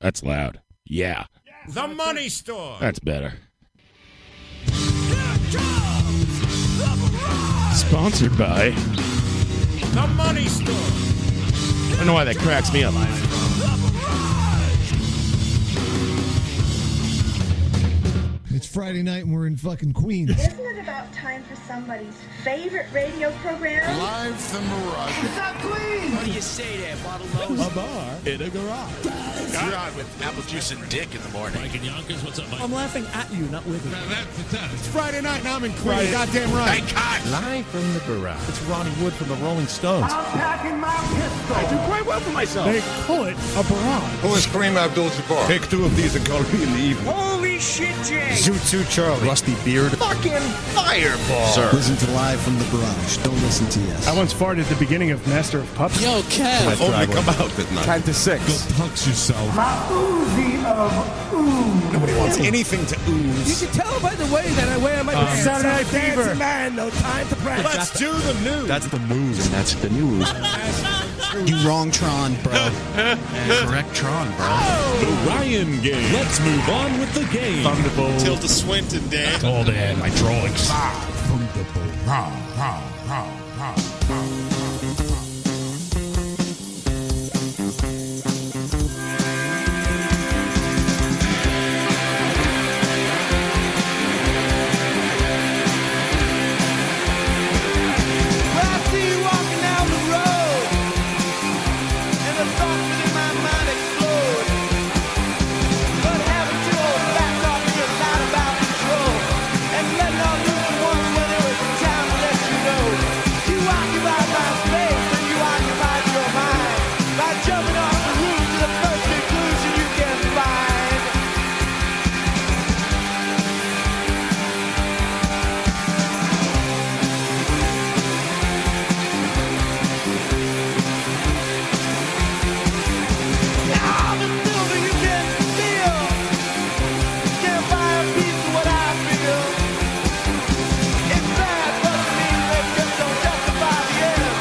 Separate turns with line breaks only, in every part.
That's loud. Yeah.
The money store.
That's better. Sponsored by. I
The money store.
don't know why that cracks me up.
It's Friday night and we're in fucking Queens.
Isn't it about time for somebody's favorite radio program?
Live from Morocco.
What do you say there, Bottle
A bar in a garage. Rod with apple juice and dick in the morning. Mike and Yonkers, what's up, Mike?
I'm laughing at you, not with you.
It's Friday night and I'm in
Queens, goddamn right.
Thank God. Live from the garage. It's Ronnie Wood from the Rolling Stones.
I'm packing my pistol.
I do quite well for myself.
call it a barrage.
Who is Kareem Abdul-Jabbar? Take two of these and call me in the evening.
Holy shit, Jay.
Zootsu Charlie. Rusty Beard. Fucking Fireball. Sir.
Listen to Live from the Barrage. Don't listen to us.
I once farted at the beginning of Master of Puppets.
Yo, Kev.
Only come out at night. Time to six. Go punch yourself.
My Uzi of ooze.
Nobody wants anything to
You
ooze.
can tell by the way that I wear my pants.
Saturday
I'm
Night
dancing
Fever.
man, no time to practice.
Let's do the news.
That's the news. And that's the news.
You wrong Tron, bro. Correct Tron, bro.
Ryan game. Let's move on with the game.
Thunderbolt.
Tilda Swinton, Dan.
All day, my drawings.
I see you walking down the road, and the thoughts that in my mind explode. But haven't you old back off your line about control, and letting all loose once when it was time to let you know? You occupied my space, and you occupied your mind by jumping off the roof to the first conclusion you can find. I've been building you can feel Can't buy a piece of what I feel It's bad but it means they just don't justify the end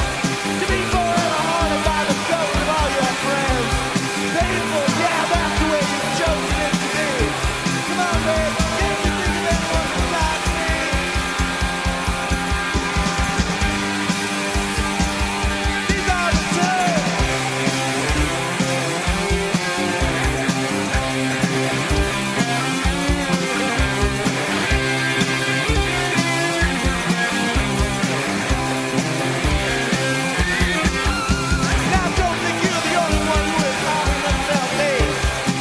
To be forever haunted by the ghost of all your friends Painful, yeah, that's the way you've chosen it to be Come on, babe, can't you think of anyone besides me? These are the terms Now don't think you're the only one who is harder than me.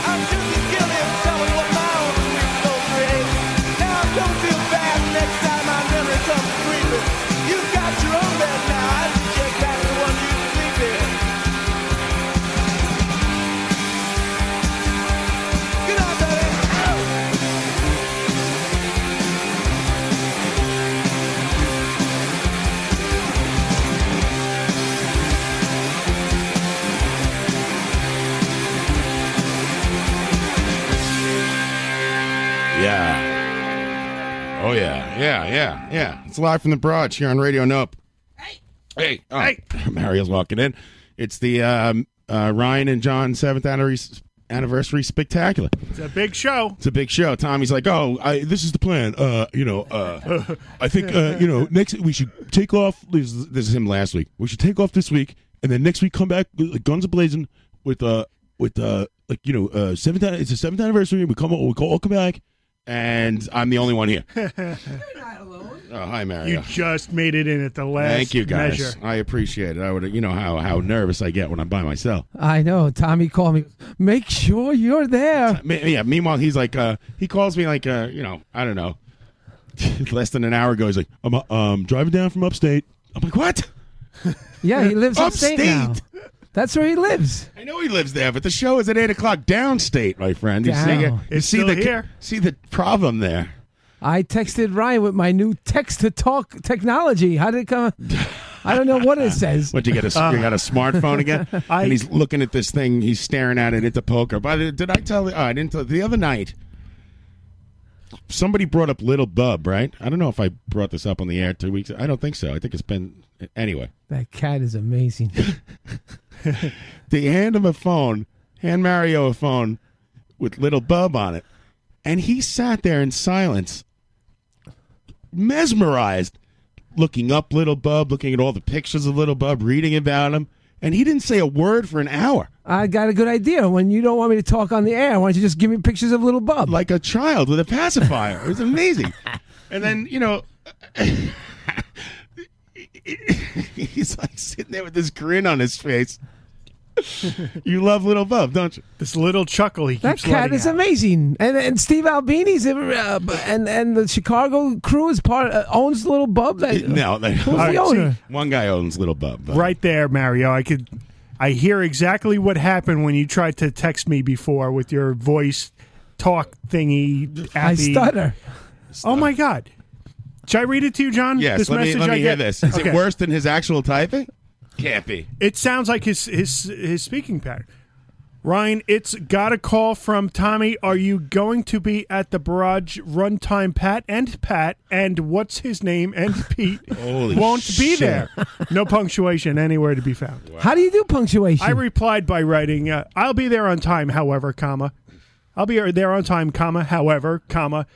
I'm just as guilty of telling what my own sweet soul creates. Now don't feel bad next time my memory comes creeping. You've got your own bed now. I suggest that's the one you sleep in. Good night, baby.
Yeah. Oh yeah, yeah, yeah, yeah. It's live from the barrage here on Radio Nope. Hey, hey, oh, Mario's walking in. It's the um, uh, Ryan and John seventh anniversary anniversary spectacular.
It's a big show.
It's a big show. Tommy's like, oh, I, this is the plan. Uh, you know, uh, I think uh, you know next we should take off. This, this is him last week. We should take off this week, and then next week come back with, like, guns ablazing with uh with uh like you know uh seventh an- it's the seventh anniversary. We come we all come back, and I'm the only one here. You're not alone. Oh, hi,
You
Mario.
just made it in at the last
Thank you guys.
measure.
I appreciate it. I would, you know how how nervous I get when I'm by myself.
I know. Tommy called me. Make sure you're there.
Me- Yeah. Meanwhile, he's like, uh, he calls me like, uh, you know, I don't know, less than an hour ago. He's like, I'm uh, um, driving down from upstate. I'm like, what?
Yeah, he lives upstate, now.
Uh, Upstate.
That's where he lives.
I know he lives there, but the show is at eight o'clock downstate, my friend. You see,
Down.
you
It's
see
still
the
here.
see the problem there.
I texted Ryan with my new text to talk technology. How did it come? I don't know what it says.
What you got a
Uh,
you got a smartphone again?
I-
and he's looking at this thing. He's staring at it at the poker. By the did I tell? Oh, I didn't tell. The other night, somebody brought up Little Bub. Right? I don't know if I brought this up on the air two weeks. I don't think so. I think it's been anyway.
That cat is amazing.
They hand him a phone, hand Mario a phone, with little bub on it. And he sat there in silence, mesmerized, looking up little bub, looking at all the pictures of little bub, reading about him. And he didn't say a word for an hour.
I got a good idea. When you don't want me to talk on the air, why don't you just give me pictures of little Bub?
Like a child with a pacifier. It was amazing. and then, you know, he's like sitting there with this grin on his face. you love little bub, don't you?
This little chuckle he
That
keeps
cat
letting
is
out.
amazing, and and Steve Albini's uh, b- and and the Chicago crew is part uh, owns little Bub. That,
No, they-
who's the owner?
one guy owns little bub. but-
Right there, Mario. I could. I hear exactly what happened when you tried to text me before with your voice talk thingy. At
I
the-
stutter.
Oh my god! Should I read it to you, John?
Yes,
This
let me,
message
let me
I
hear
get?
this. Is
Okay.
it worse than his actual typing? Can't be.
It sounds like his his his speaking pattern. Ryan, it's got a call from Tommy. Are you going to be at the barrage runtime? Pat and Pat and what's his name and Pete
Holy
won't be
shit.
there. No punctuation anywhere to be found.
How do you do punctuation?
I replied by writing, uh, "I'll be there on time, however, comma, I'll be er, there on time, comma, however, comma."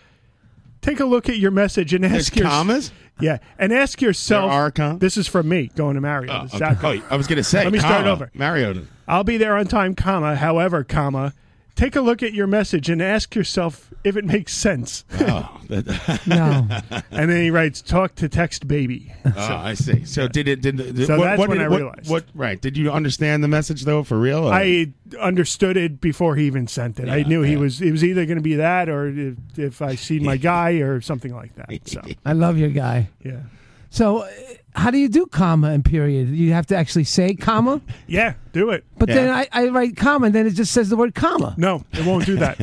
Take a look at your message and
There's
ask your
commas?
Yeah, and ask yourself.
There are com-
this is from me going to Mario.
Oh,
This is
okay.
not-
Oh, I was going to say.
Let me start
comma.
over.
Mario.
I'll be there on time, comma, however, comma. Take a look at your message and ask yourself if it makes sense.
Oh, that-
no.
and then he writes, "Talk to text, baby."
oh, I see. So did it? Did, did
So
what,
that's
what
when
did,
I
what-
realized.
What, right? Did you understand the message though? For real? Or-
I understood it before he even sent it. I knew he was. It was either going to be that, or if, if I seen my guy, or something like that. So
I love your guy.
yeah,
So, uh, how do you do comma and period? You have to actually say comma,
yeah, do it.
but then
Yeah.
I, I write comma, and then it just says the word comma.
No, it won't do that.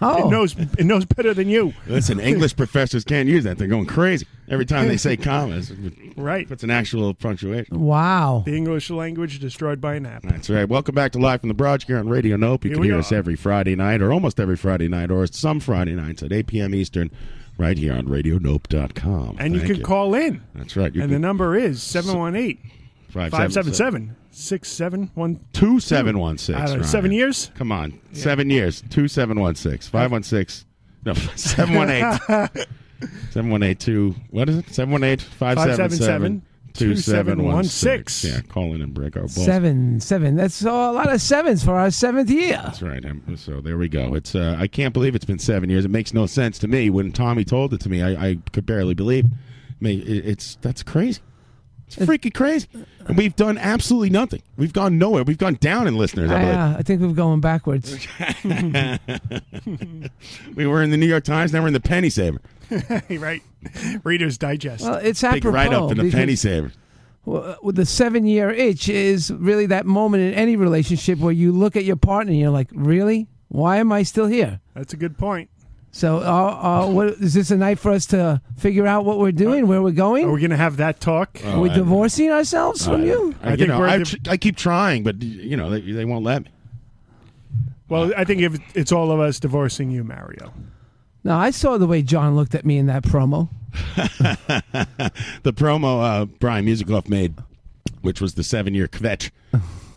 Oh,
It knows. It knows better than you.
Listen, English professors can't use that. They're going crazy every time they say commas.
Right.
It's an actual punctuation.
wow.
The English language destroyed by an app.
That's right. Welcome back to Live from the Broad here on Radio Nope. You
Here
can
we
hear
are.
us every Friday night, or almost every Friday night, or some Friday nights at 8 p.m. Eastern, right here on RadioNope.com.
And you
Thank
can call in.
That's right. You
and
can-
the number is 718
Five,
577 6716.
Two seven one six.
I don't know,
Ryan.
seven years?
Come on, seven years. Two seven one six. Five one six. No, seven one eight. Seven one eight two. What is it? Seven one eight five seven seven two seven one six.
2716.
Yeah, call in and break our balls.
Seven, seven. That's uh, a lot of sevens for our seventh year.
That's right. Um, So there we go. It's. Uh, I can't believe it's been seven years. It makes no sense to me. When Tommy told it to me, I, I could barely believe. it. I mean, it, it's that's crazy. It's freaking crazy. And we've done absolutely nothing. We've gone nowhere. We've gone down in listeners. I
I,
believe.
uh, I think we're going backwards.
We were in the New York Times. Now we're in the Penny Saver.
right. Reader's Digest.
Well, it's
Big
apropos.
write up in the
because-
Penny Saver.
Well, uh, the seven year itch is really that moment in any relationship where you look at your partner and you're like, really? Why am I still here?
That's a good point.
So, uh, uh, what, is this a night for us to figure out what we're doing, where we're
Are
going?
we going to have that talk?
Are we divorcing ourselves from
Oh,
you?
I, you
think
know,
we're
I,
the-
tr- I keep trying, but you know they, they won't let me.
well, I think if it's all of us divorcing you, Mario.
No, I saw the way John looked at me in that promo.
The promo uh, Brian Musikoff made, which was the seven year kvetch.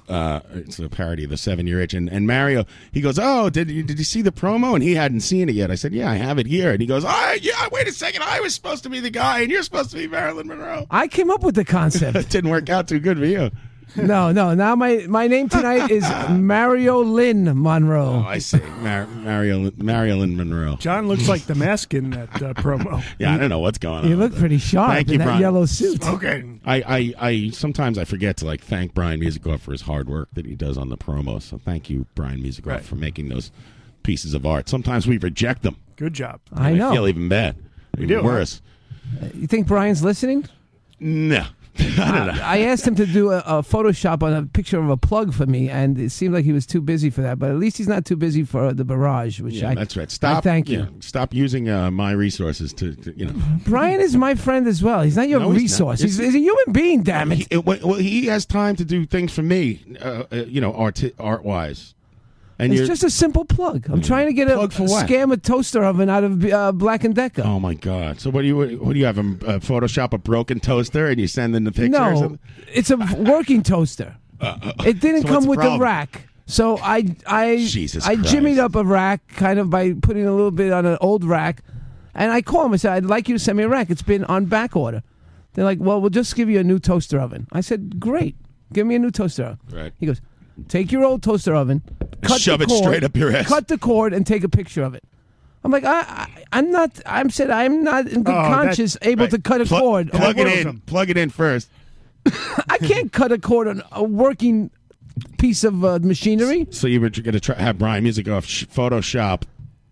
Uh, it's a parody of the seven year itch. And, and Mario, he goes, Oh, did you, did you see the promo? And he hadn't seen it yet. I said, Yeah, I have it here. And he goes, Oh, yeah, wait a second. I was supposed to be the guy, and you're supposed to be Marilyn Monroe.
I came up with the concept.
That didn't work out too good for you.
no, no. Now my, my name tonight is Mario Lynn Monroe.
Oh, I see. Mar- Mario, Marilyn Monroe.
John looks like the mask in that uh, promo.
Yeah, I don't know what's going on.
you
with
look
that.
pretty sharp
Thank
in
you,
that
Brian.
yellow suit.
Okay.
I, I, I sometimes I forget to like thank Brian Musicoff for his hard work that he does on the promos. So thank you, Brian Musicoff,
Right.
for making those pieces of art. Sometimes we reject them.
Good job.
I
and I feel
know.
even bad. We
do, huh?
worse.
You think Brian's listening?
No, I don't know.
I asked him to do a, a Photoshop on a picture of a plug for me, and it seemed like he was too busy for that. But at least he's not too busy for the barrage, which
Yeah,
I
that's right.
I
Stop.
thank
yeah,
you.
stop using uh, my resources to, to, you know.
Brian is my friend as well. He's not your
No, he's
resource.
not.
He's, he's a human being. Damn
He,
it!
it- well, he has time to do things for me, uh, uh, you know, art art wise. And
It's
you're Mm.
just a simple plug. I'm trying to get a
Plug for what?
scam a toaster oven out of uh, Black and Decker.
oh my god. So what do you what do you have? A, a Photoshop a broken toaster and you send in the picture? or
no,
something?
it's a working toaster. it didn't
uh, so what's
come
the
with the
problem?
rack. So I I
Jesus
I jimmied
Christ.
up a rack kind of by putting a little bit on an old rack, and I call him. I said I'd like you to send me a rack. It's been on back order. They're like, well, we'll just give you a new toaster oven. I said, great, give me a new toaster oven.
Right.
He goes, take your old toaster oven, cut
Shove
the
it
cord,
straight up your ass.
cut the cord, and take a picture of it. I'm like, I, I I'm not. I'm said I'm not in good
Oh, that-
conscience able to cut a
Plu-
cord.
plug it
Welcome.
in. Plug it in first.
I can't cut a cord on a working piece of uh, machinery.
So you were going to try have Brian Music off sh- Photoshop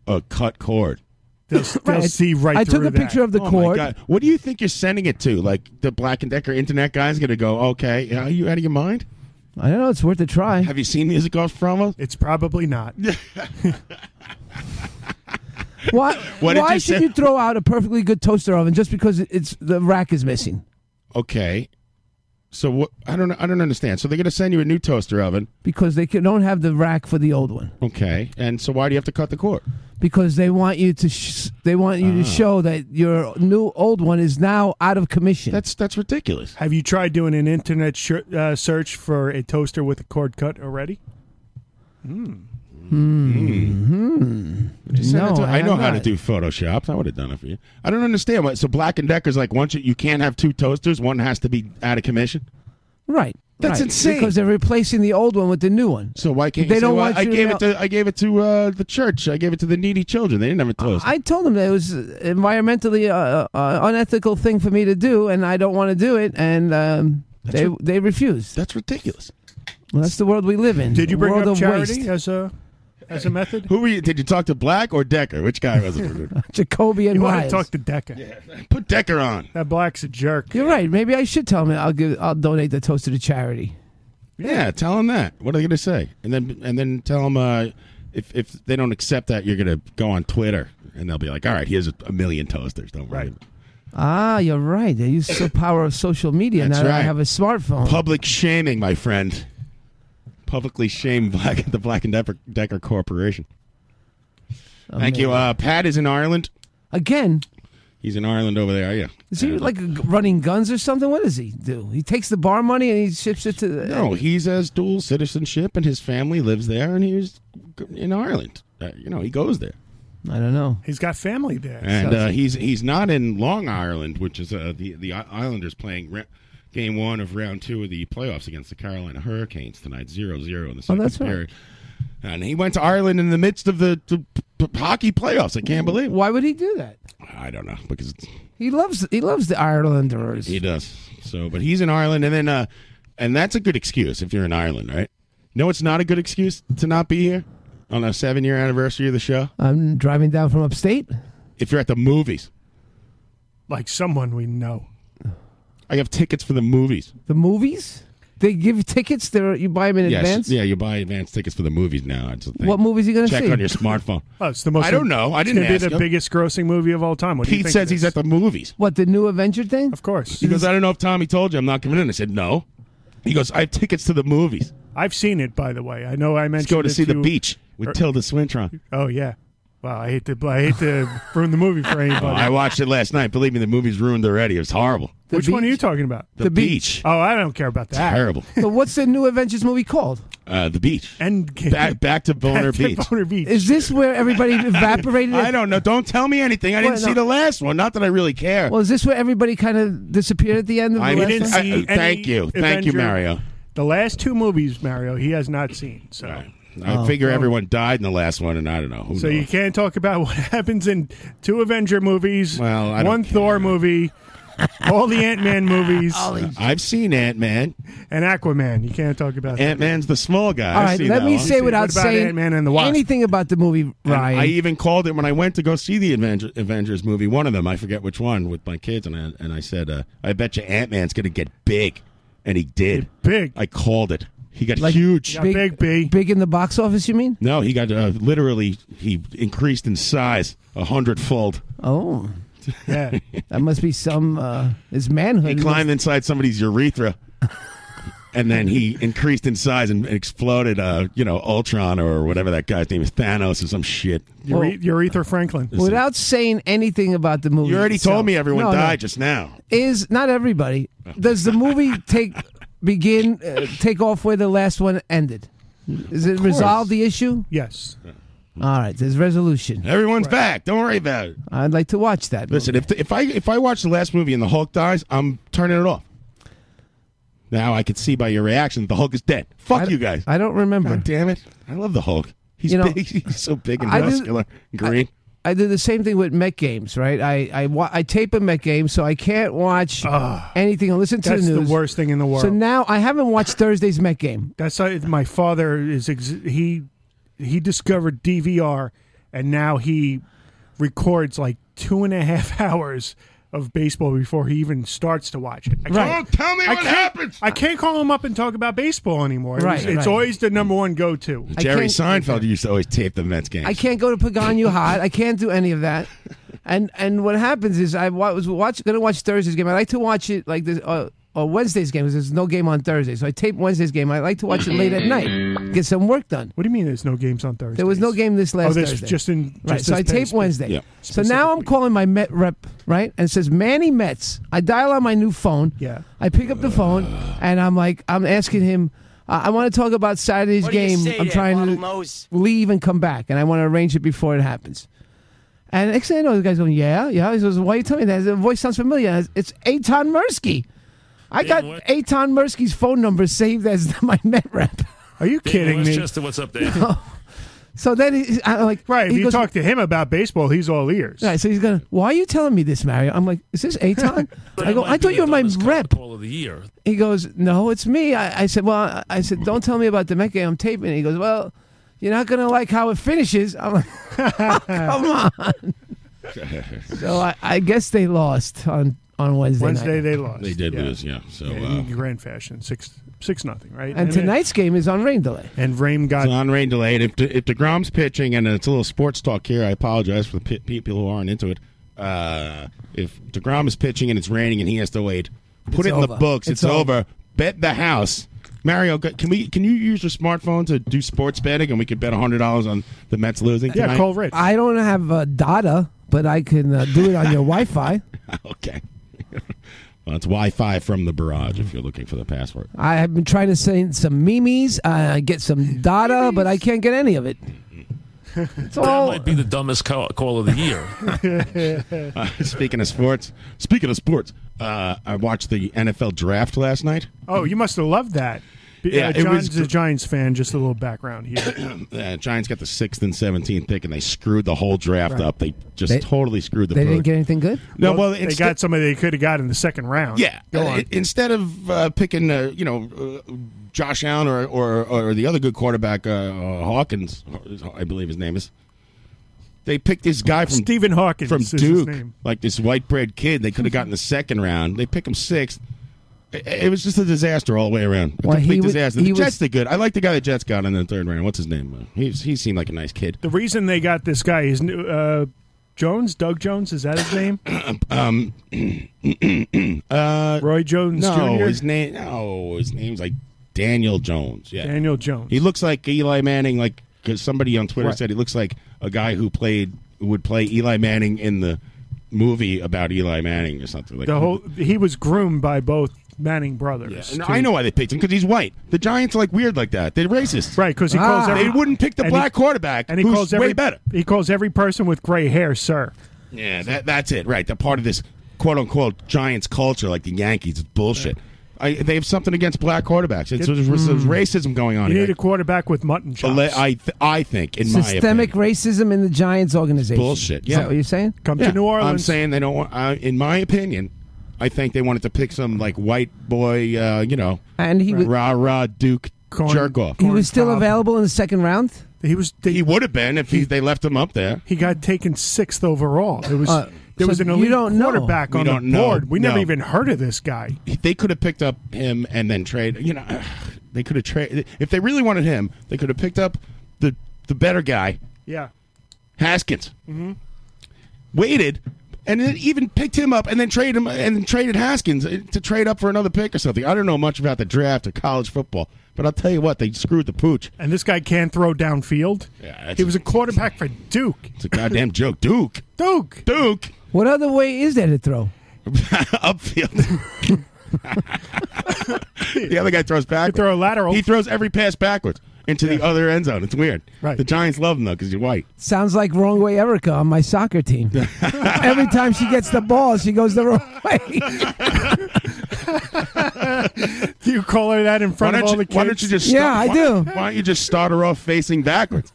a cut cord.
They'll, they'll see right
I
through
took a
that.
picture of the
Oh my
cord.
God. What do you think you're sending it to? Like the Black and Decker internet guy's going to go, okay, are you out of your mind?
I don't know. It's worth a try.
Have you seen Music off promo?
It's probably not.
Why?
What did
why
you
should
say?
you throw out a perfectly good toaster oven just because it- it's the rack is missing?
Okay. So what? I don't. I don't understand. So they're going to send you a new toaster oven.
Because they can, don't have the rack for the old one.
Okay. And so why do you have to cut the cord? Ah.
Because they want you to sh- they want you to show that your new old one is now out of commission.
That's that's ridiculous.
Have you tried doing an internet sh- uh, search for a toaster with a cord cut already?
Just send it
No,
to-
I
Hmm. I know
have
how to
not.
do Photoshop. I would have done it for you. I don't understand why. So Black and Decker's like, once you, you can't have two toasters, one has to be out of commission.
right.
That's
right.
insane.
Because they're replacing the old one with the new one.
So why can't
They
you say,
don't
"Well,
want
I
you to
gave
know-
it to I gave it to uh, the church. I gave it to the needy children. They didn't have a toast.
I told them that it was environmentally uh, uh, unethical thing for me to do, and I don't want to do it, and um, they
what-
they refused.
That's ridiculous.
Well, that's the world we live in.
Did you
a
bring
world
up
of
charity
waste.
as a as a method?
Who were you? Did you talk to Black or Decker? Which guy was it?
Jacoby and
You want to
Myers.
talk to Decca?
Put Decker on.
That black's a jerk.
You're right. Maybe I should tell him I'll give I'll donate the toaster to charity.
Yeah, tell him that. What are they going to say? And then and then tell him uh, if if they don't accept that, you're going to go on Twitter and they'll be like, "All right, here's a, a million toasters. Don't worry."
Right.
about it."
Ah, you're right. They use the power of social media
That's
now that I
right.
have a smartphone.
Public shaming, my friend. Publicly shame Black the Black and Decker, Decker Corporation. Thank you. Uh, Pat is in Ireland.
Again,
He's in Ireland over there. Yeah.
is he
And-
like running guns or something? What does he do? He takes the bar money and he ships it to the.
No, he's has dual citizenship, and his family lives there, and he was in Ireland. Uh, you know, he goes there,
I don't know.
He's got family there.
and uh, he's he's not in Long Island, which is uh, the the I- Islanders playing ra- game one of round two of the playoffs against the Carolina Hurricanes tonight, 0-0 in the second
Oh, that's right.
period. And he went to Ireland in the midst of the, the p- p- hockey playoffs. I can't believe. It.
Why would he do that?
I don't
Ah,
know because it's-
He loves he loves the Irelanders.
he does. So, but he's in Ireland, and then uh, and that's a good excuse if you're in Ireland, right? No, it's not a good excuse to not be here on a seven year anniversary of the show.
I'm driving down from upstate.
if you're at the movies.
Like someone we know.
I have tickets for the movies.
The movies they give you tickets. There you buy them in advance.
Yeah, you buy advance tickets for the movies now. It's a thing.
What movies are you gonna
Check
see?
on your smartphone.
Oh, it's the most.
I don't know. I
it's
didn't
gonna be
ask
the
him.
biggest grossing movie of all time. What do you
Pete
think
says he's at the movies.
What the new Avenger thing?
Of course,
He goes, I don't know if Tommy told you I'm not coming in. I said, no. He goes, I have tickets to the movies.
I've seen it. By the way, I know I
Let's
mentioned.
go to
it
see the
you-
beach with
er-
Tilda Swinton.
Oh yeah. Wow, I hate to I hate to ruin the movie for anybody.
I watched it last night. Believe me, the movie's ruined already. It was horrible.
The
Which one are
beach?
you talking about?
The,
The
beach.
beach.
Oh, I don't care about that.
Terrible.
So what's the new Avengers movie called?
Uh, the beach.
Endgame.
Back, back to Boner
Back to
Beach.
Boner Beach.
Is this where everybody evaporated?
I don't know. Don't tell me anything. I didn't
Well,
see
no.
the last one. Not that I really care.
Well, is this where everybody kind of disappeared at the end of the
I
last
didn't
one?
see
I-
any
thank you. Thank you,
Avenger.
Mario.
the last two movies, Mario, he has not seen. So,
I figure
Oh,
everyone died in the last one, and I don't know. Who
so
knows?
you can't talk about what happens in two Avenger movies,
Well, I don't
one
care.
Thor movie, all the Ant Man movies,
I've seen Ant Man.
and Aquaman. You can't talk about
Ant Man's the small guy.
All
I've
right,
seen
let
that
me
one.
say
What
without
about
saying
Ant-Man and the Wasp?
anything about the movie,
And
Ryan.
I even called it when I went to go see the Avenger, Avengers movie. One of them, I forget which one, with my kids, and I, and I said, uh, "I bet you Ant Man's going to get big," and he did.
Get big.
I called it. He got
Like-
huge.
Yeah. Big B.
big in the box office. You mean?
No, he got uh, literally. He increased in size a hundredfold.
Oh,
it. Yeah,
that must be some uh, his
He
manhood.
climbed inside somebody's urethra, and then he increased in size and exploded. Uh, you know, Ultron or whatever that guy's name is, Thanos or some shit.
Ure- Aretha Franklin.
Oh. without saying anything about the movie.
You already
itself.
told me everyone
No, no.
died just now.
is not everybody. Does the movie take begin uh, take off where the last one ended? Is it resolve the issue?
Yes.
All right, there's resolution.
Everyone's back. Don't worry about it.
I'd like to watch that.
Listen, if if I if I watch the last movie and the Hulk dies, I'm turning it off. Now I can see by your reaction that the Hulk is dead. Fuck you guys.
I don't remember.
God damn it! I love the Hulk. He's
You know,
big. He's so big and
I did-
muscular, and green.
I do the same thing with Met games, right? I I, wa- I tape a Met game, so I can't watch anything or listen to
Ah. That's
the
the
news.
worst thing in the world.
So now I haven't watched Thursday's Met game.
That's how my father is. Ex- he he discovered DVR, and now he records like two and a half hours of baseball before he even starts to watch it. I can't-
Right.
tell me
I can't, I can't call him up and talk about baseball anymore. It was-
Right,
it's
right.
always the number one go to.
Jerry
can't-
Seinfeld used to always tape the Mets games.
I can't go to Pagano Hot. I can't do any of that. And and what happens is I wa- was watch going to watch Thursday's game. I like to watch it like this uh, or Wednesday's game because there's no game on Thursday. So I tape Wednesday's game. I like to watch it late at night, get some work done.
What do you mean? There's no games on Thursday.
There was no game this last
Oh, this
Thursday.
just in.
Right,
just
so
this
I tape
past week.
Wednesday.
Yeah.
So now I'm calling my Met rep, right? And it says Manny Mets. I dial on my new phone.
Yeah.
I pick up the phone and I'm like, I'm asking him, uh, I want to talk about Saturday's game. I'm trying to leave and come back, and I want to arrange it before it happens. And next thing I know, the guy's going, yeah, yeah. He says, why are you telling me that? The voice sounds familiar. I said, It's Aton Mirsky. I got
what?
Aton Mirsky's phone number saved as my Met rep.
Are you kidding me?
Westchester, what's up, Dave?
So then he, I'm like,
Right. If
he
you
goes,
talk to him about baseball, he's all ears.
Right, so he's gonna. Why are you telling me this, Mario? I'm like, is this Aton? I go. I thought you were my rep.
Call of the year. Hmm.
He goes, no, it's me. I, I said, well, I- I said, don't tell me about the Met game. I'm taping. it." He goes, well, you're not gonna like how it finishes. I'm like, "Oh, come on. so I, I guess they lost on on Wednesday.
Wednesday
night.
they lost.
They did
Yeah.
lose, yeah. So
Yeah,
uh,
in grand fashion, six six nothing, right?
And tonight's game is on rain delay.
and Rame got
it's on rain delayed. If De, if Degrom's pitching, and it's a little sports talk here, I apologize for the pe- people who aren't into it. Uh, if Degrom is pitching and it's raining and he has to wait, put
It's
it in the
over.
books.
It's
It's, over. Bet the house. Mario, g- can we? Can you use your smartphone to do sports betting, and we could bet hundred dollars on the Mets losing
yeah,
tonight?
Cole Rich.
I don't have uh, data, but I can uh, do it on your Wi-Fi.
Okay. well, it's Wi-Fi from the barrage. If you're looking for the password,
I have been trying to send some memes, uh, get some data, but I can't get any of it. It's
That
all.
might be the dumbest call, call of the year.
uh, speaking of sports, speaking of sports, uh, I watched the NFL draft last night.
oh, you must have loved that. B-
Yeah,
uh,
it was
John's a
gr-
Giants fan. Just a little background here.
uh, Giants got the sixth and seventeenth pick, and they screwed the whole draft up. They just
They-
totally screwed the.
They didn't
pooch.
get anything good.
no. Well,
they
instead-
got somebody they could have got in the second round.
yeah.
go
uh,
on.
in- instead of uh, picking, uh, you know, uh, Josh Allen or, or or the other good quarterback, uh, uh, Hawkins, I believe his name is. They picked this guy from
Stephen Hawkins
from
is his
Duke,
name.
like this white bread kid. They could have gotten the second round. They pick him sixth. It, it was just a disaster all the way around. A
Well, he
complete
was-
disaster. The
he was-
Jets did good. I like the guy the Jets got in the third round. What's his name? Uh, He's, he seemed like a nice kid.
The reason they got this guy is new- uh, Jones, Doug Jones. Is that his name?
Um, Uh,
Roy Jones
no,
Jr.
his name. No, his name's like Daniel Jones. Yeah,
Daniel Jones.
he looks like Eli Manning. Like cause somebody on Twitter
Right.
said, he looks like a guy who played who would play Eli Manning in the movie about Eli Manning or something. Like
the whole he was groomed by both Manning brothers.
And
to-
I know why they picked him because he's white. The Giants are like weird like that. They're racist.
Right, because he
Ah.
calls every,
They wouldn't pick the
and he-
black quarterback,
and he
who's
calls every,
way better.
He calls every person with gray hair, sir.
Yeah, that, that's it. Right. They're part of this quote unquote Giants culture, like the Yankees. It's bullshit. I, they have something against black quarterbacks. It's, there's, there's
Mm.
racism going on
You
here.
need a quarterback with mutton chops.
Ale- I th- I think in my
Systemic
opinion,
racism in the Giants organization.
Bullshit,
Is that
yeah.
what you're saying?
Come
Yeah,
to New Orleans.
I'm saying they don't want. I in my opinion, I think they wanted to pick some like white boy, uh, you know,
And he was,
rah rah Duke
Corn-
jerk off.
he was still
Cobb.
available in the second round.
He was they,
He
he,
would have been if he, they left him up there.
got taken sixth overall. It was
Uh,
there
so
was an
you
elite
don't know.
quarterback
We
on the
don't know.
board. We never
No.
even heard of this guy.
They could have picked up him and then trade. You know, they could have traded if they really wanted him. They could have picked up the the better guy,
Yeah,
Haskins.
Mm-hmm.
Waited. And then even picked him up, and then traded him, and then traded Haskins eh, to trade up for another pick or something. I don't know much about the draft or college football, but I'll tell you what, they screwed the pooch.
and this guy can throw downfield.
Yeah, that's-
he was a quarterback for Duke.
It's a goddamn joke, Duke.
Duke.
Duke
What other way is there to throw?
upfield. the other guy throws backwards.
throw a lateral.
He throws every pass backwards. into the other end zone. It's weird. Right. The Giants love him though because you're white.
Sounds like wrong way Erica on my soccer team. Every time she gets the ball, she goes the wrong way.
Do you call her that in
Why
front of
don't,
all
you,
the kids?
why don't you just
Yeah,
start-
I
why-
do.
Why don't you just start her off facing backwards?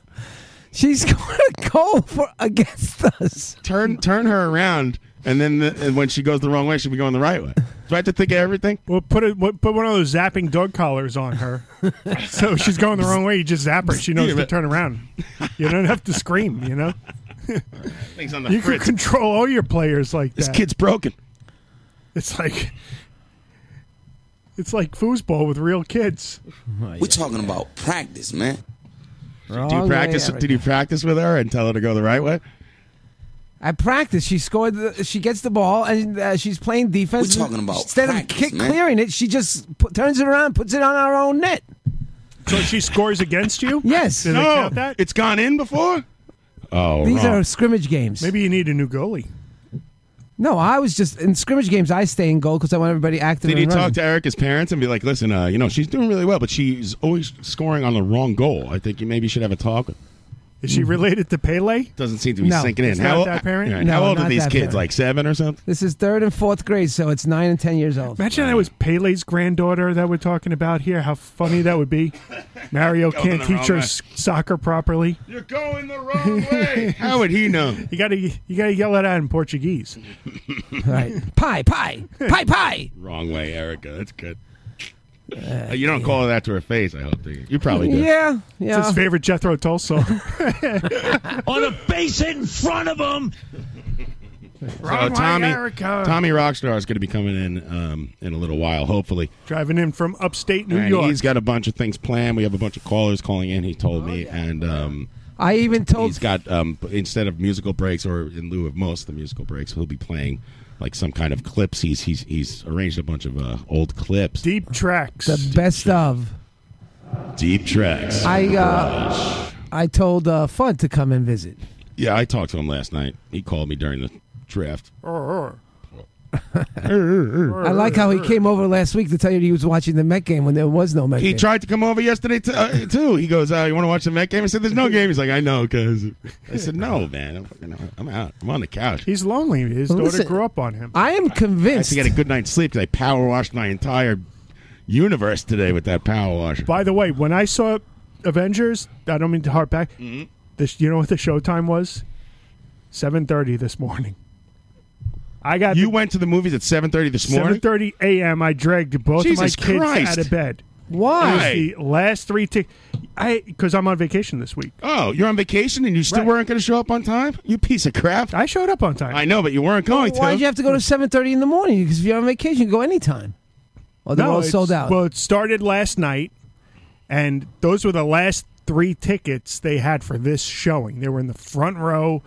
She's going to go for against us.
Turn turn her around, and then the, and when she goes the wrong way, she'll be going the right way. Do I have to think of everything?
Well, put a, what- put one of those zapping dog collars on her, so if she's going the wrong way. You just zap her; she knows to turn around. You don't have to scream. You know,
Things on the
you can
fritz.
control all your players like
This
that.
kid's broken.
It's like it's like foosball with real kids.
We're talking about practice, man.
Do you
Mm-hmm. Wrong way
practice?
Erica.
Did you practice with her and tell her to go the right way?
I practice. She scored. The, she gets the ball and uh, she's playing defense.
We're talking about
instead
practice,
of kick
man.
clearing it, she just pu- turns it around, puts it on our own net.
So she scores against you.
Yes.
Did they count that?
it's gone in before. Oh,
These
wrong.
are scrimmage games.
Maybe you need a new goalie.
No, I was just in scrimmage games. I stay in goal because I want everybody active.
Did
and
you talk
running.
to Erica's parents and be like, "Listen, uh, you know she's doing really well, but she's always scoring on the wrong goal. I think you maybe should have a talk."
Is
Mm-hmm.
she related to Pele?
Doesn't seem to be
No.
sinking in.
It's not
how,
that parent?
all right,
No,
how old are
not
these
that
kids?
parent.
Like seven or something?
This is third and fourth grade, so it's nine and ten years old.
Imagine that was Pele's granddaughter that we're talking about here. How funny that would be. Mario
Going
can't
the
teach her
wrong way.
s- soccer properly.
You're going the wrong way. how would he know?
You gotta you gotta yell that out in Portuguese.
right? Pie, pie, pie, pie.
Wrong way, Erica. That's good. Uh, you don't call her that to her face. I hope. Do you? you probably do.
Yeah,
It's
yeah.
his favorite Jethro Tull song.
On a base in front of him.
So
Wrong way,
Tommy,
Erica.
Tommy Rockstar is going to be coming in um, in a little while, hopefully.
Driving in from upstate New
and
York.
he's got a bunch of things planned. We have a bunch of callers calling in. He told me,
Oh,
and um,
I even told
he's got um, instead of musical breaks or in lieu of most of the musical breaks, he'll be playing like some kind of clips. He's he's he's arranged a bunch of uh, old clips, deep,
Deep tracks.
the best of.
tracks.
I uh, I told uh, Fudd to come and visit.
yeah, I talked to him last night. He called me during the draft.
I like how he came over last week to tell you he was watching the Met game when there was no Met
He
game.
tried to come over yesterday t- uh, too. He goes, uh, "You want to watch the Met game?" I said, "There's no game." He's like, "I know," because I said, "No, man, I'm, fucking, I'm out. I'm on the couch."
He's lonely. His
Well,
daughter
listen-
grew up on him.
I am
I
convinced.
actually got a good night's sleep because I power washed my entire universe today with that power washer.
By the way, when I saw Avengers, I don't mean to harp back.
Mm-hmm.
This, you know what the showtime was? Seven thirty this morning. I got
You went to the movies at 7:30 this
seven
morning.
thirty a.m. I dragged both
Jesus
of my kids
Christ.
out of bed. It was
Why?
Hey.
the last three tickets. I because I'm on vacation this week.
Oh, you're on vacation and you still
Right.
weren't going to show up on time? You piece of crap!
I showed up on time.
I know, but you weren't going
Why
to.
did you have to go to seven thirty in the morning? Because if you're on vacation, you can go anytime. Well, they're all
it's-
Oh, sold out.
Well, it started last night, and those were the last three tickets they had for this showing. They were in the front row,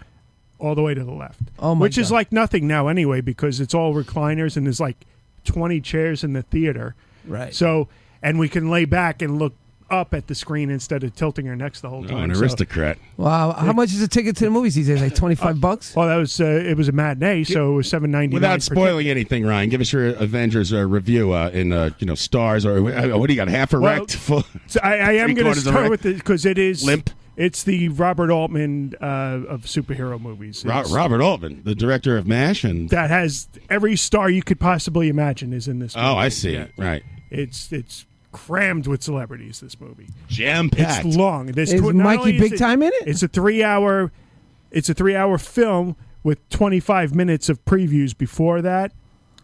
all the way to the left.
Oh, my
which is
God.
like nothing now anyway, because it's all recliners and there's like twenty chairs in the theater.
right.
So, and we can lay back and look up at the screen instead of tilting our necks the whole
Oh,
time.
an
So-
aristocrat.
Wow, how much is a ticket to the movies these days? Like twenty five bucks.
Well, that was uh, it was a matinee, so it was seven ninety.
Without spoiling anything, Ryan, give us your Avengers uh, review uh, in uh, you know stars or uh, what do you got? Half erect,
Well,
full.
So I, I
Three
am going to
quarters of
start
a-
with it because it is
Limp.
It's the Robert Altman uh, of superhero movies.
Ro-
It's-
Robert Altman, the director of MASH, and
That has every star you could possibly imagine is in this. Movie.
oh, I see it. Right,
It's it's crammed with celebrities. This movie.
jam packed.
It's long. This
Is Mikey big
it-
time in it?
It's a three hour. It's a three hour film with twenty five minutes of previews before that,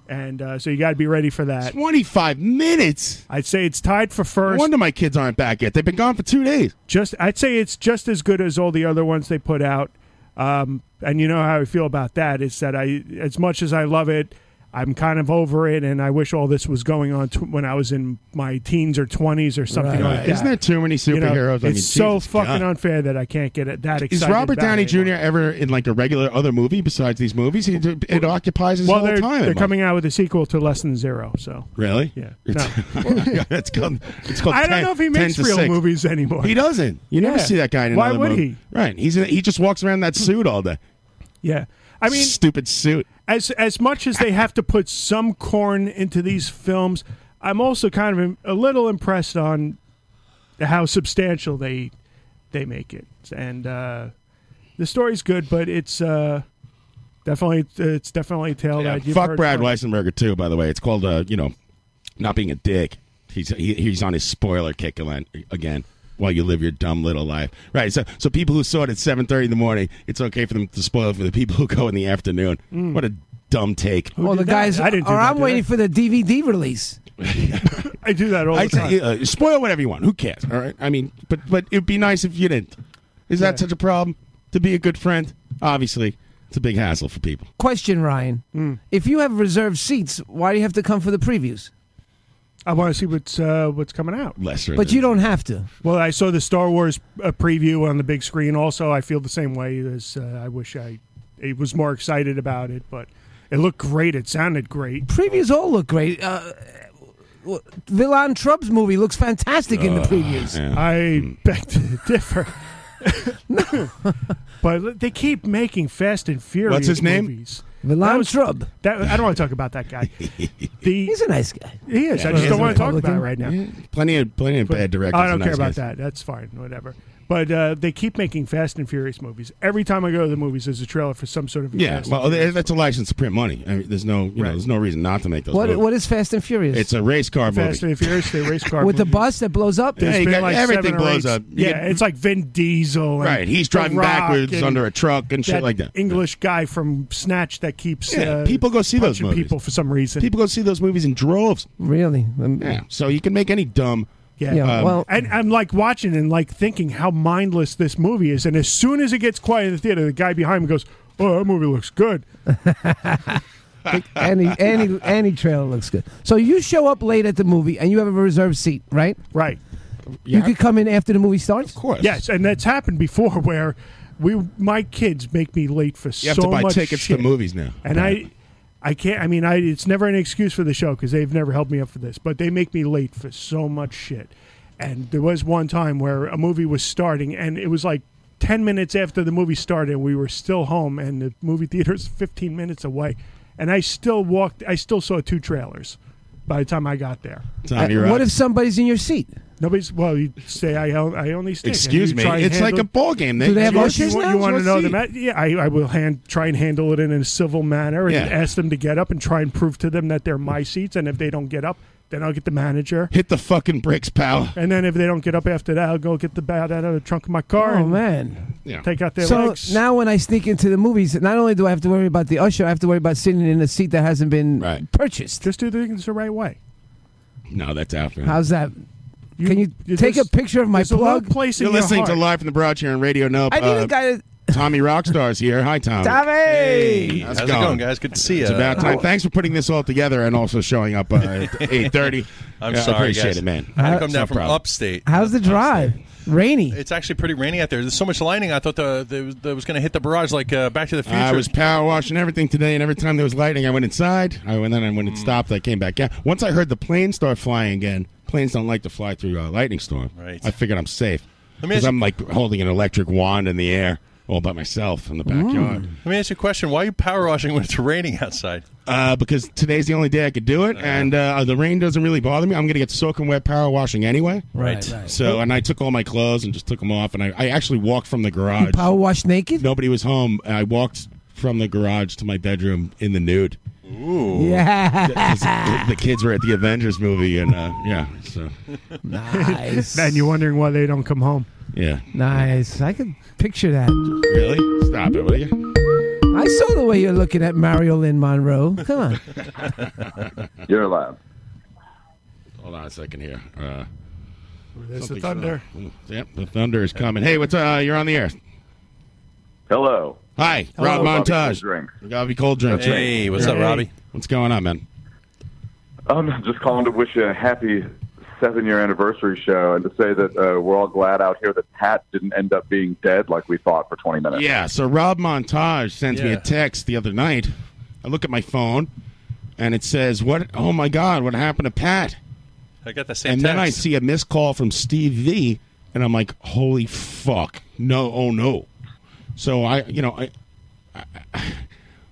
and uh, so you got to be ready for that.
Twenty five minutes.
I'd say it's tied for
No
first.
wonder my kids aren't back yet. They've been gone for two days.
just I'd say it's just as good as all the other ones they put out. Um, and you know how I feel about that is that I, as much as I love it, I'm kind of over it, and I wish all this was going on tw when I was in my teens or twenties or something
Right.
like that.
Isn't there too many
You know,
superheroes?
it's
I mean,
so
Jesus
fucking
God.
unfair that I can't get it that
Is
excited.
Robert
about
Downey
it.
Jr. ever in like a regular other movie besides these movies? He, it occupies his
Well,
whole
they're,
time.
they're coming out with a sequel to Less Than Zero, so
Really?
yeah. No.
It's- it's called. It's called
I
10
don't know if he
10
makes
to
real
6.
movies anymore.
He doesn't. You never
Yeah.
see that guy in
Why
another
would
movie.
he?
Right. He's in, he just walks around in that suit all day.
yeah, I mean,
stupid suit.
as as much as they have to put some corn into these films, I'm also kind of im- a little impressed on how substantial they they make it. And uh, the story's good, but it's uh, definitely it's definitely a tale that you've
Fuck
heard
Brad
from-
Weisenberger too. By the way, it's called uh, you know, not being a dick. He's he, he's on his spoiler kick again- again. While you live your dumb little life, right? So, so people who saw it at seven thirty in the morning, it's okay for them to spoil it for the people who go in the afternoon.
Mm.
What a dumb take!
Well, the guys, or I'm waiting for the DVD release.
I do that all
I say, uh, spoil whatever you want. Who cares? All right. I mean, but but it'd be nice if you didn't. Is that such a problem to be a good friend? Obviously, it's a big hassle for people.
Question, Ryan:
Hmm.
If you have reserved seats, why do you have to come for the previews?
I want to see what's uh, what's coming out.
Lesser,
But you don't have to. Uh,
Well, I saw the Star Wars uh, preview on the big screen. Also, I feel the same way as uh, I wish I, I was more excited about it, but it looked great. It sounded great.
Previews all look great. Uh, Villan Trubb's movie looks fantastic in the
Uh,
previews.
Hmm.
I beg to differ. but they keep making Fast and Furious.
What's his name?
Movies.
Villan
That was-
Trubb.
That, I don't want to talk about that guy. The, He's
a nice guy.
He is. I just don't want to talk about it right now.
Plenty of plenty of bad directors.
I don't
and
care
nice
about
guys.
that. That's fine. Whatever. But uh, they keep making Fast and Furious movies. Every time I go to the movies, there's a trailer for some sort of
Yeah,
Fast and
well, th- that's a license to print money. I mean, there's no, you know, there's no reason not to make those.
What
movies.
What is Fast and Furious?
It's a race car
Fast
movie.
and Furious, they race car
with the
movie.
bus that blows up.
There's
Yeah, you
been
got-
like
everything
seven or
blows
eight-
up. You
Yeah,
get-
it's like Vin Diesel. and
Right, he's
The
driving
Rock
backwards
and
under a truck and shit like that.
English guy from Snatch that keeps
Yeah,
uh,
people go see those
punching
movies.
people for some reason.
People go see those movies in droves.
Really?
yeah. So you can make any dumb.
Yeah,
um,
and I'm like watching and like thinking how mindless this movie is. And as soon as it gets quiet in the theater, the guy behind me goes, "Oh, that movie looks good."
any any any trailer looks good. So you show up late at the movie and you have a reserved seat, right?
Right.
You could come in after the movie starts. Of
course.
Yes, and that's happened before where we my kids make me late for so
You have to buy
much
tickets
shit.
to movies now.
And I I can't I mean I it's never an excuse for the show cuz they've never helped me up for this, but they make me late for so much shit. And there was one time where a movie was starting and it was like 10 minutes after the movie started and we were still home and the movie theater's 15 minutes away and I still walked I still saw two trailers by the time I got there.
Tommy
Uh,
Rock.
what if somebody's in your seat?
Nobody's. Well, you say I I only stick.
Excuse me, it's like a ball game. They-
Do they have
you-
ushers
you-
now?
you
You
wanna
want to
know
know
the
the
ma-
Uh, Yeah, I, I will hand try and handle it in a civil manner and
Yeah.
ask them to get up and try and prove to them that they're my seats. And if they don't get up, then I'll get the manager.
Hit the fucking bricks, pal.
And then if they don't get up after that, I'll go get the bat out of the trunk of my car.
Oh,
and
man.
Yeah.
Take out their
So
legs.
now when I sneak into the movies, not only do I have to worry about the usher, I have to worry about sitting in a seat that hasn't been purchased.
Just do things the right way.
No, that's out. man.
How's that? Can you,
you
take a
just-
picture of my
there's a little
plug?
place
You're listening to live from the broad here on Radio Uh, Nope.
I need a guy
Tommy Rockstar's here. Hi, Tommy.
Tommy! Hey,
how's,
how's it going, guys? Good to see
It's
ya.
about time.
Oh.
Thanks for putting this all together and also showing up uh, at eight thirty.
I'm sorry,
I appreciate
guys.
it, man.
I had to come
It's
down
no
from
problem.
upstate.
How's the drive? Rainy.
It's actually pretty rainy out there. There's so much lightning. I thought the, the, the was going to hit the barrage like uh, Back to the Future.
I was power washing everything today, and every time there was lightning, I went inside. I went, and then when
Mm.
it stopped, I came back out. Once I heard the plane start flying again, planes don't like to fly through a lightning storm. Right. I figured I'm safe
Let me
because
ask-
I'm like holding an electric wand in the air all by myself in the
Mm.
backyard.
Let me ask you a question. Why are you power washing when it's raining outside?
Uh, because today's the only day I could do
Uh-huh.
it, and uh, the rain doesn't really bother me. I'm going to get soaking wet power washing anyway.
Right. Right, right.
So, and I took all my clothes and just took them off, and I, I actually walked from the garage.
Power wash naked?
Nobody was home. and I walked from the garage to my bedroom in the nude. Ooh.
Yeah.
the, the kids were at the Avengers movie, and uh, yeah, so
Nice.
and you're wondering why they don't come home.
yeah.
Nice. I could picture that.
Really? Stop it, will you?
I saw the way you're looking at Marilyn Monroe. Come on.
You're alive. Hold
Ah,
on a second here. Uh,
There's the
something's
thunder.
wrong. Yep, the thunder is coming. Hey, what's uh? You're on the air.
Hello.
Hi,
Hello,
Rob
Bobby
Montage.
Cool Drink.
Robbie Cold Drink.
That's right. Hey, what's up, Robbie?
What's going on, man?
I'm just calling to wish you a happy seven year anniversary show and to say that uh, we're all glad out here that Pat didn't end up being dead like we thought for 20 minutes.
Yeah, so Rob Montage sends me a
Yeah.
text the other night. I look at my phone, and it says, "What? Oh my God! What happened to Pat?"
I got the same
and
text.
then I see a missed call from Steve V, and I'm like, "Holy fuck! No! Oh no!" So I, you know, I, I,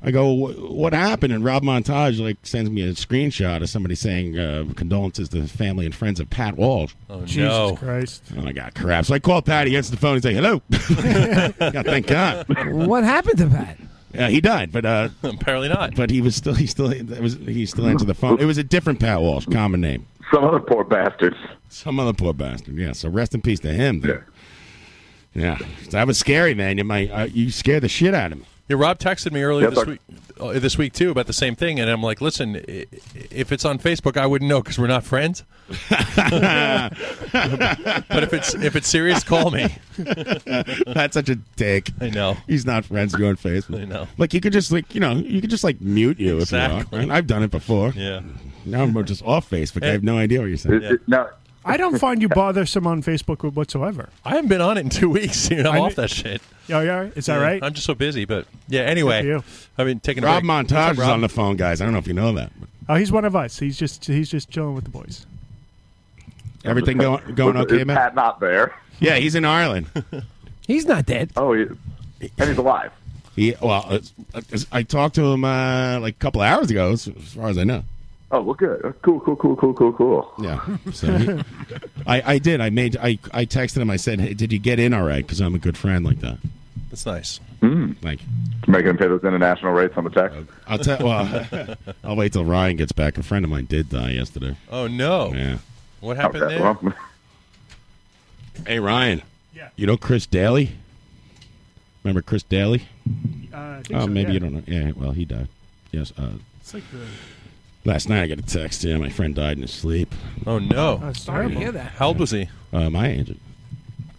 I go, "Wh- what happened? And Rob Montage like sends me a screenshot of somebody saying uh, condolences to the family and friends of Pat Walsh.
Oh, Jesus no.
Christ!
Oh my God, crap! So I call Pat. He answers the phone. and say, "Hello." God, thank God.
What happened to Pat?
Uh, he died, but uh,
apparently not.
But he was still he still it was, he still answered the phone. It was a different Pat Walsh, common name.
Some other poor bastards.
Some other poor bastard. Yeah. So rest in peace to him. Yeah. Yeah. That was scary, man. You might uh, you scared the shit out of me.
Yeah, Rob texted me earlier
Yeah,
this
but-
week, uh, this week too, about the same thing, and I'm like, "Listen, i- if it's on Facebook, I wouldn't know because we're not friends. but if it's if it's serious, call me.
That's such a dick.
I know.
He's not friends with you on Facebook.
I know.
Like you could just like you know you could just like mute you if you
Exactly.
want. Right? I've done it before.
Yeah.
Now I'm just off Facebook. I have no idea what you're saying.
I don't find you bothersome on Facebook whatsoever.
I haven't been on it in two weeks. You know, I'm
I
off
kn-
that shit.
Yeah, oh, yeah. Is that
Yeah,
right?
I'm just so busy, but yeah. Anyway, I've been taking a
Rob
break. What's up,
Montage is
Rob?
on the phone, guys. I don't know if you know that.
Oh, he's one of us. He's just he's just chilling with the boys.
Everything going going
Is
okay, man?
Pat not there.
Yeah, he's in Ireland.
he's not dead.
Oh, he, and he's alive.
He well, it's- it's- I talked to him uh, like a couple hours ago, as as far as I know.
Oh, well, good. Cool, cool, cool, cool, cool, cool.
Yeah. So he- I, I did. I made. I, I texted him. I said, "Hey, did you get in all right?" Because I'm a good friend like that.
That's nice.
Mm.
Like
making him pay those international rates on the tax.
I'll tell. Well, uh, I'll wait till Ryan gets back. A friend of mine did die yesterday.
Oh no!
Yeah.
What happened
Okay,
there?
well. Hey Ryan.
Yeah.
You know Chris Daly? Remember Chris Daly?
Uh, I think
Oh,
so,
maybe
yeah.
you don't know. Yeah. Well, he died. Yes. Uh,
It's like the
last night I got a text. Yeah, my friend died in his sleep.
Oh no!
Oh, sorry to hear that.
How old was he?
Uh, my age.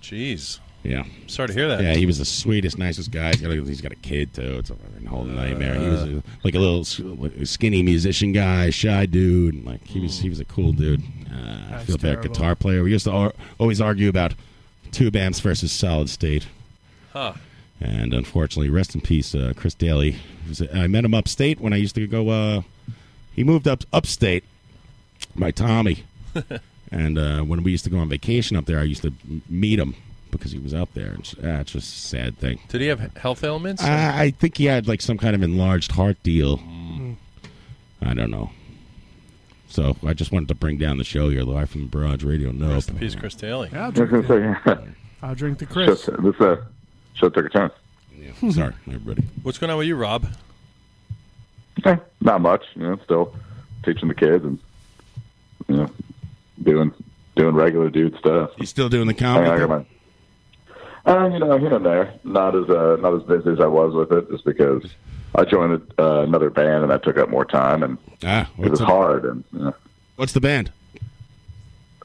Jeez.
Yeah.
Sorry to hear that.
Yeah, he was the sweetest, nicest guy. He's got a, he's got a kid too. It's a fucking whole nightmare. he was
Uh.
a, like a little s- skinny musician guy, shy dude, and like he was he was a cool dude. Uh, I feel bad,
terrible.
guitar player. We used to ar- always argue about two bands versus solid state.
Huh.
And unfortunately, rest in peace, uh, Chris Daly. He was a- I met him upstate when I used to go. Uh, he moved up upstate. My Tommy. And uh, when we used to go on vacation up there, I used to m- meet him because he was up there. It's, uh, it's just a sad thing.
Did he have health ailments?
Uh, I think he had like some kind of enlarged heart deal.
Hmm.
I don't know. So I just wanted to bring down the show here, live from Barrage Radio. No,
Rest in peace, Chris Daly.
Yeah, I'll
I was
drink,
going to say,
I'll drink the
yeah.
Chris.
Show- this uh, show took a turn.
sorry, everybody.
What's going on with you, Rob?
Not much. You know, still teaching the kids and you know, doing doing regular dude stuff.
You still doing the comedy?
I got my- Uh, you know, here and there. Not as uh, not as busy as I was with it, just because I joined uh, another band and that took up more time and
ah,
it was hard. And you know.
what's the band?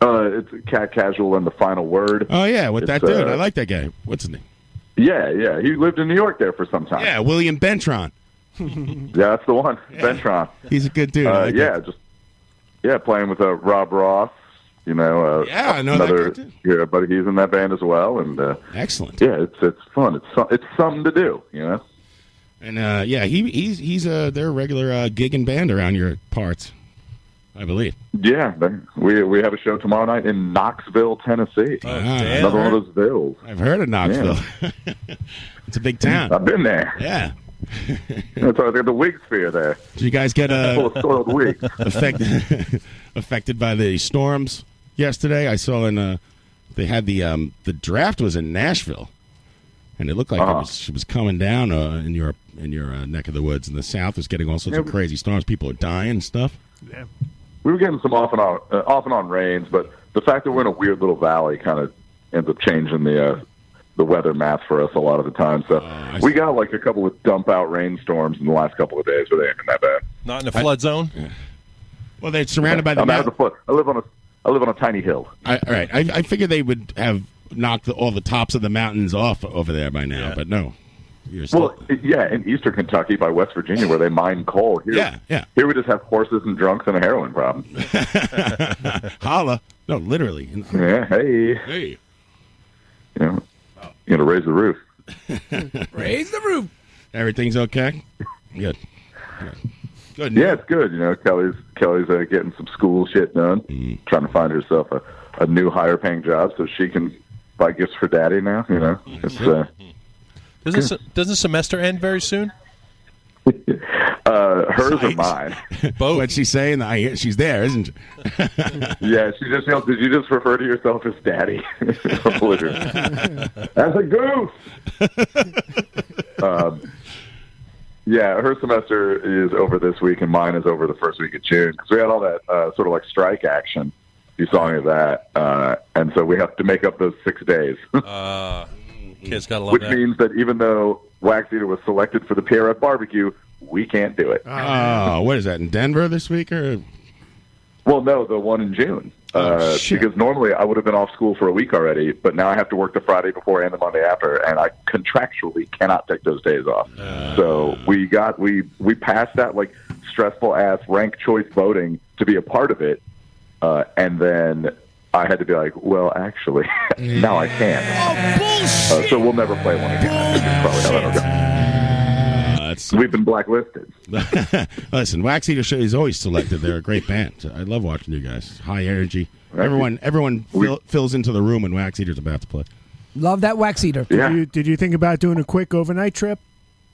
uh, it's Cat Casual and the Final Word.
Oh yeah, with
It's,
that dude.
uh,
I like that guy. What's his name?
Yeah, yeah. He lived in New York there for some time.
Yeah, William Bentron.
Yeah, that's the one, Bentron.
He's a good dude. I
Uh,
like
yeah, just yeah, playing with uh, Rob Ross. You know, uh,
Yeah, I know that
another yeah, but he's in that band as well, and uh,
excellent.
Yeah, it's it's fun. It's some- it's something to do. You know,
And uh, yeah, he he's he's uh, they're a regular uh, gigging band around your parts, I believe.
yeah. but We we have a show tomorrow night in Knoxville, Tennessee.
damn.
Another one of those bills.
Ah, I've heard of Knoxville. it's a big town.
I've been there.
Yeah.
That's why I got the wig sphere there.
Did you guys get
Full of
uh,
soiled wigs.
affected affected by the storms yesterday? I saw in uh, they had the um, the draft was in Nashville, and it looked like
Uh-huh.
it, was, it was coming down uh, in your in your uh, neck of the woods. And the South is getting all sorts of
Yeah.
crazy storms. People are dying and stuff.
we were getting some off and on uh, off and on rains, but the fact that we're in a weird little valley kind of ends up changing the uh, the weather math for us a lot of the time.
Oh,
So we got like a couple of dump out rainstorms in the last couple of days, but they ain't been that bad.
Not in a flood zone.
Well, they're surrounded by the
I'm out of the foot. I live on a I live on a tiny hill.
I, all right, I, I figured they would have knocked all the tops of the mountains off over there by now, but no. You're still,
Well, yeah, in eastern Kentucky by West Virginia where they mine coal. Here,
Yeah, yeah.
Here we just have horses and drunks and a heroin problem.
holla! No, literally.
Yeah, hey.
Hey.
You know, you know, raise the roof.
Raise the roof.
Everything's okay. Good. Good.
Yeah, it's good. You know, Kelly's Kelly's uh, getting some school shit done,
Mm.
trying to find herself a, a new higher paying job so she can buy gifts for
Mm-hmm.
daddy now. You know, it's uh,
Doesn't se- doesn't semester end very soon?
Uh, hers or mine?
Both. What'd she say? And I, she's there, isn't she?
yeah, she just yelled, Did you just refer to yourself as daddy? That's a goof. um, yeah, her semester is over this week, and mine is over the first week of June because we had all that uh, sort of like strike action. You saw any of that, uh, and so we have to make up those six days.
Uh, kids gotta love
Which
that.
means that even though Wax Eater was selected for the PRF barbecue, we can't do it.
Oh, what is that in Denver this week or?
Well, no, the one in June. Uh, because normally I would have been off school for a week already, but now I have to work the Friday before and the Monday after, and I contractually cannot take those days off. so we got we we passed that like stressful ass rank choice voting to be a part of it, uh, and then I had to be like, well, actually, now I can't. Uh, so we'll never play one again. That's probably how that'll go. We've been blacklisted.
Listen, Wax Eater Show is always selected. They're a great band. I love watching you guys. High energy. Everyone, everyone fill, fills into the room when Wax Eater's about to play.
Love that wax eater.
Yeah.
Did, you, did you think about doing a quick overnight trip?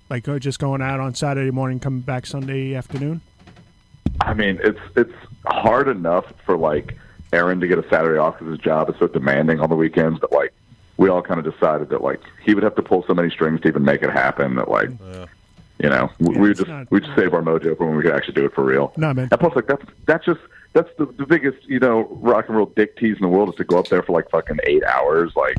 Like uh, just going out on Saturday morning, coming back Sunday afternoon?
I mean, it's it's hard enough for like Aaron to get a Saturday off because his job is so demanding on the weekends that like we all kind of decided that like he would have to pull so many strings to even make it happen that like you know we, we would just we would just save our mojo for when we could actually do it for real.
No, man.
And plus, like that's that's just that's the, the biggest you know rock and roll dick tease in the world is to go up there for like fucking eight hours. Like,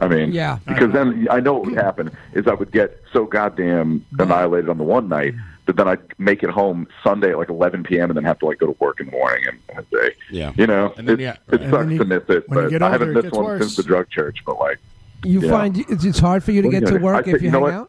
I mean,
Ah.
Yeah.
Because then I know what would happen is I would get so goddamn annihilated on the one night that then I'd make it home Sunday at like 11 p.m. and then have to like go to work in the morning and and day.
Yeah.
You know,
And then,
it,
yeah, right.
it sucks
And then
to
you-
miss it,
when you
but
get
I haven't
older, it
missed
gets
one
worse.
since the drug church. But like,
You
Yeah.
find it's it's hard for you to
What
get
are you
to
gonna do?
work
I
if
think-
you,
you know
hang
what?
out.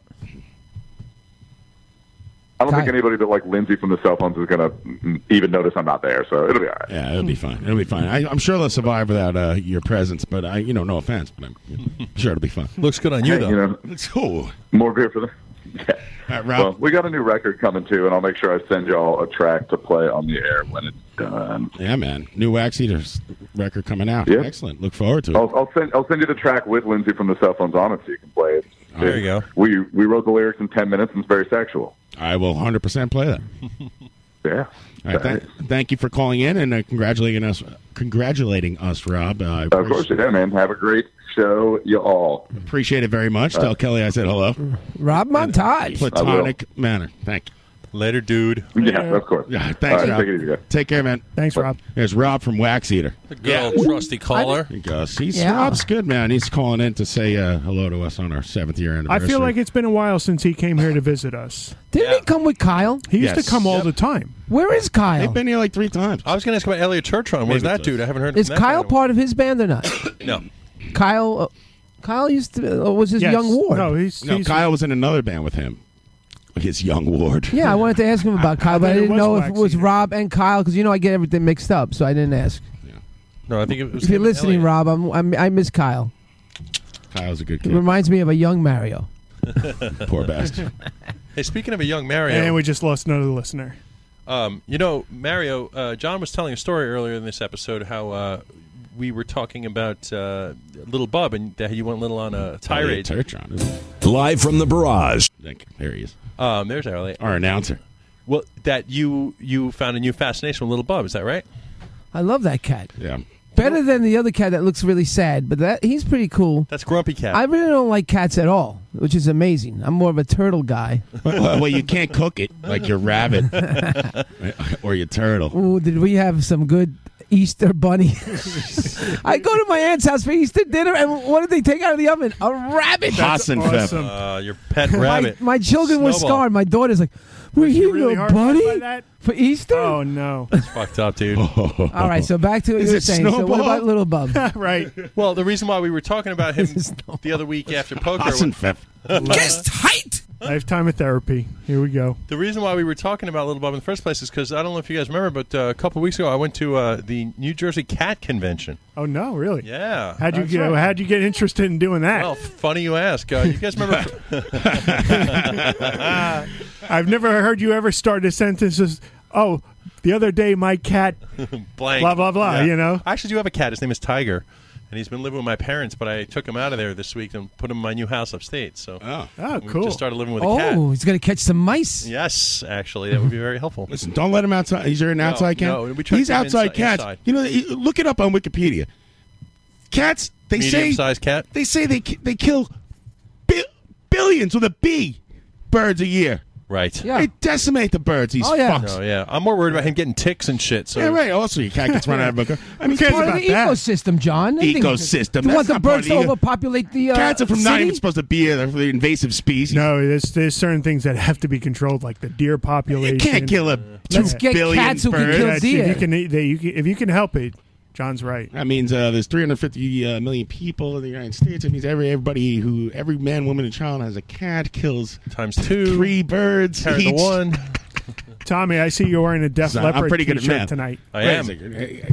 I don't think anybody but like Lindsay from the cell phones is gonna mm, even notice I'm not there, so it'll be all right.
Yeah, it'll be fine. It'll be fine. I, I'm sure they'll survive without uh, your presence. But I, you know, no offense, but I'm you know, sure it'll be fun.
Looks good on
Hey, you know,
It's cool.
More beer for them. Yeah.
Rob.
Well, we got a new record coming too, and I'll make sure I send y'all a track to play on the air when it's done.
Yeah, man. New Wax Eaters record coming out.
Yeah. Oh.
Excellent. Look forward to it.
I'll, I'll send I'll send you the track with Lindsay from the cell phones on it so you can play it.
There you go.
We we wrote the lyrics in ten minutes and it's very sexual.
I will 100% play that.
Yeah.
All right, thank, thank you for calling in and uh, congratulating us, congratulating us, Rob. Uh, I
Of course you do, man. Have a great show, you all.
appreciate it very much.
Uh,
Tell Kelly I said hello.
Rob Montage.
Platonic manner. Thank you. Later, dude.
Yeah, of course.
Yeah,
All
thanks,
right,
Rob.
take it easy, guys.
Take care, man.
Thanks, Rob.
There's Rob from Wax Eater.
The good old trusty caller.
He goes. He's
Yeah.
Rob's good, man. He's calling in to say uh, hello to us on our seventh year
I
anniversary.
feel like it's been a while since he came here to visit us.
Didn't he come with Kyle?
He used
Yes.
to come all
Yep.
the time.
Where is Kyle?
They've been here like three times.
I was going to ask about Elliot Turtron. Where's that dude? I haven't heard.
Is
from that guy in
Kyle
a
part of his band or not?
while. No.
Kyle, uh, Kyle used to uh, was his
Yes.
young ward.
No, no Kyle was in another band with him. His young ward.
Yeah, I wanted to ask him about Kyle, but
thought
I
it
didn't
was
know if it
Wax
was Rob and Kyle because you know I get everything mixed up, so I didn't ask.
No, I think it was.
If you're
him and
listening, Rob, I'm, I'm I miss Kyle.
Kyle's a good
It
kid.
reminds me of a young Mario.
Elliot.
Poor bastard.
Hey, speaking of a young Mario,
And we just lost another listener.
Um, you know, Mario, uh, John was telling a story earlier in this episode how uh, we were talking about uh, Little Bub and that you went little on
Oh,
a tirade.
Live from the barrage.
There he is.
Um, there's Elliot.
Our announcer.
Well, that you you found a new fascination with Little Bub. Is that right?
I love that cat.
Yeah.
Better than the other cat that looks really sad, but that he's pretty cool.
That's Grumpy Cat.
I really don't like cats at all, which is amazing. I'm more of a turtle guy.
well, well, you can't cook it like your rabbit or your turtle.
Ooh, did we have some good Easter bunny? I go to my aunt's house for Easter dinner, and what did they take out of the oven? A rabbit.
Uh, your pet
My-
rabbit.
My, children were
Snowball.
scarred. My daughter's like, "Were you
really
a
hard
bunny
by that?
for Easter?" Oh
no!
That's fucked up, dude.
Oh.
All right, so back to what
Is
you were
it
saying. So
Snowball?
what about Little Bub?
right.
Well, the reason why we were talking about him the other week after poker.
Just height. Lifetime of therapy. Here we go.
The reason why we were talking about Little Bob in the first place is because I don't know if you guys remember, but uh, a couple weeks ago I went to uh, the New Jersey Cat Convention.
Oh no! Really?
Yeah.
How'd you
That's
get?
right.
How'd you get interested in doing that?
Well, funny you ask. Uh, you guys remember?
I've never heard you ever start a sentence as, "Oh, the other day my cat."
Blank.
Blah, blah, blah, you know?
I actually do have a cat. His name is Tiger. and he's been living with my parents. But I took him out of there this week and put him in my new house upstate. So oh,
oh
we
cool.
Just started living with a cat.
Oh, he's gonna catch some mice.
Yes, actually, that would be very helpful.
Listen, don't let him outside. He's an
No,
outside cat.
no, we tried
He's
to get him
outside
inside-
cats.
inside.
You know, he- look it up on Wikipedia. Cats. They say
Medium-sized cat.
They say they ki- they kill bi- billions with a B birds a year.
Right.
They decimate the birds. These
Oh,
fucks.
No, yeah. I'm more worried about him getting ticks and shit. So
Yeah, right. Also, your cat gets run out of a car. I mean,
it's part of the ecosystem, John. They think-
Ecosystem.
You
That's
want the
not part
birds
of
to
the- e-
overpopulate the uh,
Cats are from
city?
not even supposed to be here. They're the invasive species.
No, there's there's certain things that have to be controlled, like the deer population.
can't kill a two Let's get billion cats who can birds. kill
That's- If
deer.
you can, they, you can, if you can help it, John's right.
That means uh, there's 350 uh, million people in the United States. It means every everybody who every man, woman, and child has a cat kills
times two,
three birds
Carry the
each.
one.
Tommy, I see you're wearing a Def
So
Leppard
I'm pretty good at
t-shirt
math
tonight.
Oh,
Wait a second. Hey,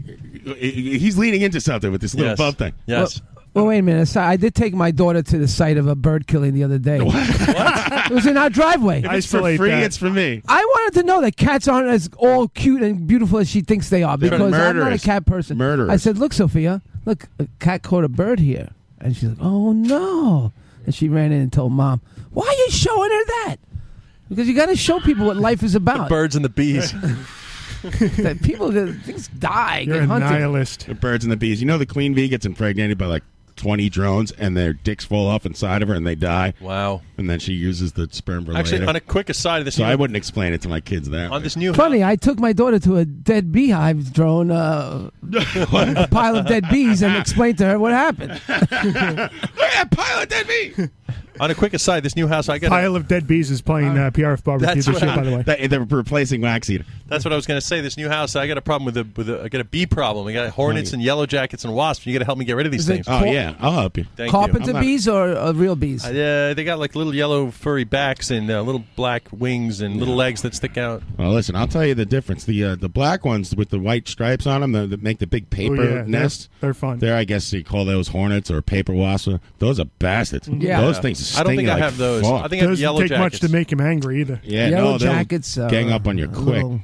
hey, hey, He's leaning into something with this little
Yes.
bump thing.
Yes.
Well, wait a minute. So I did take my daughter to the site of a bird killing the other day. It was in our driveway.
If it's for free, it's for me.
I wanted to know that cats aren't as all cute and beautiful as she thinks they are
They're
because I'm not a
murderous.
cat person.
Murderous.
I said, "Look, Sophia, look, a cat caught a bird here," and she's like, "Oh no!" And she ran in and told mom, "Why are you showing her that?" Because you got to show people what life is about.
birds and the bees.
that people that things die. get hunted.
The birds and the bees. You know the queen bee gets impregnated by like 20 drones, and their dicks fall off inside of her, and they die.
Wow.
And then she uses the sperm for
Actually,
later.
on a quick aside of this,
so
you
I
know-
wouldn't explain it to my kids that.
on this new
Funny, I took my daughter to a dead beehive drone uh, pile of dead bees and explained to her what happened.
on a quick aside, this new house I got.
Pile of Dead Bees is playing uh, PRF barbecue
that's
this
what
year,
I-
by the way.
That, Ah, they're replacing wax eater.
That's what I was going to say. This new house, I got a problem with the with a, I got a bee problem. I got hornets and yellow jackets and wasps. You got to help me get rid of these
Is it
things.
Oh, cor- yeah.
I'll help you.
Thank
Carpenter
you.
bees or uh, real bees?
Uh, they got like little yellow furry backs and uh, little black wings and little legs that stick out.
Well, listen, I'll tell you the difference. The uh, the black ones with the white stripes on them that make the big paper
Oh, yeah, they're-
nest.
they're fun.
There, I guess you call those hornets or paper wasps. Those are bastards.
Mm-hmm.
Those things sting
I don't think I
like
have those.
fuck.
I think I have
Doesn't
yellow
take
jackets.
much to make him angry either.
Yeah,
Yellow
no, they'll
jackets are
gang up on you
a
quick.
little-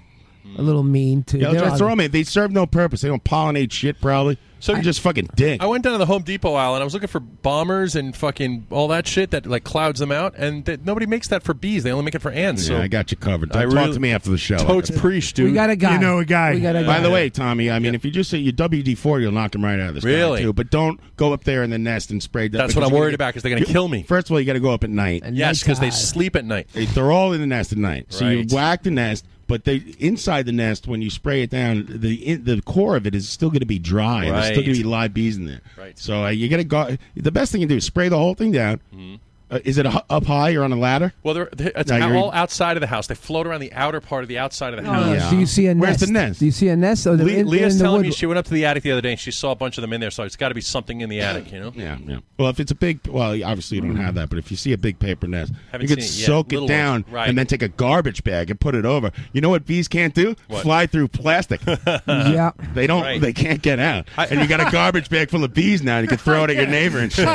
a little mean too.
Yellow
They're
jackets are
all-
all made. They serve no purpose. They don't pollinate shit, probably. So you just fucking dig.
I went down to the Home Depot aisle and I was looking for bombers and fucking all that shit that like clouds them out. And that nobody makes that for bees. They only make it for ants.
Yeah,
so
I got you covered. Don't
I
talk
really-
to me after the show.
Totes preach, dude.
You know a guy.
By the way, Tommy, I mean, if you just say your WD four, you'll knock him right out of this.
Really?
Too. But don't go up there in the nest and spray. that
That's
because
what I'm
you're
worried
gonna-
about, 'cause they're gonna kill me.
First of all, you got to go up at night.
yes, because they sleep at night.
They- They're all in the nest at night. So you
Right.
whack the nest, but they inside the nest when you spray it down, the in, the core of it is still going to be dry. and There's still
Right.
going to be live bees in there.
Right.
So uh, you got to go. The best thing you do is spray the whole thing down.
Mm-hmm.
Uh, is it a, up high or on a ladder?
Well, they're, they're- it's
No, you're-
all outside of the house. They float around the outer part of the outside of the
Uh,
house.
Do you see a nest?
Where's the nest?
Do you see a nest? Or
Le-
they're in,
Leah's
in the
telling
wood.
me she went up to the attic the other day and she saw a bunch of them in there. So it's got to be something in the attic, you know?
Yeah, yeah. Well, if it's a big, well, obviously you don't have that, but if you see a big paper nest,
Haven't
you could
seen it yet.
soak it
Little
down
ones, right.
and then take a garbage bag and put it over. You know what bees can't do?
What?
Fly through plastic.
yeah,
they don't.
Right.
They can't get out. and you got a garbage bag full of bees now. and You can throw it at your neighbor and shit.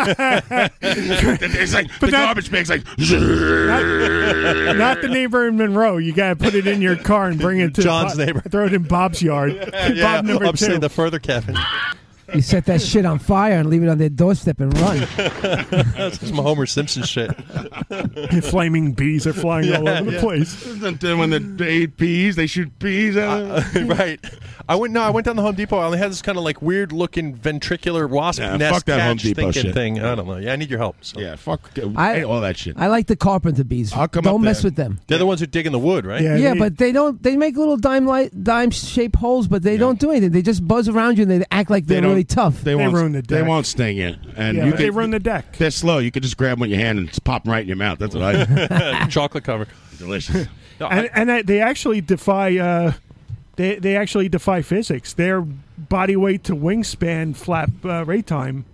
it's like the garbage bag's like.
Not the neighbor in Monroe. You gotta put it in your car and bring it to
John's
Bob-
neighbor.
Throw it in Bob's yard. Bob number
I'm saying
two.
the further Kevin.
You set that shit on fire and leave it on their doorstep and run.
That's some Homer Simpson shit.
Flaming bees are flying all
Yeah,
over the
yeah.
place.
Then when they- they eat bees, they shoot bees. Out.
right. I went. No, I went down the Home Depot. I only had this kind of like weird looking ventricular wasp
Yeah,
nest
fuck that Home
catch
Depot
thinking
shit.
thing. I don't know. Yeah, I need your help. So.
Yeah, fuck
I-
all that shit.
I like the carpenter bees.
I'll come up
don't mess
there.
with them.
They're the ones who dig in the wood, right?
Yeah, but they don't. They make little dime light, dime shaped holes, but they don't do anything. They just buzz around you and they act like
They
they're
don't-
really tough.
They, won't,
ruin the
They
deck.
won't sting you, and
Yeah,
you
but
can,
they ruin the deck.
They're slow. You could just grab one in your hand and just pop them right in your mouth. That's what I do.
Chocolate cover.
Delicious.
No, I-
and and I, they actually defy uh, they they actually defy physics. Their body weight to wingspan flap uh, rate time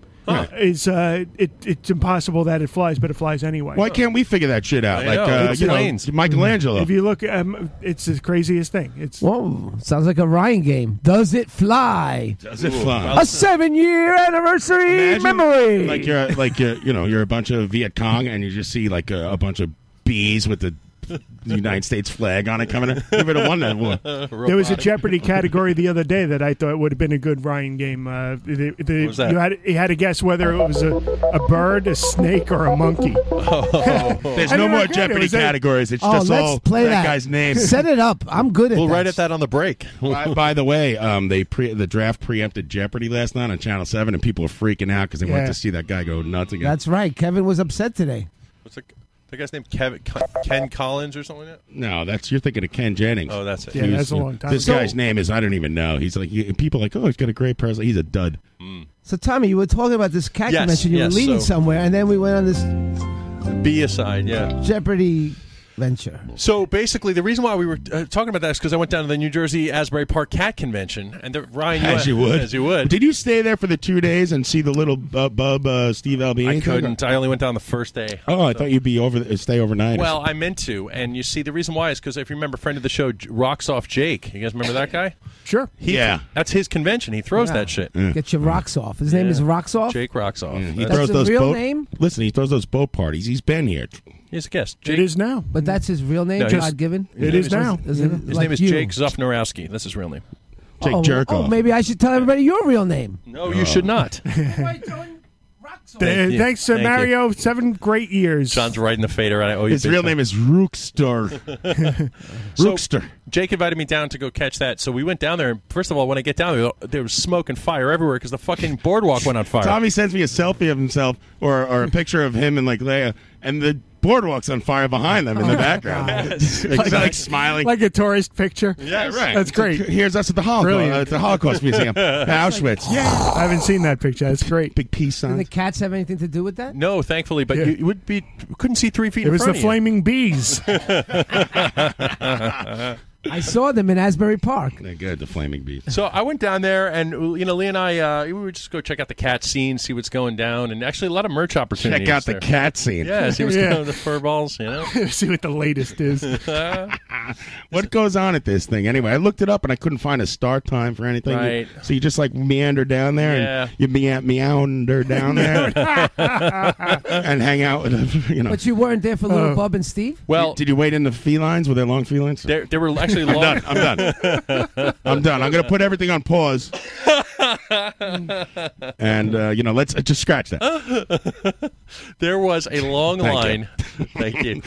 is uh, it it's impossible that it flies, but it flies anyway.
Why can't we figure that shit out?
I
like
know.
uh,
It's
you know,
planes.
Michelangelo.
If you look, um, it's the craziest thing. It's
Whoa, sounds like a Ryan game. Does it fly?
Does it fly?
A seven-year anniversary
Imagine,
memory.
Like you're like you're, you know you're a bunch of Viet Cong and you just see like a, a bunch of bees with the the United States flag on it coming in. They would have won that war.
There was a Jeopardy category the other day that I thought would have been a good Ryan game. Uh, the, the,
was that?
You, had, you had to guess whether it was a, a bird, a snake, or a monkey.
Oh,
Oh.
There's
I
no
mean,
more
I get it. It
Jeopardy
was a-
categories. It's
Oh,
just
let's
all
play
that,
that.
guy's name.
Set
it up. I'm good at
We'll
write
write
this.
it
that on the break.
by, by the way, um, they pre- the draft preempted Jeopardy last night on Channel Seven, and people are freaking out because they
Yeah.
went to see that guy go nuts again.
That's right. Kevin was upset today.
What's the, the guy's name? Kevin Ken Collins or something like
no, that's you're thinking of Ken Jennings.
Oh, that's it.
He
Yeah,
was-
that's a long time
This
ago.
guy's name is I don't even know. He's like he- people are like oh he's got a great person. He's a dud.
Mm-hmm.
So, Tommy, you were talking about this cat
Yes,
convention. You
yes,
were leading
so-
somewhere, and then we went on this
that? B aside, yeah.
Jeopardy venture.
So basically, the reason why we were uh, talking about that is because I went down to the New Jersey Asbury Park Cat Convention, and the, Ryan,
As you would.
as you would.
Did you stay there for the two days and see the little uh, bub uh, Steve Albini?
I
thing?
couldn't. I only went down the first day.
Oh, I thought you'd be over th- stay overnight. or
Well, I meant to, and you see, the reason why is because if you remember, friend of the show, J- Rocks Off Jake. You guys remember that guy?
sure.
He,
Yeah.
That's his convention. He throws
Yeah.
that shit.
Get your rocks off. His name
Yeah.
is Rocks Off.
Jake Rocks Off.
He
That's
throws
his
those
real
boat-
name?
Listen, he throws those boat parties. He's been here.
He's a guest.
It is now.
But that's his real name,
No, he's-
God given.
It is now.
Is it
His
like
name is
you?
Jake Zofnorowski. That's his real name.
Jake
oh,
Jerkoff.
Oh, maybe I should tell everybody your real name.
No, you should not. Thank you.
Uh, Thanks to
Thank you.
Mario. Seven great years.
John's riding the fader. I owe you
His
big
real
time.
name is Rookster.
So,
Rookster.
Jake invited me down to go catch that, so we went down there. And first of all, when I get down there, there was smoke and fire everywhere because the fucking boardwalk went on fire.
Tommy sends me a selfie of himself or, or a picture of him and like Leia, and the boardwalk's on fire behind them in the background. like, like, smiling.
Like a tourist picture.
yeah, right. It's
That's great.
like, here's us at the Holocaust,
Brilliant.
uh, at the Holocaust Museum, at Auschwitz. yeah.
I haven't seen that picture. That's great.
Big peace
Do
sign.
the cats have anything to do with that?
No, thankfully, but
Yeah.
you, you would be couldn't see three feet.
It
in
was the
front of you.
flaming bees.
I saw them in Asbury Park.
They're good, the flaming beef.
So I went down there, and you know, Lee and I, uh, we would just go check out the cat scene, see what's going down, and actually a lot of merch opportunities.
Check out
there.
the cat scene.
Yeah, see what's
Yeah.
going on with the fur balls. You know,
See what the latest is.
What goes on at this thing anyway? I looked it up and I couldn't find a start time for anything. You-
Right.
so you just like meander down there
Yeah.
and you mea- meander down there and hang out with you know.
But you weren't there for Little
Uh,
Bob and Steve?
well,
did you wait in the felines? Were there long felines?
there, there were actually
I'm
long.
done. I'm done. I'm done. I'm going to put everything on pause. and, uh, you know, let's uh, just scratch that.
There was a long
Thank
line. Thank you.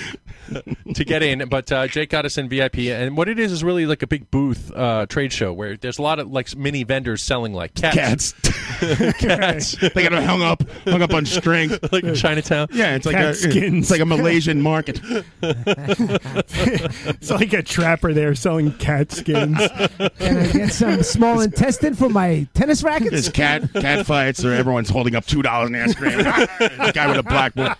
to get in, but uh, Jake got us in VIP, and what it is is really like a big booth uh, trade show where there's a lot of like mini vendors selling like cats,
Cats.
cats,
they got hung up, hung up on string.
like in Chinatown.
Yeah, it's like
Cat
a
skins.
it's like a Malaysian market.
it's like a trapper there selling cat skins.
Can I get some small intestine for my tennis
There's
rackets?
cat cat fights, or everyone's holding up two dollars in their screen. This guy with a black book.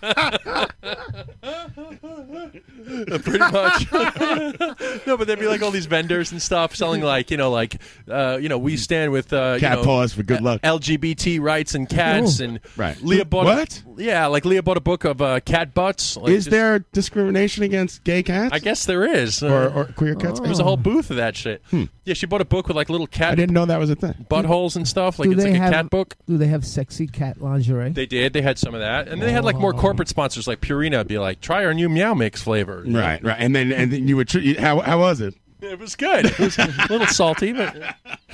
pretty much. no, but there'd be like all these vendors and stuff selling like you know like uh, you know we stand with uh, you
Cat
know,
paws for good luck.
LGBT rights and cats
Oh.
and
Right.
Leah bought
What?
yeah, like Leah bought a book of uh, cat butts. Like
Is
just-
there discrimination against gay cats?
I guess there is.
or,
Uh,
or queer cats?
there's a whole booth of that shit. Yeah, she bought a book with like little
I
cat
didn't know that was a thing.
buttholes and stuff. Like it's like a cat book.
Do they have sexy cat lingerie?
They did. They had some of that, and then they had like more corporate sponsors, like Purina. would Be like, try our new Meow Mix flavor.
Right, right. And then and then you would tr- you- how how was it?
It was good. It was a little salty, but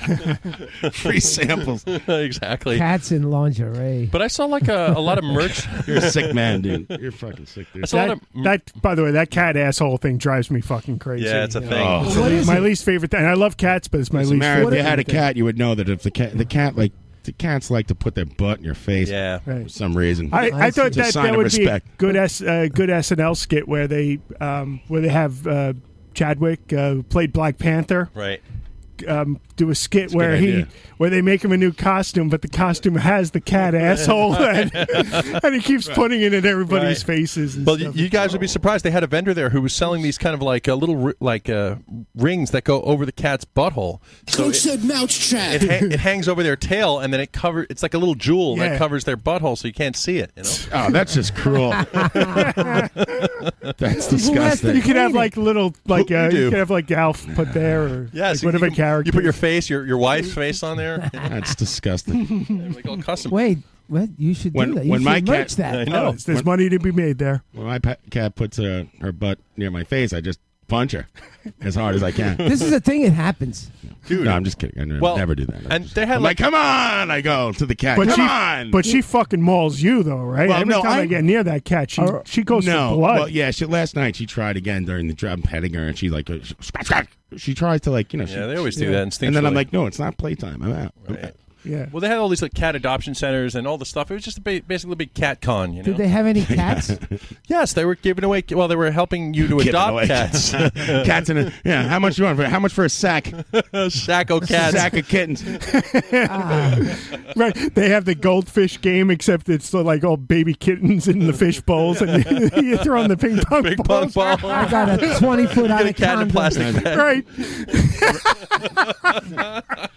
Free samples.
exactly.
Cats in lingerie.
But I saw like a, a lot of merch.
You're a sick man, dude. You're fucking sick, dude.
I saw a lot
That,
of
that, by the way, that cat asshole thing drives me fucking crazy.
yeah, it's a thing.
Oh.
What is
my
it?
least favorite thing. I love cats, but it's my
As a
least
matter-
favorite.
if you
is
had a
the thing?
cat, you would know that if the cat the cat like the cats like to put their butt in your face
Yeah.
for some reason.
I, I thought
It's a
that
sign
that
of
would
respect.
be a good S, uh, good SNL skit where they um, where they have uh, Chadwick uh, who played Black Panther
Right.
um, do a skit
a
where
good
he
idea.
where they make him a new costume, but the costume has the cat asshole and, and he keeps putting it in everybody's
Right.
faces. And
Well, you,
stuff.
you guys would be surprised. They had a vendor there who was selling these kind of like uh, little ri- like uh, rings that go over the cat's butthole. So it, it, ha- it hangs over their tail, and then it cover. It's like a little jewel
Yeah.
that covers their butthole, so you can't see it. You know.
Oh, that's just cruel. that's disgusting.
You could have like little like
You
uh, you
do.
could have like Alf put there or
Yeah,
like
so
whatever
you,
character.
you put your face, your your wife's face on there.
That's disgusting.
They're, like all custom.
Wait, What you should do that. You should merch that.
Oh, there's money to be made there.
When my pet cat puts her, her butt near my face, I just punch her as hard as I can.
this is a thing. It happens.
dude. No, I'm just kidding. I n-
Well,
never do that.
And they had
I'm like, come on! I go to the cat.
But
come
she,
on!
but she fucking mauls you though, right?
Well,
Every
no,
time I,
I-
get near that cat, she she goes
no.
for blood.
Well, yeah. She, last night she tried again during the job. I'm petting her, and she like goes, scratch, scratch. She tries to like you know.
Yeah,
she-
they always do
yeah.
that
And then I'm
instinctually.
like, no, it's not playtime. I'm out. I'm out.
Yeah.
Well, they had all these like cat adoption centers and all the stuff. It was just a ba- basically a big cat con. You know?
Did they have any cats?
yes, they were giving away. Well, they were helping you to
Giving
adopt
away
cats.
cats in a yeah. How much you want for how much for a sack?
sack of cats.
Sack of kittens.
right. They have the goldfish game, except it's uh, like all baby kittens in the fish bowls, and you throw in the ping pong
Ping pong
balls.
ball. I got
a 20 foot
Get a cat in a
anaconda.
plastic bag.
right.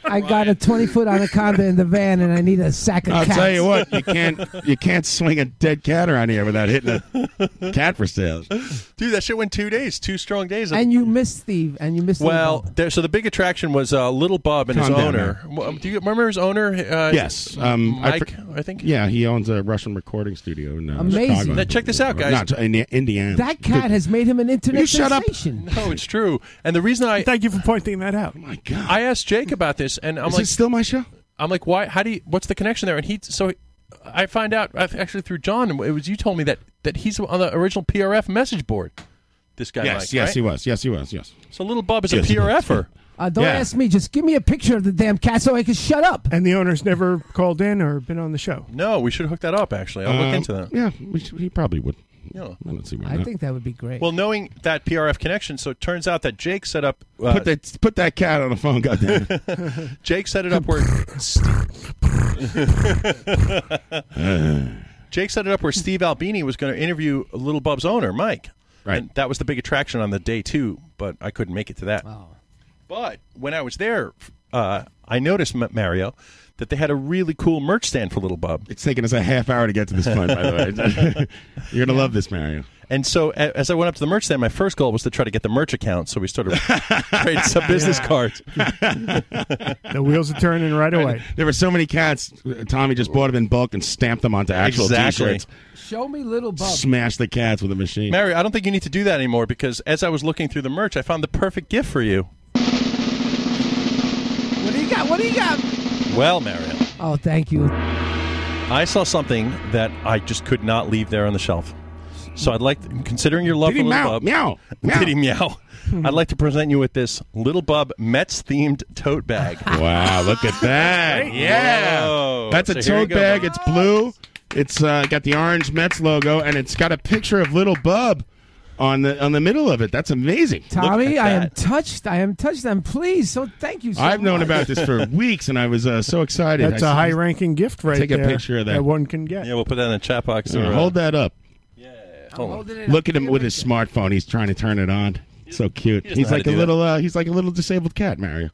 I got a twenty foot anaconda in the van, and I need a sack of
I'll
cats.
tell you what, you can't you can't swing a dead cat around here without hitting a cat for sale.
Dude, that shit went two days, two strong days.
And you missed Steve, and you missed. Little
well,
Bob.
there, so the big attraction was uh, Little Bob and
Calm
his
down,
owner. Well, Do you remember his owner? Uh,
yes, um, I
Mike,
for-
I, think.
Yeah, he owns a Russian recording studio in uh,
Amazing.
Chicago.
Now, check this out, guys.
Not in Indiana.
that cat has made him an internet
You shut up.
sensation.
No, it's true. And the reason I
Thank you for pointing that out.
Oh my God,
I asked Jake about this, and I'm
is
like,
it still my show?
I'm like, why? How do you? What's the connection there? And he so I find out I've actually through John. It was you told me that that he's on the original PRF message board. This guy,
yes,
Mike,
yes,
right?
he was. Yes, he was. Yes.
So little Bob is
Yes,
a
he was.
PRFer.
Uh, don't
Yeah.
ask me. Just give me a picture of the damn cat so I can shut up.
And the owner's never called in or been on the show.
no, we should hook that up. Actually, I'll
Um,
look into that.
Yeah, we should, he probably would.
Yeah.
I don't see why
I
not.
think that would be great.
Well, knowing that PRF connection, so it turns out that Jake set up. Uh,
put that put that cat on the phone. Goddamn. it.
Jake set it up where. Jake set it up where Steve Albini was going to interview Little Bub's owner, Mike.
Right.
And that was the big attraction on the day too, but I couldn't make it to that. But when I was there, uh, I noticed Ma- Mario that they had a really cool merch stand for Little Bub.
it's taken us a half hour to get to this point. By the way, you're gonna love this, Mario.
And so a- as I went up to the merch stand, my first goal was to try to get the merch account. So we started trading some business cards.
The wheels are turning right away.
There were so many cats. uh, Tommy just bought them in bulk and stamped them onto actual
Exactly.
T-shirts.
Show me little Bob.
Smash the cats with a machine.
Mario, I don't think you need to do that anymore because as I was looking through the merch, I found the perfect gift for you.
What do you got? What do you got?
Well, Mario,
Oh, thank you.
I saw something that I just could not leave there on the shelf. So I'd like, considering your love
Did he
for Little
meow,
Bub,
meow, meow.
Did he meow? I'd like to present you with this Little Bub Mets themed tote bag.
Wow, look at that. Yeah.
Whoa.
That's a
So here you
tote
go,
bag.
Bob.
It's blue. It's uh, got the orange Mets logo, and it's got a picture of little Bub on the on the middle of it. That's amazing.
Tommy,
at
I am
that.
touched. I am touched. I'm pleased. So thank you so
I've known
much.
about this for weeks, and I was uh, so excited.
That's
I
a
said,
high ranking gift right
Take a
there
picture of that.
one can get.
Yeah, we'll put that in the chat box.
uh,
or, uh,
Hold that up.
hold on.
it
Look at him with his smartphone. He's trying to turn it on. So cute.
doesn't know
He's
how
like
to
a
do that.
little. Uh, he's like a little disabled cat, Mario.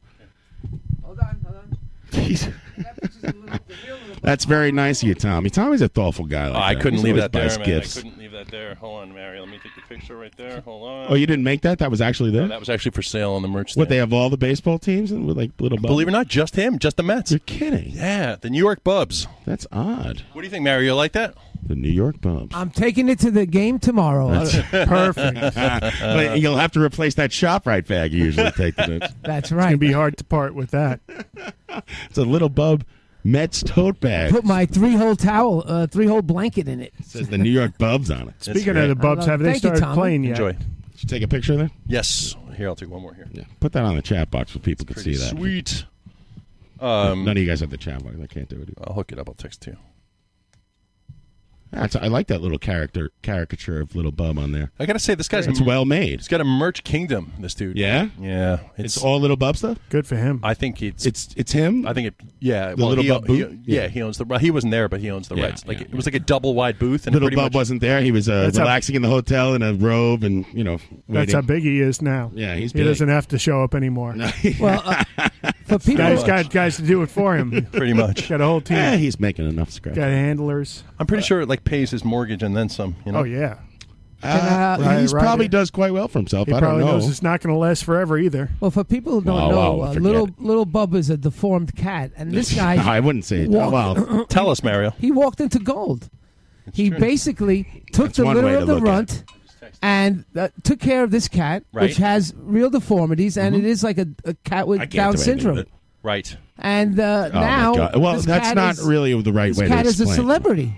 Hold on, hold on.
Jeez.
That picture's a little- the real little Bob.
That's very nice of you, Tommy. Tommy's a thoughtful guy. Like
Oh, I
that.
couldn't
He's
leave
always
that there,
buys
man.
gifts.
I couldn't leave that there. Hold on, Mario. Let me take the picture right there. Hold on.
Oh, you didn't make that? That was actually there.
that was actually for sale on the merch stand.
what they have all the baseball teams and with like little. Bub?
Believe it or not, just him, just the Mets.
Um, You're kidding.
Yeah, the New York Bubs.
That's odd.
What do you think, Mario? You Like that?
The New York Bubs.
I'm taking it to the game tomorrow.
Perfect.
but you'll have to replace that shop right bag you usually take. To this.
That's
It'd
right.
be hard to part with that.
It's a little Bub Mets tote bag.
Put my three hole towel, uh, three hole blanket in it.
It says the New York Bubs on it.
Speaking of the Bubs,
love-
have they
Thank you,
started
Tommy.
playing yet?
Enjoy.
Should you take a picture of that?
Yes. Here, I'll take one more here.
Yeah. Put that on the chat box so people can see
Pretty
that.
sweet. Um,
None of you guys have the chat box. I can't do it.
I'll hook it up. I'll text to you.
That's, Ah, I like that little character caricature of little Bub on there.
I gotta say, this guy's
It's well made.
he's got a merch kingdom. This dude.
Yeah.
Yeah.
It's
It's.
all little Bub stuff.
Good for him.
I think it's.
It's it's him.
I think it. Yeah.
The
well,
little
he,
Bub
he-
booth?
yeah,
Yeah.
He owns the. ri- He wasn't there, but he owns the
Yeah,
rights. Like
yeah,
it was like a double wide booth, and
Little
pretty
Bub
much,
wasn't there. He was uh,
That's how-
relaxing in the hotel in a robe and you know.
That's
waiting.
how big he is now.
Yeah, he's
he
big.
doesn't have to show up anymore.
Well, uh, for people,
Guys got guys to do it for him.
pretty much.
got a whole team.
Eh, he's making enough scratch.
Got handlers.
I'm pretty sure it like pays his mortgage and then some. You know.
Oh yeah.
Uh,
Right,
he
right.
probably does quite well for himself. I
He
don't
probably
know.
knows it's Oh. not going to last forever either.
Well, for people who don't
Wow,
know,
wow,
uh,
forget
little little Bubba's a deformed cat, and this guy.
I wouldn't say.
walked-
Well,
tell us, Mario.
He walked into gold. he
true.
basically took
That's
the
one way
litter
to
of the
look at
runt and uh, took care of this cat,
Right.
which has real deformities, and it is like a, a cat with
Mm-hmm. I can't
Down
do anything
syndrome.
with it.
Right.
And uh,
Oh, my
now,
God. Well,
this
that's
cat
not
is-
really the right
this
way to
cat is a
explain it.
celebrity.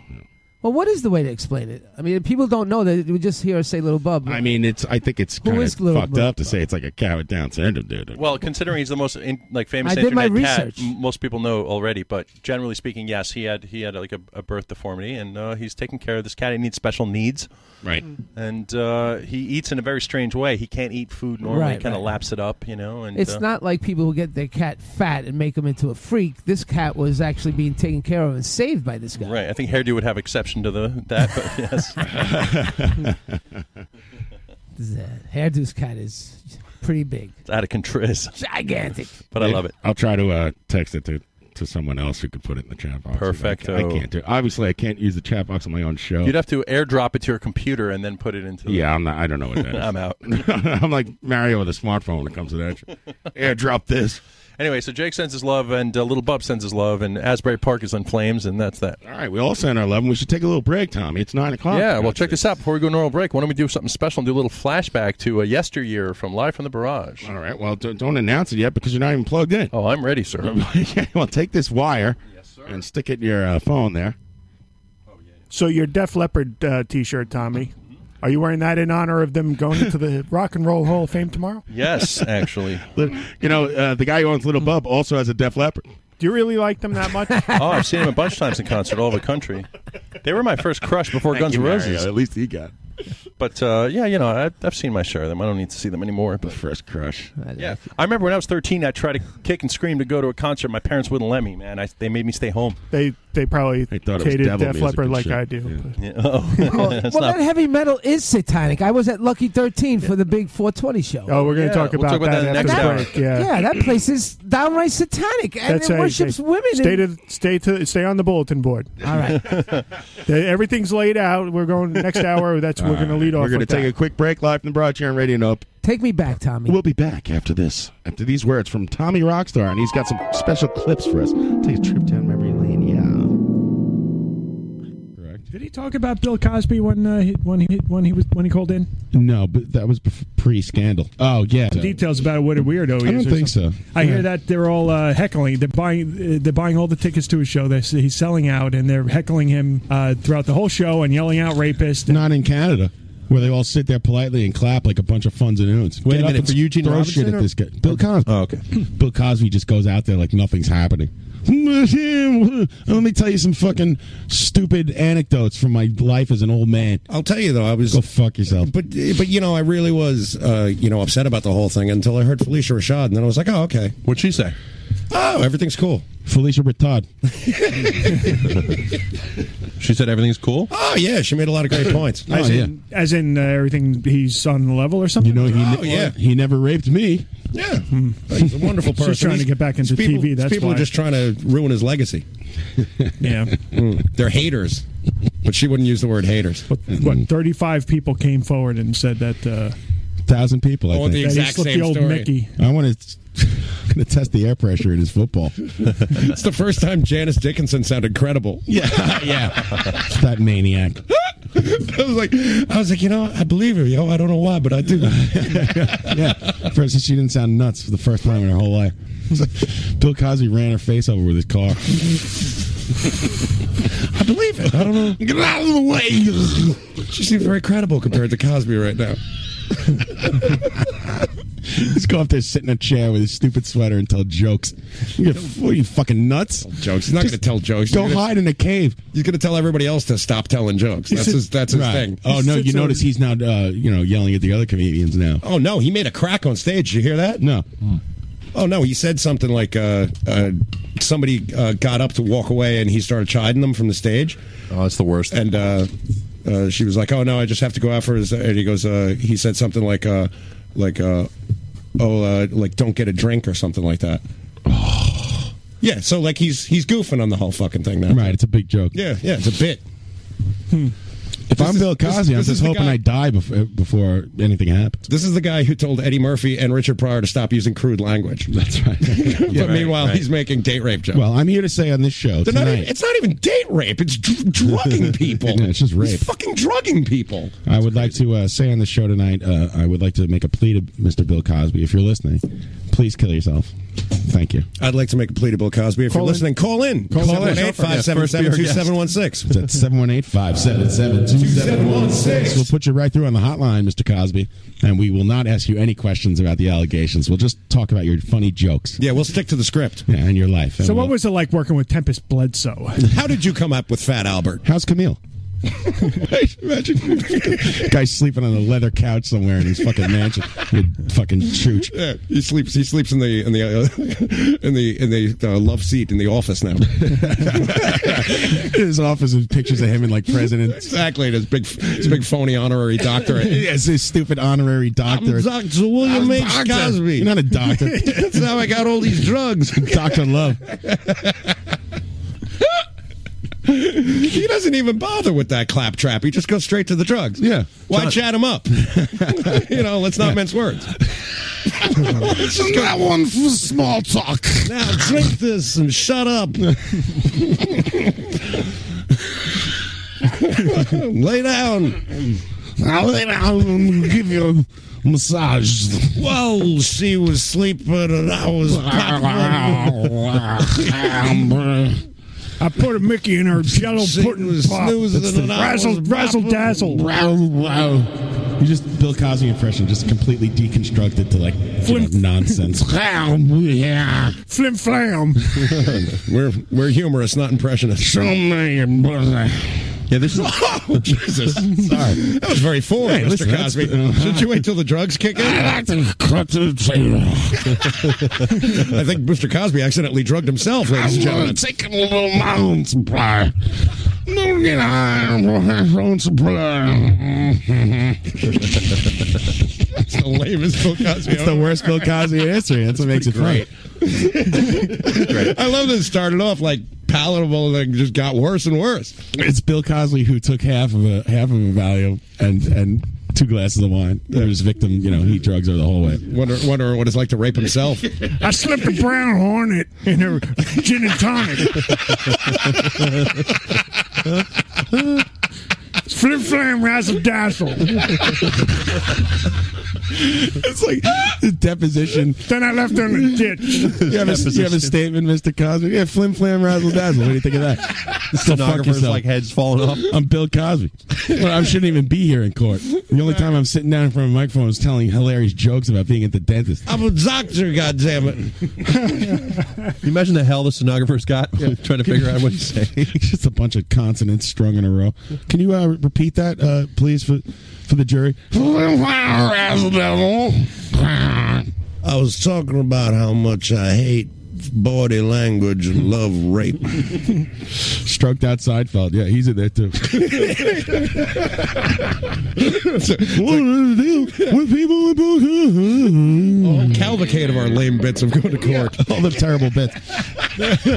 Well, what is the way to explain it? I mean, people don't know that we just hear us say "little bub."
I mean, it's. I think it's
Who
kind of
is little
fucked
Mo-
up to say it's like a cat with Down syndrome, dude.
Well, considering he's the most in, like famous
I did my
internet cat,
research.
m- most people know already. But generally speaking, yes, he had he had like a, a birth deformity, and uh, he's taking care of this cat. He needs special needs,
right?
And uh, he eats in a very strange way. He can't eat food normally.
Right,
he kind of
right.
laps it up, you know. And
It's
uh,
not like people who get their cat fat and make him into a freak. This cat was actually being taken care of and saved by this guy.
right. I think hairdo would have exception to the that, but yes,
This, uh, hairdo's cat is pretty big.
it's out of control. it's
Gigantic.
But I love it.
I'll try to uh, text it to, to someone else who could put it in the chat box.
Perfecto.
I can't do. Obviously, I can't use the chat box on my own show.
You'd have to airdrop it to your computer and then put it into. the-
yeah, I'm not. I don't know what that is.
I'm out.
I'm like Mario with a smartphone when it comes to that. shit. Airdrop this.
Anyway, so Jake sends his love, and uh, little Bub sends his love, and Asbury Park is on flames, and that's that.
All right, we all send our love, and we should take a little break, Tommy. It's nine o'clock.
Yeah, well, check this out. Before we go to normal break, why don't we do something special and do a little flashback to a yesteryear from Live from the Barrage?
All right. Well, don't, don't announce it yet because you're not even plugged in.
Oh, I'm ready, sir.
well, take this wire and stick it in your uh, phone there.
So your Def Leppard uh, T-shirt, Tommy. Are you wearing that in honor of them going into the Rock and Roll Hall of Fame tomorrow?
Yes, actually.
you know, uh, the guy who owns Little Bub also has a Def Leppard.
Do you really like them that much?
Oh, I've seen him a bunch of times in concert all over the country. They were my first crush before
Thank
Guns
you,
N'
Mario.
Roses.
At least he got.
But uh, yeah, you know, I, I've seen my share of them. I don't need to see them anymore. But
first crush.
Yeah, I remember when I was 13, I tried to kick and scream to go to a concert. My parents wouldn't let me. Man, I, they made me stay home.
They they probably
thought it was
hated
devil
Def
music
Leppard
and
like
shit.
I do. but-
Yeah. Oh, that's
well,
not-
that heavy metal is satanic. I was at Lucky 13 for the big 420 show.
Oh, we're going to talk about that, after the break. Yeah.
yeah, that place is downright satanic, and
That's
it
how you
worships
say-
women.
Stay
and-
to, stay to stay on the bulletin board.
All right.
The- Everything's laid out. We're going next hour. That's we're
All
going to
right,
lead off.
We're going to
with
take a
that.
quick break live from the broad here on Radio Nope.
Take me back, Tommy.
We'll be back after this, after these words from Tommy Rockstar, and he's got some special clips for us. Take a trip down memory lane, yeah.
Did he talk about Bill Cosby when uh, he, when he when he was when he called in?
No, but that was pre-scandal. Oh yeah,
The details about what a weirdo he
I
is.
don't
or
think
something.
so.
I
Yeah.
hear that they're all uh, heckling. They're buying uh, they're buying all the tickets to his show. They're, he's selling out, and they're heckling him uh, throughout the whole show and yelling out rapist.
not in Canada. Where they all sit there politely and clap like a bunch of funds and oons.
Wait
Get
a
up
minute,
and
for Eugene
throw
Robinson
shit
or-
at this guy. Bill Cosby. Oh, okay. Bill Cosby just goes out there like nothing's happening. Let me tell you some fucking stupid anecdotes from my life as an old man.
I'll tell you though, I was
go fuck yourself.
But but you know, I really was uh, you know upset about the whole thing until I heard Felicia Rashad, and then I was like, oh okay.
What'd she say?
Oh, everything's cool.
Felicia Bertad.
she said everything's cool.
Oh yeah, she made a lot of great points.
Oh,
as in, as in uh, everything he's on the level or something. Hmm. You
he
know,
he never raped me.
Oh, Yeah, Oh, he's a wonderful person.
Just trying to
These-
get back into
these people,
TV. That's
these people
why.
are just trying to ruin his legacy. Mm.
yeah,
they're haters, but she wouldn't use the word haters.
what thirty-five people came forward and said that. Uh,
Thousand people. I
Oh, the
think.
exact They slipped the same old story. Mickey.
I want to. I'm gonna test the air pressure in his football.
it's the first time Janice Dickinson sounded credible.
Yeah, yeah. that maniac.
I was like, I was like, you know, I believe her, yo. I don't know why, but I do.
yeah. First, she didn't sound nuts for the first time in her whole life. It's like, Bill Cosby ran her face over with his car.
I believe it. I don't know. Get out of the way. she seems very credible compared to Cosby right now.
Just go up there, sit in a chair with his stupid sweater and tell jokes. You're, what are you fucking nuts?
Jokes. He's not going to tell jokes.
Go
He's gonna-
hide in a cave.
He's going to tell everybody else to stop telling jokes.
He
That's
sit-
his. That's his
Right.
thing.
Oh no! You notice he's now, uh, you know, yelling at the other comedians now.
Oh no, he made a crack on stage. You hear that?
No.
Oh no, he said something like uh, uh, somebody uh, got up to walk away and he started chiding them from the stage.
Oh, that's the worst.
And uh, uh, she was like, "Oh no, I just have to go out for his." And he goes, uh, he said something like, uh, like, uh, oh, uh, like don't get a drink or something like that. yeah, so like he's he's goofing on the whole fucking thing now.
Right, it's a big joke.
Yeah, yeah, it's a bit.
Hmm. If
This
I'm
is-
Bill
this-
Cosby, I'm
this is
just
the
hoping
guy-
I die before, before anything happens.
This is the guy who told Eddie Murphy and Richard Pryor to stop using crude language. That's right. but
Yeah, right,
meanwhile,
right.
he's making date rape jokes.
Well, I'm here to say on this show
They're
Oh, tonight,
not even- it's not even date rape. It's dr- drugging people.
Yeah, it's just
He's
rape.
fucking drugging people.
I would like to uh, say on the show tonight, uh, I would like to make a plea to Mr. Bill Cosby. If you're listening, please kill yourself. Thank you.
I'd like to make a plea to Bill Cosby. If
Call
you're
in.
listening, call in.
Call in. That's 718 577 2716. We'll put you right through on the hotline, Mr. Cosby, and we will not ask you any questions about the allegations. We'll just talk about your funny jokes.
Yeah, we'll stick to the script.
Yeah, and your life.
So, what was it like working with Tempest Bledsoe?
How did you come up with Fat Albert?
How's Camille? Imagine guy's sleeping on a leather couch somewhere in his fucking mansion. You fucking chooch.
Yeah, he sleeps. He sleeps in the in the uh, in the in the uh, love seat in the office now.
His office with pictures of him and like presidents.
exactly. And his big his big phony honorary doctorate.
yes, his stupid honorary doctor.
I'm Dr. William
I'm
H.
doctor.
Cosby.
You're not a doctor.
That's how I got all these drugs.
Doctor Love.
he doesn't even bother with that claptrap. He just goes straight to the drugs. Yeah. Why
John-
chat him up? you know, let's not mince words.
It's not one for small talk.
Now drink this and shut up. lay down.
I'll lay down and give you a massage.
Well, she was sleeping and I was
Um, uh, I put a Mickey in her jello pudding pop.
snoozing
That's the
and I
razzle,
was
razzle dazzle.
You just Bill Cosby impression, just completely deconstructed to like you know, nonsense.
Flim flam.
we're we're humorous, not impressionist.
Yeah, this is.
Oh, Jesus. Sorry. That was very formal,
Hey,
Mr.
listen, that's-
Cosby.
uh,
Should you wait till the drugs kick in? I think Mr. Cosby accidentally drugged himself, ladies and gentlemen.
take a little mountain supply. Don't get high on my own supply.
It's the lamest Bill Cosby.
It's the worst Bill Cosby in history. That's what makes it great.
I love that it started off like palatable and then just got worse and worse.
It's Bill Cosby who took half of a half of a Valium and and two glasses of wine. Or his victim, you know, he drugs her the whole way.
Wonder, wonder what it's like to rape himself.
I slipped a brown hornet in her gin and tonic. Flim flam, razzle dazzle.
It's like the deposition.
Then I left her in a ditch.
You have, a, you have a statement, Mr. Cosby. Yeah, flim flam, razzle dazzle. What do you think of that? Still fuck
Stenographers
yourself.
like heads falling off.
I'm Bill Cosby. Well, I shouldn't even be here in court. The only time I'm sitting down in front of a microphone is telling hilarious jokes about being at the dentist.
I'm a doctor, goddammit.
Can you imagine the hell the stenographer's got trying to figure out what he's saying?
Just a bunch of consonants strung in a row. Can you uh, repeat that, uh, please, for for the jury?
I was talking about how much I hate body language and love rape.
Stroked out Seinfeld. Yeah, he's in there too. what is the deal with people with
Oh, cavalcade of our lame bits of going to court.
Oh,
all the terrible bits? Yeah,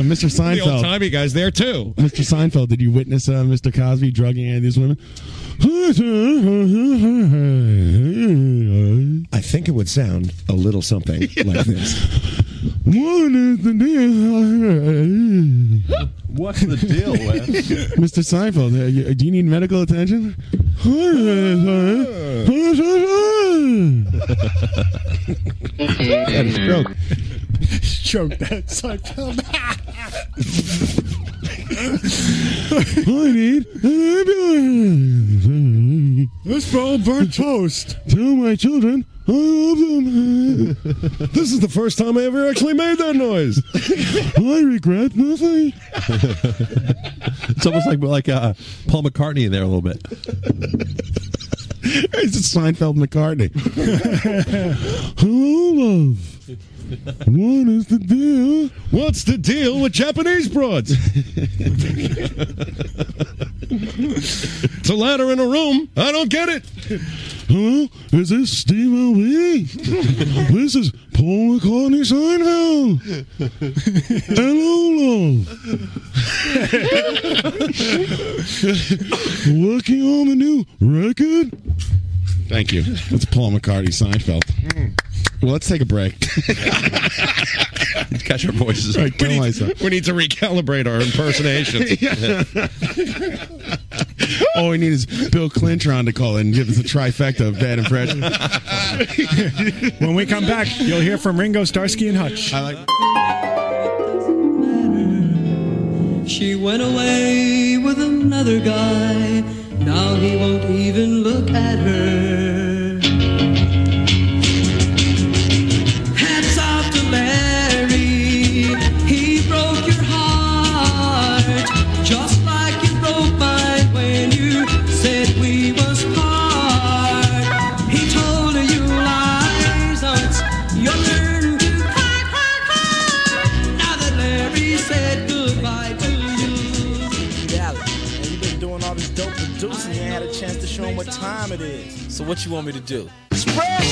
Mr.
The old
Seinfeld.
timey guys there too.
Mr. Seinfeld, did you witness uh, Mr. Cosby drugging any of these women?
I think it would sound a little something like this.
What is the deal?
What's the deal, Wes?
Mr. Seinfeld, uh, you- do you need medical attention? Had a stroke.
Choke that Seinfeld.
I need an ambulance.
this bowl burnt toast.
Tell my children I love them.
This is the first time I ever actually made that noise.
I regret nothing.
It's almost like like uh, Paul McCartney in there a little bit.
It's a Seinfeld McCartney. Hello, love. What is the deal?
What's the deal with Japanese broads? it's a ladder in a room. I don't get it.
Hello? Is this Steve LB? this is Paul McCartney Seinfeld. Hello, love. Working on the new record? Thank you. That's Paul McCartney Seinfeld. Well, let's take a break.
Catch our voices.
Right,
we,
kill
need to,
myself.
we need to recalibrate our impersonations.
Yeah. All we need is Bill Clintron to call in and give us a trifecta of bad impression.
when we come back, you'll hear from Ringo, Starsky, and Hutch. I
like.
She went away with another guy. Now he won't even look at her. Hats off to Larry. He broke your heart. Just like you broke mine when you said we was part. He told her you lies. Now it's your turn to cry, cry, cry. Now that Larry said goodbye to you.
And you've been doing all this dope producing. You ain't had a chance to show him what time it is. So what you want me to do?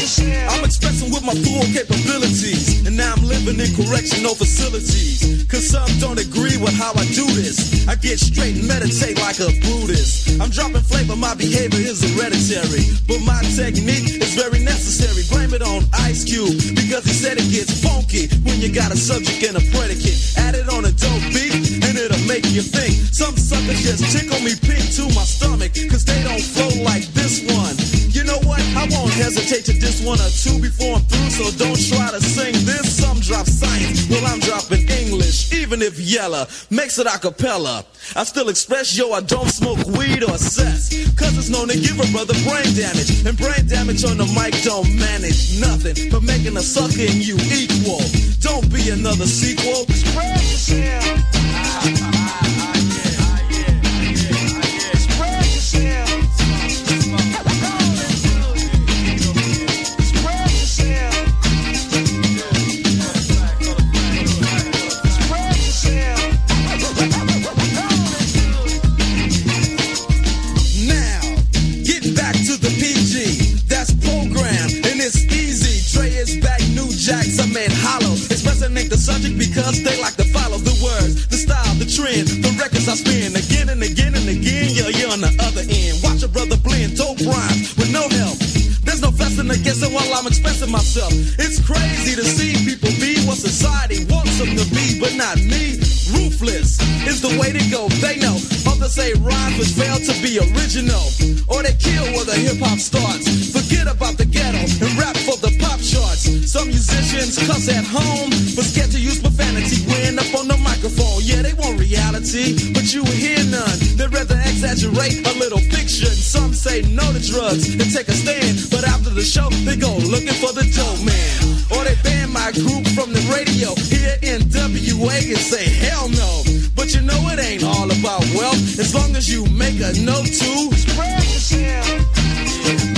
I'm expressing with my full capabilities, and now I'm living in correctional facilities. Cause some don't agree with how I do this. I get straight and meditate like a Buddhist. I'm dropping flavor, my behavior is hereditary. But my technique is very necessary. Blame it on Ice Cube, because he said it gets funky when you got a subject and a predicate. Add it on a dope beat, and it'll make you think. Some suckers just tickle me pink to my stomach, cause they don't flow like this one. You know what? I won't hesitate to diss one or two before I'm through, so don't try to sing this. Some drop science, well, I'm dropping English. Even if Yella makes it a cappella, I still express, yo, I don't smoke weed or cess. Cause it's known to give a brother brain damage. And brain damage on the mic don't manage nothing but making a sucker in you equal. Don't be another sequel. Spread yourself.
Now,
Get back to the PG. That's program, and it's easy. Trey is back, new jacks, I'm in hollow. It's resonate the subject because they like to follow the words, the style, the trend, the records I spin again and again and again. Yeah, you're on the other end. Watch a brother blend dope rhymes with no help. There's no fussing or guessing while I'm expressing myself. It's crazy to see people be what society wants them to be, but not me. Ruthless is the way to go. They know others say rhymes was failed to be original, or they kill where the hip hop starts. Forget about the ghetto and rap for the pop charts. Some musicians cuss at home, but scared to use profanity when up on the microphone. Yeah, they want reality, but you will hear none. They'd rather exaggerate a little fiction. Some say no to drugs and take a stand, but after the show, they go looking for the dope man. Or they ban my group from the radio here in WA and say hell no. But you know it ain't all about wealth as long as you make a note to spread yourself.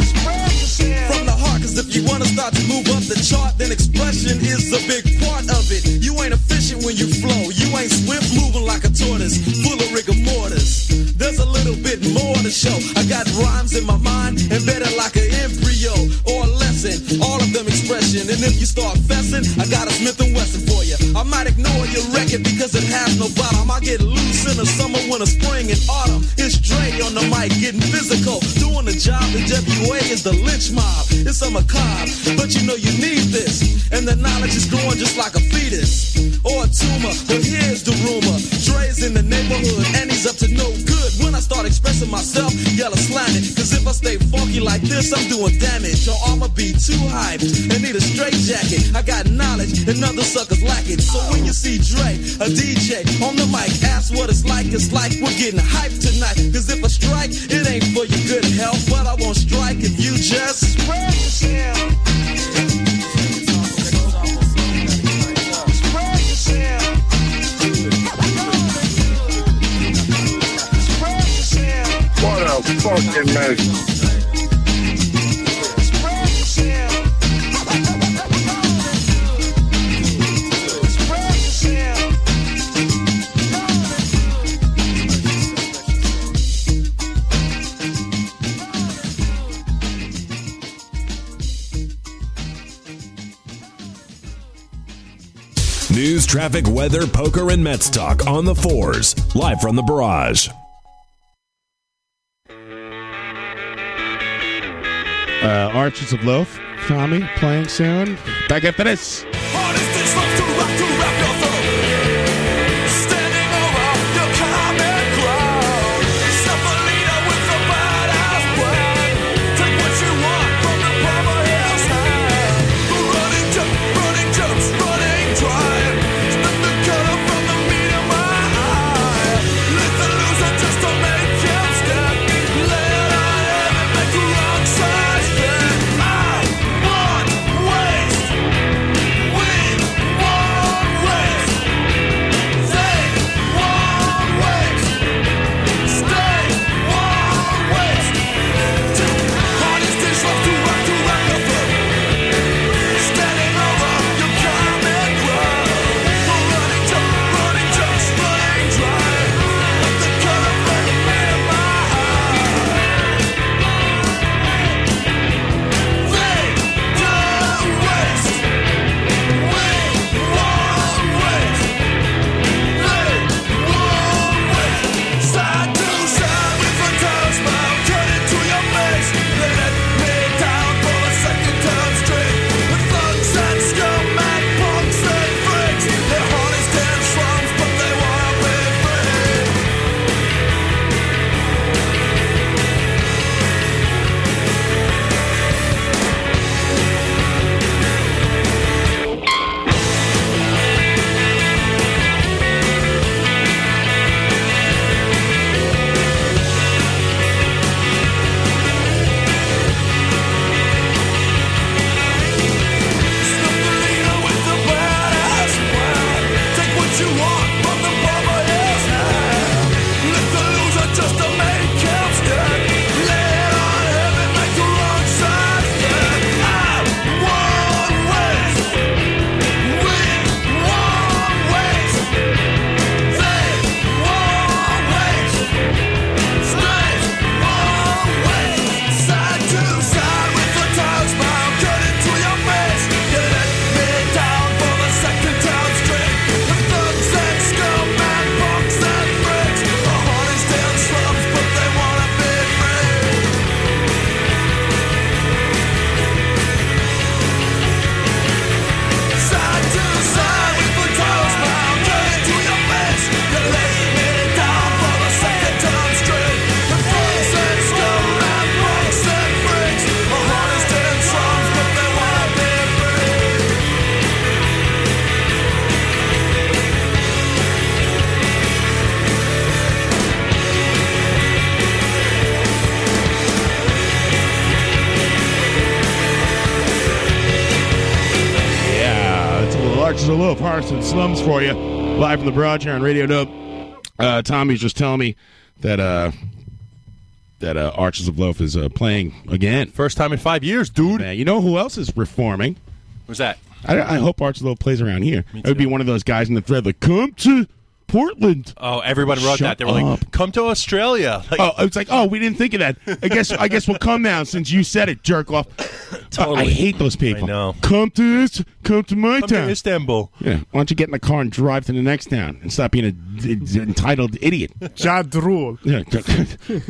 from the heart. Cause if you wanna start to move up the chart, then expression is a big part of it. You ain't efficient when you flow, you ain't swift moving like a tortoise, full of rigor mortis. There's a little bit more to show. I got rhymes in my mind, embedded like an embryo or a lesson. All of them expression, and if you start fessing, I got a Smith and Wesson for you. I might ignore your record because it has no bottom. I get loose in the summer, winter, spring, and autumn. It's Dre on the mic getting physical, doing the job. The WA is the lynch mob. It's a macabre, but you know you need this. And the knowledge is growing just like a fetus or a tumor. But here's the rumor: Dre's in the neighborhood and he's up to no good. When I start expressing myself, y'all are slamming. Cause if I stay funky like this, I'm doing damage. Or I'ma be too hyped and need a straight jacket. I got knowledge and other suckers lack it. So when you see Dre, a DJ, on the mic, ask what it's like. It's like we're getting hyped tonight. Cause if I strike, it ain't for your good health. But I won't strike if you just spread yourself.
What a
News, traffic, weather, poker, and Mets talk on the fours, live from the barrage.
Uh, Arches of Loaf, Tommy playing soon. Back after this. Yeah, it's a little Arches of Loaf, Hearts and Slums for you. Live from the barrage here on Radio Dope. Uh, Tommy's just telling me that uh, that uh, Arches of Loaf is uh, playing again. First time in five years, dude. Man, you know who else is reforming?
Who's that?
I, I hope Arches of Loaf plays around here. It would be one of those guys in the thread like, come to Portland.
Oh, everybody wrote
Shut
that. They were
up.
like, "Come to Australia." Like,
oh, it's like, oh, we didn't think of that. I guess I guess we'll come now since you said it, jerk off. I hate those people. I know. Come to this, come to my
Come to
town.
Istanbul.
Yeah. Why don't you get in the car and drive to the next town and stop being an entitled idiot?
Jadrul.
Yeah.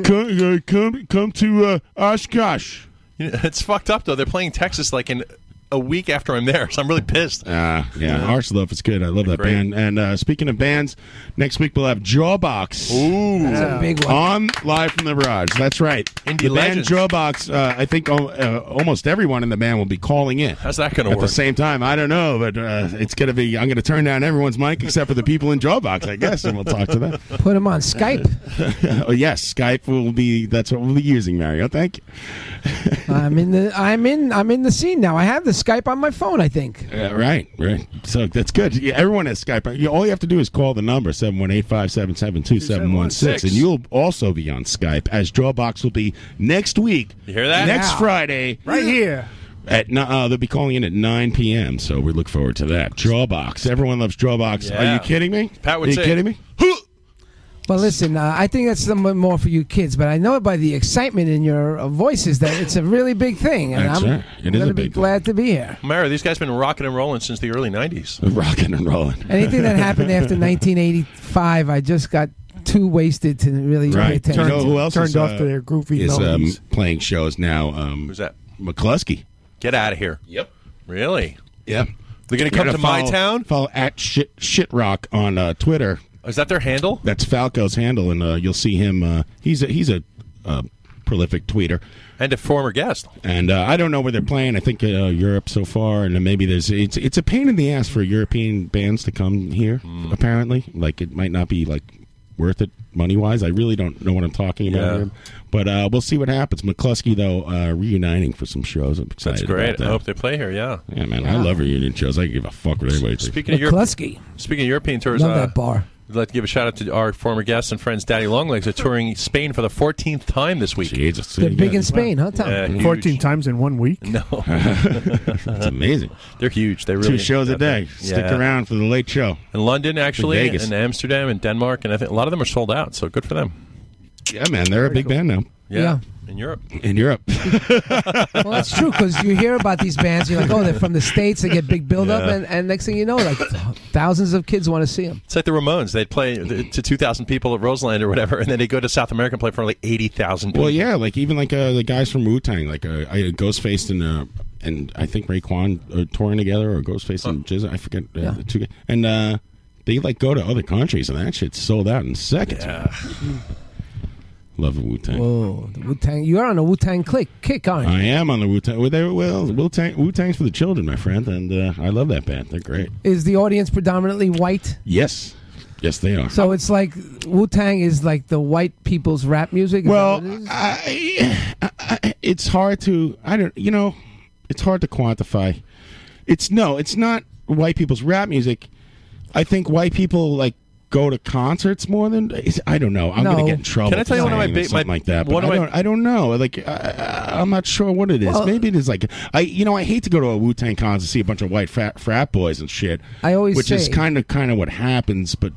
come, uh, come, come to uh, Oshkosh.
You know, it's fucked up though. They're playing Texas like in a week after I'm there, so I'm really pissed.
Uh,
Ah, yeah. Hearts of Love is good. I love that
Uh-huh. Great.
band. And uh, speaking of bands, next week we'll have Jawbox. Ooh,
That's a big one.
On live from the barrage. That's right.
Indie
the band
legends.
Jawbox. Uh, I think al- uh, almost everyone in the band will be calling in.
How's that gonna
At the
work?
same time, I don't know, but uh, it's gonna be. I'm gonna turn down everyone's mic except for the people in Jawbox, I guess, and we'll talk to them.
Put him on Skype.
oh, yes, Skype will be. That's what we'll be using, Mario. Thank you.
I'm in the I'm in I'm in the scene now. I have the Skype on my phone, I think.
Yeah, right, right. So that's good. Yeah, everyone has Skype. You, all you have to do is call the number 718-577-2716 and you'll also be on Skype as Drawbox will be next week.
You hear that?
Next
Now.
Friday.
Right here.
At ni- uh, they'll be calling in at 9 p.m. So we look forward to that. Drawbox. Everyone loves Drawbox. Are
Yeah.
you kidding me?
Pat would
Are you
say-
kidding me?
Well, listen, uh, I think that's somewhat more for you kids, but I know by the excitement in your uh, voices that it's a really big thing, and
That's
I'm,
right. It
I'm
is a
gonna be
big
glad to be here.
Mara, these guys been rocking and rolling since the early '90s.
Rocking and rolling.
Anything that happened after 1985, I just got too wasted to really pay
Right.
attention.
you know who else is, uh, is um,
melodies.
playing shows now? Um, Who's
that?
McCluskey.
Get out of here. Yep. Really?
Yeah.
They're gonna come to my town.
Follow at shit, shit rock on uh, Twitter.
Is that their handle?
That's Falco's handle, and uh, you'll see him. Uh, he's a he's a uh, prolific tweeter.
And a former guest.
And uh, I don't know where they're playing. I think uh, Europe so far, and then maybe there's it's it's a pain in the ass for European bands to come here.
Hmm.
Apparently, like it might not be like worth it money wise. I really don't know what I'm talking about,
Yeah.
here. but uh, we'll see what happens. McCluskey though uh, reuniting for some shows. I'm excited.
That's great. Oh.
about
I
that.
hope they play here. Yeah.
Yeah, man, I love reunion shows. I give a fuck what anybody thinks.
Speaking of
McCluskey.
Speaking of European tours,
Love
uh,
that bar.
I'd like to give a shout out to our former guests and friends, Daddy Longlegs, are touring Spain for the 14th time this week.
Jesus,
They're big in Spain, huh, Tom?
Fourteen times in one week.
No, it's
amazing.
Uh-huh. They're huge. They really uh-huh.
Two shows a day. Stick around for the late show.
In London, actually,
Vegas.
and Amsterdam, and Denmark, and I think a lot of them are sold out. So good for them.
Yeah, man, they're a big band now.
Yeah. in Europe.
In Europe,
Well, that's true because you hear about these bands, you're like, oh, they're from the states, they get big buildup,
Yeah.
and, and next thing you know, like thousands of kids want to see them.
It's like the Ramones. They'd play to 2,000 people at Roseland or whatever, and then they go to South America and play for like 80,000 people.
Well, yeah, like even like uh, the guys from Wu Tang, like uh, I, Ghostface and uh, and I think Raekwon are touring together, or Ghostface and Jizz. I forget uh, the two. guys. And uh, they like go to other countries, and that shit's sold out in seconds. Love Wu Tang.
Whoa, the Wu Tang! You are on a Wu Tang click kick, aren't you?
I am on the Wu Tang. Well, they- well, Wu Tang, Wu Tang's for the children, my friend, and uh, I love that band. They're great.
Is the audience predominantly white?
Yes, yes, they are.
So it's like Wu Tang is like the white people's rap music. Well,
it's hard to I don't you know, it's hard to quantify. It's no, it's not white people's rap music. I think white people like go to concerts more than it's- I don't know. I'm
No.
gonna get in trouble.
Can I tell you
for
one of my
saying
big-
something
my-
like that? but
one of
I
my-
don't. I don't know. Like I, I, I'm not sure what it is.
Well-
Maybe it is like I. You know, I hate to go to a Wu Tang con to see a bunch of white frat, frat boys and shit.
I always
which is
say-
kind of kind of what happens, but.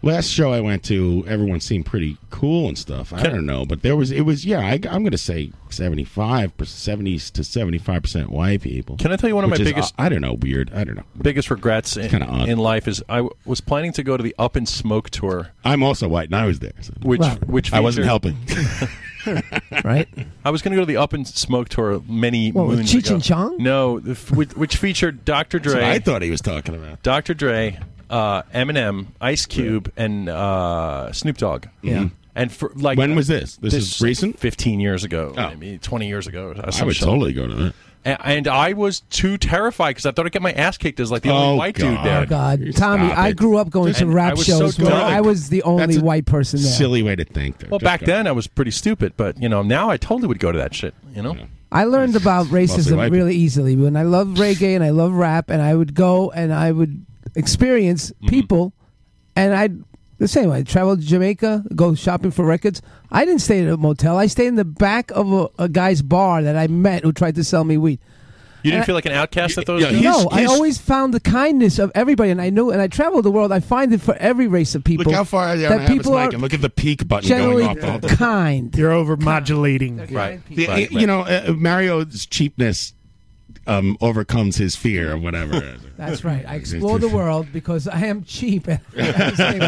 Last show I went to, everyone seemed pretty cool and stuff. I
Can-
don't know, but there was it was yeah. I, I'm going to say 75, 70 to 75 percent white people.
Can I tell you one of
Which
my
is,
biggest-
I, I don't know. Weird. I don't know.
Biggest regrets in,
kinda odd.
in life is I w- was planning to go to the Up in Smoke tour,
I'm also white, and I was there. so-
which which
I wasn't
featured-
helping.
right?
I was going to go to the Up and Smoke tour many
What, with
moons
Cheech
ago.
and Chong?
No, the f- which, which featured Dr. Dre.
That's what I thought he was talking about.
Dr. Dre, uh, Eminem, Ice Cube, and uh, Snoop Dogg.
Yeah. Mhm.
And for, like,
When was this? This is recent? Oh.
Fifteen years ago, maybe twenty years ago. Or
I would totally go to that.
And, and I was too terrified because I thought I'd get my ass kicked as like the only white dude there.
Oh God, Tommy! I grew up going to
And I
rap
was
shows
So
where
dumb.
I was the only white person there.
Silly way to think. though.
Well,
Just
back
go.
then I was pretty stupid, but you know now I totally would go to that shit. You know,
I learned about
Mostly white
racism really easily when I love reggae and I love rap, and I would go and I would experience
Mm-hmm.
people, and I'd the same. I traveled to Jamaica, go shopping for records. I didn't stay at a motel. I stayed in the back of a, a guy's bar that I met who tried to sell me weed.
you
And
didn't
I-
feel like an outcast at those.
Uh, no,
days?
I always found the kindness of everybody, and I know, and I travel the world. I find it for every race of people.
Look how far I am.
that people are
and look at the peak button
generally
going off. all the-
kind.
You're over modulating.
Right.
The- You know, uh, Mario's cheapness um, overcomes his fear or whatever.
That's right. I explore the world because I am cheap. and I just think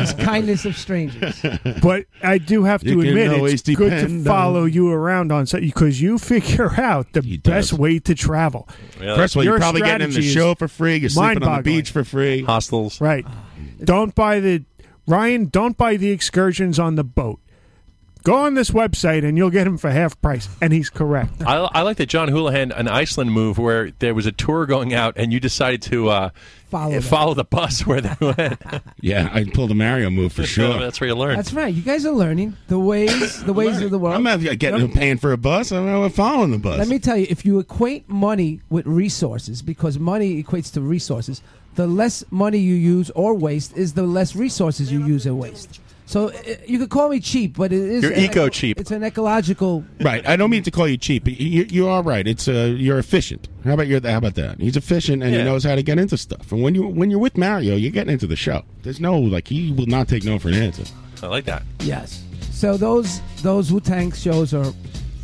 it's kindness of strangers.
But I do have to
You can
admit,
always
it's good to
depend
follow you around on set because you figure out the best way to travel.
First of all,
Your
you're probably getting in the
strategy is
show for free. You're sleeping on the
mind-boggling.
beach for free.
Hostels.
Right. Don't buy the Ryan. Don't buy the excursions on the boat. Go on this website and you'll get him for half price. And he's correct.
I, I like the John Houlihan and Iceland move where there was a tour going out and you decided to uh, follow, follow the bus where they went.
Yeah, I pulled a Mario move for sure.
That's where you learn.
That's right. You guys are learning the ways, the ways of the world. I'm
not getting paying for a bus. I'm not following the bus.
Let me tell you, if you equate money with resources, because money equates to resources, the less money you use or waste is the less resources you use and waste. So uh, you could call me cheap, but it is
You're
an
eco cheap.
It's an ecological.
Right. I don't mean to call you cheap. but You, you are right. It's uh, you're efficient. How about you? How about that? He's efficient and
Yeah.
he knows how to get into stuff. And when you when you're with Mario, you're getting into the show. There's no like he will not take no for an answer.
I like that.
Yes. So those those Wu Tang shows are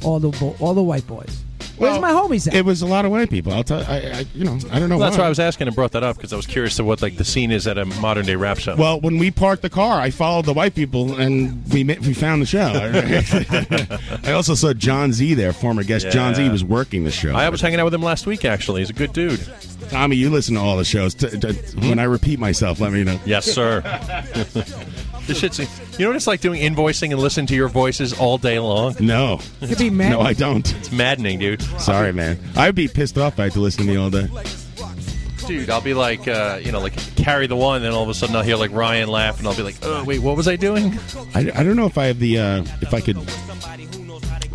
all the bo- all the white boys. Where's my homies at?
It was a lot of white people. I'll tell. I, I you know I don't know.
Well, that's
why.
why I was asking and brought that up because I was curious to what like the scene is at a modern day rap show.
Well, when we parked the car, I followed the white people, and we ma- we found the show. I also saw John Z there, former guest. John Z
Yeah.
was working the show.
I was hanging out with him last week. Actually, he's a good dude.
Tommy, you listen to all the shows. T- t- When I repeat myself, let me know.
Yes, sir. this shit's. You know what it's like doing invoicing and listening to your voices all day long.
No,
Could be mad.
no, I don't.
It's maddening, dude.
Sorry, man. I'd be pissed off if I had to listen to me all day.
Dude, I'll be like, uh, you know, like carry the one, then all of a sudden I'll hear like Ryan laugh, and I'll be like, oh, wait, what was I doing?
I, I don't know if I have the uh, if I could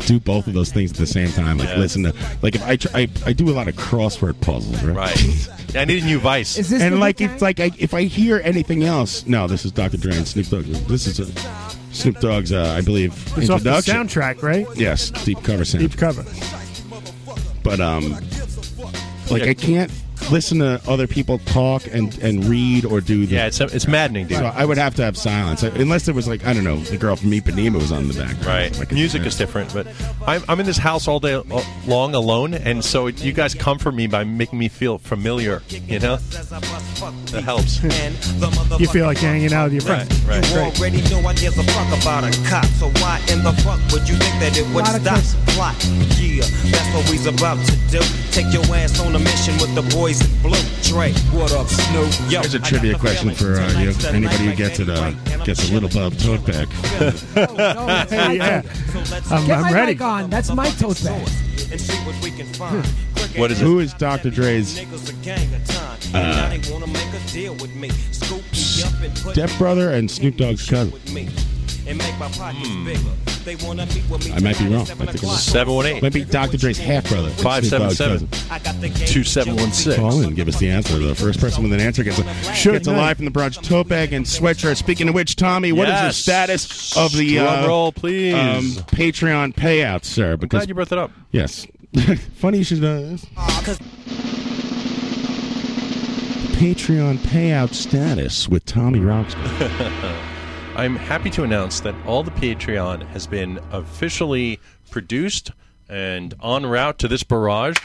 do both of those things at the same time. Like
Yeah.
listen to like if I, tr- I I do a lot of crossword puzzles, right?
Right. I need a new vice.
and like it's like I, if I hear anything else, no, this is Dr. Dre and Snoop Dogg. This is a, Snoop Dogg's, uh, I believe,
It's off the
introduction.
soundtrack, right?
Yes, deep cover sound.
Deep cover.
But um, like I can't listen to other people talk and and read or do. The,
yeah, it's it's maddening, dude.
So I would have to have silence I- unless there was like I don't know, the girl from Ipanema was on the back.
Right. Music is different, but I'm, I'm in this house all day lo- long alone, and so you guys comfort me by making me feel familiar, you know? That helps.
You feel like hanging out with your friends.
Right,
You already know I gives a fuck about a cop, so why in the fuck would you think that it would stop? Plot, yeah, that's what we's about to do. Take your ass on a mission with the boys in blue. Dre, what up, Snoop? Yo,
There's a trivia question for uh, you, anybody who gets it uh, gets a little Bob tote bag.
Hey, yeah.
Get my mic on. That's my tote bag.
and see what we can find.
What is Who is Dr. Dre's
Niggas a gang of time.
Uh,
and now they wanna make a deal with me. Scoop me up and put
stepbrother and Snoop Dogg's cousin?
me and make my pockets bigger. They wanna meet with me.
I might be wrong. I
tonight
think
at
it
7
was
o'clock.
Might be Dr. Dre's half brother.
Five seven seven.
Two seven one six. Call in and give us the answer. The first person with an answer gets a
Should
gets a
know.
live from the Bronx tote bag and sweatshirt. Speaking of which, Tommy, what is
Yes.
the status of the uh, um,
Drum roll, please.
Patreon payout, sir? Because
Glad you brought that up.
yes, funny you should know this. Patreon payout status with Tommy Rockstar.
I'm happy to announce that all the Patreon has been officially produced and en route to this barrage,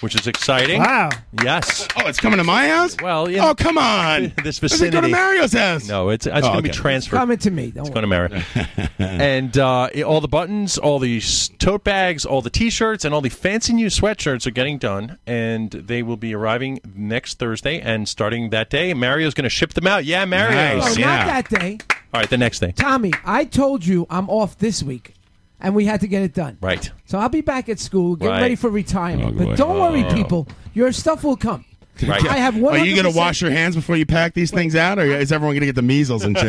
which is exciting.
Wow.
Yes.
Oh, it's coming to my house.
Well, yeah.
Oh, come on.
This
Does it
vicinity.
go to Mario's house?
No, it's, it's
Oh,
going to be
okay.
transferred.
Coming to me. Don't
It's going to Mara. and uh, it- all the buttons, all the s- tote bags, all the T-shirts, and all the fancy new sweatshirts are getting done, and they will be arriving next Thursday. And starting that day, Mario's going to ship them out. Yeah, Mario.
No,
yeah.
Oh, not that day.
all right, the next day.
Tommy, I told you I'm off this week, and we had to get it done.
Right.
So I'll be back at school, get
Right.
ready for retirement.
boy.
but don't worry,
Oh.
people, your stuff will come. I have one.
Are you going to wash your hands before you pack these things out, or is everyone going to get the measles and shit?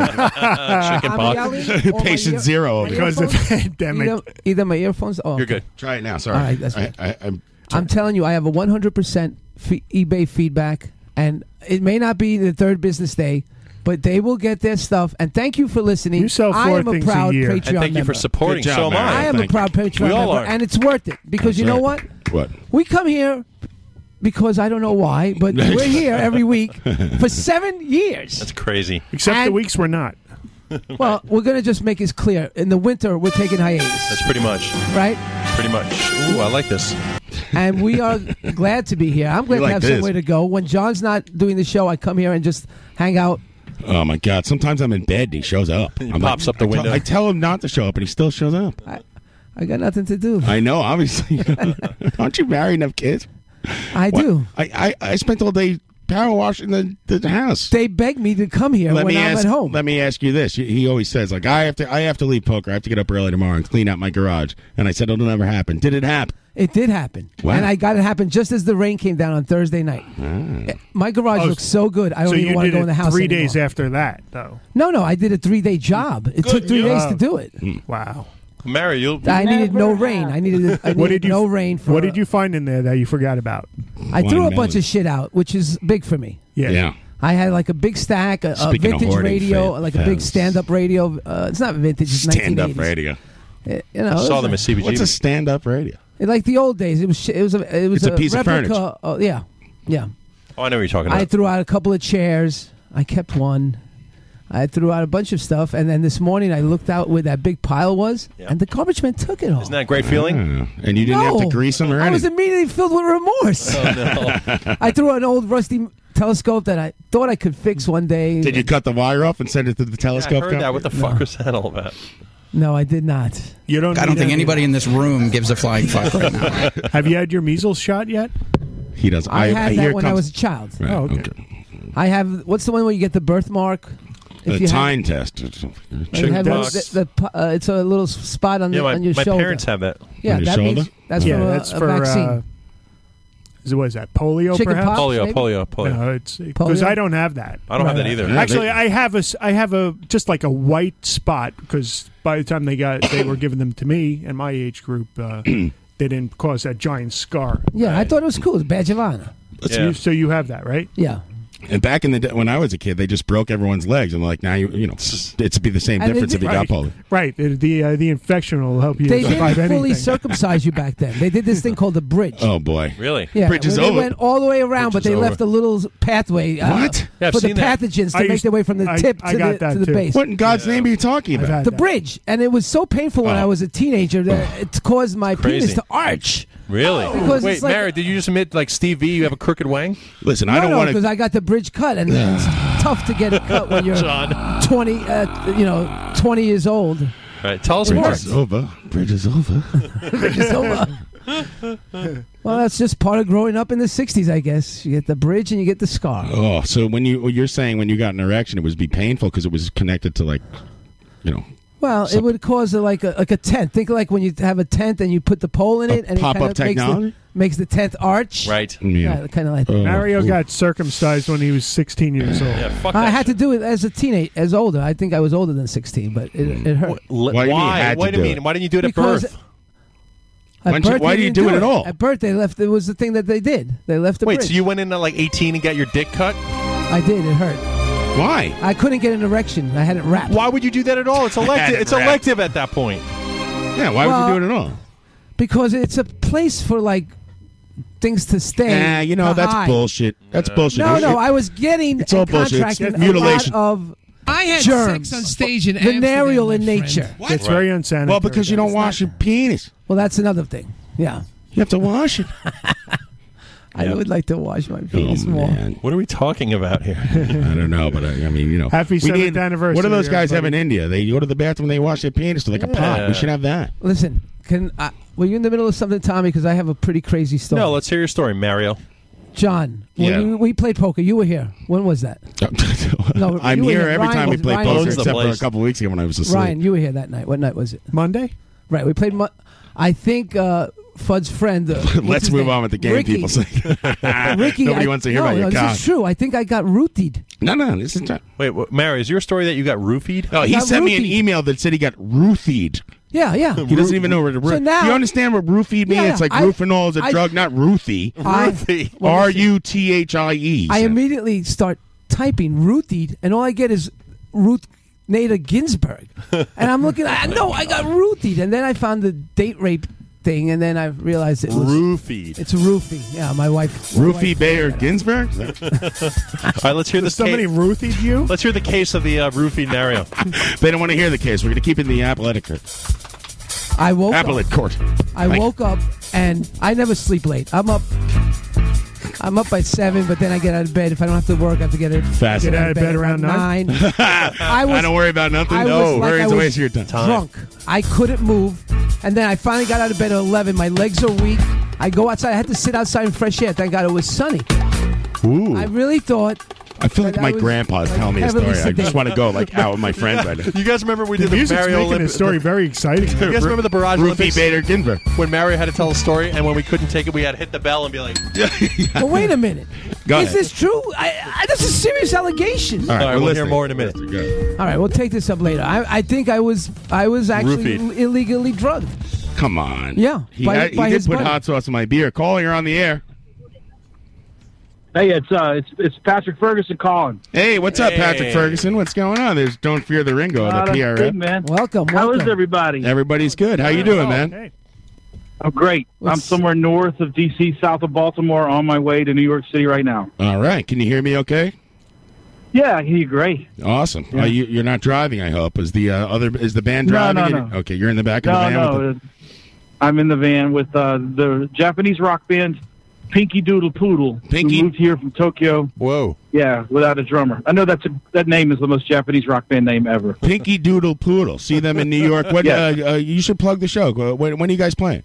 Chicken pox.
Patient zero over
Because
here.
of pandemic. Either, either my earphones. Oh,
You're
okay.
good. Try it now. Sorry.
All right, that's
I, I, I'm,
I'm telling you, I have a 100% fe- eBay feedback, and it may not be the third business day, but they will get their stuff. And thank you for listening.
You sell
I
four
am a
things a
proud
year.
Patreon
And thank you for
member.
supporting. Good job, So am Mario. I.
I am a
Thank
proud
you.
Patreon
We all
member,
are.
and it's worth it because you
That's
know
right.
What?
what? We come here because I don't know why, but we're here every week for seven years.
That's crazy.
Except the
And-
weeks we're not.
Well, we're going to just make this clear. In the winter, we're taking hiatus,
That's pretty much.
right?
Pretty much. Ooh, I like this.
and we are glad to be here. I'm glad
You
to
like
have
this.
somewhere to go. When John's not doing the show, I come here and just hang out.
oh my god! Sometimes I'm in bed and he shows up. He
pops up the
I tell-
window.
I tell him not to show up, and he still shows up.
I, I got nothing to do.
I know, obviously. Aren't you married and have kids?
I do.
I, I, I spent all day power wash in the, the house.
They beg me to come here when I'm
ask,
at home.
Let me ask you this. He- He always says, like, I have to I have to leave poker. I have to get up early tomorrow and clean out my garage. And I said, it'll never happen. Did it happen?
It did happen.
Wow.
And I got it happen just as the rain came down on Thursday night.
Ah.
My garage
Oh,
looks so good. I don't
so
even
you
want to
did
go
it
in the house.
Three
anymore.
days after that, though.
No, no, I did a three day job. It took three days to do it.
Wow.
Mary, you'll.
I needed no rain. I needed, I needed
What did you-
no rain for.
What did you find in there that you forgot about?
I threw a bunch of shit out, which is big for me.
Yeah.
yeah.
I had like a big stack, a, a
Speaking of
vintage
hoarding
radio,
fa-
like a big
fads.
stand up radio. Uh, it's not vintage. It's
Stand up
1980s.
radio.
Uh, you know, it was a-
What's a stand up radio?
Like the old days, it was sh- it was a it was
It's a piece of
replica.
furniture.
oh, yeah, yeah.
Oh, I know what you're talking about.
I threw out a couple of chairs. I kept one. I threw out a bunch of stuff, and then this morning I looked out where that big pile was, and the garbage man took it all.
Isn't that a great feeling?
Ah. And you
didn't have to No.
grease him or
I was immediately filled with remorse.
Oh,
no.
I threw out an old rusty telescope that I thought I could fix one day.
Did you cut the wire off and send it to the telescope?
I heard that. What the
company?
fuck was that all about?
No, I did not.
You don't.
I don't think anybody in this room gives a flying fuck right now.
Have you had your measles shot yet?
He doesn't.
I, had
here
that
it
when I
comes-
was a child.
Right,
oh,
okay.
I have. What's the one where you get the birthmark?
The
you have-
time test.
you have a- the- the pu- uh, it's a little s- spot on,
Yeah,
the,
my-
on your
my
shoulder.
parents have that.
Yeah,
On your
that
shoulder?
means that's
yeah,
from a,
that's
a
for
vaccine.
Uh, is it what is that polio?
Chicken
perhaps
pox, Polio, maybe?
polio, polio.
No, it's because
Polio?
I don't have that.
I don't have that either. Yeah,
Actually,
they-
I have a s- I have a just like a white spot because by the time they got they were giving them to me and my age group, uh, they didn't cause that giant scar.
yeah, I thought it was cool. It's a badge of honor.
So, you, so you have that, right?
Yeah.
And back in the day, when I was a kid, they just broke everyone's legs, and like now you, you know, it's be the same
And they
difference if
did-
you got
right,
polio.
Right. The the, uh, the infection will help you
They didn't
survive
fully
anything.
circumcise you back then. They did this thing called the bridge.
Oh boy,
really?
Yeah,
Bridge is
where they
over.
went all the way around, but
Bridge
they
is
left a little pathway uh,
What? Yeah, I've
for the
seen that.
pathogens
I
to make
used-
their way from the
I-
tip
I
to,
got
the,
that
to the
too.
base.
What in God's name are you talking about? had
The bridge, and it was so painful when I
Oh.
was a teenager that it caused my penis
Crazy.
to arch. Oh,
Really?
Because
Wait,
it's like-
Mary, did you just admit like Steve V? You have a crooked wang?
Listen,
no, because I got the bridge cut, and it's tough to get it cut when you're
John.
twenty, uh, you know, twenty years old.
All right, tell us
It
more.
works.
over. Bridge is over.
Bridge is over. Well, that's just part of growing up in the '60s, I guess. You get the bridge and you get the scar.
Oh, so when you well, you're saying when you got an erection, it was be painful because it was connected to like, you know,
Well, it would cause a, like a like a tent. Think like when you have a tent and you put the pole in it, and
pop-up
it kinda
technology? Uh,
makes the, makes the tent arch.
Right.
Yeah, kind of like that.
oh.
Mario got circumcised when he was 16 years old.
Yeah, fuck
I had to do it as a teenage, as older. I think I was older than sixteen, but
Mm.
it, it hurt.
Why? Wait a minute. Why didn't you do it at
Because
birth?
At
Why don't you-
birth,
why
they
do you
didn't
do it at all?
At birth, they left. It was the thing that they did. They left the
Wait,
bridge.
so you went in at like 18 and got your dick cut?
I did. It hurt.
Why?
I couldn't get an erection. I had it wrapped.
Why would you do that at all? It's elective. it's elective at that point.
Yeah. Why would you do it at all?
Because it's a place for like things to stay.
Nah, you know
to
that's
hide.
bullshit. That's bullshit.
No,
It-
no,
it-
I was getting
It's all
in
bullshit.
contract
It's
with
mutilation.
a lot of
I had
germs,
sex on stage in
venereal in
Amsterdam, my
nature.
friend.
It's very unsanitary.
Well, because you don't wash your penis.
Well, that's another thing. Yeah,
you have to wash it.
I would like to wash my penis more.
What are we talking about here?
I don't know, but uh, I, I mean, you know,
Happy
we
seventh
need-
anniversary,
What do those guys have in
everybody.
India? They go to the bathroom, they wash their penis like a pot.
Yeah.
We should have that.
Listen, can I, were you in the middle of something, Tommy? Because I have a pretty crazy story.
No, let's hear your story, Mario.
John, when
Yeah.
you, we played poker, you were here. When was that? No, you
I'm
were
here
here.
every
Ryan
time we
was-
play
Ryan
poker,
was-
except for a
Place.
couple weeks ago when I was asleep.
Ryan, you were here that night. What night was it?
Monday.
Right. We played. Mon- I think uh, Fud's friend. Uh, what's
Let's
his
move
name?
on with the game,
Ricky.
people.
Ricky,
Nobody
I-
wants to hear
no,
about your
no,
cock.
This is true. I think I got rootied.
No, no, this is not.
Wait, what, Mario, is your story that you got roofied?
Oh, he sent me an email that said he got roofied.
Yeah, yeah.
He doesn't even know where to roof.
So now-
you understand what roofied means?
Yeah, yeah,
It's like
I-
roofinol is a
I-
drug, not ruthie.
I-
Ruthie.
Well,
R U T H I E.
I immediately start typing rootied, and all I get is Ruth Nader Ginsburg. And I'm looking, I know I got rootied. And then I found the date rape thing, and then I realized it was.
Roofied.
It's roofie. Yeah, my wife. my
Roofie
wife-
Bayer Ginsburg?
All right, let's hear the
somebody
roofied you?
Let's hear the case of the uh, roofied Mario.
they don't want to hear the case. We're going to keep it in the appellate court.
I woke up.
Appellate court.
I
Thank-
woke up, and I never sleep late. I'm up. I'm up by seven, but then I get out of bed. If I don't have to work, I have to get it.
Fast.
Get out of bed around nine. I was-
don't worry about nothing.
I
no,
was like
worries
I
a
was
waste of your time.
Drunk. I couldn't move. And then I finally got out of bed at 11. My legs are weak. I go outside. I had to sit outside in fresh air. Thank God it was sunny.
Ooh.
I really thought.
I feel like
that
my
was,
grandpa's
like,
telling me a
heavily
story. I just
sedated.
want to go like out with my friends right now.
You guys remember we
The
did the
music's
Mario
making
Olympic
this story very exciting.
You guys remember the barrage
Ruthie
Olympics?
Bader Ginsburg.
When Mario had to tell a story, and when we couldn't take it, we had to hit the bell and be like,
But wait a minute.
Go
is
ahead.
this true? I, I, this is serious allegation.
All right, All right, we'll we'll hear listen. more in a minute.
All right, we'll take this up later. I, I think I was I was actually
Roofied.
illegally drugged.
Come on.
Yeah,
He,
by-
had- he
by
did
his
put
buddy.
hot sauce in my beer. Call, you're on the air.
Hey, it's uh, it's it's Patrick Ferguson calling.
Hey, what's up, Patrick Ferguson? What's going on? There's Don't Fear the Ringo,
Uh,
the
that's big,
PRF.
man.
Welcome,
How is everybody?
Everybody's good. How you doing, man?
I'm great. I'm somewhere north of D.C., south of Baltimore, on my way to New York City right now.
All right. Can you hear me okay?
Yeah, I hear you great.
Awesome. Are you, you're not driving, I hope. Is the uh, other is the band
No,
driving?
no, no.
Okay, you're in the back of the
No,
van. with
no, I'm in the van with uh, the Japanese rock band Pinky Doodle Poodle. Pinky who moved here from Tokyo.
Whoa.
Yeah, without a drummer. I know that's a, that name is the most Japanese rock band name ever.
the- Pinky Doodle Poodle. See them in New York. What?
Yeah.
Uh, uh, you should plug the show. Uh, When, when are you guys playing?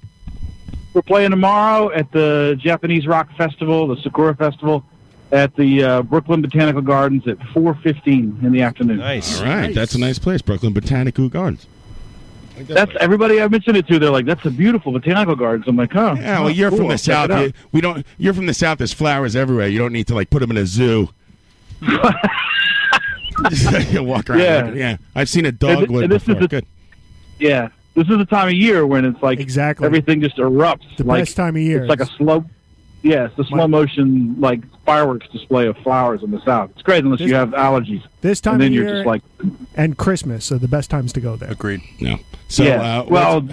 We're playing tomorrow at the Japanese Rock Festival, the Sakura Festival, at the uh, Brooklyn Botanical Gardens at 4:15 in the afternoon.
Nice.
All right, that's a nice place, Brooklyn Botanical Gardens.
That's everybody I mentioned it to. They're like, "That's a beautiful botanical gardens." I'm like, "Oh,
Yeah, well, you're
cool.
from the
Check
south.
it out."
You, we don't. You're from the south. There's flowers everywhere. You don't need to like put them in a zoo. you walk around.
Yeah.
Yeah, yeah. I've seen a
And thi-
dogwood
and this is
before.
the-
Good.
yeah, this is the time of year when it's like exactly everything just erupts.
The
like,
best time of year.
It's like a slow. Yeah, it's the slow motion like fireworks display of flowers in the south. It's great unless you have allergies.
This time
and then
of
you're
year-
just like,
and Christmas are the best times to go there.
Agreed.
No. So,
yeah.
uh,
well,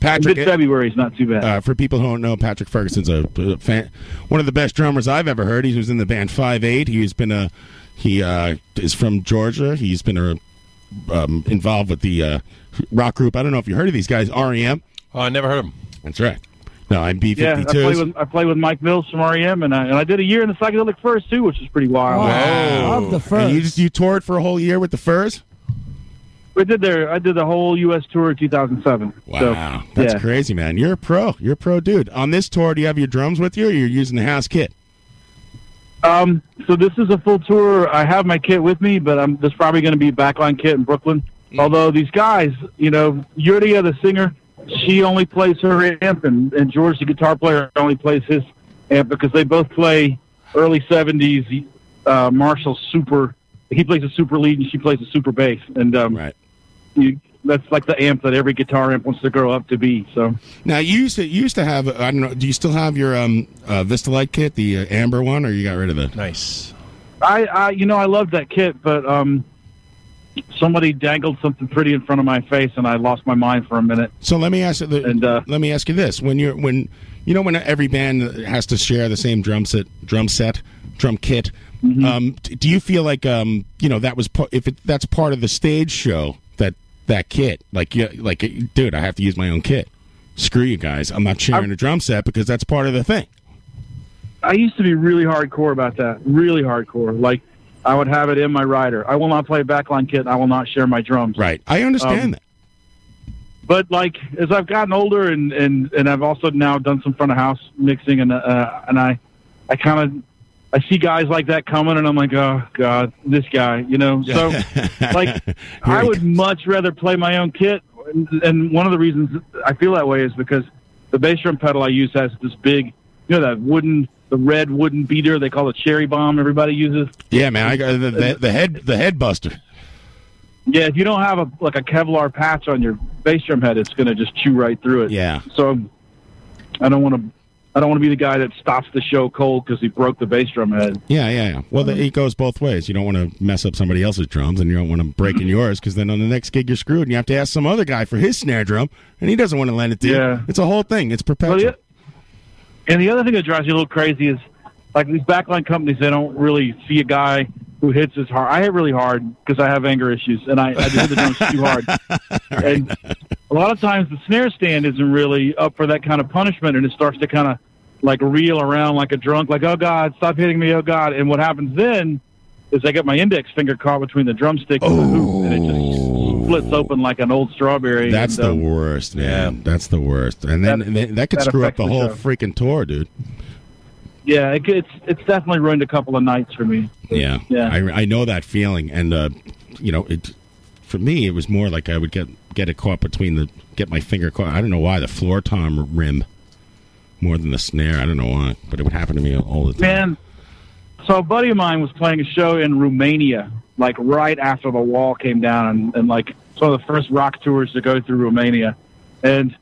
Patrick,
mid-February is not too bad.
Uh, for people who don't know, Patrick Ferguson's a, a fan, one of the best drummers I've ever heard. He was in the band Five Eight. He's been a he uh, is from Georgia. He's been a, um, involved with the uh, rock group. I don't know if you heard of these guys, REM.
"Oh, I never heard of him."
That's right. No, I'm B
yeah, I
fifty
play
two.
with I play with Mike Mills from REM, and I, and I did a year in the psychedelic furs too, which is pretty wild.
And you, just- you toured for a whole year with the Furs.
We did their I did the whole U.S. tour in 2007.
Wow, that's
yeah.
crazy, man. You're a pro. You're a pro, dude. On this tour, do you have your drums with you, or you're using the house kit?
Um, so this is a full tour. I have my kit with me, but I'm, there's probably going to be backline kit in Brooklyn.
Mm.
Although these guys, you know, Yuria, the singer, she only plays her amp, and, and George, the guitar player, only plays his amp because they both play early 70s uh, Marshall super. He plays a super lead, and she plays a super bass. And um,
right.
you, that's like the amp that every guitar amp wants to grow up to be. So.
Now you used to you used to have I don't know. Do you still have your um uh, Vistalite kit, the uh, amber one, or you got rid of that?
Nice.
I, I you know I loved that kit, but um, somebody dangled something pretty in front of my face, and I lost my mind for a minute.
So let me ask you the,
And, uh,
let me ask you this: when you're when you know when every band has to share the same drum set, drum set, drum kit,
Mm-hmm.
um, d- do you feel like um you know that was pa- if it, that's part of the stage show that that kit like you like dude I have to use my own kit. Screw you guys! I'm not sharing a drum set because that's part of the thing.
I used to be really hardcore about that, really hardcore. Like I would have it in my rider. I will not play backline kit. And I will not share my drums.
Right. I understand
Um,
that.
But like as I've gotten older, and and and I've also now done some front of house mixing, and uh, and I, I kind of, I see guys like that coming, and I'm like, oh god, this guy, you know. So like I would much rather play my own kit, and- and one of the reasons I feel that way is because the bass drum pedal I use has this big, you know, that wooden, the red wooden beater they call the cherry bomb. Everybody uses.
Yeah, man. I got the, the, the head the head buster.
Yeah, if you don't have a like a Kevlar patch on your bass drum head, it's going to just chew right through it.
Yeah.
So I don't want to. I don't want to be the guy that stops the show cold because he broke the bass drum head.
Yeah, yeah, yeah. Well, the, it goes both ways. You don't want to mess up somebody else's drums, and you don't want to break in yours because then on the next gig you're screwed, and you have to ask some other guy for his snare drum, and he doesn't want to lend it to
Yeah.
you. It's a whole thing. It's perpetual.
And the other thing that drives you a little crazy is like these backline companies, they don't really see a guy who hits as hard. I hit really hard because I have anger issues and I, I hit the drums too hard. And a lot of times the snare stand isn't really up for that kind of punishment and it starts to kind of like reel around like a drunk, like, oh God, stop hitting me, oh God. And what happens then is I get my index finger caught between the drumstick and the hoop and it just splits open like an old strawberry.
Oh. That's
and,
the
um,
worst, man. That's the worst. And then and then that, could
that
screw up
affects
the
the
whole
show.
freaking tour, dude.
yeah, it, it's it's definitely ruined a couple of nights for me.
Yeah,
Yeah.
I, I know that feeling, and uh, you know, it for me it was more like I would get get it caught between the get my finger caught. I don't know why the floor tom rim more than the snare. I don't know why, but it would happen to me all the time.
Man, so a buddy of mine was playing a show in Romania, like right after the wall came down, and, and like it's one of the first rock tours to go through Romania, and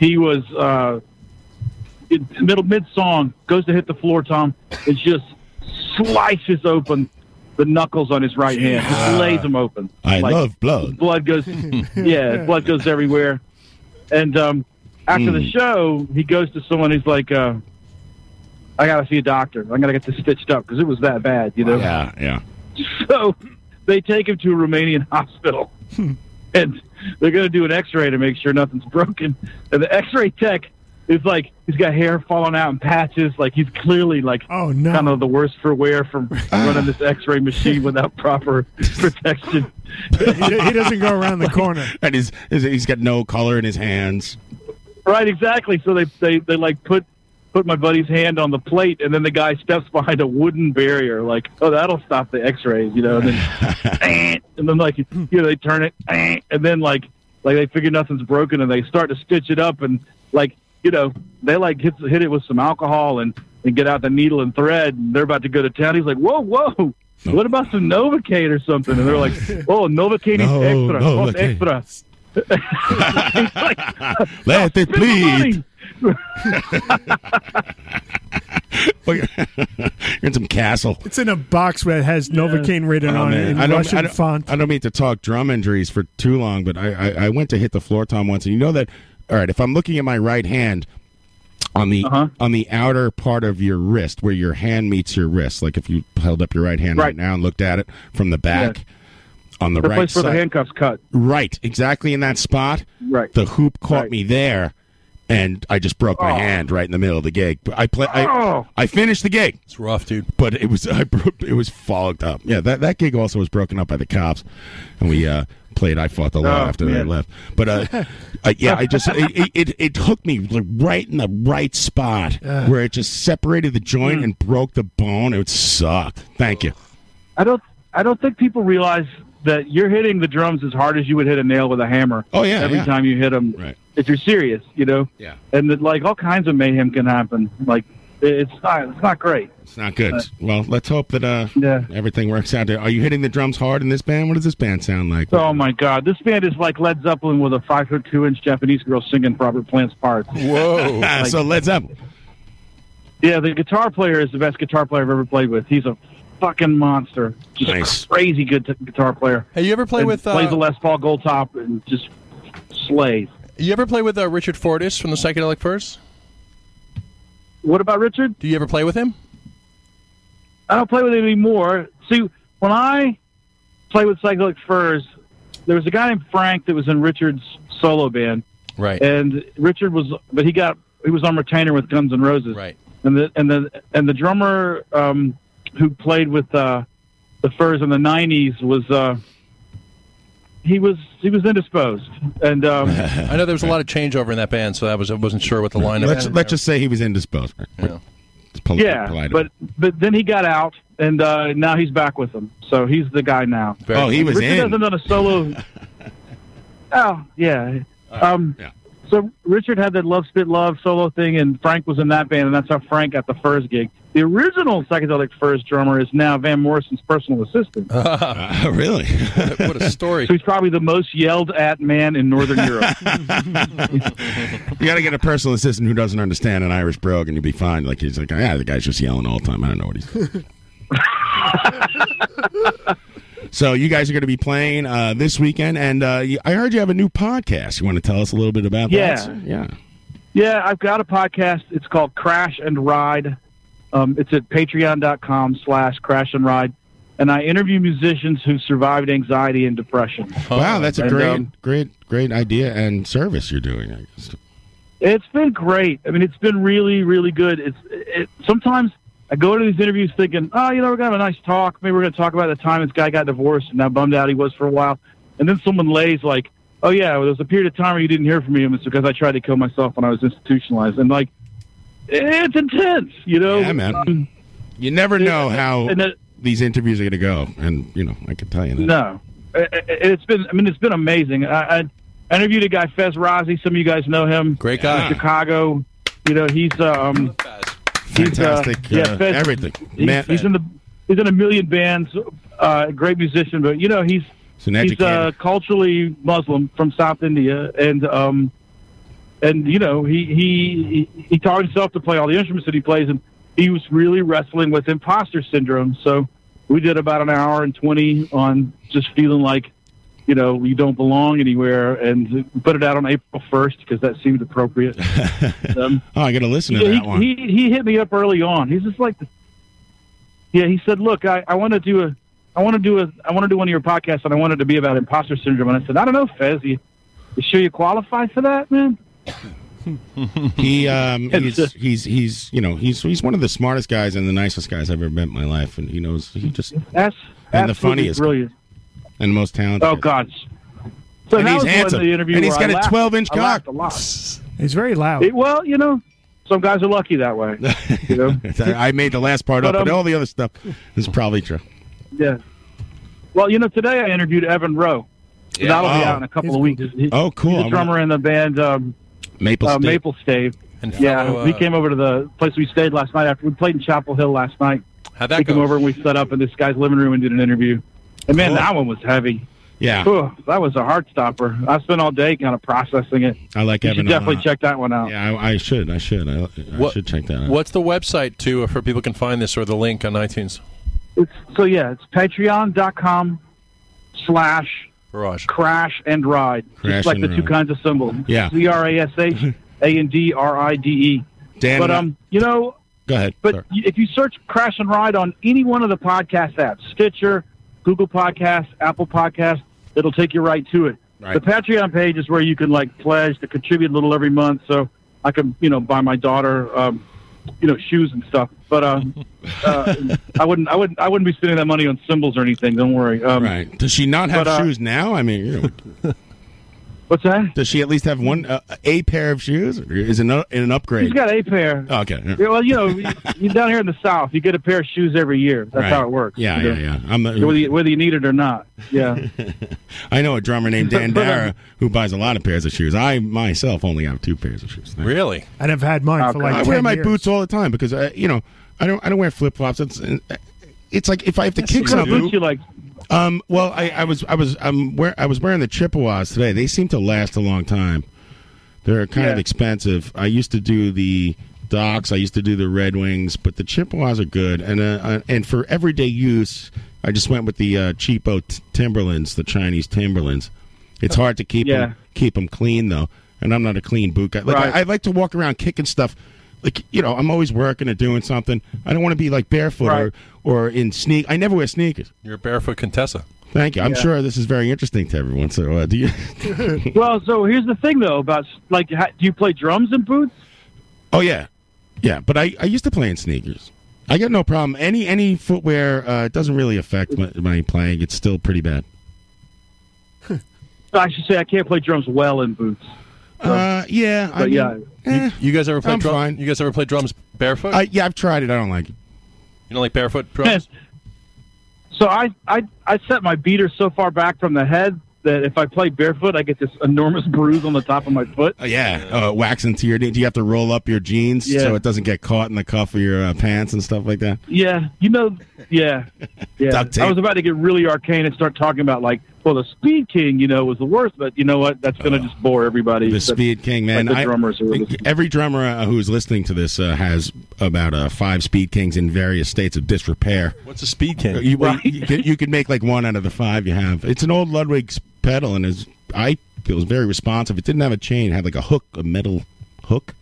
he was uh, in middle mid song goes to hit the floor, Tom, and just slices open the knuckles on his right hand, just lays them open.
I
Like,
love blood.
blood goes yeah blood goes everywhere and um after the show he goes to someone who's like uh i gotta see a doctor i'm gonna get this stitched up because it was that bad you know
Yeah, yeah.
so they take him to a romanian hospital
Hmm.
and they're gonna do an x-ray to make sure nothing's broken and the x-ray tech is like he's got hair falling out in patches like he's clearly like oh no kind of the worst for wear from
Ah.
running this x-ray machine without proper protection
he doesn't go around the corner.
and he's he's- he's got no color in his hands.
Right, exactly. So they, they, they like put put my buddy's hand on the plate, and then the guy steps behind a wooden barrier, like, oh, that'll stop the X-rays, you know. And then, and then like, you know, they turn it, and then like, like they figure nothing's broken, and they start to stitch it up, and like, you know, they like hit hit it with some alcohol and and get out the needle and thread, and they're about to go to town. He's like, whoa, whoa. What about some Novocaine or something? And they're like, "Oh, Novocaine
No,
is extra, cost
Novocaine.
extra."
Let it bleed. You're in some castle.
It's in a box where it has Novocaine written
Oh,
on
man.
it in
I don't,
Russian
I, don't,
font.
I don't mean to talk drum injuries for too long, but I, I, I went to hit the floor tom once, and you know that. All right, if I'm looking at my right hand on the on the outer part of your wrist, where your hand meets your wrist, like if you held up your right hand right, now and looked at it from the back on the,
the
right
place where
side,
the handcuffs cut.
right, exactly in that spot,
right,
the hoop caught me there. And I just broke my hand right in the middle of the gig. But I play. I,
Oh.
I finished the gig.
It's rough, dude.
But it was I bro- it was fogged up. Yeah, that, that gig also was broken up by the cops, and we uh, played. I fought the law
Oh,
after they
man.
left. But uh, uh, yeah, I just it, it, it, it hooked me like, right in the right spot
Ugh.
where it just separated the joint and broke the bone. It sucked. Thank you.
I don't. I don't think people realize that you're hitting the drums as hard as you would hit a nail with a hammer.
Oh, yeah,
Every
yeah.
time you hit them,
right.
if you're serious, you know.
Yeah.
And that, like all kinds of mayhem can happen. Like it- it's not. It's not great.
It's not good.
Uh,
well, let's hope that uh, everything works out. Are you hitting the drums hard in this band? What does this band sound like?
Oh my God! This band is like Led Zeppelin with a five foot two inch Japanese girl singing Robert Plant's parts.
Whoa! so Led Zeppelin.
Yeah, the guitar player is the best guitar player I've ever played with. He's a fucking monster. Just crazy good t- guitar player.
Have you ever played
And
with, uh,
plays the Les Paul Gold Top and just slays.
You ever play with uh, Richard Fortus from the Psychedelic Furs?
What about Richard?
Do you ever play with him?
I don't play with it anymore. See, when I played with Psychedelic Furs, there was a guy named Frank that was in Richard's solo band.
Right.
And Richard was, but he got he was on retainer with Guns N' Roses.
Right.
And the and the and the drummer um, who played with uh, the Furs in the '90s was uh, he was he was indisposed. And um,
I know there was a lot of changeover in that band, so I was I wasn't sure what the lineup.
Let's let's just say he was indisposed. Yeah.
yeah, but but then he got out, and uh, now he's back with them. So he's the guy now.
Very Oh, he was
Richard
in.
hasn't done a solo. oh yeah. Um,
yeah.
So Richard had that Love Spit Love solo thing, and Frank was in that band, and that's how Frank got the first gig. The original psychedelic first drummer is now Van Morrison's personal assistant.
Uh, really?
what a story!
So he's probably the most yelled at man in Northern Europe.
You got to get a personal assistant who doesn't understand an Irish brogue, and you'll be fine. Like he's like, yeah, the guy's just yelling all the time. I don't know what he's. so you guys are going to be playing uh, this weekend, and uh, you- I heard you have a new podcast. You want to tell us a little bit about
Yeah.
that? sir? yeah.
Yeah, I've got a podcast. It's called Crash and Ride. Um, it's at patreon.com slash crash and ride. And I interview musicians who survived anxiety and depression.
Wow, that's a
And,
great,
um,
great, great idea and service you're doing. I guess.
it's been great. I mean, it's been really, really good. It's it, sometimes I go to these interviews thinking, oh, you know, we're gonna have a nice talk. Maybe we're gonna talk about the time this guy got divorced and how bummed out he was for a while. And then someone lays like, oh yeah, well, there was a period of time where you didn't hear from me, and it's because I tried to kill myself when I was institutionalized. And like, it's intense, you know. Um,
Yeah, man. You never know how
and it-
these interviews are going to go, and you know I can tell you that.
No, I- I- it's been. I mean, it's been amazing. I, I interviewed a guy, Fez Razi. Some of you guys know him. Great
guy.
Chicago. You know, he's um, he's, uh,
Fantastic, uh,
Fez-
everything.
He's,
Man-
he's in the he's in a million bands. Uh, great musician, but you know he's
an
he's uh,
educator.
culturally Muslim from South India, and um, and you know he he he, he taught himself to play all the instruments that he plays, and he was really wrestling with imposter syndrome. So we did about an hour and twenty on just feeling like you know you don't belong anywhere, and put it out on April first because that seemed appropriate. um,
Oh, I got to listen to
yeah,
that
he,
one.
He, he hit me up early on. He's just like, the, yeah. He said, "Look, I, I want to do a, I want to do a, I want to do one of your podcasts, and I want it to be about imposter syndrome." And I said, "I don't know, Fez. You, you sure you qualify for that, man?"
he um he's he's he's you know he's he's one of the smartest guys and the nicest guys I've ever met in my life, and he knows he just
That's
and the
absolutely
funniest
brilliant.
and the most talented.
Oh God. So
And
that
he's
was one
handsome.
The interview
And he's
where I
got a
laughed.
12-inch
I laughed a lot.
He's very loud.
It- well, you know, some guys are lucky that way. You know?
I made the last part
But,
up, but
um,
all the other stuff is probably true.
Yeah. Well, you know, today I interviewed Evan Rowe.
Yeah.
That'll be
Oh.
out in a couple of weeks. He-
Oh, cool.
He's a
I'm-
drummer in the band um,
Maple
uh,
Stave.
Maple Stave.
And
yeah,
fellow,
he
uh,
came over to the place we stayed last night after we played in Chapel Hill last night.
How'd that
he came
go?
over and we set up in this guy's living room and did an interview. And man,
Cool.
that one was heavy.
Yeah.
Whew, that was a heart stopper. I spent all day kind of processing it.
I like
you
Evan
should
a
definitely
lot.
check that one out.
Yeah, I, I should, I should, I, I
What-
should check that out.
What's the website to uh, for people can find this or the link on iTunes?
So yeah, it's patreon.com slash
Barrage.
crash and ride.
Crash
Just like
and
the two
ride.
kinds of symbols.
Yeah.
C R A S H A N D R I D E.
Dan,
But
uh,
um, you know,
Go ahead.
but
Sorry.
y- if you search Crash and Ride on any one of the podcast apps, Stitcher, Google Podcasts, Apple Podcasts, it'll take you right to it.
Right.
The Patreon page is where you can like pledge to contribute a little every month, so I can you know buy my daughter um, you know shoes and stuff. But uh, uh, I wouldn't I wouldn't I wouldn't be spending that money on symbols or anything. Don't worry. Um,
right? Does she not have
but, uh,
shoes now? I mean, you know,
what's that?
Does she at least have one uh, a pair of shoes? Or is it an, an upgrade?
She's got a pair.
Oh, okay. yeah.
Yeah, well, you know, you down here in the South, you get a pair of shoes every year. That's
Right.
how it works.
Yeah,
You
yeah,
know?
yeah. I'm not-
whether, you, whether you need it or not. Yeah.
I know a drummer named Dan
But, um,
Dara who buys a lot of pairs of shoes. I myself only have two pairs of shoes.
Really?
And I've had mine for like
I
10
wear my
years.
boots all the time because I, you know, I don't I don't wear flip flops. It's uh, it's like if I have to kick
what kind of
something.
boots you like?
Um. Well, I, I was I was I'm wear, I was wearing the Chippewas today. They seem to last a long time. They're kind of
Yeah.
expensive. I used to do the Docs. I used to do the Red Wings, but the Chippewas are good. And uh, uh, and for everyday use, I just went with the uh, cheapo t- Timberlands, the Chinese Timberlands. It's hard to keep
Yeah.
them, keep 'em clean though, and I'm not a clean boot guy. Like
Right.
I, I like to walk around kicking stuff. Like you know, I'm always working or doing something. I don't want to be like barefoot
Right.
or, or in sneak. I never wear sneakers.
You're a barefoot Contessa.
Thank you. I'm
Yeah.
sure this is very interesting to everyone. So, uh, do you?
well, so here's the thing though about like, ha- do you play drums in boots?
Oh yeah, yeah. But I, I used to play in sneakers. I got no problem. Any any footwear uh, it doesn't really affect my, my playing. It's still pretty bad.
I should say I can't play drums well in boots.
Uh, yeah, I
But
mean,
yeah.
You, you guys ever play
I'm
drums? You guys ever play drums barefoot?
I, yeah, I've tried it. I don't like it.
you don't like barefoot drums?
So I, I I set my beater so far back from the head that if I play barefoot, I get this enormous bruise on the top of my foot.
Oh, yeah, uh, wax into your. Do you have to roll up your jeans
Yeah.
so it doesn't get caught in the cuff of your uh, pants and stuff like that?
Yeah, you know, yeah, yeah.
Duct tape.
I was about to get really arcane and start talking about like, well, the Speed King, you know, was the worst, but you know what? That's going to just bore everybody.
Uh, The Speed King, man.
Like the
I-
drummers are
Every drummer uh, who's listening to this uh, has about uh, five Speed Kings in various states of disrepair.
What's a speed king?
You, well, you, could, you could make like one out of the five you have. It's an old Ludwig pedal, and is I it was very responsive. It didn't have a chain; it had like a hook, a metal hook,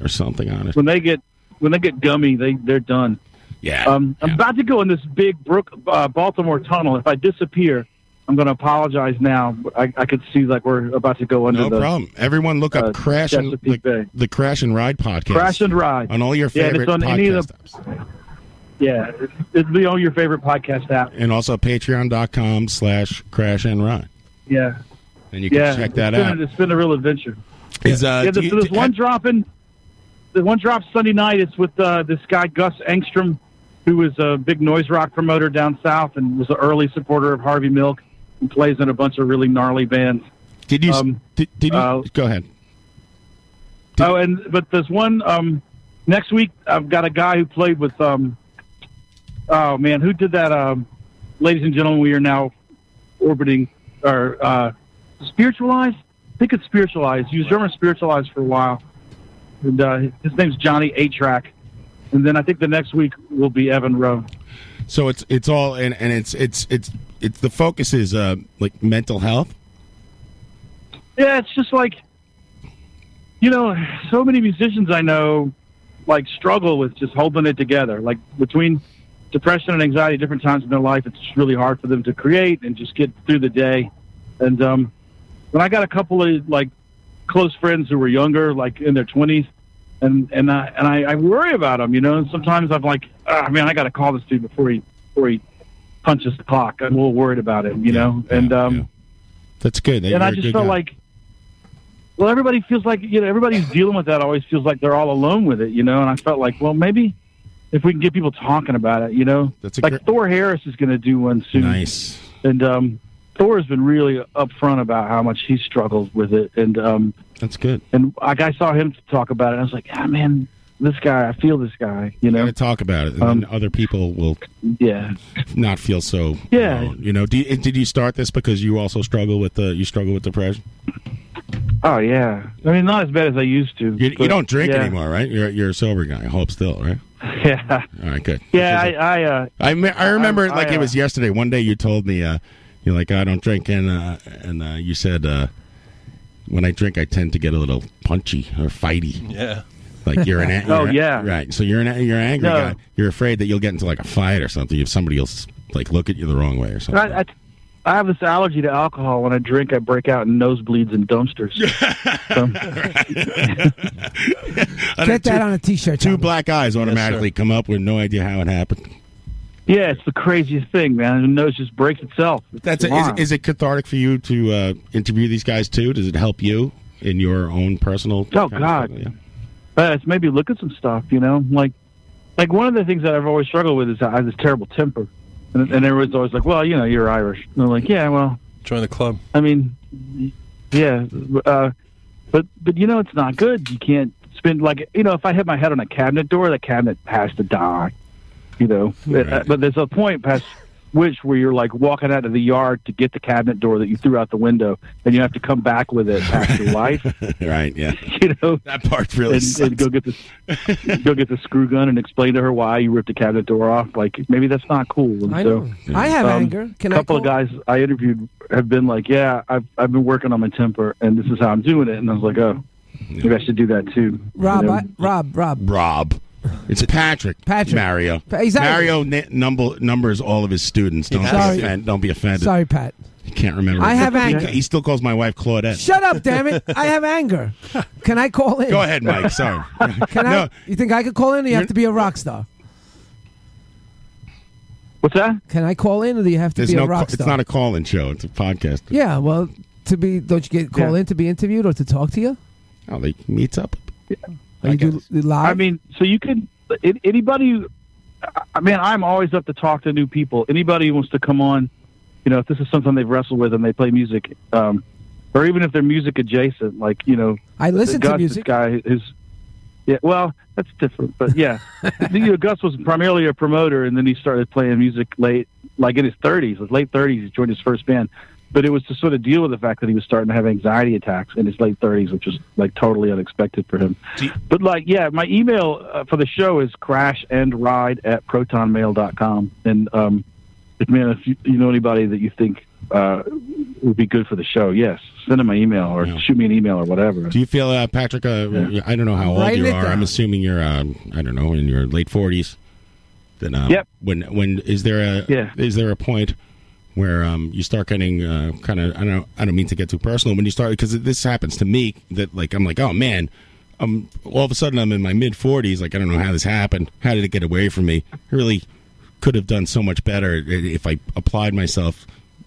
or something on it.
when they get when they get gummy, they they're done.
Yeah.
Um, I'm about to go in this big Brook uh, Baltimore tunnel. If I disappear, I'm going to apologize now. but I, I could see like we're about to go under.
No
the,
problem. Everyone, look up
uh,
Crash and
Chesapeake
the, the Crash and Ride podcast.
Crash and Ride
on all your
Yeah, and
favorite
it's on
podcast
any of the- Yeah, it- it'll be on your favorite podcast app.
and also patreon.com slash crash and ride
Yeah,
and you can
yeah,
check that
it's
out
Been, it's been a real adventure.
Is, uh,
yeah,
do
there's,
you-
there's one drop in. the one drop Sunday night is with uh, this guy Gus Engstrom, who was a big noise rock promoter down south and was an early supporter of Harvey Milk and plays in a bunch of really gnarly bands. Um, uh,
Did you? did, did you? go ahead.
oh, and but there's one um, next week. I've got a guy who played with. Um, oh man, who did that? Um, ladies and gentlemen, we are now orbiting or uh, spiritualized. I think it's spiritualized. He was German spiritualized for a while, and uh, his name's Johnny A Track. And then I think the next week will be Evan Rowe.
So it's it's all and, and it's it's it's it's the focus is uh like mental health.
Yeah, it's just like, you know, so many musicians I know like struggle with just holding it together. Like between depression and anxiety, different times in their life, it's really hard for them to create and just get through the day. And um, when I got a couple of like close friends who were younger, like in their twenties, and and I and I, I worry about them, you know. And sometimes I'm like, ah, man, I got to call this dude before he before he punches the clock. I'm a little worried about him, you know. and um,
That's good. That
and I
you're a
just
good
felt
guy.
like, well, everybody feels like you know everybody's dealing with that. Always feels like they're all alone with it, you know. And I felt like, well, maybe if we can get people talking about it, you know,
That's a
like
great-
Thor Harris is going to do one soon.
Nice.
And um, Thor has been really upfront about how much he struggles with it, and um,
that's good.
And like I saw him talk about it, and I was like, ah, man, this guy, I feel this guy, you know. um,
to talk about it, and then other people will
yeah
not feel so
Yeah.
alone, You know, did, did you start this because you also struggle with the you struggle with depression?
Oh yeah, I mean not as bad as I used to.
You, you
but
don't drink
yeah.
anymore, right? You're you're a sober guy. I hope still, right?
Yeah,
All right, good.
yeah, I, I, uh,
I me- I remember it
I,
like it
uh,
was yesterday. One day you told me uh, you're like I don't drink, and uh, and uh, you said uh, when I drink I tend to get a little punchy or fighty.
Yeah.
Like you're an a-
Oh,
you're a-
yeah.
right. So you're an a- you're an angry
No.
guy. You're afraid that you'll get into like a fight or something if somebody else like look at you the wrong way or something.
I, I, I have this allergy to alcohol. When I drink, I break out in nosebleeds and dumpsters. Um,
Get
that on a t-shirt.
Two black eyes automatically come up with no idea how it happened.
yeah, it's the craziest thing, man. The nose just breaks itself. It's
That's it. Is,
wild.
is it cathartic for you to uh, interview these guys too? Does it help you in your own personal?
Oh
kind of
God,
struggle?
Uh, it's maybe look at some stuff. You know, like like one of the things that I've always struggled with is I have this terrible temper, and, and everyone's always like, "Well, you know, you're Irish." And I'm like, "Yeah, well,
join the club."
I mean, yeah, uh, but but you know, it's not good. You can't spend like you know, if I hit my head on a cabinet door, the cabinet has to die. You know, Uh, but there's a point past which where you're like walking out of the yard to get the cabinet door that you threw out the window, and you have to come back with it past your life.
Yeah. right. Yeah.
you know
that part really
and, and go get the go get the screw gun and explain to her why you ripped the cabinet door off like maybe that's not cool and
I
so
know. I have anger. Can
a
I
couple of guys i interviewed have been like yeah I've, I've been working on my temper and this is how i'm doing it and i was like oh maybe i should do that too
Rob,
You know?
I, Rob, Rob.
Rob. It's Patrick.
Patrick.
Mario.
Pa- exactly.
Mario n- number, numbers all of his students. Don't,
Sorry.
be, offend, don't be offended.
Sorry, Pat.
He can't remember.
I
He-
have
he-
anger.
He still calls my wife Claudette.
Shut up, damn it! I have anger. Can I call in?
Go ahead, Mike. Sorry.
Can I? You think I could call in? Or you have to be a rock star.
What's that?
Can I call in, or do you have to
There's
be
no.
a
ca-
rock
it's
star?
not a call-in show. It's a podcast.
yeah, well, to be don't you get call in to be interviewed or to talk to you?
Oh, they meets up.
Or you do live?
I mean, so you can an- anybody. who- I- I mean, I'm always up to talk to new people. Anybody who wants to come on, you know, if this is something they've wrestled with and they play music, um, or even if they're music adjacent, like you know,
I listen to
Gus,
music.
This guy is, yeah, well, that's different, but yeah, you know, Gus was primarily a promoter, and then he started playing music late, like in his 30s, his late 30s. He joined his first band, but it was to sort of deal with the fact that he was starting to have anxiety attacks in his late 30s, which was like totally unexpected for him. But like, yeah, my email uh, for the show is crashandride at protonmail.com. And, um, if, man, if you, you know anybody that you think uh, would be good for the show, yes, send them an email or shoot me an email or whatever.
Do you feel, uh, Patrick? Uh, I don't know how old
Write
you
it
are.
down.
I'm assuming you're. Um, I don't know in your late 40s. Then. Um,
Yep.
When when is there a
Yeah.
is there a point where um, you start getting uh, kind of I don't know, I don't mean to get too personal when you start because this happens to me that like I'm like oh man. I'm all of a sudden I'm in my mid 40s. Like I don't know how this happened. How did it get away from me? I really could have done so much better i- if I applied myself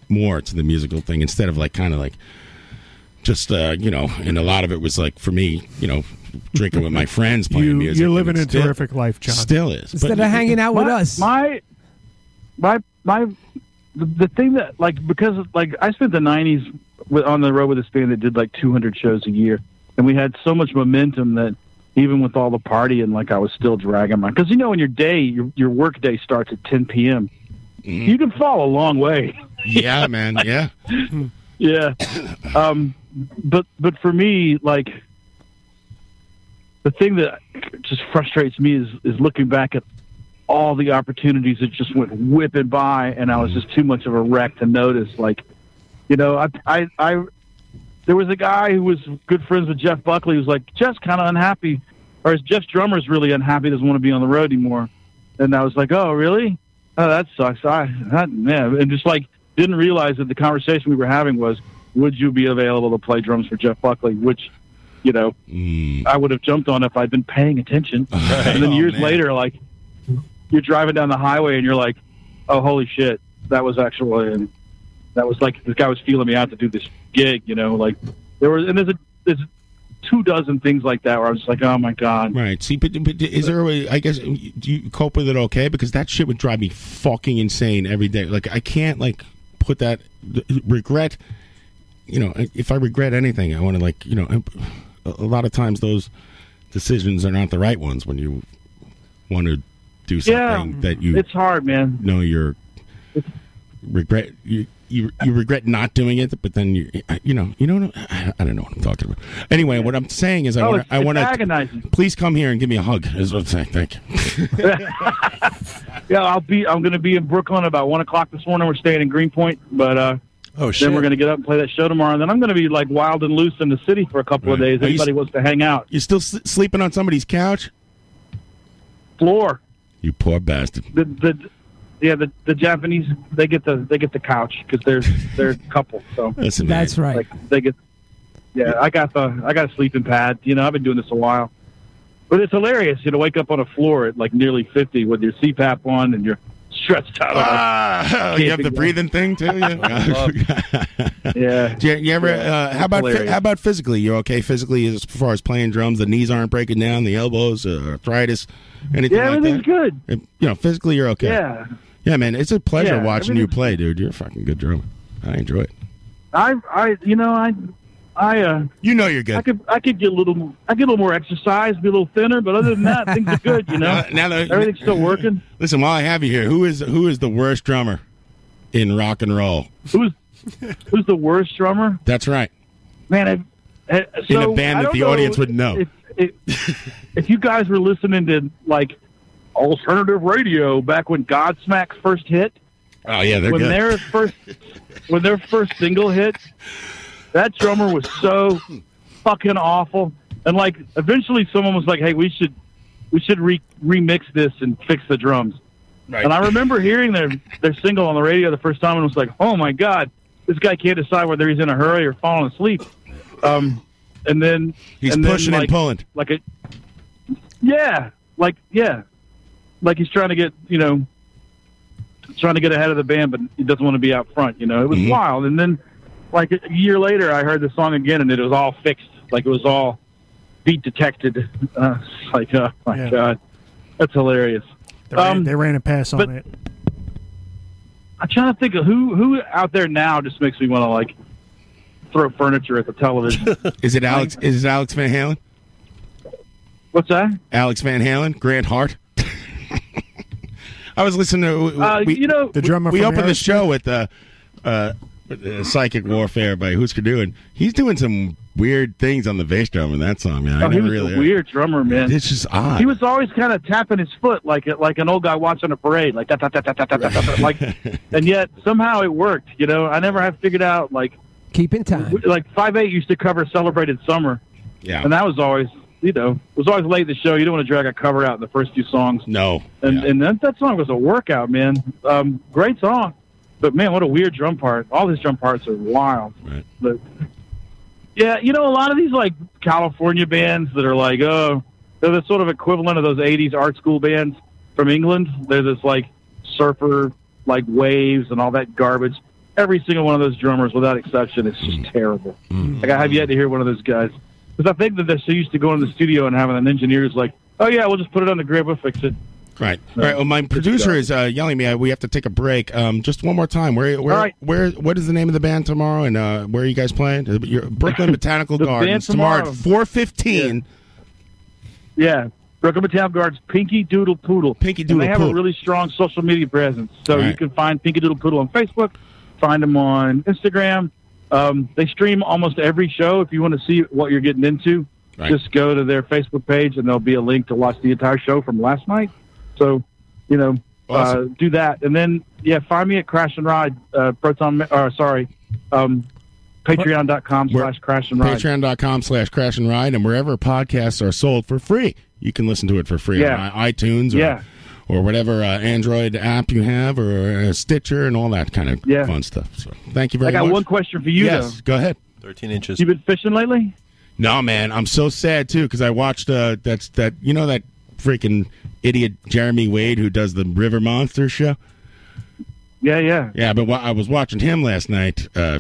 more to the musical thing instead of like kind of like just uh, you know, and a lot of it was like for me, you know, drinking with my friends playing
You-
music.
you're
and
living
it's
a terrific life, John.
Still is.
Instead of hanging out with
my,
us.
My, my, my, the, the thing that like because like I spent the '90s with, on the road with this band that did like 200 shows a year, and we had so much momentum that even with all the partying, like I was still dragging my because you know when your day your your work day starts at 10 p.m. You can fall a long way.
Mm-hmm. Yeah, man. Yeah.
Yeah. Um, but but for me, like the thing that just frustrates me is is looking back at all the opportunities that just went whipping by, and I was just too much of a wreck to notice. Like, you know, I I, I there was a guy who was good friends with Jeff Buckley who was like Jeff's kind of unhappy, or his Jeff's drummer's really unhappy, doesn't want to be on the road anymore. And I was like, oh really? Oh, that sucks. I that, yeah, and just like didn't realize that the conversation we were having was, would you be available to play drums for Jeff Buckley? Which, you know, I would have jumped on if I'd been paying attention. And then
Hmm. Oh,
years
man.
later, like you're driving down the highway and you're like, oh holy shit, that was actually and that was like this guy was feeling me out to do this gig. You know, like there was and there's a there's two dozen things like that where I was just like, oh my god.
Right. See, but, but is there a way? I guess do you cope with it okay? Because that shit would drive me fucking insane every day. Like I can't like put that regret. You know, if I regret anything, I want to like you know. A lot of times those decisions are not the right ones when you want to do something that you
It's hard, man.
know you're regret you. You, you regret not doing it, but then you you know you know what I'm- I, I don't know what I'm talking about. Anyway, what I'm saying is I
Oh,
want
it's-
I
it's
want
agonizing.
Please come here and give me a hug. Is what I'm saying. Thank you.
Yeah, I'll be. I'm going to be in Brooklyn about one o'clock this morning. We're staying in Greenpoint, but uh,
oh
then we're going to get up and play that show tomorrow. And then I'm going to be like wild and loose in the city for a couple of days.
Are you
Anybody
s-
wants to hang out?
You're still s- sleeping on somebody's couch?
Floor.
You poor bastard.
The the yeah the the Japanese they get the they get the couch because they're they're a couple. So
Listen, man. That's right.
Like, they get. Yeah, I got the I got a sleeping pad. You know, I've been doing this a while, but it's hilarious. You know, wake up on a floor at like nearly fifty with your CPAP on and you're stretched out. on a
Ah, you have the
camping
breathing thing too. Yeah.
yeah.
Do you, you ever? Uh, how about
Hilarious.
how about physically? You're okay physically as far as playing drums. The knees aren't breaking down. The elbows, uh, arthritis, anything
Yeah,
like
everything's
that.
good.
If- You know, physically you're okay.
Yeah.
Yeah, man. It's a pleasure
Yeah,
watching you
everything's-
play, dude. You're a fucking good drummer. I enjoy it.
I, I, you know, I, I, uh,
you know, you're good.
I could, I could get a little, I get a little more exercise, be a little thinner, but other than that, things are good. You know,
Now- now that-
everything's still working.
Listen, while I have you here, who is who is the worst drummer in rock and roll?
Who's who's the worst drummer?
That's right.
Man, I, I,
In
Eh, so,
a band
I
that
don't
the audience would know.
If, if, if you guys were listening to like alternative radio back when Godsmack's first hit,
Oh yeah, they're
when
good.
their first when their first single hit, that drummer was so fucking awful. And like, eventually, someone was like, "Hey, we should we should re- remix this and fix the drums."
Right.
And I remember hearing their their single on the radio the first time, and was like, "Oh my god, this guy can't decide whether he's in a hurry or falling asleep." Um, and then
He's
and then,
pushing and
like-
pulling.
like it. Yeah, like yeah, like he's trying to get you know trying to get ahead of the band, but he doesn't want to be out front. You know, it was wild. And then, like a year later, I heard the song again, and it was all fixed. Like it was all beat detected. Uh, it's like, oh my
Yeah.
god, that's hilarious.
They ran, they ran a pass on
Um, but-
it.
I'm trying to think of who who out there now just makes me want to like throw furniture at the television.
Is it Alex? Is it Alex Van Halen?
What's that?
Alex Van Halen, Grant Hart. I was listening to
Uh, you know- The drummer
We,
from
opened the
Aerosmith?
show with uh, uh, with, uh, "Psychic Warfare" by Husker Du, and he's doing some weird things on the bass drum in that song. Man, I
Oh, he
never
was
really uh,
a weird drummer, man.
It's just odd.
He was always kind of tapping his foot like it, like an old guy watching a parade, like that, that, that, that, that, that, that, that, like, and yet somehow it worked. You know, I never have figured out like
keep in time.
Like Five Eight used to cover "Celebrated Summer,"
yeah,
and that was always you know it was always late in the show. You don't want to drag a cover out in the first few songs.
No,
and and that, that song was a workout, man. Um, great song, but man, what a weird drum part. All his drum parts are wild.
Right.
But, yeah, you know, a lot of these like California bands that are like, oh, they're the sort of equivalent of those '80s art school bands from England. They're this like surfer, like waves and all that garbage. Every single one of those drummers, without exception, is just terrible. Like I have yet to hear one of those guys Because I think that they're so used to going to the studio and having an engineer who's like, oh, yeah, we'll just put it on the grid, we'll fix it.
Right. All right. Well, my producer is uh, yelling at me. uh, We have to take a break. Um, just one more time. Where, where,
All right.
where, what is the name of the band tomorrow, and uh, where are you guys playing? Uh, your- Brooklyn Botanical
The band
Gardens tomorrow,
tomorrow.
at four fifteen.
Yeah. Brooklyn Battalion Guard's Pinky Doodle Poodle. Pinky
Doodle
They have
Poodle.
a really strong social media presence. So you
Right.
can find Pinky Doodle Poodle on Facebook, find them on Instagram. Um, they stream almost every show. If you want to see what you're getting into,
Right.
just go to their Facebook page and there'll be a link to watch the entire show from last night. So, you know, uh,
Awesome.
do that. And then, yeah, find me at Crash and Ride, uh, Proton, or sorry, um, patreon.com slash Crash and Ride.
Patreon.com slash Crash and Ride, and wherever podcasts are sold for free, you can listen to it for free on
Yeah.
i- iTunes or,
Yeah.
or whatever uh, Android app you have or uh, Stitcher and all that kind of
Yeah.
fun stuff. So thank you very
I got
much.
one question for you,
Yes,
though.
go ahead.
13 inches.
You been fishing lately?
No, man, I'm so sad too because I watched uh, that's that you know that freaking idiot Jeremy Wade who does the River Monster show.
Yeah, yeah,
yeah. But wa- I was watching him last night uh,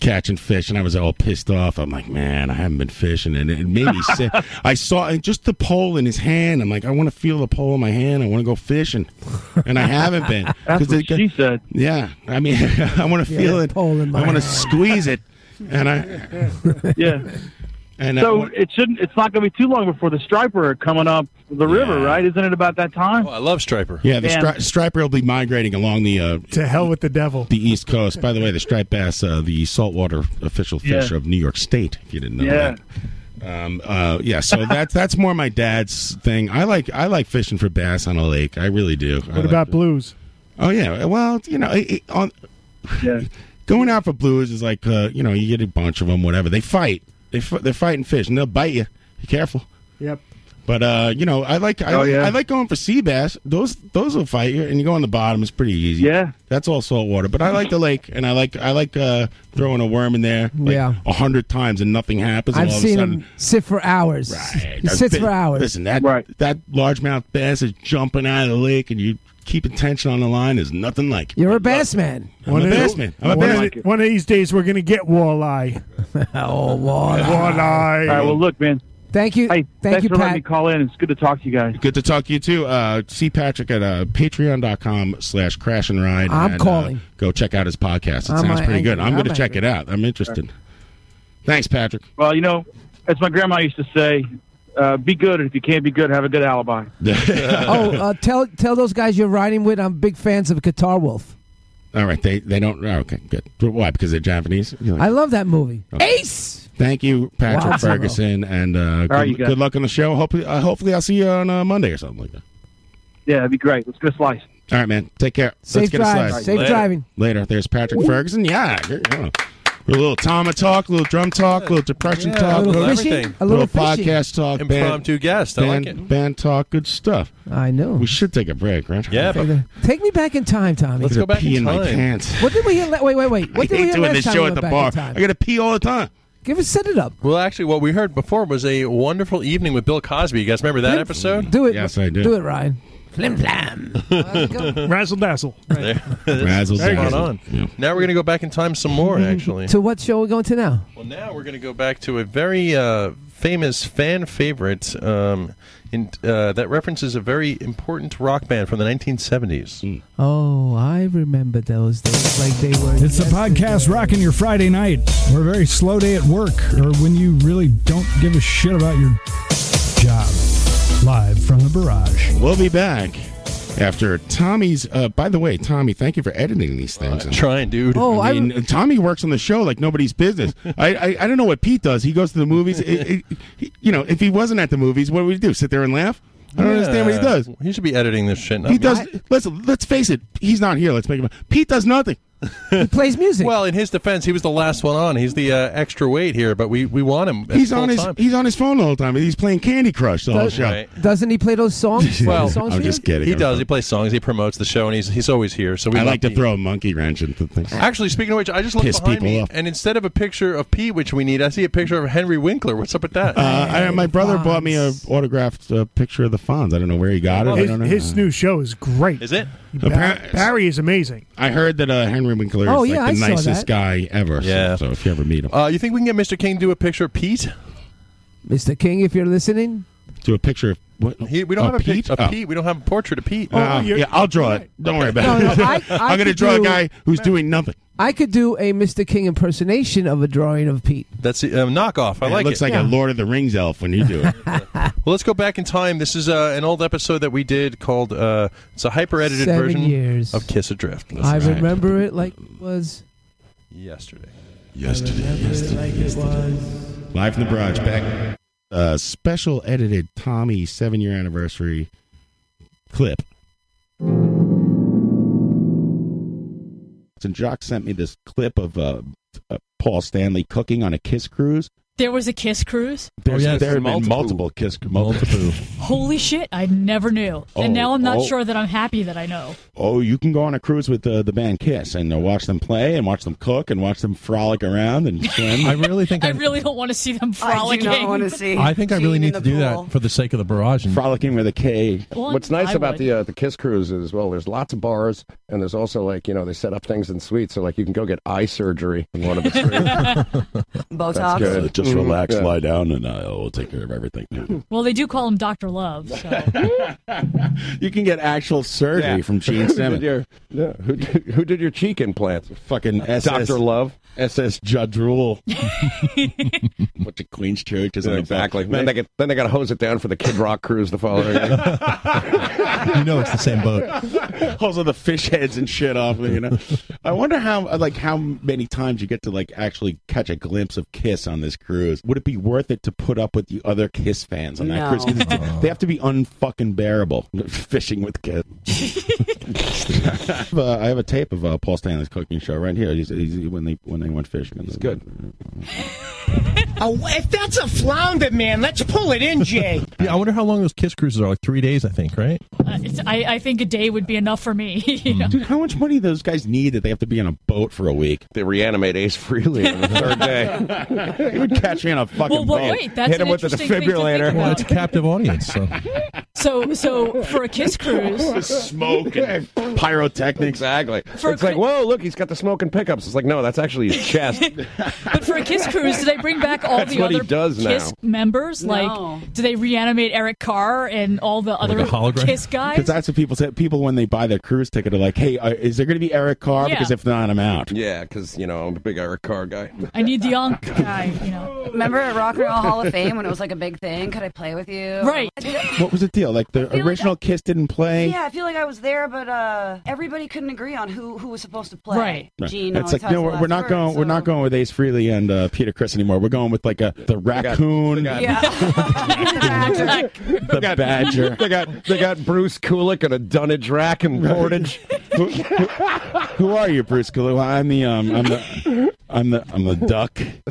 catching fish, and I was all pissed off. I'm like, man, I haven't been fishing, and it made me sick. I saw and just the pole in his hand. I'm like, I want to feel the pole in my hand. I want to go fishing, and I haven't been.
That's
'Cause
what
it got-
she said.
Yeah, I mean, I want to
Yeah,
feel it.
pole in my
I want to
hand.
squeeze it, and I
yeah.
and I
so
want-
it shouldn't. It's not going to be too long before the striper are coming up the river, right? Isn't it about that time?
Oh, I love striper.
Yeah, the
Man.
stri- striper will be migrating along the uh,
To hell with the devil.
the East Coast. By the way, the striped bass, uh, the saltwater official fish
Yeah.
of New York State. If you didn't know
Yeah.
that. Um, uh, yeah. So that's that's more my dad's thing. I like I like fishing for bass on a lake. I really do. I
What
like-
about blues?
Oh yeah. Well, you know, it, it- on going out for blues is like uh, you know you get a bunch of them, whatever. They fight. They f- they're fighting fish and they'll bite you. Be careful.
Yep.
But uh, you know, I like I,
Oh,
like-
yeah.
I like going for sea bass. Those those will fight you, and you go on the bottom. It's pretty easy. Yeah, that's all salt water. But I like the lake, and I like I like uh, throwing a worm in there. Like
Yeah.
a hundred times and nothing happens. and
I've
all
seen
of a sudden,
him sit for hours. He
I've
sits
been-
for hours.
Listen, that that largemouth bass is jumping out of the lake, and you keeping tension on the line is nothing like. it.
You're a bass man.
I'm a bass man. I'm a
one,
bass
of,
man.
the- one of these days, we're going to get walleye.
oh,
walleye.
All right. Well, look, man.
Thank you.
Hey, thanks
you,
for
Pat.
letting me call in. It's good to talk to you guys.
Good to talk to you too. Uh, see Patrick at uh, patreon.com slash crash and ride.
I'm
and, uh,
calling.
go check out his podcast. It
I'm,
sounds
uh,
pretty good.
angry.
I'm,
I'm
going to check
angry.
it out. I'm interested. Thanks, Patrick.
Well, you know, as my grandma used to say, uh, be good, and if you can't be good, have a good alibi.
oh, uh, tell tell those guys you're riding with. I'm big fans of Guitar Wolf.
All right. They they don't. oh, okay, good. Why? Because they're Japanese? You're like-
I love that movie.
Okay.
Ace.
Thank you, Patrick
Wow.
Ferguson. And uh, good,
right, you guys.
good luck on the show. Hopefully, uh, hopefully I'll see you on uh, Monday or something like that.
Yeah, that'd be great. Let's get a slice.
All right, man. Take care.
Safe
Let's get
drive.
a slice.
Safe Later. driving.
Later. There's Patrick Ferguson. Yeah. there you go. A little Tama talk, a little drum talk, a little depression
Yeah,
talk,
a little fishing, a little fishing.
podcast talk, band-
Impromptu guest. I like
band-
it.
Band talk, good stuff.
I know.
We should take a break, right?
Yeah, but-
Take me back in time, Tommy.
Let's go back pee in in my time. pants.
What did we hear? la- Wait, wait, wait. What
I
did we
hate
hear
doing
last
this
time
show
we
at
went
the
back
bar.
in time?
I gotta pee all the time.
Give us set it up.
Well, actually, what we heard before was a wonderful evening with Bill Cosby. You guys remember that episode?
Do it.
Yes,
I
Do it, Ryan. Flim flam.
Razzle dazzle.
There.
Razzle
Spot
dazzle.
on. Now we're going to go back in time some more,
Mm-hmm.
actually.
To what show are we going to now?
Well, now we're going to go back to a very uh, famous fan favorite um, in, uh, that references a very important rock band from the 1970s.
Mm.
Oh, I remember those days like they were.
It's the podcast rocking your Friday night or a very slow day at work or when you really don't give a shit about your job. Live from the barrage.
We'll be back after Tommy's. Uh, by the way, Tommy, thank you for editing these things.
Uh, trying, dude.
Oh,
I
I-
mean, Tommy works on the show like nobody's business. I, I I don't know what Pete does. He goes to the movies. It- it- he- you know, if he wasn't at the movies, what would we do? Sit there and laugh? I don't understand what he does.
He should be editing this shit. not
He
me.
does. Listen, let's face it. He's not here. Let's make him. Pete does nothing.
he plays music.
Well, in his defense, he was the last one on. He's the uh, extra weight here, but we, we want him. at
He's
full
on his.
time.
He's on his phone the whole time. He's playing Candy Crush the whole
Does-
show.
Doesn't he play those songs?
Well,
Those songs for you?
He does. He plays songs. He promotes the show, and he's he's always here. So we
I
love
like to
Pete.
throw a monkey wrench into things.
Actually, speaking of which, I just looked
Piss
behind
people
me,
off.
and instead of a picture of Pete, which we need, I see a picture of Henry Winkler. What's up with that?
Uh, I, my brother bought me a autographed uh, picture of the Fonz. I don't know where he got it. I
His,
don't know.
his new show is great.
Is it?
Barry, Barry is amazing.
I heard that uh, Henry Winkler is
Oh,
like
yeah,
the
I saw
nicest
that.
guy ever.
Yeah.
So, so if you ever meet him,
Uh, you think we can get Mr. King to do a picture of Pete?
Mr. King, if you're listening.
To a picture of what?
He, we don't
Oh,
have a Pete.
Pete?
A
Oh.
Pete. We don't have a portrait of Pete.
Oh,
Uh, yeah, I'll draw it. Don't worry about
No,
it.
no, I- I
am going to
could
draw a
do-
guy who's doing nothing.
I could do a Mr. King impersonation of a drawing of Pete.
That's a uh, knockoff. I
Yeah,
like
it looks like
Yeah.
a Lord of the Rings elf when you do it.
Well, let's go back in time. This is uh, an old episode that we did called. Uh, it's a hyper edited
Seven
version
years.
of Kiss Adrift.
I remember it like it was.
yesterday.
Yesterday, yesterday,
yesterday.
Live from the barrage, back. Uh, special edited Tommy seven year anniversary clip. And Jock sent me this clip of uh, uh, Paul Stanley cooking on a kiss cruise.
Oh,
There was a kiss cruise.
There's, there have been multiple kiss multiple.
Holy shit! I never knew, and
Oh,
now I'm not
oh.
sure that I'm happy that I know.
oh, you can go on a cruise with uh, the band Kiss and uh, watch them play and watch them cook and watch them frolic around and swim.
I really think
I
I-
really don't want to see them
I do not
frolicking.
wanna see I think I really Gene in need the to do that. pool.
for the sake of the barrage and frolicking with a K.
Well,
What's nice
I
about
would.
the uh, the Kiss Cruise as well, there's lots of bars, and there's also like you know they set up things in suites, so like you can go get eye surgery in one of the suites.
Botox.
That's good.
Just
Mhm,
relax,
yeah.
lie down, and
uh, oh,
I'll take care of everything.
Well, they do call him Doctor Love. So. uh,
You can get actual surgery
Yeah.
from Gene
Who did
Simmons.
your- yeah, Who did, who did your cheek implants?
Fucking SS,
Doctor Love,
SS Judge Rule. What the Queen's Church is
Yeah,
on the
exactly.
back.
Then they get then they got to hose it down for the Kid Rock Cruise the following. day.
you know it's the same boat. also the fish heads and shit off. You know, I wonder how like how many times you get to like actually catch a glimpse of Kiss on this cruise. Would it be worth it to put up with the other Kiss fans on that
No.
cruise? 'Cause it's- They have to be unfucking bearable fishing with Kiss. I, have, uh, I have a tape of uh, Paul Stanley's cooking show right here. He's, he's, when they when they went fishing, it's good.
Oh, if that's a flounder, man, let's pull it in, Jay.
Yeah, I wonder how long those kiss cruises are. Like three days, I think, right?
Uh, it's- I, I think a day would be enough for me. you know?
Dude, how much money do those guys need that they have to be on a boat for a week?
They reanimate Ace Freely on the third day.
They would catch me on a fucking
Well, but
boat.
wait, that's
Hit him
an
with the
interesting thing to think
defibrillator.
about.
Well, it's a captive audience. So.
So, so for a kiss cruise,
smoke and pyrotechnics.
Exactly.
For
it's like, whoa, look, he's got the smoke and pickups. It's like, no, that's actually his chest.
but for a kiss cruise, do they bring back all
That's
the
what he
other
does now.
kiss members?
No.
Like, do they reanimate Eric Carr and all the other kiss guys?
Because that's what people say. People when they buy their cruise ticket are like, "Hey, uh, is there going to be Eric Carr?
Yeah.
Because if not, I'm out."
yeah, because you know I'm a big Eric Carr guy.
I need the young guy. You know,
Remember at Rock and Roll Hall of Fame when it was like a big thing? Could I play with you?
Right.
What was the deal? Like the original Kiss didn't play.
Yeah, I feel like I was there, but uh, everybody couldn't agree on who, who was supposed to play.
Right.
Gene.
it's
always
like
has
no,
the
we're,
last
we're not
word,
going. We're not going with Ace Frehley and uh, Peter Chris anymore. We're going with like a the raccoon,
Yeah.
the badger.
they got they got Bruce Kulick and a dunnage rack and portage.
who, who- who are you, Bruce Kalua? I'm the um, I'm the I'm the I'm the duck,
the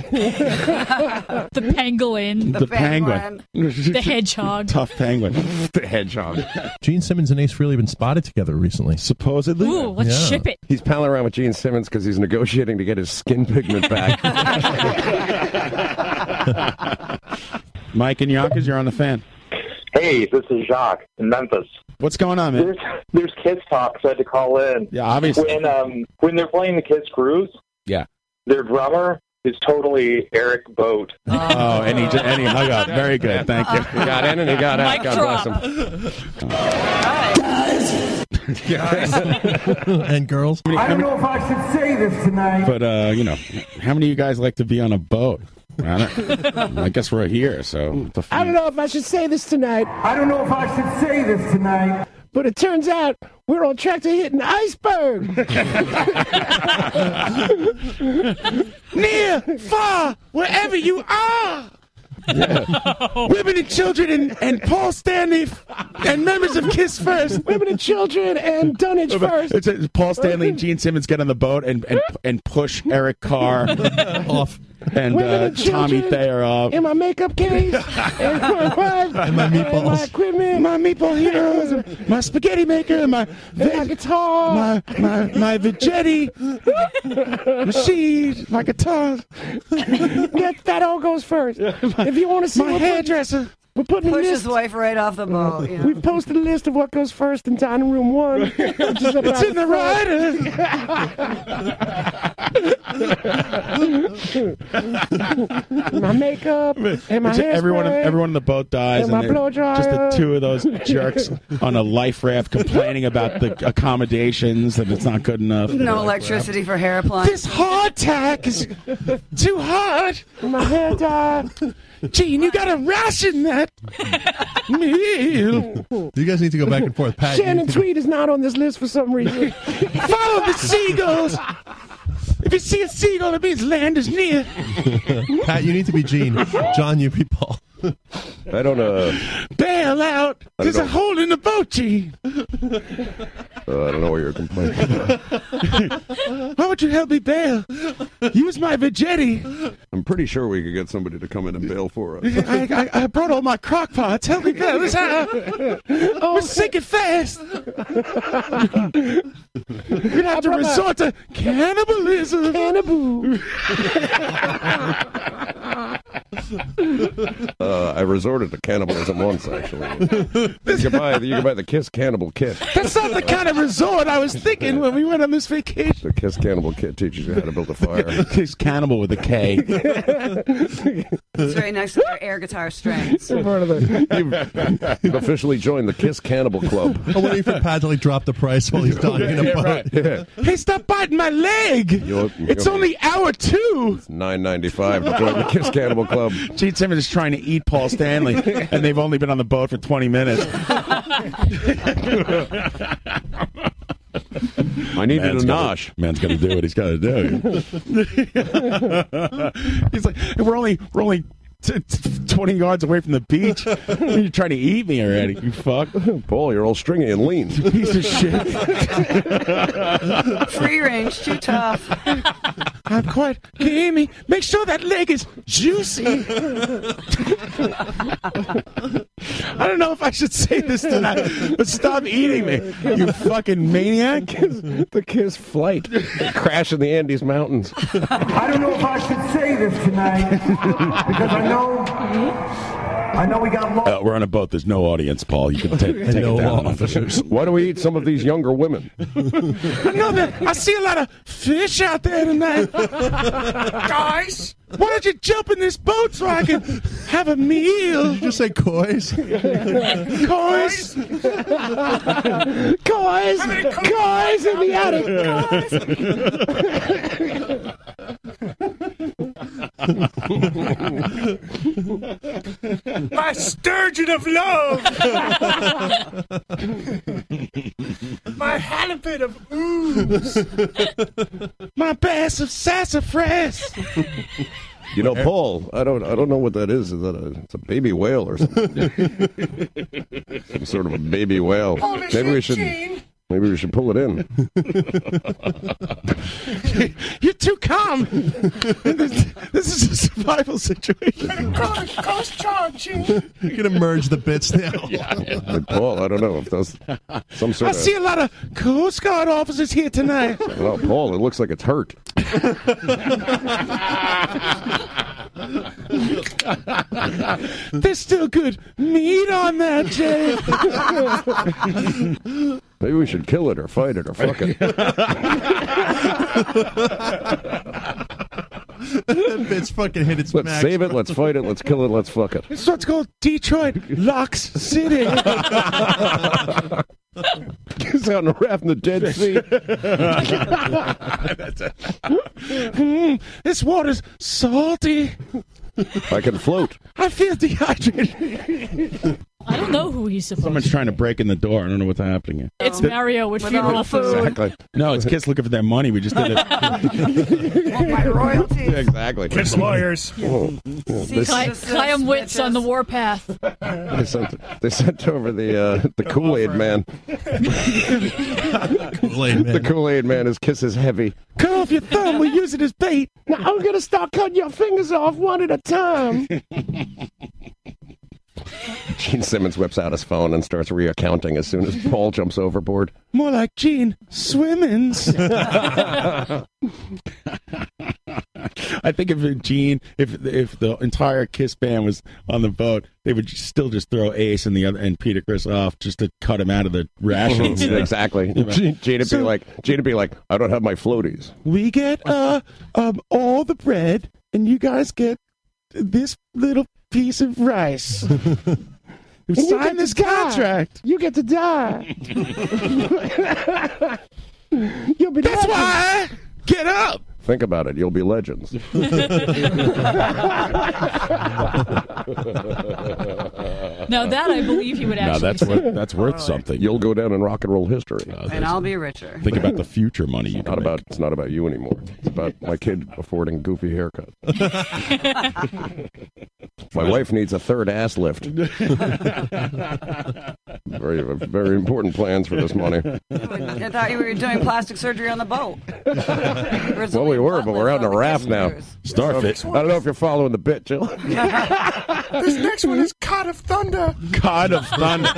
pangolin,
the, penguin,
the hedgehog.
tough penguin,
the hedgehog.
Gene Simmons and Ace really been spotted together recently.
Supposedly.
Ooh, let's ship it.
He's palling around with Gene Simmons because he's negotiating to get his skin pigment back.
Mike and Yonkers, you're on the fan.
Hey, this is Jacques in Memphis.
What's going on, man?
There's, there's Kiss Talk, so I had to call in.
Yeah, obviously.
When, um, when they're playing the Kiss Cruise,
Yeah.
their drummer is totally Eric Boat.
Oh, and he ju- and he hung up. Very good. Thank you.
Um, He got in and he got out.
Mic
God
drop.
bless him.
and girls.
I don't know
if I should say this tonight.
But uh, you know, how many of you guys like to be on a boat? I, don't, I guess we're here, so what the f-
I don't know if I should say this tonight. I don't know if I should say this tonight. But it turns out we're on track to hit an iceberg.
Near, far, wherever you are. Women and children and, and Paul Stanley f- and members of Kiss First.
Women and children and Dunnage first.
It's, it's Paul Stanley and Gene Simmons get on the boat and and, and push Eric Carr off and,
Women
uh,
and
Tommy
children
Thayer off.
In my makeup case. uh, and, my meatballs. my equipment. My meatball heroes. My spaghetti maker. My, my guitar. My, my, my Vegetti.
Machine, my guitar. that, that all goes first. If you want to see
My
hairdresser, we're putting
Push
a
his
list.
wife right off the
Oh,
boat. Yeah.
We've posted a list of what goes first in dining room one.
It's in the
rider.
rider.
my makeup and my
It's everyone,
hairspray.
everyone in the boat dies,
and my
they're
blow dryer.
just the two of those jerks on a life raft complaining about the accommodations that it's not good enough.
No electricity for hair appliance.
This hardtack is too hard. My hair died. Gene, you gotta ration that meal.
You guys need to go back and forth. Pat, you
Shannon
need to-
Tweed is not on this list for some reason. Follow the seagulls. If you see a seagull, it means land is near.
Pat, you need to be Gene. John, you be Paul.
I don't know.
Bail out.
I don't
There's a
know.
hole in the boat, Gene.
Uh, I don't know what you're complaining about.
Why would you help me bail? Use my vegetti.
I'm pretty sure we could get somebody to come in and bail for us.
I, I, I brought all my crock pots. Help me bail this out. We're sinking fast. We're gonna have to resort to cannibalism. Cannibal.
Uh, I resorted to cannibalism once, actually. You can buy, you can buy the Kiss Cannibal Kit.
That's not the kind of resort I was thinking when we went on this vacation.
The Kiss Cannibal Kit teaches you how to build a fire.
Kiss Cannibal with a K.
It's very nice to our air guitar strings.
You've officially joined the Kiss Cannibal Club.
I'm waiting for Pat to like drop the price while he's dying in a boat.
Hey, stop biting my leg.
You're-
it's
you're-
only hour two.
Nine ninety five to join the Kiss Cannibal Club.
Gene Simmons is trying to eat Paul Stanley, and they've only been on the boat for 20 minutes.
I needed
Man's
a
gotta-
nosh.
man's got to do what he's got to do. he's like, we're only we're only t- t- 20 yards away from the beach. You're trying to eat me already, you fuck.
Paul, you're all stringy and lean.
Piece of shit.
Free range, too tough.
I'm quite. Can you hear me? Make sure that leg is juicy.
I don't know if I should say this tonight, but stop eating me, you fucking maniac.
the Kiss flight. Crash in the Andes Mountains.
I don't know if I should say this tonight because I know I know we got
Uh, we're on a boat. There's no audience, Paul. You can ta- take it down.
Why do we eat some of these younger women?
I know that. I see a lot of fish out there tonight. Guys, why don't you jump in this boat so I can have a meal? Did you just say coys? coys. coys. Coys in the attic. My sturgeon of love. My halibut of ooze. My bass of sassafras.
You
uh,
know, Paul. I don't. I don't know what that is. Is that a? It's a baby whale or something? some sort of a baby whale.
Holy
maybe
shit,
we should.
Gene.
Maybe we should pull it in.
You're too calm. this, this is a survival situation. Ghost charging.
You're gonna merge the bits now.
Hey, Paul, I don't know if that's some sort
I
of.
see a lot of Coast Guard officers here tonight.
Oh, Paul, it looks like it's hurt.
There's still good meat on that, Jay.
Maybe we should kill it or fight it or fuck it.
It's fucking hit its
Let's
max.
save it. Let's fight it. Let's kill it. Let's fuck it.
This is what's called Detroit Locks City.
He's out on a raft in the Dead Sea.
Mm, this water's salty.
I can float.
I feel dehydrated.
I don't know who he's supposed
Someone's trying to break in the door. I don't know what's happening. here.
It's
Th-
Mario with
With
funeral
all the
food.
Exactly. No, it's Kiss looking for their money. We just did it.
exactly.
Kiss lawyers.
Whoa. Whoa.
See, Cli- Clam Wits on the warpath.
They sent, they sent over the uh, the Kool Aid Man. The Kool Aid Man. His kiss is heavy.
Cut off your thumb. We use it as bait. Now I'm gonna start cutting your fingers off one at a time.
Gene Simmons whips out his phone and starts reaccounting as soon as Paul jumps overboard.
More like Gene Swimmins.
I
I think if Gene, if if the entire Kiss band was on the boat, they would still just throw Ace and the other and Peter Chris off just to cut him out of the rations.
Yeah, Exactly.
Gene-
Jada
so-
be like, Jada be like, I don't have my floaties.
We get uh um all the bread, and you guys get this little piece of rice. Sign this contract. You get to die. You'll be That's why. Get up.
Think about it. You'll be legends.
No, that I believe he would actually.
worth, that's worth something. You'll go down in rock and roll history.
and I'll be richer.
Think about the future money. You not about it's not about you anymore. It's about my kid affording goofy haircuts. My wife needs a third ass lift. very very important plans for this money.
I thought you were doing plastic surgery on the boat.
well, we were, but we're out in a raft now.
Starfish.
I don't know if you're following the bit, Jill.
This next one is Cod of Thunder.
God of thunder.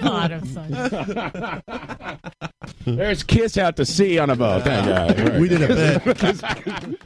God of
Thunder.
There's Kiss out to sea on a boat. Thank God.
We did a
bit.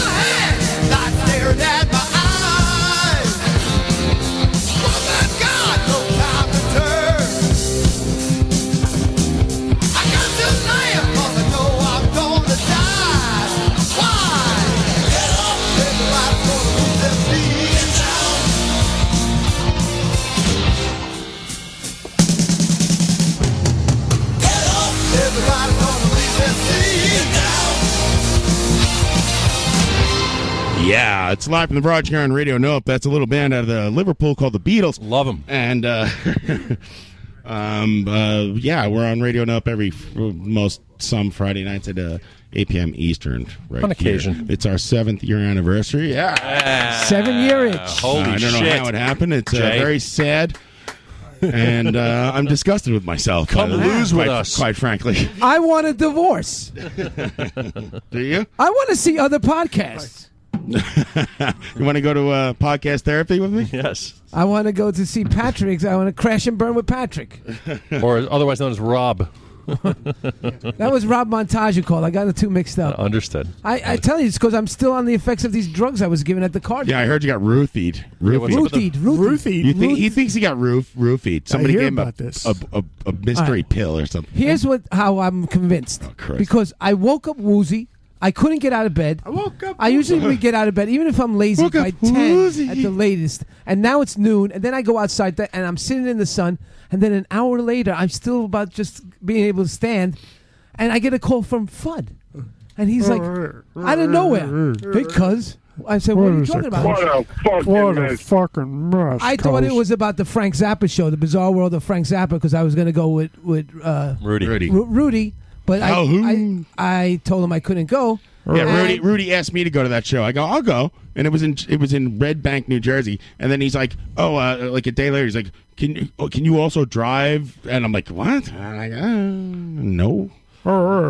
Oh, Yeah, it's live from the barrage here on Radio Nope. That's a little band out of the Liverpool called the Beatles. Love them. And uh, um, uh, yeah, we're on Radio Nope every f- most
some Friday nights at uh, 8 p.m. Eastern. Right
On
here.
occasion.
it's our seventh year anniversary. Yeah,
Seven year itch.
Uh, I don't know how it happened. It's uh,
Jay.
very sad, and uh, I'm disgusted with myself.
Come
by the-
lose with
quite-
us.
quite frankly.
I want a divorce.
Do you?
I want to see other podcasts.
You want to go to uh, podcast therapy with me?
Yes.
I want to go to see Patrick's. I want to crash and burn with Patrick.
or otherwise known as Rob.
That was Rob Montage you called. I got the two mixed up.
understood.
I, I tell you, it's because I'm still on the effects of these drugs I was given at the card.
Yeah, I heard you got roofied. Roofied.
what's up with the- Roofied.
You think, he thinks he got roof roofied. Somebody
hear
gave him a,
about this.
A, a, a mystery pill or something.
Here's what how I'm convinced.
Oh, Christ.
because I woke up woozy. I couldn't get out of bed. I woke up. I usually would get out of bed, even if I'm lazy, by ten at the latest. And now it's noon, and then I go outside th- and I'm sitting in the sun. And then an hour later, I'm still about just being able to stand, and I get a call from Fudd, and he's like, out of nowhere,
Mm-hmm.
because I said, "What are you talking about?"
fucking what a fucking mess.
I thought it
cuz.
was about the Frank Zappa show, the Bizarre World of Frank Zappa, because I was going to go with with uh,
Rudy. Rudy.
Ru- Rudy, but I, I I told him I couldn't go.
Yeah, Rudy. Rudy asked me to go to that show. I go, I'll go, and it was in it was in Red Bank, New Jersey. And then he's like, Oh, uh, like a day later, he's like, Can you oh, can you also drive? And I'm like, What? I'm like, uh, no.
why
So not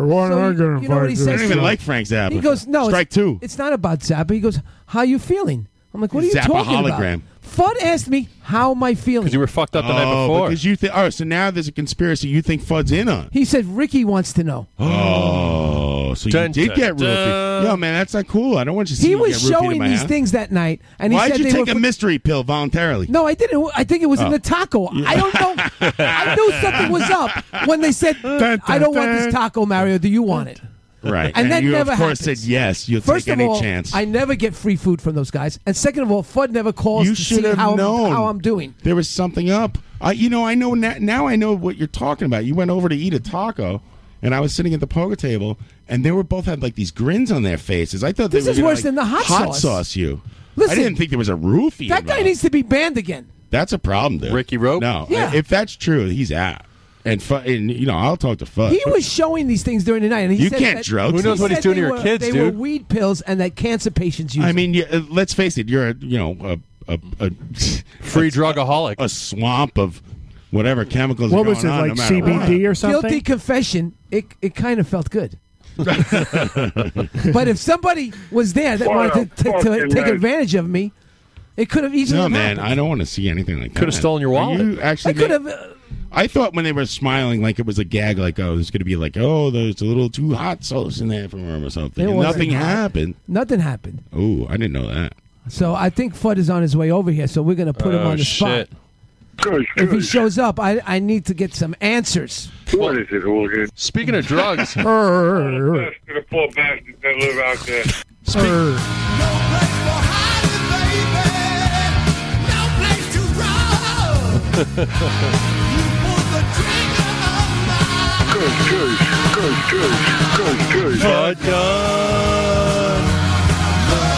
you- gonna you know what fight he this?
I
says
don't even
to
like
him?
Frank Zappa.
He goes, no,
strike
it's,
two.
It's not about Zappa. He goes, how you feeling? I'm like, what are you
Zappa
talking
hologram.
about? Fudd asked me, how am I feeling?
fucked
up the night
Oh,
before.
Because you think, oh, so now there's a conspiracy you think Fudd's in on.
He said, Ricky wants to know.
Oh, so you
Dun,
did
dun,
get roofied.
dun.
Yo, man, that's not cool. I don't want you to see
He
me
was
get roofied in
showing
my
these
house.
things that night, and he
Why'd
said
you
they
take
were
a
for-
mystery pill voluntarily?
No, I didn't. I think it was in
Oh.
the taco. I don't know. I knew something was up when they said, "I don't want this taco, Mario. Do you want it?"
Right.
And that
you,
never
of course,
happens.
said yes. You'll
First
take
of
any
all,
chance.
I never get free food from those guys, and second of all, Fudd never calls
you
to
should
see
have
how I'm-
known
how I'm doing.
There was something up. I, you know, I know now, now. I know what you're talking about. You went over to eat a taco, and I was sitting at the poker table, and they were both had like these grins on their faces. I thought
This
they were
is
gonna,
worse
like,
than the hot sauce.
You. I
Listen.
didn't think there was a roofie.
That guy
involved.
needs to be banned again.
That's a problem, dude. Ricky Rope. No,
Yeah.
if that's true, he's out. And, fu- and you know, I'll talk to fuck.
He was showing these things during the night, and he
You
said
can't
that-
drug Who knows
he
what he's
said
doing to
they
your
were-
kids,
They
dude?
were weed pills, and that cancer patients use.
I mean, yeah, uh, let's face it. You're a you know a a, a free
drugaholic,
a swamp of whatever chemicals.
What
are
was
going
it,
on, no
like
matter what.
CBD or
Guilty confession. It it kind of felt good. But if somebody was there that
What
wanted to,
a
to, to
fucking
take
mess.
advantage of me, it could have easily.
no,
happened.
man, I don't want to see anything like that.
Coulda stolen your
Are
wallet.
You actually
I could
make-
have. uh,
I thought when they were smiling, like it was a gag, like oh, there's going to be like oh, there's a little too hot sauce in there for him or something.
It
And
wasn't
nothing
hot.
happened.
Nothing happened.
Oh, I didn't know that.
So I think Fudd is on his way over here. So we're gonna put him
Oh,
on the
shit.
spot. If he shows up, I I need to get some answers.
What is it all good?
Speaking of drugs,
To the poor bastards that live out there.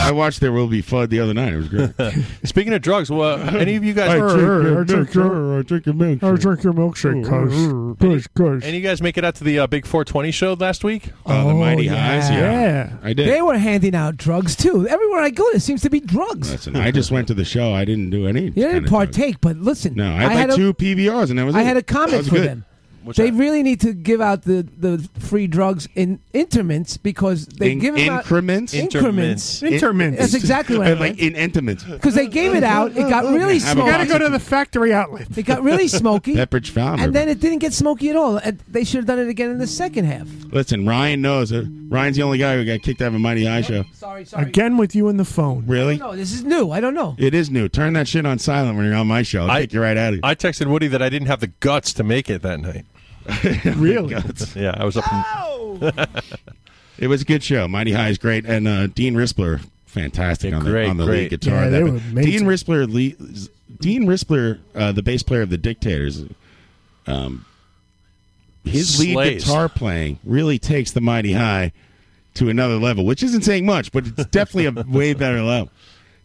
I watched There Will Be Fud the other night. It was great.
Speaking of drugs, well, any of you guys?
I drink your milkshake. I drink your milkshake.
Cuz, cuz.
Any of you guys make it out to the uh, Big 420 show last week?
Oh, the Mighty Highs, yeah. I did.
They were handing out drugs too. Everywhere I go, there seems to be drugs.
Listen, I just went to the show. I didn't do any.
You didn't partake, but listen.
No, I had, like
a-
two PBRs, and that was
I
it.
had a
That
comment
was
for
good.
them. they really need to give out the, the free drugs in increments because they
In-
give them out-
increments?
increments,
In-
That's exactly what I
And, like
meant.
in intimate.
Because they gave it out, it got really
Have a
smoky.
Gotta go to
the factory outlet. It got really smoky,
Pepperidge Farm.
and then it didn't get smoky at all. And They should have done it again in the second half.
Listen, Ryan knows. It. Ryan's the only guy who got kicked out of a Mighty High show.
Sorry, sorry.
Again with you in the phone. Really?
No, Oh, this is new. I don't know.
It is new. Turn that shit on silent when you're on my show. I'll kick you right out of
I texted Woody that I didn't have the guts to make it that night.
here. really?
yeah, I was up. In-
It was a good show. Mighty High is great, and uh, Dean Rispler, fantastic on the
great,
on the
great.
lead guitar.
Yeah,
That-
they were
Dean Rispler, le- Dean Rispler, uh, the bass player of the Dictators. Um, his lead
Slays.
guitar playing really takes the Mighty High to another level, which isn't saying much, but it's definitely a way better level.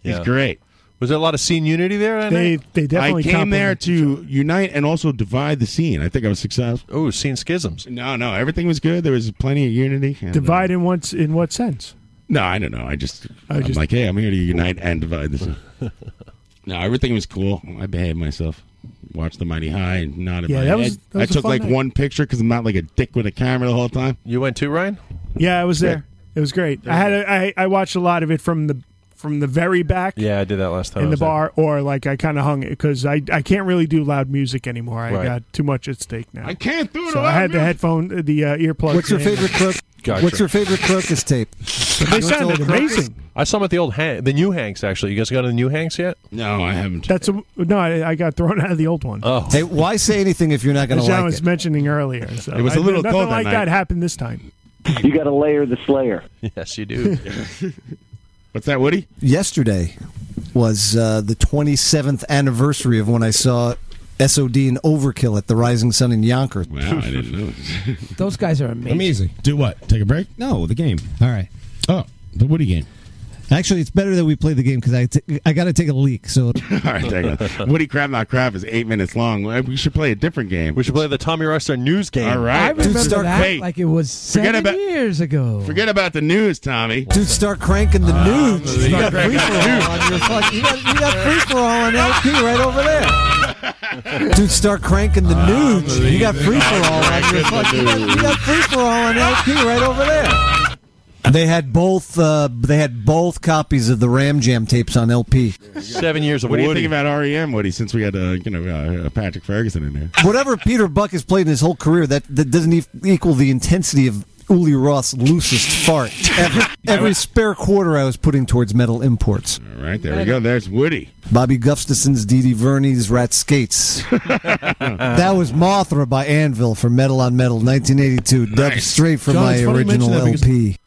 He's
Yeah.
great.
Was there a lot of scene unity there? that
They-
night?
they
I came there to unite and also divide the scene. I think I was successful.
Oh, scene schisms.
No, no, everything was good. There was plenty of unity. And, uh,
Divide in what's in what sense?
no, I don't know. I just,
I
I am
just-
like, hey, I'm here to unite and divide this. no, everything was cool. I behaved myself. Watched the Mighty High and nodded
Yeah,
my
that
head.
was- that was
I
a
took
fun
like
night.
one picture because I'm not like a dick with a camera the whole time.
You went too, Ryan?
Yeah, I was there. It was great. I had a, I, I watched a lot of it from the from the very back
Yeah, I did that last time. I
in the
was there.
bar, or like I kind of hung it because I I can't really do loud music anymore. I
Right.
got too much at stake now. I
can't do
so I had the headphone, the uh, earplugs.
What's your
in.
favorite crook?
Gotcha.
What's your favorite crocus tape?
They
What's all
sounded
the crocus-
amazing. I saw them at the old Hank, the new Hanks. Actually, you guys got to the new Hanks yet?
No, I haven't.
That's a, no, I, I got thrown out of the old one.
Oh,
Hey, why say anything if you're not going to
As I
like
was
it?
mentioning earlier, so
It was
a
a little
nothing
cold that
like
night.
that happened this time.
You got to layer the slayer.
yes, you do.
What's that, Woody?
Yesterday was uh, the 27th anniversary of when I saw SOD and Overkill at the Rising Sun in Yonkers.
Wow, I didn't know.
Those guys are amazing.
Do what? Take a break?
No, the game.
All right.
Oh, the Woody game.
Actually, it's better that we play the game because I, t- I got to take a leak. So
All right, take it. Woody Crab Not Crab is eight minutes long. Uh, We should play a different game. We
should play the Tommy Roster news game.
All right.
I remember
Dude, start-
that
Wait.
like it was
Forget
seven
about-
years ago.
Forget about the news, Tommy.
Dude, start cranking the news.
you
You
got
got
cranking
free for all
the
on your fucking. You got, you got free for all on LP right over there. Dude, start cranking the news. You got free for all on your fucking. You got, you got free for all on LP right over there. They had both. Uh, they had both copies of the Ram Jam tapes on LP.
Seven years of
What do you
Woody.
think about REM, Woody? Since we had uh, you know uh, Patrick Ferguson in there.
Whatever Peter Buck has played in his whole career, that, that doesn't e- equal the intensity of Uli Roth's loosest fart. Every, every spare quarter I was putting towards metal imports.
All right, there we go. There's Woody.
Bobby Gustafson's Dee Dee Verney's Rat Skates. that was Mothra by Anvil for Metal on Metal 1982, dubbed straight from
John,
my
it's funny you mention that
original
because-
LP.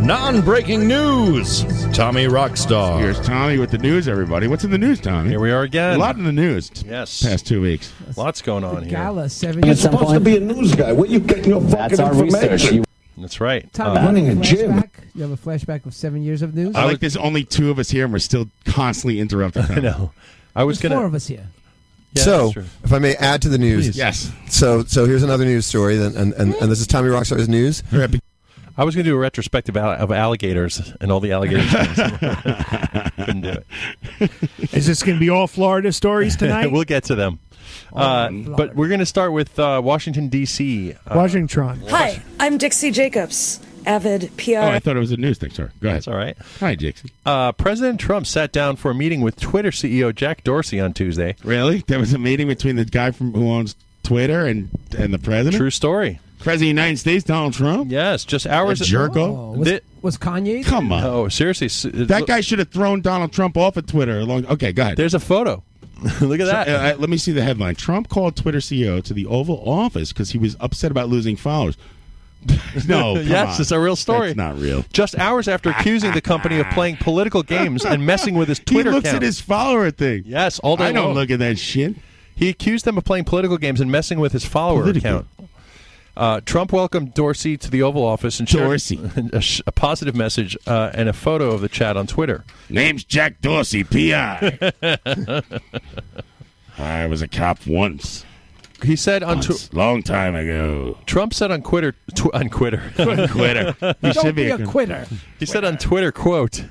Non-breaking news. Tommy Rockstar. Here's Tommy with the news. Everybody, what's in the news, Tommy? Here
we are again.
A lot in the news.
Yes.
Past two weeks.
Lots going on here.
Gala seven
You're
years
supposed
ago.
to be a
news guy. Where you getting your
That's fucking our information? research. You- That's right.
Tom,
Uh,
running a
Running a gym.
flashback? You have a flashback of seven years of news.
I like there's only two of us here, and we're still constantly interrupted. I
know. I was
There's four of us here.
so, if I may add to the news,
Please. Yes.
So, so here's another news story, and and, and, and this is Tommy Rockstar's news.
I was going to do a retrospective al- of alligators and all the alligators. Couldn't do it.
Is this going to be all Florida stories tonight?
we'll get to them. Uh, but we're going to start with uh, Washington, D.C. Uh,
Washington.
Hi, I'm Dixie Jacobs, avid PR.
Oh, I thought it was a news thing. Sorry. Go ahead. That's
Uh, all right.
Hi, Dixie.
Uh, President Trump sat down for a meeting with Twitter CEO Jack Dorsey on Tuesday.
Really? There was a meeting between the guy from who owns Twitter and and the president.
True story.
President of the United States, Donald Trump.
Yes, just hours.
A jerko.
Was, was Kanye? Come
on.
Oh, seriously. s-
That
look-
guy should have thrown Donald Trump off of Twitter. Along, okay, go ahead.
There's a photo. Look at that.
uh, uh, let me see the headline. Trump called Twitter CEO to the Oval Office because he was upset about losing followers. no, come
yes,
on.
it's a real story.
That's not real.
Just hours after accusing the company of playing political games and messing with his Twitter
he looks
account.
at his follower thing.
Yes, all day
I don't
long.
look at that shit.
He accused them of playing political games and messing with his follower
Political.
account. Uh, Trump welcomed Dorsey to the Oval Office and shared a, sh- a positive message uh, and a photo of the chat on Twitter.
Name's Jack Dorsey, PI. I was a cop once.
He said on
Once, long time ago.
Trump said on Twitter, tw- on Twitter,
Quitter. You should be a quitter.
He said on Twitter, "quote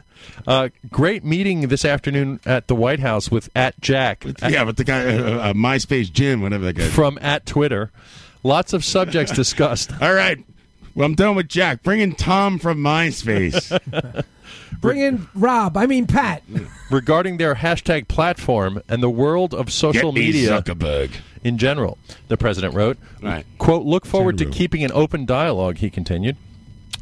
uh, Great meeting this afternoon at the White House with at Jack.
Yeah, but the guy, uh, uh, MySpace Jim, whatever that guy.
from at Twitter. Lots of subjects discussed.
All right. Well, I'm done with Jack. Bring in Tom from MySpace.
Bring in Rob. I mean Pat.
Mm. regarding their hashtag platform and the world of social
Get me
media
Zuckerberg.
in general, the president wrote.
Right.
Quote, look forward to
General.
keeping an open dialogue, he continued.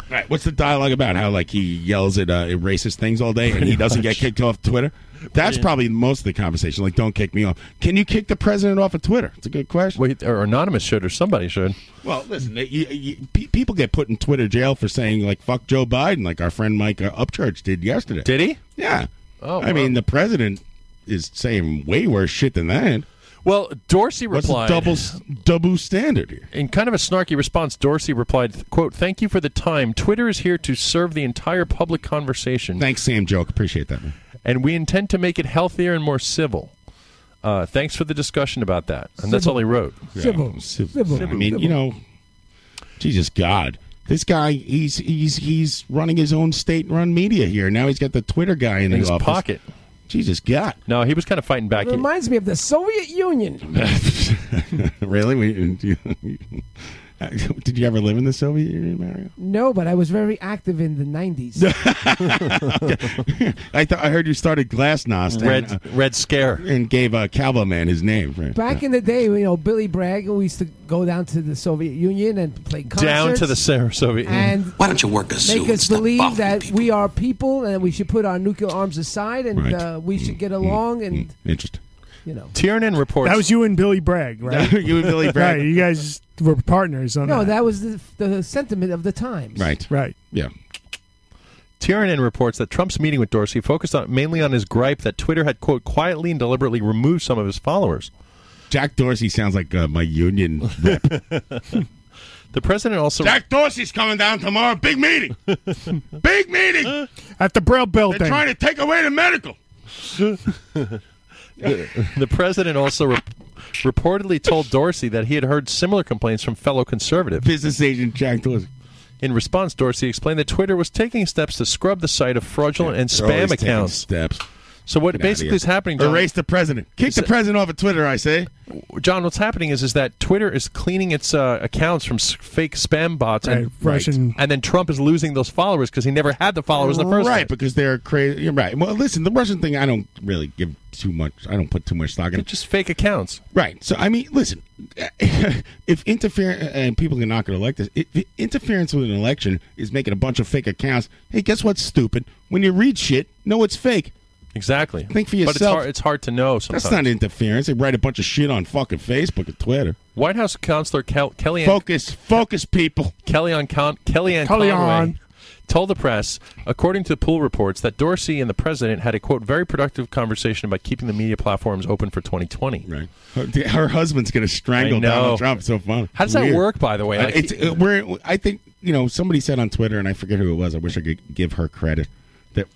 Right. What's the dialogue about? How like he yells at uh, racist things all day and he doesn't get kicked off Twitter? That's probably most of the conversation. Like, don't kick me off. Can you kick the president off of Twitter? It's a good question.
Wait, or Anonymous should, or somebody should.
Well, listen, you, you, pe- people get put in Twitter jail for saying like "fuck Joe Biden," like our friend Mike uh, Upchurch did yesterday.
Did he?
Yeah.
Oh,
I mean, the president is saying way worse shit than that.
Well, Dorsey
What's the
replied.
double
double standard here. In kind of a snarky response, Dorsey replied, "Quote: Thank you for the time. Twitter is here to serve the entire public conversation.
Thanks, Sam. Joke. Appreciate that. Man.
and we intend to make it healthier and more civil. Uh, thanks for the discussion about that." And that's
Civil.
all he wrote.
Civil.
Civil.
I mean, you know, Jesus God, this guy, he's he's he's running his own state-run media here. Now he's got the Twitter guy in,
In his
office.
pocket.
Jesus God.
No, he was kind of fighting back.
It reminds me of the Soviet Union.
really? We, did you ever live in the Soviet Union, Mario?
No, but I was very active in the 90s.
I thought I heard you started Glasnost, uh,
Red- Red Scare,
and gave uh, Calvo Man his name. Right.
Back in the day, you know, Billy Bragg, we used to go down to the Soviet Union and play concerts.
Down to the Sarah Soviet Union.
And
Why don't you work a
Make us believe that we are people and that we should put our nuclear arms aside and uh, we
Mm,
should get along and,
Interesting.
you know.
Tiernan reports.
That was you and Billy Bragg, right?
You and Billy Bragg.
Right, you guys were partners on
No,
that.
that was the, the sentiment of the times.
Right.
Right.
Yeah.
Tiernan reports that Trump's meeting with Dorsey focused on, mainly on his gripe that Twitter had, quote, quietly and deliberately removed some of his followers.
Jack Dorsey sounds like uh, my union rep.
The president also.
Jack Dorsey's coming down tomorrow. Big meeting. Big meeting.
At the Braille Building.
They're trying to take away the medical.
the, the president also re- reportedly told Dorsey that he had heard similar complaints from fellow conservative
business agent Jack Dorsey.
In response, Dorsey explained that Twitter was taking steps to scrub the site of fraudulent and
They're always
spam
taking
accounts.
Steps.
So what
Get outta
basically
here.
is happening? John,
Erase the president. Kick the president off of Twitter. I say.
John, what's happening is is that Twitter is cleaning its uh, accounts from s- fake spam bots and
Right, Russian-
and then Trump is losing those followers because he never had the followers in the first
right
place.
because they're crazy. You're right. Well, listen, the Russian thing, I don't really give too much. I don't put too much stock in. it.
Just fake accounts.
Right. So I mean, listen, if interference and people are not going to like this, if interference with an election is making a bunch of fake accounts, hey, guess what's stupid? When you read shit, know it's fake.
Exactly.
Think for
But it's
yourself.
hard, it's hard to know sometimes.
That's not interference. They write a bunch of shit on fucking Facebook and Twitter.
White House Counselor Kel- Kellyanne
Focus, focus, people.
Kellyanne Con- Kellyanne
Kellyanne.
Conway told the press, according to pool reports, that Dorsey and the president had a quote very productive conversation about keeping the media platforms open for 2020.
Right. Her, her husband's going to strangle
I know.
Donald Trump. It's So fun.
How does that work, by the way?
Uh,
Like,
it's, uh, we're, I think you know somebody said on Twitter, and I forget who it was. I wish I could give her credit that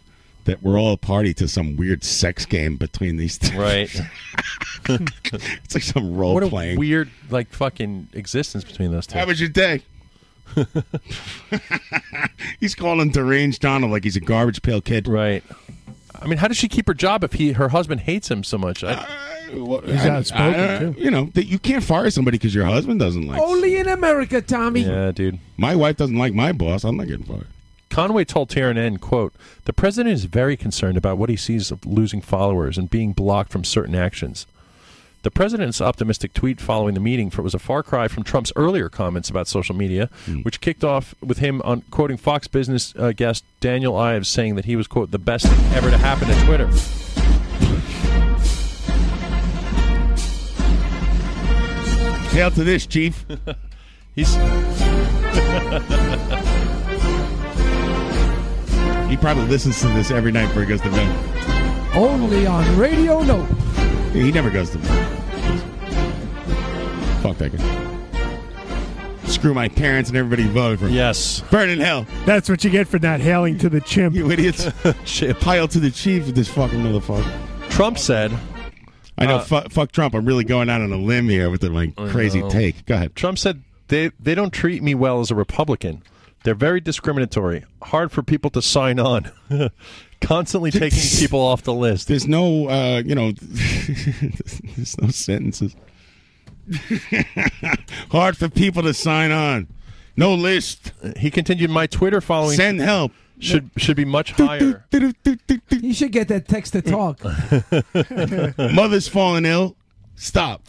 that we're all a party to some weird sex game between these two.
Right.
it's like some role
what a
playing.
weird, like fucking existence between those two.
How was your day? he's calling deranged Donald like he's a garbage pail kid.
Right. I mean, how does she keep her job if he her husband hates him so much? I,
Uh, I- I- You know that you can't fire somebody because your husband doesn't
Oh,
like.
Only in America, Tommy.
Yeah, dude.
My wife doesn't like my boss. I'm not getting fired.
Conway told TRN, quote, The president is very concerned about what he sees of losing followers and being blocked from certain actions. The president's optimistic tweet following the meeting for, was a far cry from Trump's earlier comments about social media,
Hmm.
which kicked off with him on quoting Fox Business uh, guest Daniel Ives saying that he was, quote, the best thing ever to happen to Twitter.
Hail to this, Chief.
He's.
He probably listens to this every night before he goes to bed.
Only on Radio No.
He never goes to bed. Fuck that guy. Screw my parents and everybody who voted for him.
Yes.
Burn in hell.
That's what you get for not hailing to the chimp.
You idiots. Pile to the chief with this fucking motherfucker.
Trump said.
I know,
uh,
fu- fuck Trump. I'm really going out on a limb here with the, like
I
crazy
know.
take. Go ahead.
Trump said they they don't treat me well as a Republican. They're very discriminatory. Hard for people to sign on. Constantly taking people off the list.
There's no, uh, you know, there's no sentences. Hard for people to sign on. No list.
He continued, my Twitter following
Send help.
should should be much higher.
You should get that text to talk.
Mother's falling ill. Stop.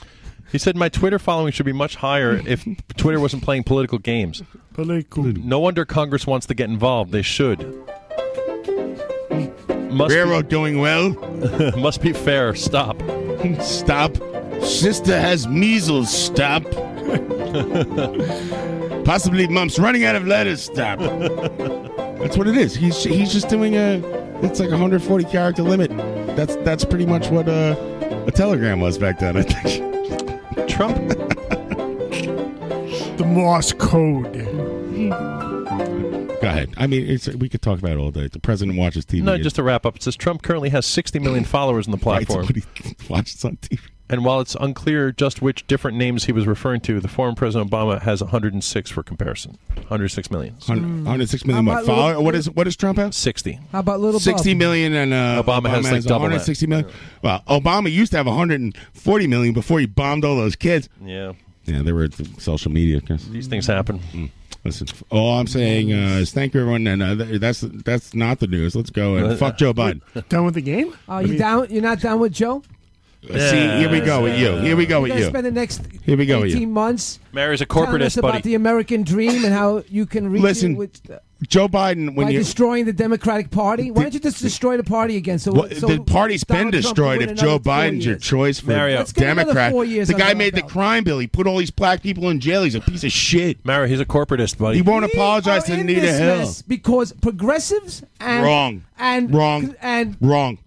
He said my Twitter following should be much higher if Twitter wasn't playing political games.
Political.
No wonder Congress wants to get involved. They should. Must
Railroad doing well.
must be fair. Stop.
Stop. Sister has measles. Stop. Possibly mumps. Running out of letters. Stop. That's what it is. He's he's just doing a. It's like a 140 character limit. That's that's pretty much what uh A telegram was back then, I think.
Trump.
the Morse code.
Go ahead. I mean, it's, we could talk about it all day. The president watches TV.
No, just to wrap up, it says Trump currently has 60 million followers on the
Right,
platform.
but watches on TV.
And while it's unclear just which different names he was referring to, the former President Obama has 106 for comparison. 106 million.
106 million
How
what,
about
follower.
little-
What is what does Trump have?
60.
How about little Bob?
60 million and uh,
Obama has, like, double that.
160 million. Well, Obama used to have 140 million before he bombed all those kids.
Yeah.
Yeah, they were at the social media. Mm.
These things happen.
Listen, all I'm saying uh, is thank you, everyone, and uh, th- that's that's not the news. Let's go
Uh,
and fuck Joe Biden.
Done with the game?
Oh, you down? You're not down with Joe?
See, here we go with you. Here we go with
gonna
you.
Spend the next
Here we go with you.
18 months.
Mary's a
telling us
corporatist,
about
buddy.
the American dream and how you can reach
Listen,
it with, uh,
Joe Biden, when
by
you
destroying the Democratic Party. Why don't you just destroy the party again? So,
Well,
so
the party's been
Donald Trump
destroyed
can win
if Joe
another four
Biden's your
years.
choice for
Mario. Let's get another
Democrat.
four years
The
under
guy
our
made the crime bill. He put all these black people in jail. He's a piece of shit.
Mario, he's a corporatist, buddy.
He won't apologize to
are in
Anita
this
Hill.
mess because progressives and
Wrong.
and
Wrong.
and
Wrong.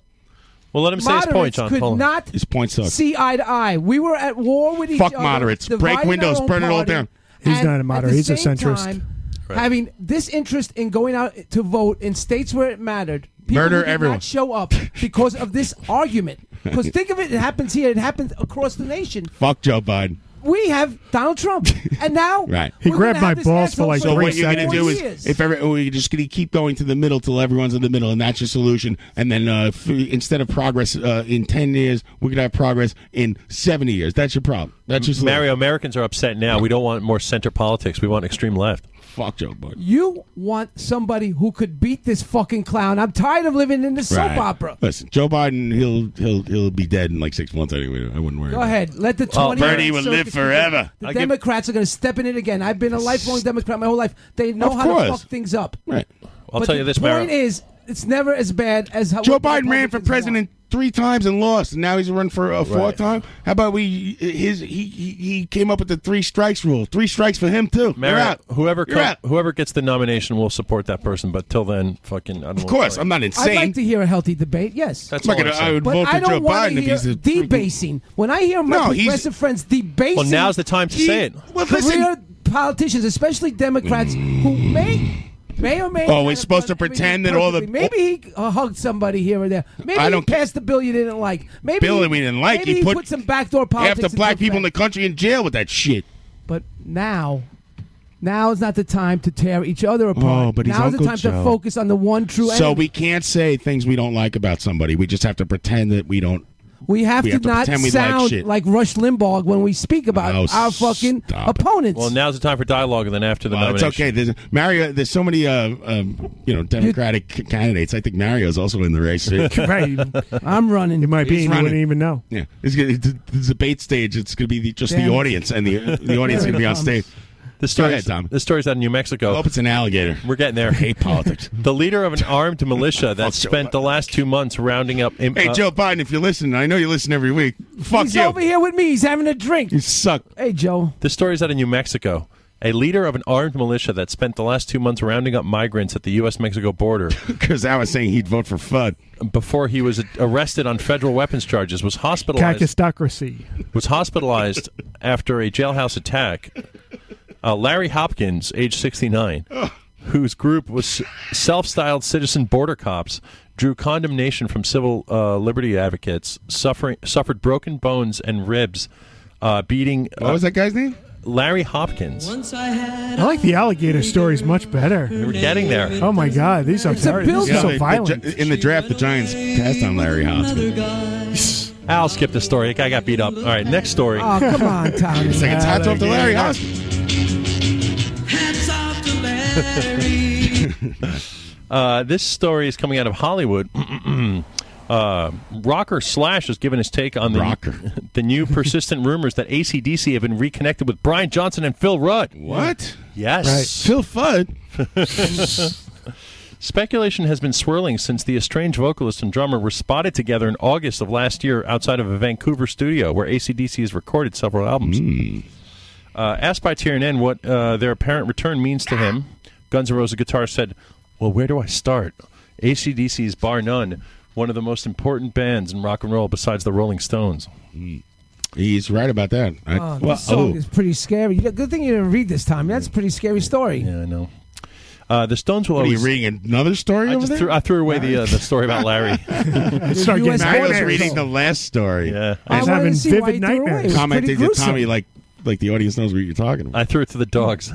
Well, let him say his point,
moderates
John.
could
Hold on.
not
His point sucks.
see eye to eye. We were at war with each
Fuck
other.
moderates. Break
dividing our
windows,
own
burn it all
party,
down. He's
and
not a
at
moderate.
the
He's a
same
centrist.
time,
Right.
Having this interest in going out to vote in states where it mattered. People
Murder
who did
everyone.
Not show up because of this argument. Because think of it, it happens here. It happens across the nation.
Fuck Joe Biden.
We have Donald Trump, and now
Right.
we're gonna have this asshole
so
for
what you're gonna
four
do
years.
is if every, we're just going to keep going to the middle till everyone's in the middle, and that's your solution. And then uh, f- instead of progress uh, in ten years, we're going to have progress in seventy years. That's your problem. That's your solution.
Mario, Americans are upset now. We don't want more center politics. We want extreme left.
Fuck Joe Biden.
You want somebody who could beat this fucking clown. I'm tired of living in the soap
Right.
opera.
Listen, Joe Biden, he'll he'll he'll be dead in like six months anyway. I wouldn't worry.
Go
about it.
ahead. Let the
Oh,
20
Bernie will live forever.
The
I'll give-
Democrats are going to step in it again. I've been a lifelong Democrat my whole life. They know
Of
how to
course.
fuck things up.
Right.
I'll
But
tell
the
you this,
point
Mario.
is, it's never as bad as how
Joe Biden ran for president three times and lost, and now he's run for a fourth
Right.
time. How about we? His he, he he came up with the three strikes rule. Three strikes for him too. You're
Mario,
out.
whoever
You're
come-
out.
whoever gets the nomination will support that person. But till then, fucking. I don't
Of course, I'm not
I'd
insane.
like to hear a healthy debate. Yes,
That's I'm not all gonna- I'm I would
But
vote for
I don't
Joe
wanna
Biden if
hear
he's a freaking-
debasing. When I hear my
No, he's-
progressive friends debasing,
Well, now's the time to
key
say it.
Well,
career
listen-
politicians, especially Democrats, who may. May or may
Oh,
not
we're
have
supposed
done
to pretend
everything
that all the-
perfectly. maybe he uh, hugged somebody here or there. Maybe
I don't
he passed the bill you didn't like. Maybe
Bill
he-
that we didn't like,
Maybe
he
he,
put
some backdoor politics.
half the
into
black people in
effect.
the country in jail with that shit.
But now, now is not the time to tear each other apart.
Oh, but he's
now's the
Uncle
time to
Joe.
focus on the one true.
So
enemy.
we can't say things we don't like about somebody. We just have to pretend that we don't.
We have
we
to
have to
not
pretend we like
sound
shit.
like, Rush Limbaugh when we speak about
Oh,
our fucking opponents.
Well, now's the time for dialogue, and then after the
Well, it's
nomination,
okay. There's, Mario, there's so many, uh, um, you know, Democratic candidates. I think Mario's also in the race.
I'm running. It
might be.
He's
and You wouldn't
running.
even know.
Yeah, it's gonna, the, the debate stage. It's going to be the, just
Damn.
the audience, and the the audience is going
Here
to
it
be on
comes.
stage. Go
The story
ahead, Tom.
The story's out in New Mexico. I hope
it's an alligator.
We're getting there.
hate politics.
The leader of an armed militia that spent the last two months rounding up. Im-
Hey,
uh,
Joe Biden, if you listen, I know you listen every week. Fuck
he's
you.
over here with me. He's having a drink.
You suck.
Hey, Joe.
This story's out of New Mexico. A leader of an armed militia that spent the last two months rounding up migrants at the U.S. Mexico border.
Because I was saying he'd vote for FUD.
Before he was arrested on federal weapons charges, was hospitalized.
Cacistocracy.
was hospitalized after a jailhouse attack. Uh, Larry Hopkins, age 69, whose group was self styled citizen border cops, drew condemnation from civil uh, liberty advocates, suffering, suffered broken bones and ribs, uh, beating.
What was that guy's name?
Larry Hopkins.
I like the alligator stories much better.
We're getting there.
Oh my god, these are very, this is so
the-
violent.
the Gi- in the draft, the Giants passed on Larry Hopkins.
I'll skip this story. The guy got beat up. All right, next story.
Oh, come on, Tommy.
It's like it's hats off to Larry Hopkins.
Hats off to Larry.
Uh, this story is coming out of Hollywood. Uh, rocker Slash has given his take on the the new persistent rumors that ACDC have been reconnected with Brian Johnson and Phil Rudd.
What?
Yes.
Phil Fudd.
Speculation has been swirling since the estranged vocalist and drummer were spotted together in August of last year outside of a Vancouver studio where ACDC has recorded several albums.
Hmm.
Uh, asked by TRN what uh, their apparent return means to him, Guns N' Roses guitarist said, Well, where do I start? ACDC's bar none one of the most important bands in rock and roll besides the Rolling Stones.
He's right about that. I,
Oh, this song is pretty scary. You- Good thing you didn't read this time. That's a pretty scary story.
Yeah, I know. Uh, the Stones will
What are you
always.
reading another story
I
over
just
there?
threw, I threw away the uh, the story about Larry.
Start getting I was reading the last story.
Yeah,
I was
having see vivid why he threw it away. nightmares. It was
Commenting
pretty
to
gruesome.
Tommy like like the audience knows what you're talking about.
I threw it to the dogs.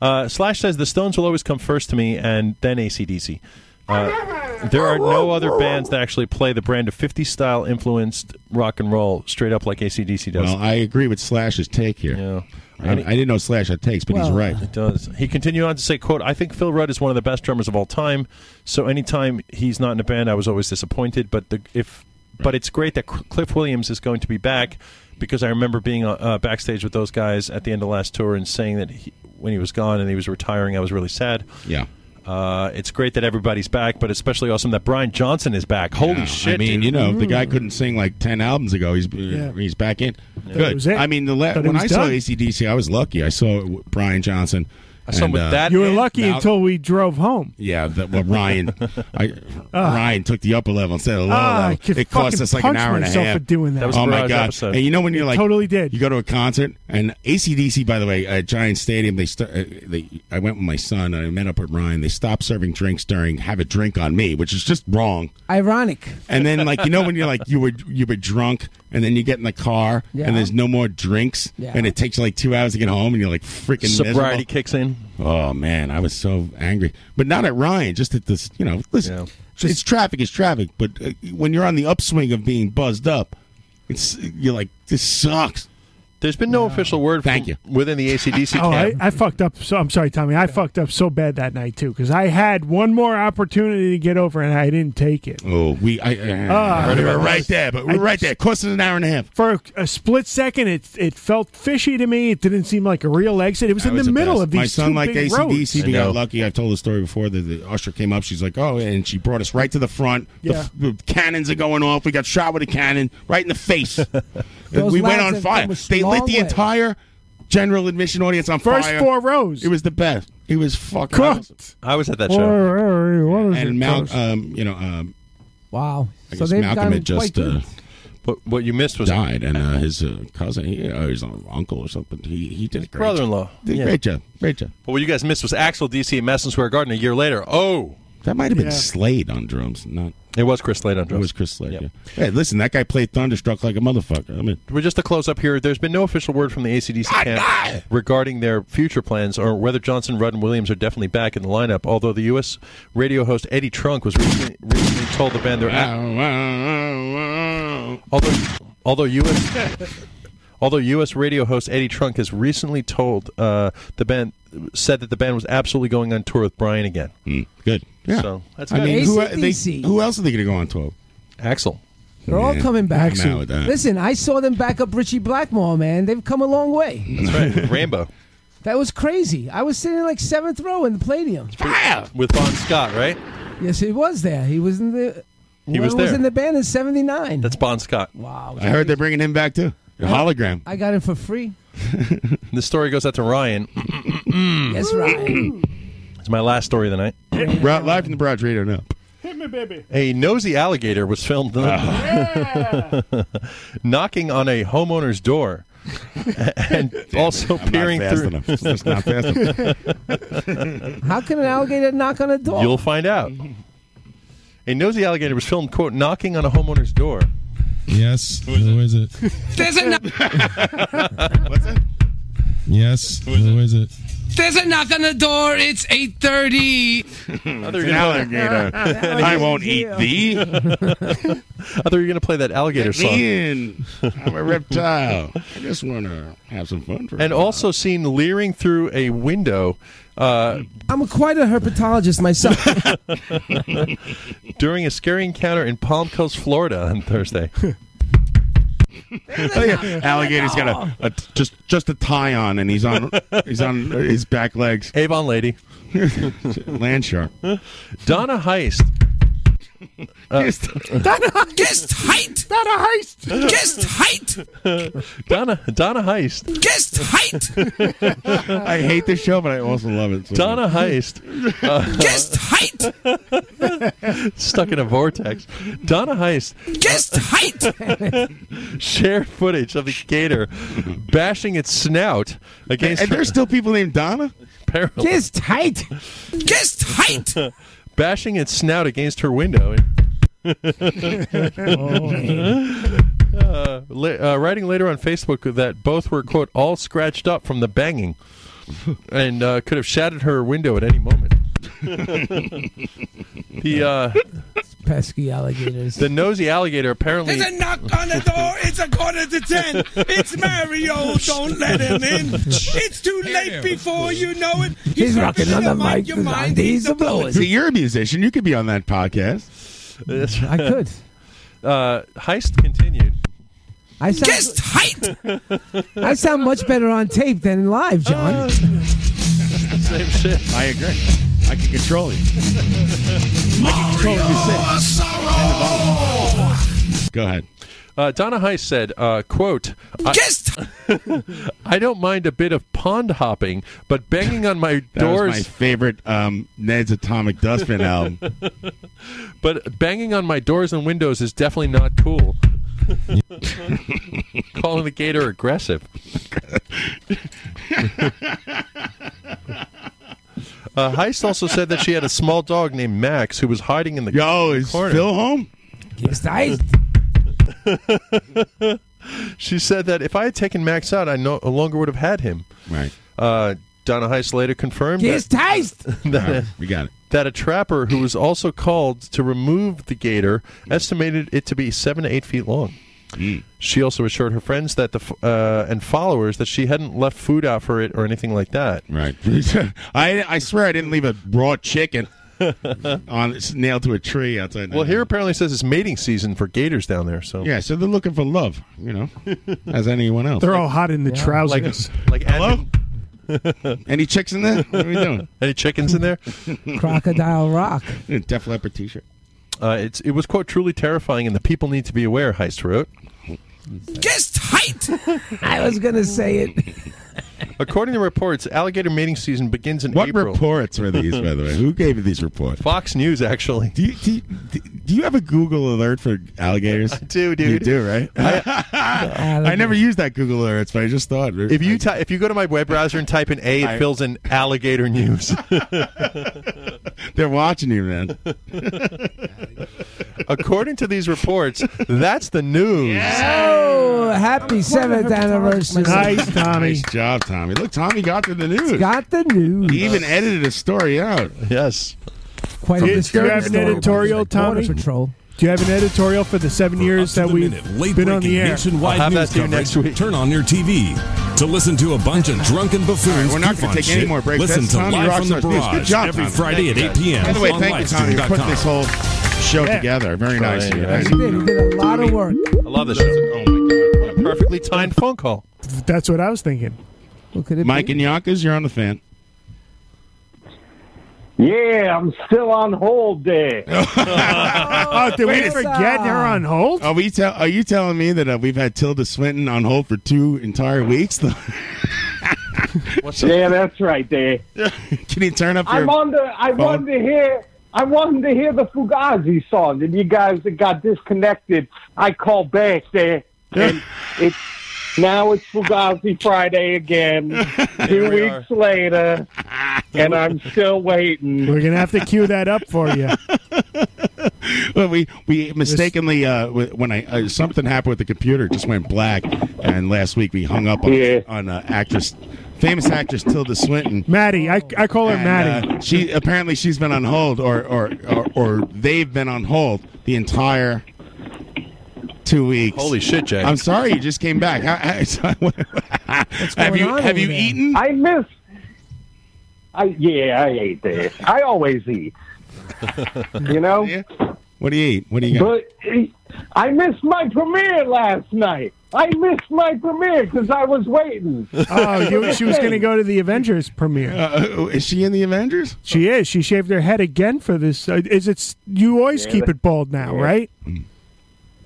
Uh, Slash says the Stones will always come first to me, and then ACDC. Uh, there are no other bands that actually play the brand of 50 style influenced rock and roll straight up like ACDC does.
Well, I agree with Slash's take here. I, I didn't know Slash had takes, but he's
Well-
right.
uh,
It does. He continued on to say, "quote I think Phil Rudd is one of the best drummers of all time. So anytime he's not in a band, I was always disappointed. But the, if but it's great that Cl- Cliff Williams is going to be back because I remember being uh, uh, backstage with those guys at the end of last tour and saying that he, when he was gone and he was retiring, I was really sad.
Yeah.
Uh, it's great that everybody's back, but especially awesome that Brian Johnson is back. Holy
Yeah,
shit!
I mean,
dude. Mm.
you know, if the guy couldn't sing like ten albums ago. He's he's back in.
That
Good.
was it.
I mean, the la-
Thought he
when
was
I saw
done.
ACDC, I was lucky. I saw it with Brian Johnson. uh,
I saw him with that
You were lucky
Now-
until we drove home.
Yeah, that, well, Ryan, I, Ryan took the upper level instead of the lower
Ah, I
level.
could
It cost
fucking
us like an
punch
hour and a
myself
half
for doing that. That was a
oh my
garage
god!
episode.
And you know when you're
It
like,
totally did.
You go to a concert and ACDC, by the way, at Giant Stadium. They, st- uh, they, I went with my son and I met up with Ryan. They stopped serving drinks during "Have a Drink on Me," which is just wrong.
Ironic.
And then, like you know, when you're like you were you were drunk, and then you get in the car,
Yeah.
and there's no more drinks,
Yeah.
and it takes you like two hours to get home, and you're like freaking
Sobriety
miserable.
kicks in.
Oh man, I was so angry, but not at Ryan. Just at this, you know. Listen, it's traffic. It's traffic. But uh, when you're on the upswing of being buzzed up, it's you're like this sucks.
There's been no official word.
Thank you.
Within the ACDC
Oh, I,
camp.
I fucked up. So I'm sorry, Tommy. I fucked up so bad that night too because I had one more opportunity to get over and I didn't take it.
Oh, we I,
Ah.
I we were right there, but we
I
we're right there. Cost us an hour and a half.
For a split second, it it felt fishy to me. It didn't seem like a real exit. It was
I
in
was
the middle
best.
of these
My son
two
liked
big roads.
ACDC. We got lucky. I've told the story before that the usher came up. She's like, oh, and she brought us right to the front. The,
Yeah.
f- the cannons are going off. We got shot with a cannon right in the face. And
Those
we went
lads
on
have
fire.
come a
They lit
long
the
way.
entire general admission audience on
First
fire.
four rows.
It was the best. It was fucking
Cool.
awesome.
I was at that
show.
And Mal, um, you know, um,
wow.
I
So
guess
they've
Malcolm
gotten
had just.
quite
Uh,
but what you missed was
died, and uh, his uh, cousin, he, uh, his uncle or something. He he did a great
Brother-in-law.
job. Did a
Yeah.
Great job, great job.
But what you guys missed was Axel DC at Madison Square Garden a year later. Oh,
That might have been
Yeah.
Slade on drums, not.
It was Chris Slade on
It
drums.
was Chris Slade. Yeah. Hey, listen, that guy played Thunderstruck like a motherfucker. I mean,
We're just to close up here. There's been no official word from the ACDC camp regarding their future plans or whether Johnson, Rudd, and Williams are definitely back in the lineup. Although the U.S. radio host Eddie Trunk was recently, recently told the band they're
out.
Although, although U.S. Although U.S. radio host Eddie Trunk has recently told uh, the band, said that the band was absolutely going on tour with Brian again.
Hmm. good. Yeah.
So that's
I
good.
mean, who, they,
AC/DC.
who else are they going to go on tour?
Axel.
They're all coming back.
I'm out with that.
Listen, I saw them back up Richie Blackmore, man. They've come a long way.
That's right. Rambo
That was crazy. I was sitting in like seventh row in the Palladium.
with Bon Scott, right?
Yes, he was there. He was in the.
He was
Well,
there.
in the band in '79.
That's Bon Scott. Wow.
I heard they're bringing him back too. A hologram.
I got him for free.
The story goes out to Ryan.
yes, Ryan.
it's my last story of the night.
Route live from the Barrage Radio now.
Hit me, baby.
A nosy alligator was filmed
Oh.
knocking on a homeowner's door and also peering
fast
through.
enough. It's not fast enough.
How can an alligator knock on a door?
You'll find out. A nosy alligator was filmed, quote, knocking on a homeowner's door.
Yes. Who is, it?
There's a,
What's that?
Yes. Who is, it?
there's a knock on the door. It's 8.30.
It's an alligator. I won't eat thee.
I thought you were going to play that alligator
Get me
song.
in. I'm a reptile. I just want to have some fun for
And also seen leering through a window uh,
I'm a- quite a herpetologist myself.
during a scary encounter in Palm Coast, Florida on Thursday.
Alligator's got a, a just just a tie on, and he's on he's on his back legs.
Avon lady,
land shark.
Donna Heist Just
Guest height. Not a heist. Guest height.
Uh, Donna Donna Heist.
Guest height. Uh,
I hate this show, but I also love it. so-
Donna Heist. Uh,
Guest height.
stuck in a vortex. Donna Heist.
Guest height.
Share footage of the gator bashing its snout against.
And there's still people named Donna.
Apparently.
Guest height.
Guest height.
bashing its snout against her window.
Oh,
uh, la- uh, writing later on Facebook that both were quote all scratched up from the banging, and uh, could have shattered her window at any moment. The uh,
Pesky alligators.
the nosy alligator apparently.
There's a knock on the door. It's a quarter to ten. It's Mario. Don't let him in. It's too late before you know it.
He's rocking on the
mic, your mind, he's a blower.
See, you're a musician. You could be on that podcast.
I could.
Uh, heist continued.
I sound,
Guest height.
I sound much better on tape than live, John.
Uh,
Same shit.
I agree. I can control you. Go ahead.
Uh, Donna Heiss said, uh, "Quote:
Guest.
I, I don't mind a bit of pond hopping, but banging on my
That was my
doors,
favorite um, Ned's Atomic Dustbin album.
but banging on my doors and windows is definitely not cool." Calling the gator aggressive. Uh, Heist also said that she had a small dog named Max who was hiding in the
Yo, is
corner.
Phil home?
Yes, Heist.
She said that if I had taken Max out, I no longer would have had him.
Right.
Uh, Donna Heist later confirmed
Guest
that,
heist.
that,
All right, we got it.
that a trapper who was also called to remove the gator estimated it to be seven to eight feet long. She also assured her friends that the f- uh, and followers that she hadn't left food out for it or anything like that.
Right. I, I swear I didn't leave a raw chicken on nailed to a tree outside.
Well, here apparently says it's mating season for gators down there. So
Yeah, so they're looking for love, you know, as anyone else.
They're all hot in the trousers.
Like hello.
Any chicks in there? What are we doing?
Any chickens in there?
Crocodile Rock.
Def Leppard t-shirt.
Uh, it's it was quote truly terrifying, and the people need to be aware. Heist wrote.
Guest height.
I was gonna say it.
According to reports, alligator mating season begins in
What
April.
reports were these, by the way? Who gave you these reports?
Fox News, actually.
Do you, do, you, do you have a Google alert for alligators? I
do, dude.
You do, right? I, never used that Google alerts, but I just thought.
If you ty- if you go to my web browser and type in A, it
I-
fills in alligator news.
They're watching you, man.
According to these reports, that's the news.
Oh, happy seventh anniversary.
Nice, Tommy.
Nice job, Tommy. Look, Tommy got to the news.
Got the news.
He even edited a story out.
Yes.
Quite a
Did you
disturbing
have an
story.
editorial, Tommy?
Water Patrol.
Do you have an editorial for the seven years that we've been on the air?
Nationwide
I'll have
news
that to you
coverage.
next week.
Turn on your TV to listen to a bunch of drunken buffoons.
We're not
goof
gonna
on
take any
shit.
more breaks.
Listen
That's
to
Tommy
live from the
Rockstar's news.
barrage
Good job,
every
Tommy.
Friday at 8 p.m.
By the way,
on
thank you, Tommy, for putting
livestream.com.
this whole show
Yeah.
together. Very nice.
yeah.
Very nice.
He did. He did a lot of work.
I love this. Oh my god! What a perfectly timed phone call.
That's what I was thinking.
What could it
Mike
be?
and Yonkers, you're on the fan.
Yeah, I'm still on hold there.
Oh, did we
Wait a-
forget her on hold?
Are we? Tell, are you telling me that uh, we've had Tilda Swinton on hold for two entire weeks?
What's up?
Yeah, that's right there.
Can you turn up
I
your?
wanted, I wanted to hear, I wanted to hear the Fugazi song, and you guys that got disconnected, I called back there, and it's now it's Fugazi Friday again. Two
we
weeks later, and I'm still waiting.
We're gonna have to cue that up for you.
Well, we we mistakenly uh, w- when I uh, something happened with the computer, it just went black, and last week we hung up on on uh, actress, famous actress Tilda Swinton.
Maddie, I, I call her
And,
Maddie.
uh, she apparently she's been on hold, or or, or or they've been on hold the entire two weeks.
Holy shit, Jay!
I'm sorry, you just came back. How- how- have
going
you
on
have
over
you
there?
eaten?
I miss. I yeah, I ate there. I always eat. You know.
What do you eat? What do you got?
But eh, I missed my premiere last night. I missed my premiere because I was waiting.
Oh, you, she was going to go to the Avengers premiere.
Uh, is she in the Avengers?
She is. She shaved her head again for this. Uh, is it? You always
Yeah,
keep
they-
it bald now,
yeah.
right?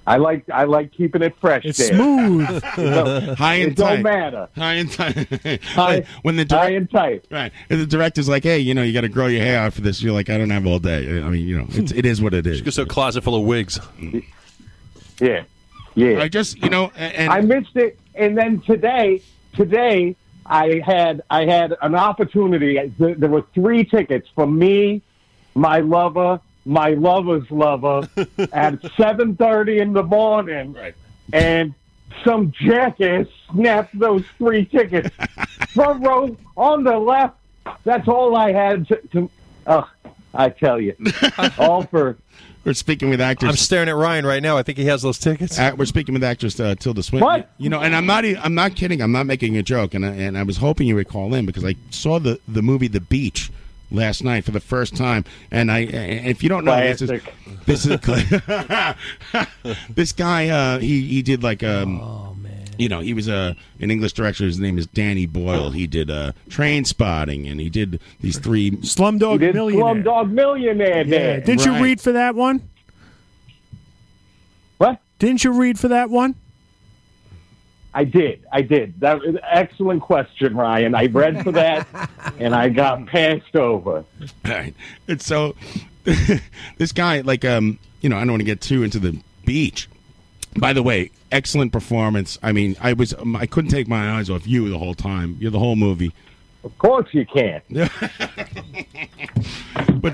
I like I like keeping it fresh.
It's
there.
smooth.
It don't-
High and
it don't
tight.
matter.
High and tight.
High-
when the
high and tight.
Right. And the director's like, hey, you know, you got to grow your hair out for this. You're like, I don't have all day. I mean, you know, it's, it is what it is.
Just a closet full of wigs.
Yeah. Yeah.
I just, you know, and
I missed it, and then today, today I had I had an opportunity. There there were three tickets for me, my lover, my lover's lover, at seven thirty in the morning, and some jackass snapped those three tickets front row on the left. That's all I had to. to uh, I tell you, all for.
We're speaking with actors.
I'm staring at Ryan right now. I think he has those tickets.
Uh, we're speaking with actress uh, Tilda Swinton.
What?
You know, and I'm not. e- I'm not kidding. I'm not making a joke. And I, and I was hoping you would call in because I saw the the movie The Beach last night for the first time. And I, and if you don't know, this is
Classic.
this is this guy. Uh, he he did like um. You know, he was uh, an English director. His name is Danny Boyle. He did uh, Train Spotting, and he did these three
Slumdog Millionaire.
Slumdog Millionaire.
Yeah.
Yeah,
Didn't you
right.
read for that one?
What?
Didn't you read for that one?
I did. I did. That was an excellent question, Ryan. I read for that, and I got passed over.
All right. And so this guy, like, um, you know, I don't want to get too into the beach. By the way, excellent performance. I mean, I was, um, I couldn't take my eyes off you the whole time. You're the whole movie.
Of course you can't.
but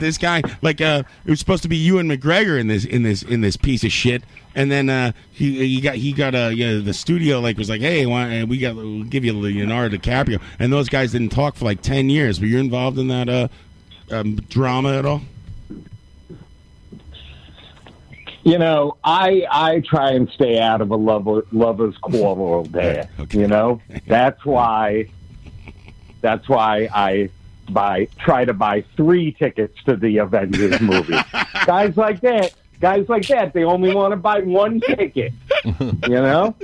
this guy, like, uh, it was supposed to be you and McGregor in this, in this, in this piece of shit. And then uh, he, he got, he got, uh, you know, the studio like was like, hey, why, uh, we got, we'll give you Leonardo DiCaprio. And those guys didn't talk for like ten years. Were you involved in that uh, um, drama at all?
You know, I I try and stay out of a lover lover's quarrel there. You know, that's why. That's why I buy try to buy three tickets to the Avengers movie. guys like that, guys like that, they only want to buy one ticket. You know.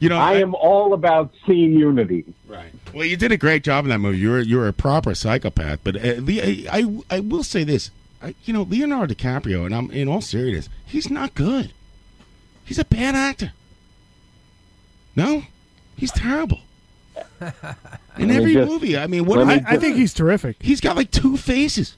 you know,
I am all about team unity.
Right. Well, you did a great job in that movie. You were you were a proper psychopath. But uh, Le- I, I I will say this, I, you know, Leonardo DiCaprio, and I'm in all seriousness, he's not good. He's a bad actor. No, he's terrible. In every movie, I mean, what
let me
have you
just- I think
he's terrific.
He's got like two faces.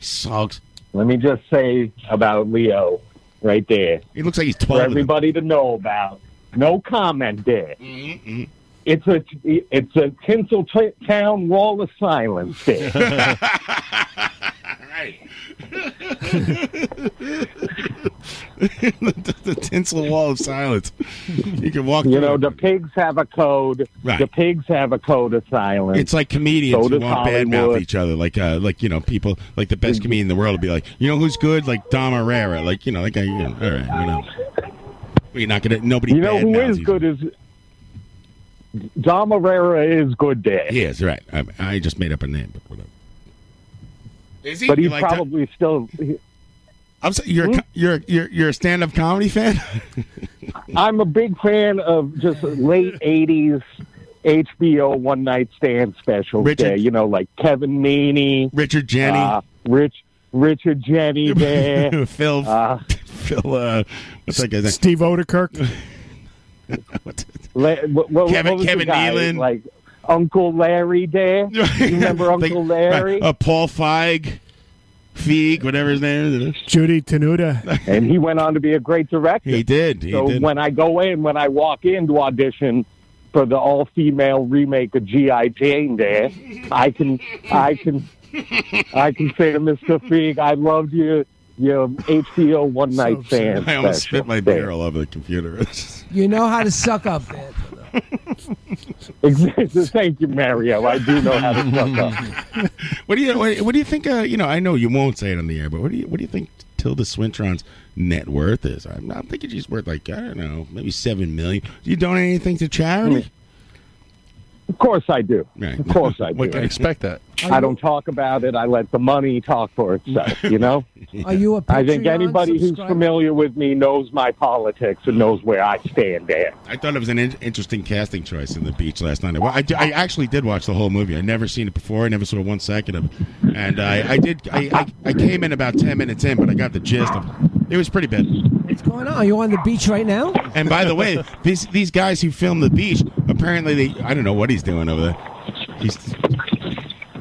Sucks.
Let me just say about Leo right there.
He looks like he's
For everybody to know about. No comment there.
Mm-hmm.
It's a it's a Tinseltown wall of silence there.
the, the tinsel wall of silence. You can walk.
you
through
know
it.
the pigs have a code.
Right.
The pigs have a code of silence.
It's like comedians
So
who
does
won't badmouth
Hollywood.
each other. Like, uh, like you know, people like the best comedian in the world would be like, you know, who's good? Like Dom Herrera. Like, you know, like, uh, you know, all right, you know, we're not gonna nobody.
You know who
badmouths
is
each-
good is Dom Herrera is good there.
He is right. I, I just made up a name, but whatever. Is
But he's
You like that?
probably still.
I'm sorry,
Hmm?
you're a co- you're you're you're a stand-up comedy fan.
I'm a big fan of just late '80s HBO one night stand specials.
Richard-
there, you know, like Kevin Meaney,
Richard Jenny,
uh, Rich Richard Jenny, there,
Phil
uh,
Phil. Uh, what's that guy's name?
Steve Odekirk.
Le- what, what,
Kevin-
what was the
Kevin
guy,
Nealon.
like Uncle Larry, there. You remember Uncle Larry?
Uh, Paul Feig, Feig, whatever his name is.
Judy Tenuta.
and he went on to be a great director.
He did. He
so
did.
when I go in, when I walk in to audition for the all-female remake of GI Jane, there, I can, I can, I can say to Mister Feig, I loved you. Your HBO one night stand.
I almost
special
spit my
there.
beer all over the computer.
You know how to suck up. man.
Exactly. Thank you, Mario. I do know how to suck up.
What do you what, what do you think? Uh, you know, I know you won't say it on the air, but what do you what do you think Tilda Swinton's net worth is? I'm, I'm thinking she's worth like I don't know, maybe seven million. Do you donate anything to charity?
Of course I do. Of course I do.
can expect that.
I don't talk about it. I let the money talk for itself. You know.
Are you a
I think
Patreon
anybody who's
subscriber?
familiar with me knows my politics and knows where I stand at.
I thought it was an in- interesting casting choice in the beach last night. Well, I, I actually did watch the whole movie. I never seen it before. I never saw one second of it, and I, I did. I, I, I came in about ten minutes in, but I got the gist of it. It was pretty bad.
What's going on? Are you on the beach right now?
And by the way, these these guys who filmed the beach apparently they I don't know what he's doing over there. He's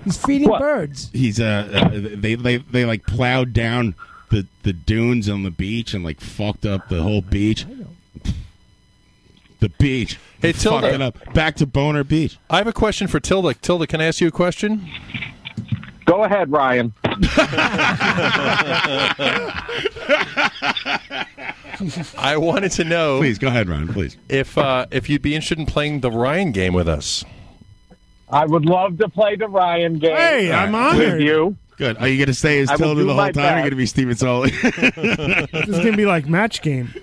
He's feeding birds.
he's uh, uh they they they like plowed down the the dunes on the beach and like fucked up the whole beach. The beach.
Hey, Tilda.
Fucked it up. Back to Boner Beach.
I have a question for Tilda. Tilda, can I ask you a question?
Go ahead, Ryan.
I wanted to know. Please
go ahead, Ryan. Please.
If uh, if you'd be interested in playing the Ryan game with us.
I would love to play the Ryan game.
Hey, I'm
With
honored.
you.
Good. Are you going to stay as
I will
Tilda
do
the
my
whole time? You're
best.
going to be Steven Solly.
This is gonna be like match game.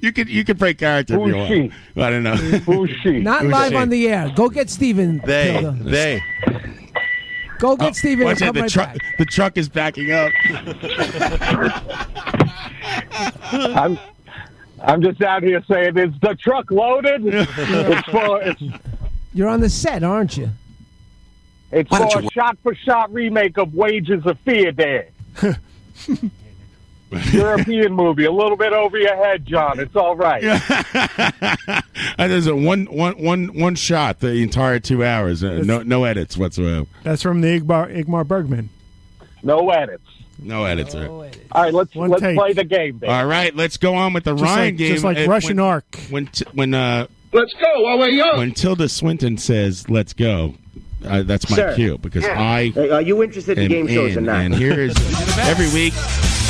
you could you could play character if
Who's
you want. I don't know.
Who's she?
Not live on the air. Go get Steven. Tilda.
They.
Go get Steven
Oh, Watch
and
out,
come
the,
right
truck
back.
the truck is backing up.
I'm I'm just out here saying is the truck loaded? it's for it's,
You're on the set, aren't you?
it's
Why don't
for a
you-
shot for shot remake of Wages of Fear Dad. European movie, a little bit over your head, John. It's all right.
Uh, There's a one one one one shot the entire two hours. Uh, no no edits whatsoever.
That's from the Igmar, Igmar Bergman.
No edits.
No edits. uh.
All right, let's
One
let's
take.
play the game. Then.
All right, let's go on with the
Just
Ryan
like-
game.
just like Russian
when,
Ark.
When t- when uh
Let's go while we're young.
when Tilda Swinton says "Let's go," uh, that's my
Sir.
cue because
Yeah.
I
Hey, are you interested in
am
game shows or
in,
not?
And here is every week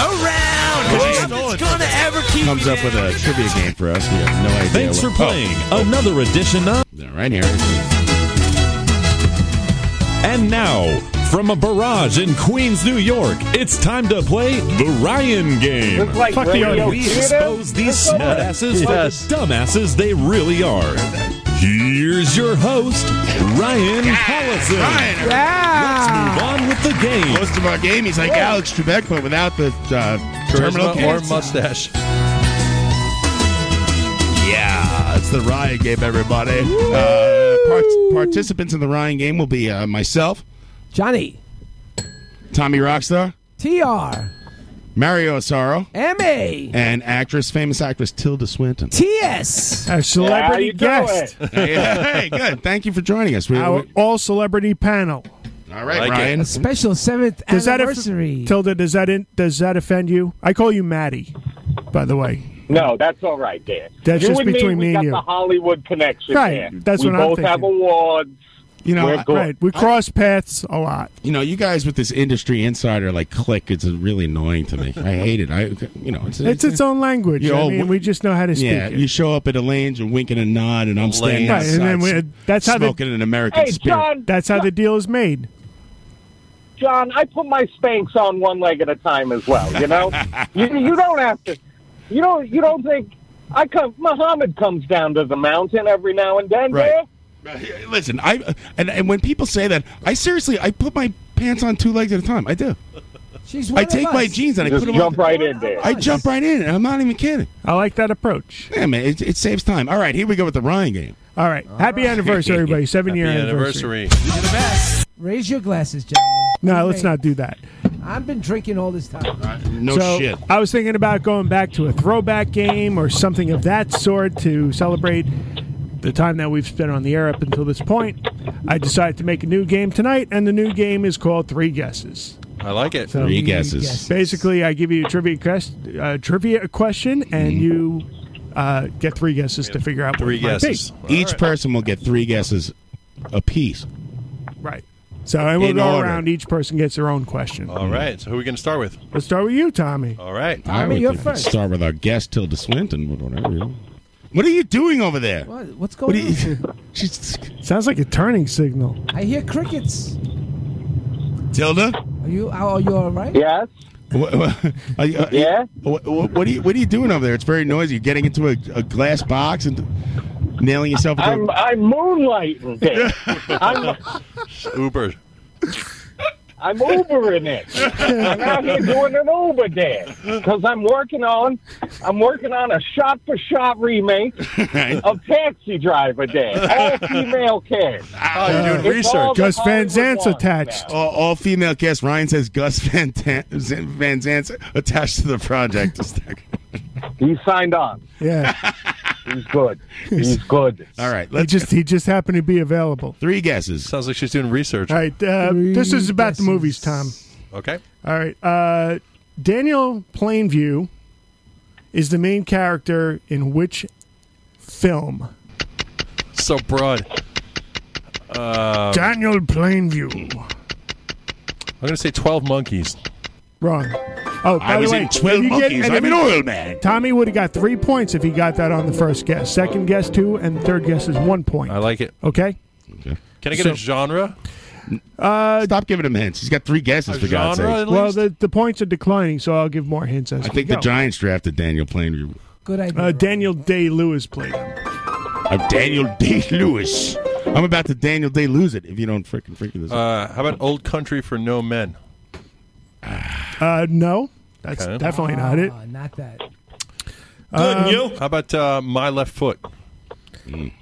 Around. gonna ever keep
comes up with a trivia game for us. We have no idea.
Thanks for
what-
playing another edition
Oh,
of.
all right, here.
And now, from a barrage in Queens, New York, it's time to play the Ryan game.
Looks like Fuck the radio
we
theater.
expose these
Let's go.
smartasses for
Yes.
the dumbasses they really are. Here's your host, Ryan Collison. Let's move on with the game.
Most of our game, he's like Alex Trebek, but without the uh, terminal
Charisma or
cancer.
mustache.
Yeah, it's the Ryan game, everybody. Uh, part- participants in the Ryan game will be uh, myself,
Johnny,
Tommy Rockstar,
TR,
Mario Osaro,
MA,
and actress, famous actress Tilda Swinton.
TS.
Our celebrity guest.
hey, hey, good. Thank you for joining us. We,
Our
we-
all celebrity panel.
all right, Ryan.
A special seventh
Does that aff-
anniversary.
Tilda, does that in, does that offend you? I call you Maddie, by the way.
No, that's all right, Dan.
That's
you
just
and
between
me. We
me and
got
you.
the Hollywood connection.
Right,
there.
that's
we
what I'm
both have
thinking.
awards.
You know,
We're
I-
good.
Right, we cross paths a lot.
You know, you guys with this industry insider like click, it's really annoying to me. I hate it. I, you know, it's
It's its own language.
You
I
all
mean,
w-
we just know how to speak
Yeah,
it.
you show up at Elaine's and wink and a nod, and I'm standing
Right,
outside
and then we, that's how
smoking
the,
an American spirit.
That's how the deal is made.
John, I put my spanks on one leg at a time as well. You know, you, you don't have to. You don't. You don't think I come? Muhammad comes down to the mountain every now and then.
Right.
yeah?
Listen, I and, and when people say that, I seriously, I put my pants on two legs at a time. I do.
She's
I take my jeans and I
Just
put them
jump
on.
right in there.
I jump right in, and I'm not even kidding.
I like that approach.
Yeah, man, it, it saves time. All right, here we go with the Ryan game.
All right. Happy anniversary, everybody. Seven year anniversary.
Raise your glasses, gentlemen.
No, let's not do that.
I've been drinking all this time.
No
so I was thinking about going back to a throwback game or something of that sort to celebrate the time that we've spent on the air up until this point. I decided to make a new game tonight, and the new game is called Three Guesses.
I like it.
So- Three guesses. Basically, I give you a trivia, quest, uh, trivia question, and you uh, get three guesses to figure out what it might be.
Each person will get three guesses apiece.
Right. So, and we'll
In
go
order.
around. Each person gets their own question.
All right. So who are we going to start with?
Let's start with you, Tommy.
All right.
I would
you're
think
first.
start with our guest Tilda Swinton. but Whatever. you know. What are you doing over there?
What, what's going
do you-
on?
Sounds like a turning signal.
I hear crickets.
Tilda?
Are you? Are you all right?
Yes.
What, what- are you, uh, yeah. What, what, what are you What are you doing over there? It's very noisy. You're getting into a, a glass box and Nailing yourself. to a-
I'm, I'm moonlighting there. I'm,
Uber.
I'm Ubering it. I'm out here doing an Uber there because I'm working on, I'm working on a shot-for-shot remake of Taxi Driver Day. All female cast.
Oh, you're doing
Uh, all the
Gus
Hollywood
Van Zant's
ones
attached. All, all female guest. Ryan says Gus Van, Tan- Z- Van Zant's attached to the project.
he signed on.
Yeah.
He's good. He's good.
All right.
He just he just happened to be available.
Three guesses.
Sounds like she's doing research.
All right, uh, this is about the movies, Tom.
Okay.
All right, uh, Daniel Plainview is the main character in which film?
So broad. Uh,
Daniel Plainview.
I'm going to say 12 monkeys.
Wrong. Oh, by
I was
the way,
in 12
if you get-
monkeys.
and
I'm
if
an
you-
oil man.
Tommy would have got three points if he got that on the first guess. Second guess two, and third guess is one point.
I like it.
Okay.
Can I get
So-
a genre?
Uh,
Stop giving him hints. He's got three guesses for God's sake.
Well, the, the points are declining, so I'll give more hints as
I
we
think the
go.
Giants drafted Daniel Plainview.
Good idea.
Uh, Daniel Day Lewis played him.
Of Uh, Daniel Day Lewis. I'm about to Daniel Day lose it if you don't freaking freaking this. up.
Uh, how about Old Country for No Men?
Uh, no, that's
Okay.
definitely not it.
Ah, Not that.
Um,
How about uh, My Left Foot?
Mm.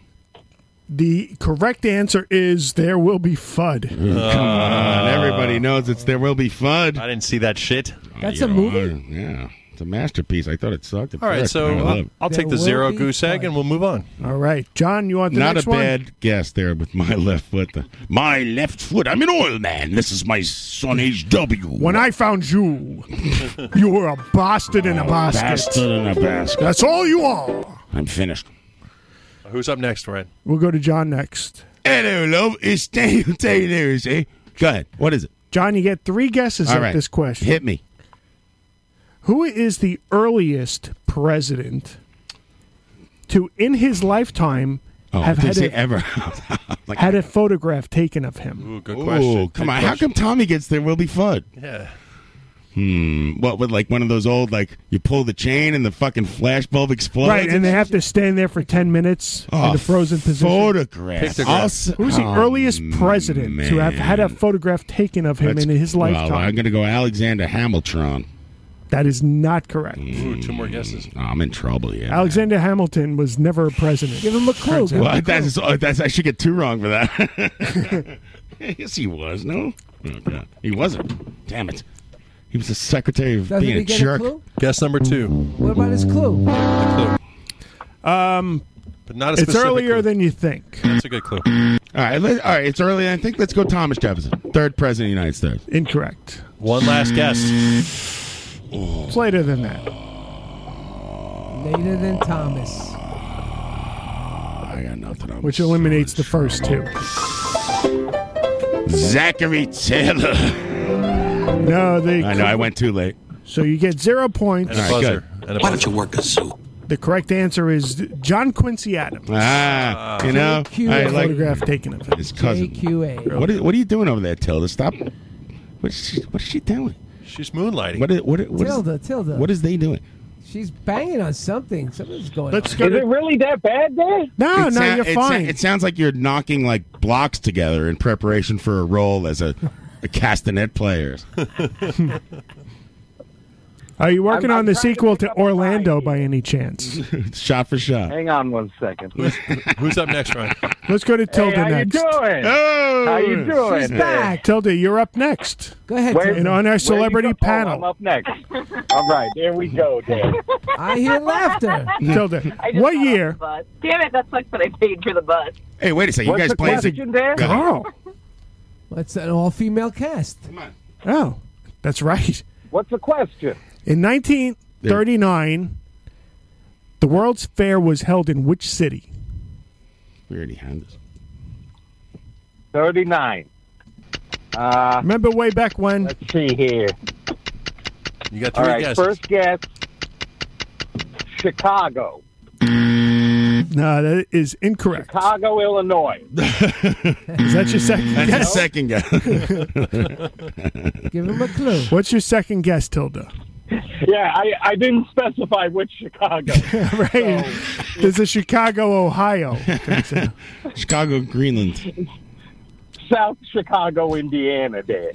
The correct answer is there will be FUD.
Mm. Come on, everybody knows it's there will be fun.
I didn't see that shit.
That's a movie?
yeah, it's a masterpiece. I thought it sucked. At
All right,
first,
so
but I love
I'll,
it.
I'll take the zero goose egg and we'll move on.
All right, John, you want the
Not
next
a
one?
bad guess there with my left foot. The- my left foot. I'm an oil man. This is my son HW.
When I found you, you were a bastard in a basket.
Oh, Bastard in a basket.
That's all you are.
I'm finished.
Who's up next, Ryan?
We'll go to John next.
Hello, love. It's Daniel Day Lewis. Eh? Go ahead. What is it?
John, you get three guesses
All
at
right.
this question.
Hit me.
Who is the earliest president to, in his lifetime,
Oh,
have
I didn't
had
say
a,
ever. like,
had a photograph taken of him?
Ooh, good
Ooh,
question.
come on. How come Tommy gets there will be fun?
Yeah.
Hmm. What with like one of those old like you pull the chain and the fucking flash bulb explodes.
right, and they have to stand there for 10 minutes
Oh,
in a frozen position.
photograph. Pictograph. Also-
Who's the
Oh,
earliest president to have had a photograph taken of him
That's-
in his lifetime?
Well, I'm going to go Alexander Hamilton.
that is not correct.
Mm.
Ooh, two more guesses.
Oh, I'm in trouble here.
Alexander Hamilton was never a president. Give
him a clue.
Well, that's, oh, that's I should get two wrong for that. yes, he was. No, oh, God. he wasn't. Damn it. He was the secretary of
Doesn't
being
he
a
get a
jerk.
clue?
Guess number two.
What about his clue?
Um,
But not a
it's
specific
earlier
clue.
than you think.
That's a good clue.
All right, let, all right. It's early. I think let's go Thomas Jefferson, third president of the United States.
Incorrect.
One last guess.
Oh.
It's later than that.
Later than Thomas.
I got nothing on
Which eliminates the first two.
Zachary Taylor.
No, they.
I know. I went too late.
So you get zero points.
All right, good.
Why don't you
work a zoo?
The correct answer is John Quincy Adams.
Ah, you know,
JQ
I like
photograph taken of him.
his cousin.
QA.
What are, what are you doing over there, Tilda? Stop. What is she, what is she doing?
She's moonlighting.
What is, what, is, what, is,
Tilda, Tilda.
what is they doing?
She's banging on something. Something's going
Let's
on.
go
Is it
to,
really that bad there?
Oh, No,
It
no,
sou-
you're
it sou-
fine.
it sounds like you're knocking like blocks together in preparation for a role as a, a castanet player.
Are you working on the sequel to Orlando by any chance?
shot for shot.
Hang on one second.
Who's up next, Ryan?
Let's go to Tilda
how
next.
you doing?
Oh,
how you doing?
She's back.
Tilda, you're up next.
Go ahead.
Where-
Tilda.
And on
Where
our
you
celebrity
go- oh, I'm
panel,
up next. All right, there we go, Dan.
I hear laughter.
Tilda,
I just
what
got off
year?
the bus. Damn it, that sucks that I paid for the bus.
Hey, wait a second. You
What's
guys
the
playing?
question, Dan?
Go ahead.
Oh,
That's an all-female cast.
oh, that's right.
What's the question?
In 1939, the World's Fair was held in which city?
We already had this.
39. Uh,
Remember way back when?
let's see here.
You got
All
three
right,
guesses.
first guess Chicago.
No, that is incorrect.
Chicago, Illinois.
Is that your second
That's the
guess?
second guy.
Give him a clue.
What's your second guess, Tilda?
Yeah, I, I didn't specify which Chicago.
right. This is Chicago, Ohio.
Chicago, Greenland.
South Chicago, Indiana, there.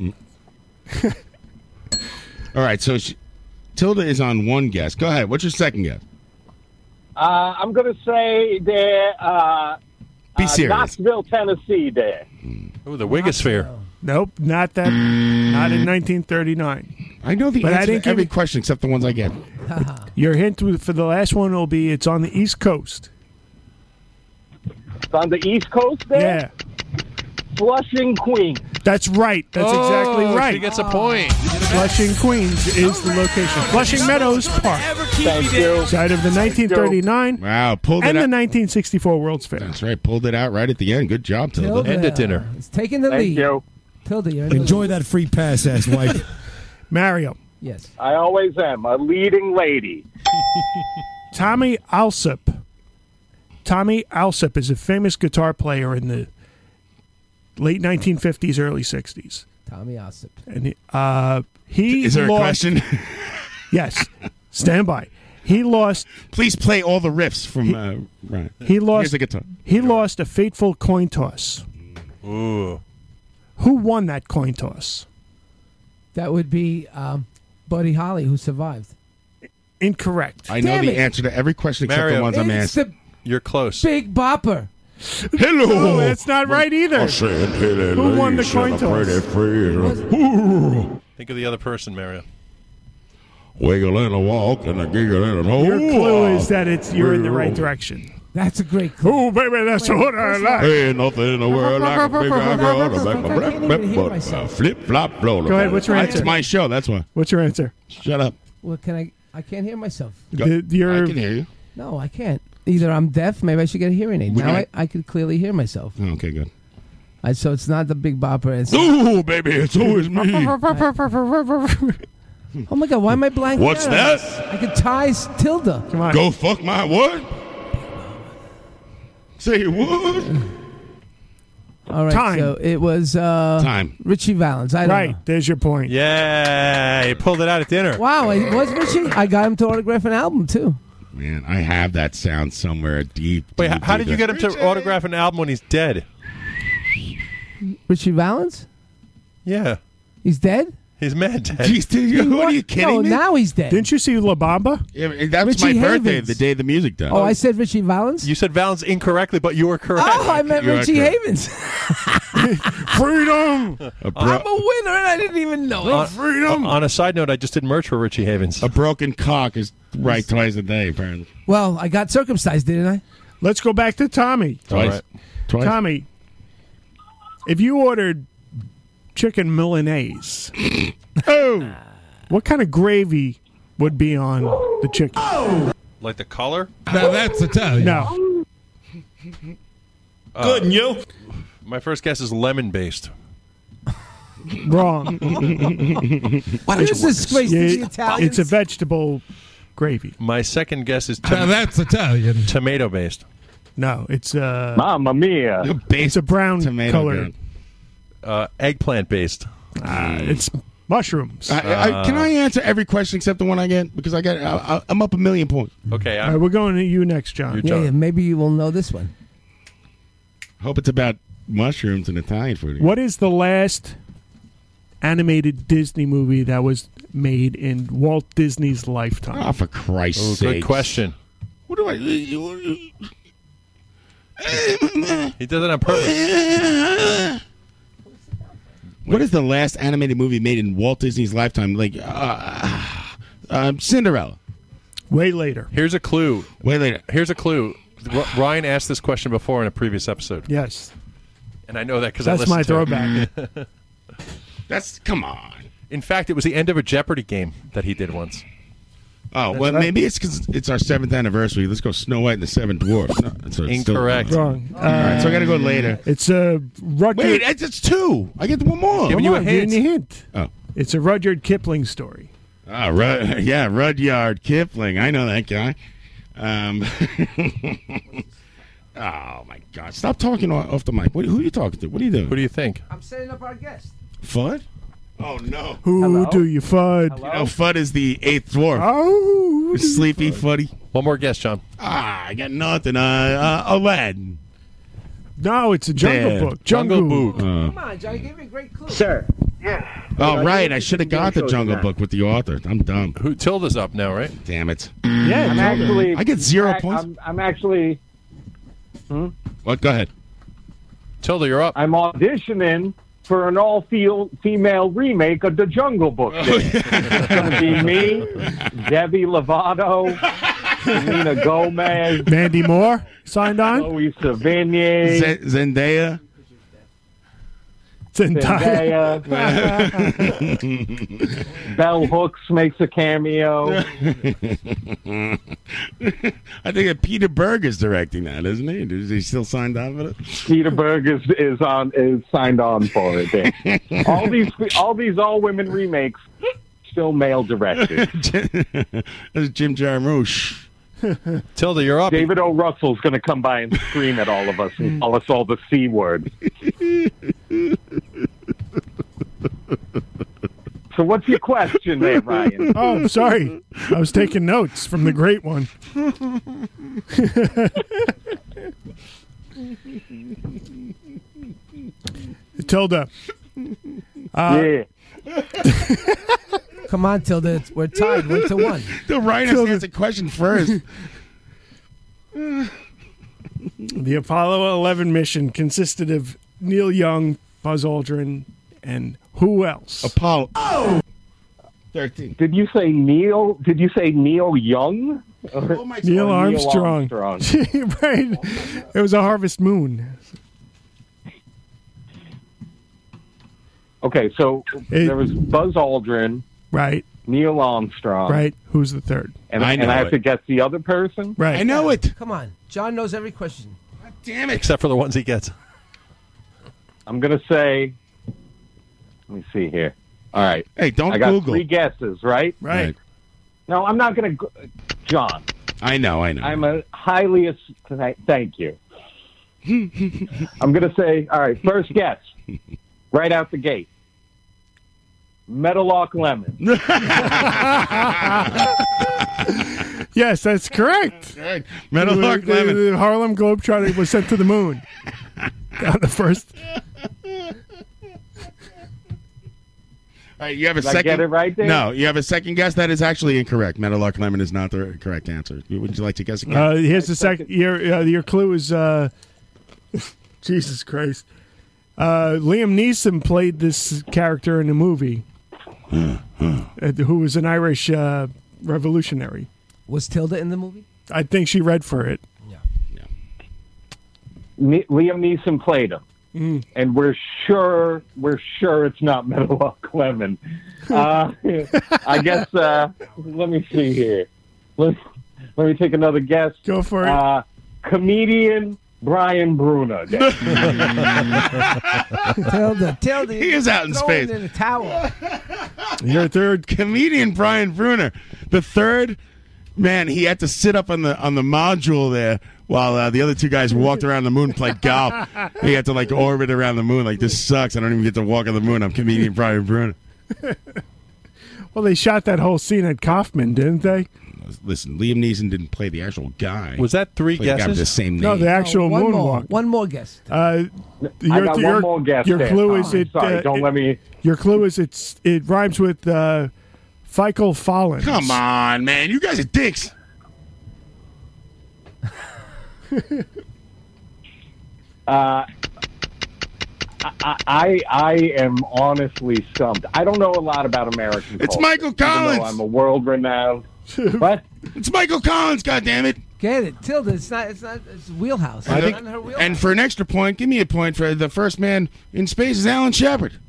All right, so she, Tilda is on one guess. Go ahead. What's your second guess?
Uh, I'm going to say there. Uh,
Be
uh,
serious.
Knoxville, Tennessee, there.
Oh, the Wigosphere.
Nope, not that. Not in 1939.
I know the
but I
answer to
didn't give
every
you-
question except the ones I get.
your hint w- for the last one will be it's on the East Coast.
It's on the East Coast, there.
Yeah,
Flushing, Queens.
that's right. That's exactly
Oh,
right.
she gets a
point.
Ah.
Flushing, Queens is the location. Flushing Meadows Park.
Thank you.
Side of the 1939
Wow, pulled
and
it
the
out.
1964 World's Fair.
That's right, pulled it out right at the end. Good job, Tilda.
Tilda. End at dinner.
It's taking the
Thank
lead.
you.
Tilda, you're in the
Enjoy that free pass, ass wife.
Mario.
Yes.
I always am a leading lady.
Tommy Alsop. Tommy Alsop is a famous guitar player in the late 1950s, early 60s.
Tommy Ossip.
And he- uh, he
Is there a
lost-
question?
yes. Stand by. He lost.
Please play all the riffs from uh, Ryan.
He lost.
Here's the guitar.
He lost a fateful coin toss.
Ooh.
Who won that coin toss?
That would be um, Buddy Holly, who survived.
Incorrect.
I know
Damn
the
it.
answer to every question except the ones I'm
it's
asking.
the
You're close.
Big Bopper.
Hello.
Oh, that's not right either. Who won the coin toss?
Think of the other person, Mario.
Wiggle and a walk and a giggle and a hole.
Your clue is that it's you're in the right direction.
That's a great clue.
Oh, baby, that's what I like.
Hey, nothing in the world like a big eye girl to make my breath,
even hear
breath,
myself.
flip flop blow.
Go ahead, what's your
That's
answer?
my show. That's why.
What's your answer?
Shut up.
Well, can I? I can't hear myself.
The- your-
I can hear you.
No, I can't. Either I'm deaf. Maybe I should get a hearing aid.
We
Now I,
got-
I could clearly hear myself.
Oh, okay, good.
I, so it's not the Big Bopper. It's,
Ooh, baby, it's always me.
oh my God! Why am I blanking?
What's
out?
that?
I could tie s- Tilda.
Come on.
Go fuck my what?
Say what?
All right.
Time.
So it was uh,
Time.
Richie Valens. I don't
Right,
know.
there's your point.
Yeah, you pulled it out at dinner.
Wow, it was Richie. I got him to autograph an album too.
Man, I have that sound somewhere deep.
Wait, how,
deep,
how did
deep
you
down.
get him to autograph an album when he's dead?
Richie Valens.
Yeah,
He's dead.
he's mad dead.
Jeez, dude, you- what are you kidding
no,
me?
now he's dead.
Didn't you see La Bamba?
Yeah, but that was
Richie
my birthday,
Havens.
the day the music died.
oh, I said Richie Valens.
You said Valens incorrectly, but you were correct.
Oh, I meant
You are
Richie
correct.
Havens.
Freedom!
a, bro-
I'm
Uh,
a winner, and I didn't even know it.
on, on a side note, I just did merch for Richie Havens.
a broken cock is right twice a day, apparently.
Well, I got circumcised, didn't I?
Let's go back to Tommy.
Twice.
right.
Twice.
Tommy, if you ordered chicken Milanese,
Oh.
what kind of gravy would be on the chicken?
Like the color?
Now that's Italian.
No,
Good, and you? Uh, My first guess is lemon based.
wrong.
This disgrace to the
Yeah,
Italians.
it's a vegetable gravy.
My second guess is
Now
tom-
that's Italian.
tomato based.
No, it's uh,
Mamma mia.
it's a brown
Tomato
color.
gun.
Uh, eggplant based. Uh,
Uh, it's mushrooms.
I, I, I- can I answer every question except the one I get? Because I get, I, I, I'm up a million points.
Okay,
All right,
I'm,
we're going to you next, John.
You're-
yeah,
John.
yeah, maybe you will know this one.
Hope it's about mushrooms and Italian food.
What is the last animated Disney movie that was made in Walt Disney's lifetime?
Oh, for Christ's
oh,
sake!
good question.
What do I?
He does it on purpose.
What is the last animated movie made in Walt Disney's lifetime? Like, uh, um, Cinderella.
Way later.
Here's a clue.
Wait later.
Here's a clue. R- Ryan asked this question before in a previous episode,
Yes.
and I know that because I
That's
listened to it.
my
Mm.
throwback.
That's come on.
In fact, it was the end of a Jeopardy game that he did once.
Oh well, maybe it's because it's our seventh anniversary. Let's go Snow White and the Seven Dwarfs. No, that's what it's still-
Incorrect.
Wrong.
All
Uh,
right, so I gotta go later.
it's a
Wait,
Rudyard.
it's, it's two. I get one more.
Give
Come
you a
on, give
hint.
me a hint.
Oh.
It's a Rudyard Kipling story.
Ah, Rud- yeah, Rudyard Kipling. I know that guy. Um, oh my God! Stop talking o- off the mic. What, who are you talking to? What are you doing?
Who do you think?
I'm setting up our guest.
Fudd? Oh no.
Who do you fud?
You know, Fudd is the eighth dwarf.
Oh,
sleepy Fuddy.
One more guess, John.
Ah, I got nothing. Uh, uh Aladdin.
No, it's a Jungle Book. Jungle Book.
Come on, John, give me a great clue.
Sir. Oh, right. I should have got the Jungle Book with the author. I'm dumb.
Who Tilda's up now, right?
Damn it.
Yeah, I'm actually.
I get zero
I-
points.
I'm, I'm actually. hmm?
What? Go ahead.
Tilda, you're up.
I'm auditioning for an all-female remake of The Jungle Book.
Oh,
it's going to be me, Debbie Lovato, Selena Gomez,
Mandy Moore signed on.
Chloe Sevigny,
Z- Zendaya.
Zendaya.
Zendaya. Bell Hooks makes a cameo.
I think that Peter Berg is directing that, isn't he? Is he still signed on for it?
Peter Berg is, is on is signed on for it. there. all these all these all women remakes still male directed.
That's Jim Jarmusch.
Tilda, you're up.
David O. Russell's going to come by and scream at all of us and call us all the c word. so what's your question there, Ryan?
Oh, sorry. I was taking notes from the great one. Tilda.
Yeah. Uh, Come on, Tilda. it's- We're tied one to one.
The Ryan has to answer question first.
The Apollo 11 mission consisted of Neil Young, Buzz Aldrin, and who else?
Apollo.
Oh!
Thirteen.
Did you say Neil? Did you say Neil Young? Oh my
Neil Armstrong. right. It was a Harvest Moon.
Okay, so there was Buzz Aldrin,
Right.
Neil Armstrong,
Right. Who's the third?
And I, and I have to guess the other person.
Right. I know
it.
Come on. John knows every question.
damn
Except for the ones he gets.
I'm gonna say. Let me see here. All right.
Hey, don't
I got
Google.
three guesses, right?
Right. Right.
No, I'm not gonna. Go- John,
I know, I know.
I'm a highly. As- th- thank you. I'm gonna say. All right. First guess. Right out the gate. Metalock lemon.
Yes, that's correct.
Correct.
Metal Arc
The- the-
Lemon.
the Harlem Globetrotter was sent to the moon. On the first.
All right, you have a
Did I
second.
get it right there?
No, you have a second guess. That is actually incorrect. Metalock Lemon is not the correct answer. You- Would you like to guess again?
Uh, here's the second. Your uh, your clue is uh, Jesus Christ. Uh, Liam Neeson played this character in a movie, uh, who was an Irish uh, revolutionary.
Was Tilda in the movie?
I think she read for it.
Ne- Liam Neeson played him,
Mm.
and we're sure we're sure it's not Metalock Lemon. Uh, I guess. Uh, let me see here. Let Let me take another guess.
Go for it.
Uh, comedian Brian Bruno.
Tilda, Tilda.
He is out in
throw him
space.
in the towel.
Your third comedian Brian Bruner, the third man. He had to sit up on the on the module there while uh, the other two guys walked around the moon and played golf. He had to like orbit around the moon. Like this sucks. I don't even get to walk on the moon. I'm comedian Brian Bruner.
Well, they shot that whole scene at Kaufman, didn't they?
Listen, Liam Neeson didn't play the actual guy.
Was that three
Played the guy with
guesses?
The same name.
No, the actual
one
moonwalk.
more. One more guess.
Uh,
Oh, I got one more guess
Your
there,
clue
Tom.
is it.
Sorry,
uh,
don't
it-
let me-
Your clue is it's. It rhymes with uh, Fickle Fallen.
Come on, man. You guys are dicks.
Uh, I, I I am honestly stumped. I don't know a lot about American.
It's
culture,
Michael
even though
Collins.
I'm a world renowned. what?
It's Michael Collins. God damn it.
Get it, Tilda. It's not. It's not. It's wheelhouse.
I
It's
think,
not in her wheelhouse.
and for an extra point, give me a point for the first man in space is Alan Shepard.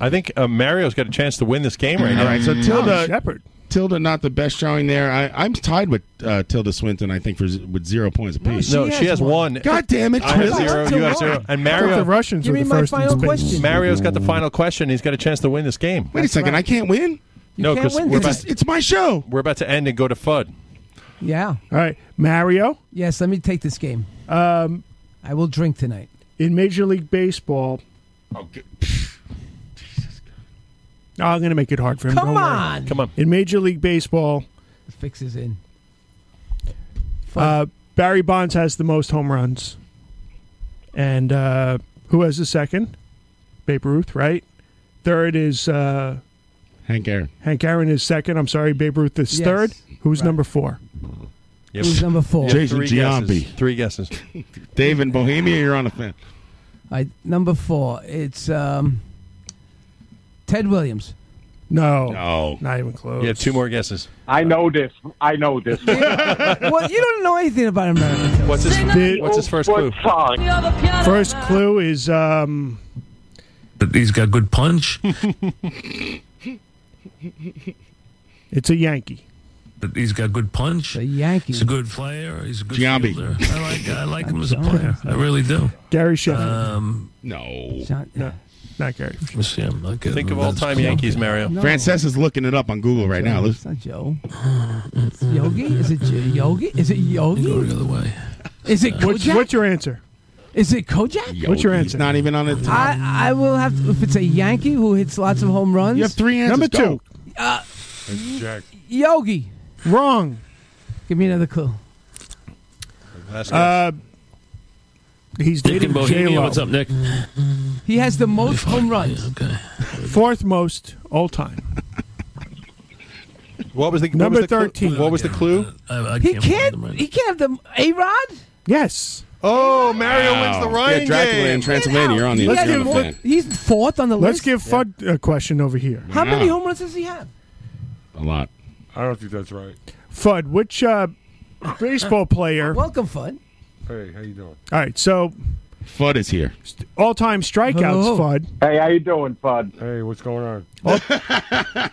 I think uh, Mario's got a chance to win this game right now.
All right, so Tilda,
Mm. Shepard.
Tilda, not the best showing there. I, I'm tied with uh, Tilda Swinton, I think, for z- with zero points apiece.
No, she has one.
God damn it!
I have
Really?
zero. You have zero. And
I thought
Mario.
the Russians
Give
were
me
the
my
first in
final
space.
question.
Mario's got the final question. He's got a chance to win this game.
Wait a second, I can't win.
no,
can't
because
win
we're,
this.
about-
It's, it's my show.
we're about to end and go to FUD.
Yeah.
All right, Mario.
Yes. Let me take this game.
Um,
I will drink tonight.
in Major League Baseball,
Oh, g-
I'm going to make it hard for him.
Come
don't worry.
on. Come
on.
In Major League Baseball,
Fixes in.
uh, Barry Bonds has the most home runs. And uh, who has the second? Babe Ruth, right? Third is uh,
Hank Aaron.
Hank Aaron is second. I'm sorry, Babe Ruth is
Yes.
third. Who's number four?
Who's number four?
Jason Giambi.
Three guesses.
Dave in Bohemia, you're on the fence.
All right, number four. It's um, Ted Williams.
No.
No.
Not even close.
You have two more guesses.
I know this. I know this.
well, you don't know anything about America.
What's his,
Did-
what's his first clue?
First clue is um,
He's got good punch.
it's a Yankee.
He's got good punch. A
Yankee.
He's a good player. He's a good
Giambi.
fielder. I like I like him as a player. I really do.
Gary Sheffield.
Um,
no.
no. Not Gary.
Let's see. I'm not
Think of all-time Yankees, Mario. No.
is looking it up on Google right now. Let's-
It's not Joe. It's Yogi? Is it J- Yogi? Is it Yogi? Go the
other way.
Is it Kojak?
What's, what's your answer?
Is it Kojak?
What's your
He's
answer?
not even on it.
I, I will have to, if it's a Yankee who hits lots of home runs. You have
three
Number two.
Uh,
Jack.
Yogi.
Wrong.
Give me another clue.
Uh, he's
Nick in
dating
Bohemia.
J-Lo.
What's up, Nick?
He has the most home runs.
Fourth most all time.
What was the what was
Number
the clue-
13.
What was the clue?
He can't. He can't have the A Rod.
Yes.
Oh, Mario wins the Ryan
Yeah, Dracula
game.
in Transylvania. You're on the.
Let's
you're on
give
the
him-
fan.
He's fourth on the list.
Let's give Fudd a question over here.
Hmm?
How many home runs does he have?
A lot.
I don't think that's right.
Fudd, which uh, baseball player?
Welcome, Fudd.
Hey, how you doing?
All right, so
Fudd is here.
all-time strikeouts,
Oh.
Hello.
Fudd.
Hey, how you doing, Fud? Hey, what's going on?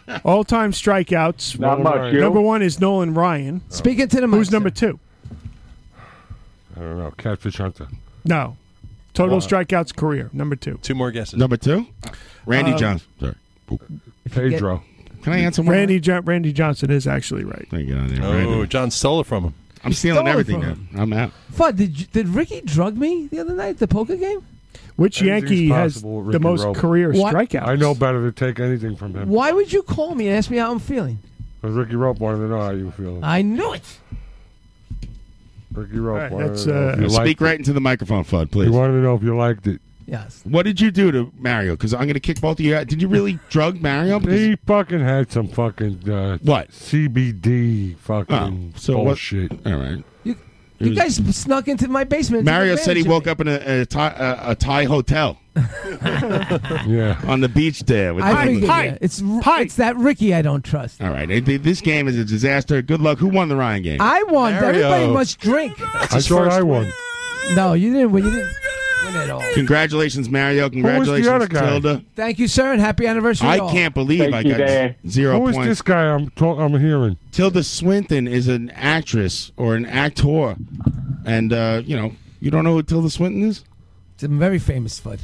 All-time strikeouts.
Not much, you?
Number one is Nolan Ryan.
Speaking to Oh. the
Who's number two?
I don't know. Catfish Hunter.
No. Total
Wow.
strikeouts career. Number two.
Two more guesses.
Number two, Randy
Uh,
Um,
Johnson. Sorry.
Pedro.
Can I answer one?
Randy jo- Randy Johnson is actually right.
Thank you. there,
Oh,
Randy.
John stole it from him.
I'm stealing
Stole it
everything.
from
Now. I'm out.
Fudd, did you- did Ricky drug me the other night at the poker game?
Which
Anything's
Yankee has
possible with
the
Ricky
most
Roby.
career
What?
strikeouts?
I know better to take anything from him.
Why would you call me and ask me how I'm feeling?
'Cause Ricky Rope wanted to know how you were feeling.
I knew it.
Ricky Rope
All right,
wanted
that's,
to know if
uh,
you liked
Speak
it.
right into the microphone, Fudd, please.
He wanted to know if you liked it.
Yes.
What did you do to Mario? Because I'm going to kick both of you out. Did you really drug Mario?
He fucking had some fucking uh,
what
CBD fucking
Oh, so what-
bullshit.
All right.
You,
It
You
was-
guys snuck into my basement. and took
Mario said he
advantage of
woke up in a, a, Thai, a, a Thai hotel.
yeah,
on the beach there.
me.
With
I
the-
figured, yeah, it's it's that Ricky I don't trust.
All right, Th- this game is a disaster. Good luck. Who won the Ryan game?
I won. Everybody must drink.
I thought I won.
No, you didn't win. You didn't win at all.
Congratulations, Mario.
the
Congratulations,
other guy?
Tilda.
Thank you, sir, and happy anniversary.
I
to all.
can't believe I got zero
Who is
points.
this guy? I'm to- I'm hearing.
Tilda Swinton is an actress or an actor, and uh, you know you don't know who Tilda Swinton is.
It's a very famous Fudd.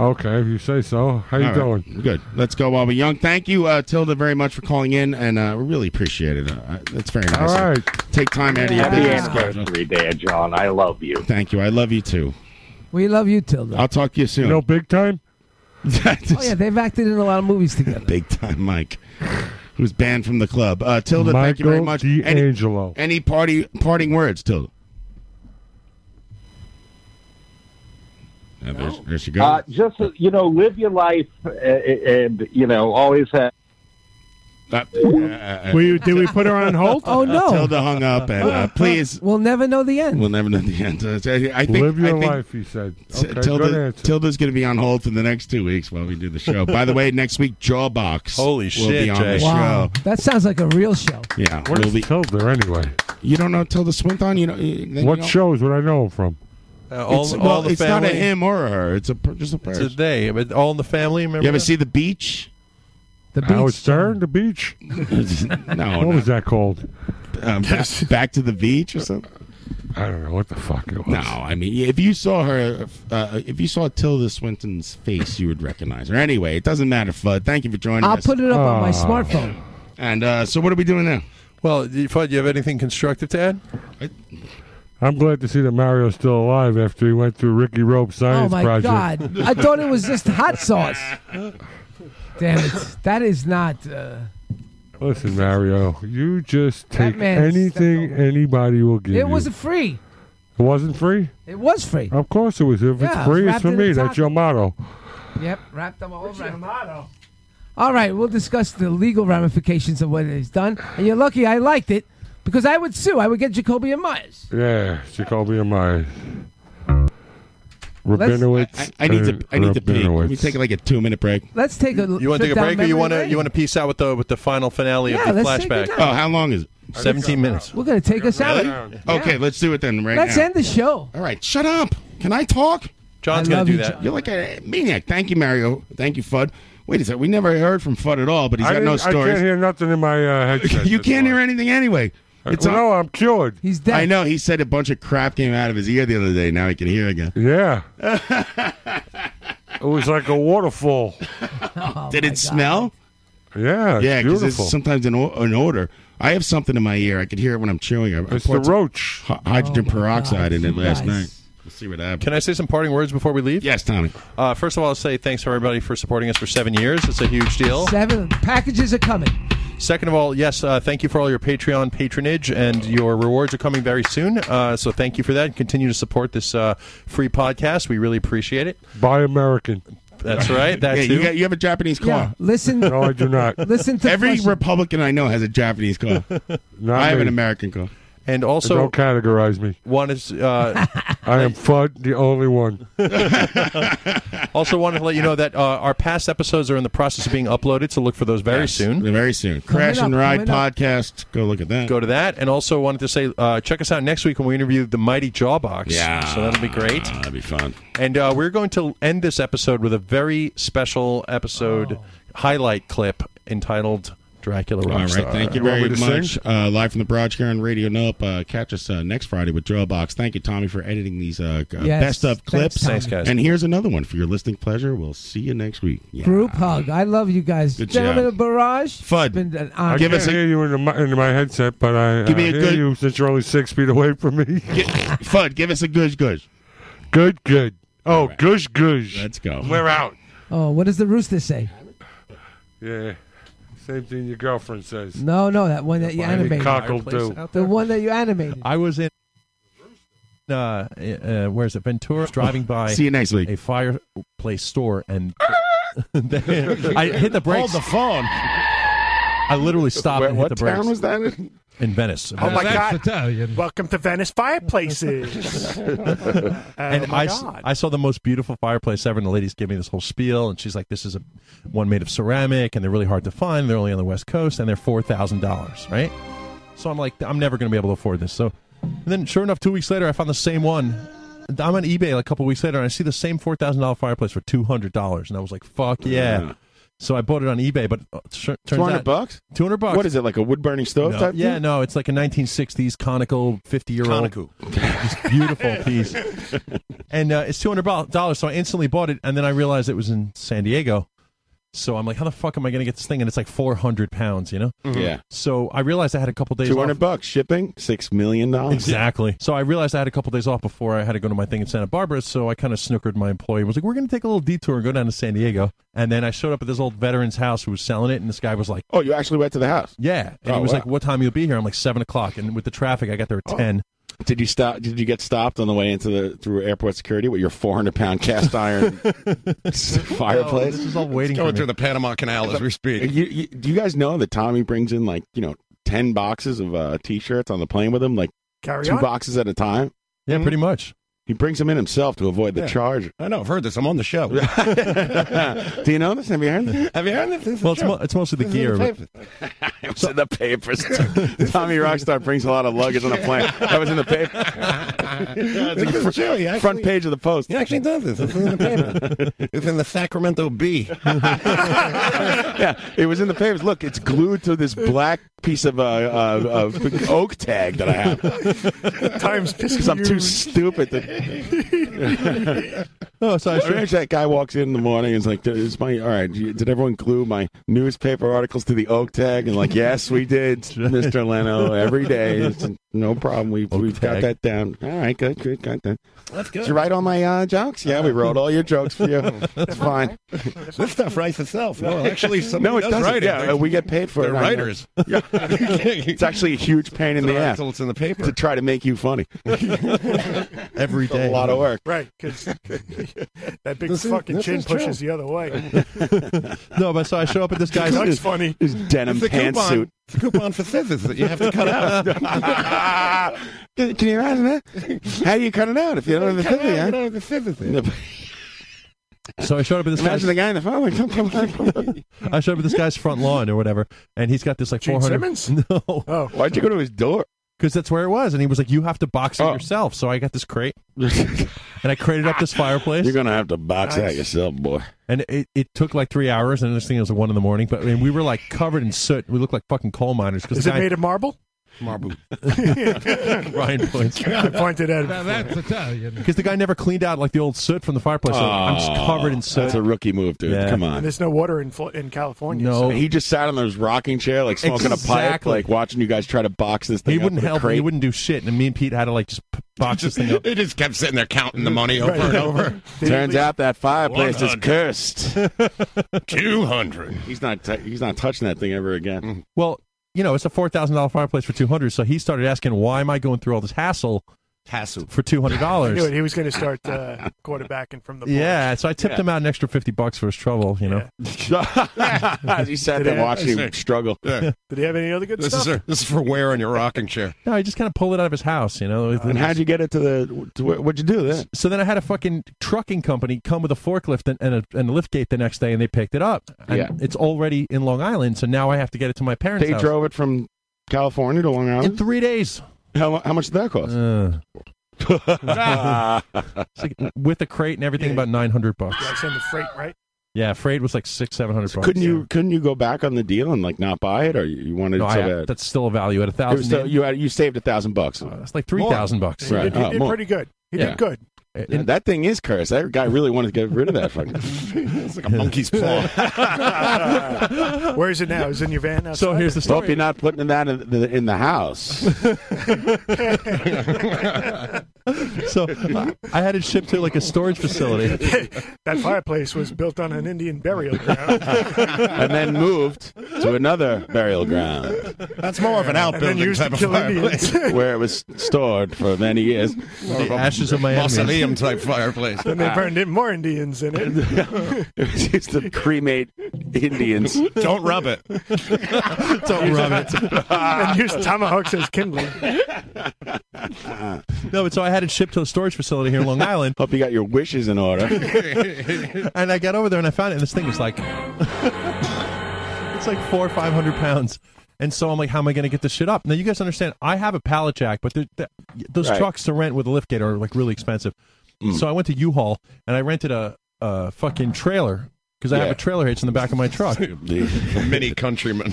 Okay, if you say so. How you
All right.
doing?
Good. Let's go while we're young. Thank you, uh, Tilda, very much for calling in, and uh, we really appreciate it. Uh, that's very nice.
All right.
Take time out of your
Happy
busy
anniversary
schedule. Day, John. I love you. Thank you. I love you too.
We love you, Tilda.
I'll talk to you soon.
You know, big time.
Oh yeah, they've acted in a lot of movies together.
Big time Mike, who's banned from the club. Uh, Tilda, thank you very
Michael
much.
D'Angelo.
Any, any party parting words, Tilda? Uh, there's- there she goes.
Uh, just uh, you know, live your life, uh, and you know, always have.
We- did we put her on hold?
Oh, no.
Uh, Tilda hung up, and uh, please,
We'll never know the end.
we'll never know the end. Uh, I think,
Live your
I think
life, he said.
T-
Okay, good
Tilda,
answer.
Tilda's going to be on hold for the next two weeks while we do the show. By the way, next week Jawbox
Holy
will
shit,
be on
Jay.
the
Wow,
show.
that sounds like a real show.
Yeah,
What
we'll
is
be,
Tilda anyway?
you don't know Tilda Swinton? You know you- then you
What
don't-
shows would I know him from?
Uh, all,
it's,
all
well,
the
it's
family.
not a him or a her. It's a per- just a
It's
person.
a they, but all in the family. Remember?
you ever
that?
see the beach?
The
Howard Stern, The Beach?
no,
what was that called?
Um, back, Back to the beach or something?
I don't know what the fuck it was.
No, I mean, if you saw her, uh, if you saw Tilda Swinton's face, you would recognize her. Anyway, it doesn't matter, Fudd. Thank you for joining
I'll
us.
put it up on
Ah.
Ah.
my smartphone.
And uh, so, what are we doing now?
Well, do you, Fudd, you have anything constructive to add?
I'm glad to see that Mario's still alive after he went through Ricky Rope's
Oh
science
my
project.
god, I thought it was just hot sauce. Damn it. That is not. Uh,
Listen, Mario, you just take
man stepped
anything anybody will give
it was
you.
free.
it wasn't free?
It was free.
Of course it was. If
Yeah, it
it's
was
free, it's
wrapped
for
in
me.
a
That's your motto.
Yep, wrapped them all around. All right, we'll discuss the legal ramifications of what it is done. And you're lucky I liked it because I would sue. I would get Jacoby and Myers.
Yeah, Jacobi and Myers. Rabinowitz.
I, I need to. I need to pee. Can we take like a two minute break?
Let's take a
You want
trip
to take a
down
break, or you
memory
want to
lane?
you want to piece out with the with the final finale
Yeah,
of the
let's take it
flashback?
down. Oh, how
long is it?
Seventeen minutes.
We're gonna take us out.
Okay, let's do it then. Right
Let's
now.
end the show.
All right, shut up. Can I talk?
John's I gonna love do you, that. John.
You're like a maniac. Thank you, Mario. Thank you, Fudd. Wait a second. We never heard from Fudd at all, but he's
I
got no
didn't- I can't
stories.
hear nothing in my uh, headset.
you can't hear anything anyway.
well, Uh, no, I'm cured.
He's
I know. He said a bunch of crap came out of his ear the other day. Now he can hear again.
Yeah. it was like a waterfall.
Oh
Did it smell?
Yeah.
Yeah, because it's
beautiful.
sometimes an, o- an odor. I have something in my ear. I could hear it when I'm chewing. I, I
It's the
poured some
roach.
hy- hydrogen
Oh
peroxide in it last night. We'll see what happens.
Can I say some parting words before we leave?
Yes, Tommy.
Uh, first of all, I'll say thanks to everybody for supporting us for seven years. It's a huge deal.
Seven packages are coming.
Second of all, yes, uh, thank you for all your Patreon patronage, and your rewards are coming very soon. Uh, so thank you for that, and continue to support this uh, free podcast. We really appreciate it.
Buy American.
That's right. That
yeah,
too.
you, got, you have a Japanese car.
Yeah, listen.
No, I do not.
Listen to
Every
Flushing.
Republican I know has a Japanese car. I have
me.
an American car.
and also
Don't categorize me.
want to uh,
I am Fudd, the only one.
also wanted to let you know that uh, our past episodes are in the process of being uploaded. So look for those very soon.
Very soon. Crash
up,
and Ride
coming up.
podcast. Go look at that.
Go to that, and also wanted to say, uh, check us out next week when we interview the mighty Jawbox.
Yeah.
so that'll be great.
That'd be fun.
And uh, we're going to end this episode with a very special episode highlight clip entitled "Dracula
Oh. All
Rockstar."
right. Thank you
You want
very
me to
much.
sing?
Uh, live from the Broadcast and Radio Nope. Uh, catch us uh, next Friday with Joe Box. Thank you, Tommy, for editing these uh, uh,
Yes.
best of
Thanks,
clips.
Tommy. Thanks, guys.
And here's another one for your listening pleasure. We'll see you next week. Yeah.
Group hug. I love you guys.
Good
Gentlemen
job.
of Barrage.
Fudd,
Been an
I
honor.
can't hear you in, the, mi- in my headset, but I,
Give
I
me a
hear
good-
you since you're only six feet away from me.
Fudd, give us a gush gush.
good, good. Oh, gush, gush.
Let's go.
We're out.
Oh, what does the rooster say?
Yeah. Same thing your girlfriend says.
No, no, that one that you
Any
animated.
cock will do.
The one that you animated.
I was in. Uh, uh, where's it? Ventura driving by.
See you next week.
A fireplace store, and I hit the brakes.
Hold the phone.
I literally stopped and hit
what
the brakes
town was that in?
in Venice.
Oh my
Venice.
god! Welcome to Venice Fireplaces.
and
oh my
I, s-
God.
I saw the most beautiful fireplace ever, and the lady's giving me this whole spiel, and she's like, "This is a one made of ceramic, and they're really hard to find. They're only on the West Coast, and they're four thousand dollars, right?" So I'm like, "I'm never going to be able to afford this." So, and then sure enough, two weeks later, I found the same one. I'm on eBay like, a couple weeks later, and I see the same four thousand dollar fireplace for two hundred dollars, and I was like, "Fuck yeah!"
Yeah.
So I bought it on eBay, but uh, sh- turns
200
out
bucks?
two hundred bucks.
What is it, like a wood burning stove
No.
type
yeah,
thing?
no, it's like a 1960s conical 50 year old.
Conical.
beautiful piece. And uh, it's $200, so I instantly bought it. And then I realized it was in San Diego. So I'm like, how the fuck am I going to get this thing? And it's like 400 pounds, you know?
Mhm. Yeah.
So I realized I had a couple days
Two
off.
hundred bucks shipping, six million dollars.
Exactly. So I realized I had a couple days off before I had to go to my thing in Santa Barbara. So I kind of snookered my employee. was like, we're going to take a little detour and go down to San Diego. And then I showed up at this old veteran's house who was selling it. And this guy was like,
Oh, you actually went to the house?
yeah. And
Oh,
he was
wow. Oh.
like, what time you'll be here? I'm like, 7 o'clock. And with the traffic, I got there at 10.
Did you stop? Did you get stopped on the way into the through airport security with your four hundred pound cast iron fireplace?
this is all
It's going
waiting for me.
through the
Panama Canal as we speak.
You, you, do you guys know that Tommy brings in like you know ten boxes of uh, t-shirts on the plane with him, like
Carry
two
on.
boxes at a time? Mm-hmm.
Yeah, pretty much.
He brings them in himself to avoid the
Yeah.
charge.
I know. I've heard this. I'm on the show.
Do you know this? Have you heard this?
Have you heard this? this
Well, it's, mo- it's mostly the gear. but-
It was in the papers. Tommy Rockstar brings a lot of luggage on a plane. That was in the paper. It's like
This is
fr-
true. He
front
actually-
page of the Post.
He actually does this. It's in the paper. it's in the Sacramento Bee.
yeah, it was in the papers. Look, it's glued to this black piece of uh, uh, uh, oak tag that I have.
Times pissing
Because I'm
you.
too stupid to. oh, so I strange that guy walks in in the morning and is like, "Is my all right? you- Did everyone glue my newspaper articles to the oak tag?" And like, "Yes, we did, Mr. Leno, every day." It's- No problem. We've, we've got
tag.
that down. All right, good, good, got that.
That's
Did you write all my uh, jokes? Yeah, we wrote all your jokes for you. It's fine.
This stuff writes itself. No, actually, somebody
no, it
does
doesn't.
write it.
Yeah,
They're-
uh, we get paid for
they're
it. I know.
writers.
Yeah. it's actually a huge pain in the
Not
ass
until it's in the paper.
to try to make you funny. Every
It's a
a lot of work.
Right, because that big
This is-
fucking
this
chin
is true.
pushes the other way.
no, but so I show up at this guy's.
Looks funny.
His denim
It's a coupon.
pantsuit.
It's a coupon for scissors that
you have to cut out. Can can you imagine that? How do you cut it out if you don't have the
Cut it
scissors?
out,
huh?
you don't have the scissors
So I showed up
at this
Imagine
guy's-
the guy in the phone. Like, come, come, come, come.
I showed up at this guy's front lawn or whatever, and he's got this like
Gene
400.
Simmons? Oh.
No.
Why'd you go to his door? Oh.
Because that's where it was, and he was like, "You have to box it yourself." So I got this crate, and I crated up this fireplace. You're
gonna have to box
it
that yourself, boy.
And it, it took like three hours, and this thing was like one in the morning. But I mean, we were like covered in soot. We looked like fucking coal miners. Cause
Is
the
it
guy-
made of marble?
Marble. Ryan points.
I pointed at him.
Now
that's
Italian. Because Mm. the guy never cleaned out like the old soot from the fireplace. So I'm just
Aw,
covered in soot.
That's a rookie move, dude.
Yeah.
Come
And
on.
there's no water in Fl- in California.
No.
so-
He just sat on his rocking chair, like smoking a pipe,
Exactly.
like watching you guys try to box this thing.
He
up
wouldn't
with a
help.
crate.
He wouldn't do shit. And me and Pete had to like just p- box this thing up.
They just kept sitting there counting the money over and over.
Turns out that fireplace is
100.
cursed. Two hundred. He's not. t- he's not touching that thing ever again.
Well, you know, it's a four thousand dollar fireplace for two hundred. So he started asking, "Why am I going through all this hassle?"
Hassle
for two hundred
I knew it.
dollars.
He was going to start uh, quarterbacking from the porch.
Yeah, so I tipped
Yeah.
him out an extra fifty bucks for his trouble. You know,
he sat
Did
there
it-
watching him struggle.
Yeah.
Did he have any other good
This
stuff?
is for, this is for wear on your rocking chair.
no, I just kind of pulled it out of his house. You know,
And how'd you get it to the? To where, what'd you do then?
So then I had a fucking trucking company come with a forklift and, and, a, and a lift gate the next day, and they picked it up. And
Yeah.
it's already in Long Island, so now I have to get it to my parents.
They
house.
drove it from California to Long Island
in three days.
How, mu- how much did that cost?
Uh. It's like, with a crate and everything, about nine hundred bucks.
Yeah, send the freight, right?
Yeah, freight was like six, seven hundred bucks.
couldn't you? Couldn't you go back on the deal and like not buy it, or you you wanted
No,
it
I
so
have-
bad?
that's still a value at a
It was
thousand.
still- you had, you saved a thousand bucks.
That's like three thousand bucks.
Right.
He did, he
Uh,
did
more.
pretty good. He
Yeah.
did good.
Yeah, that thing is cursed. That guy really wanted to get rid of that fucking.
it's like a monkey's paw.
Where is it now? Is it in your van? Outside?
Hope you're not putting that in the, in the house.
so I- I had it shipped to like a storage facility.
that fireplace was built on an Indian burial ground.
and then moved to another burial ground
That's more of an
And then
outbuilding
used
type
to
of
kill Indians.
fireplace.
where it was stored for many years.
More of a Mausoleum type Ah. fireplace.
then they burned in more Indians in it.
It was used to cremate Indians.
Don't rub it.
Don't rub it.
and used tomahawks as kindling.
No, but so I had it shipped to a storage facility here in Long Island.
Hope you got your wishes in order.
and I got over there and I found it, and this thing is like, it's like four or five hundred pounds. And so I'm like, how am I going to get this shit up? Now you guys understand, I have a pallet jack, but the- the- those
Right. Mm.
trucks to rent with a lift gate are like really expensive. So I went to U-Haul and I rented a, a fucking trailer because I have
Yeah.
a trailer hitch in the back of my truck.
mini countryman.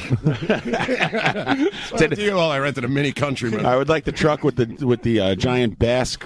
Did you all? I rented a mini countryman.
I would like the truck with the with the uh, giant bass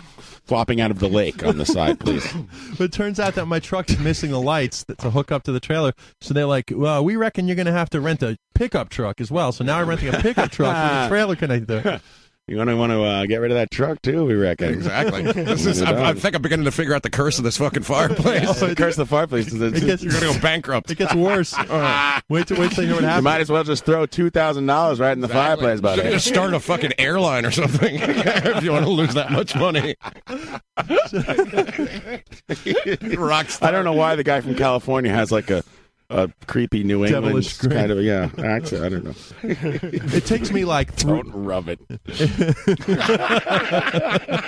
flopping out of the lake on the side, please.
But it turns out that my truck's missing the lights that, to hook up to the trailer. So they're like, well, we reckon you're going to have to rent a pickup truck as well. So now I'm renting a pickup truck
Ah.
with a trailer connected to it.
You're going to want to uh, get rid of that truck too, we reckon.
Exactly. This is,
Get it
I, I
on.
think I'm beginning to figure out the curse of this fucking fireplace.
Oh, curse the fireplace.
It gets- You're gonna go bankrupt.
It gets worse. Wait till wait till you hear what
You
happens.
might as well just throw two thousand dollars right in the fireplace, buddy.
Just start a fucking airline or something if you want to lose that much money.
I don't know why the guy from California has like a, a creepy New England
Devilish grin.
kind of yeah accent. I don't know.
It takes me like three.
Don't rub it.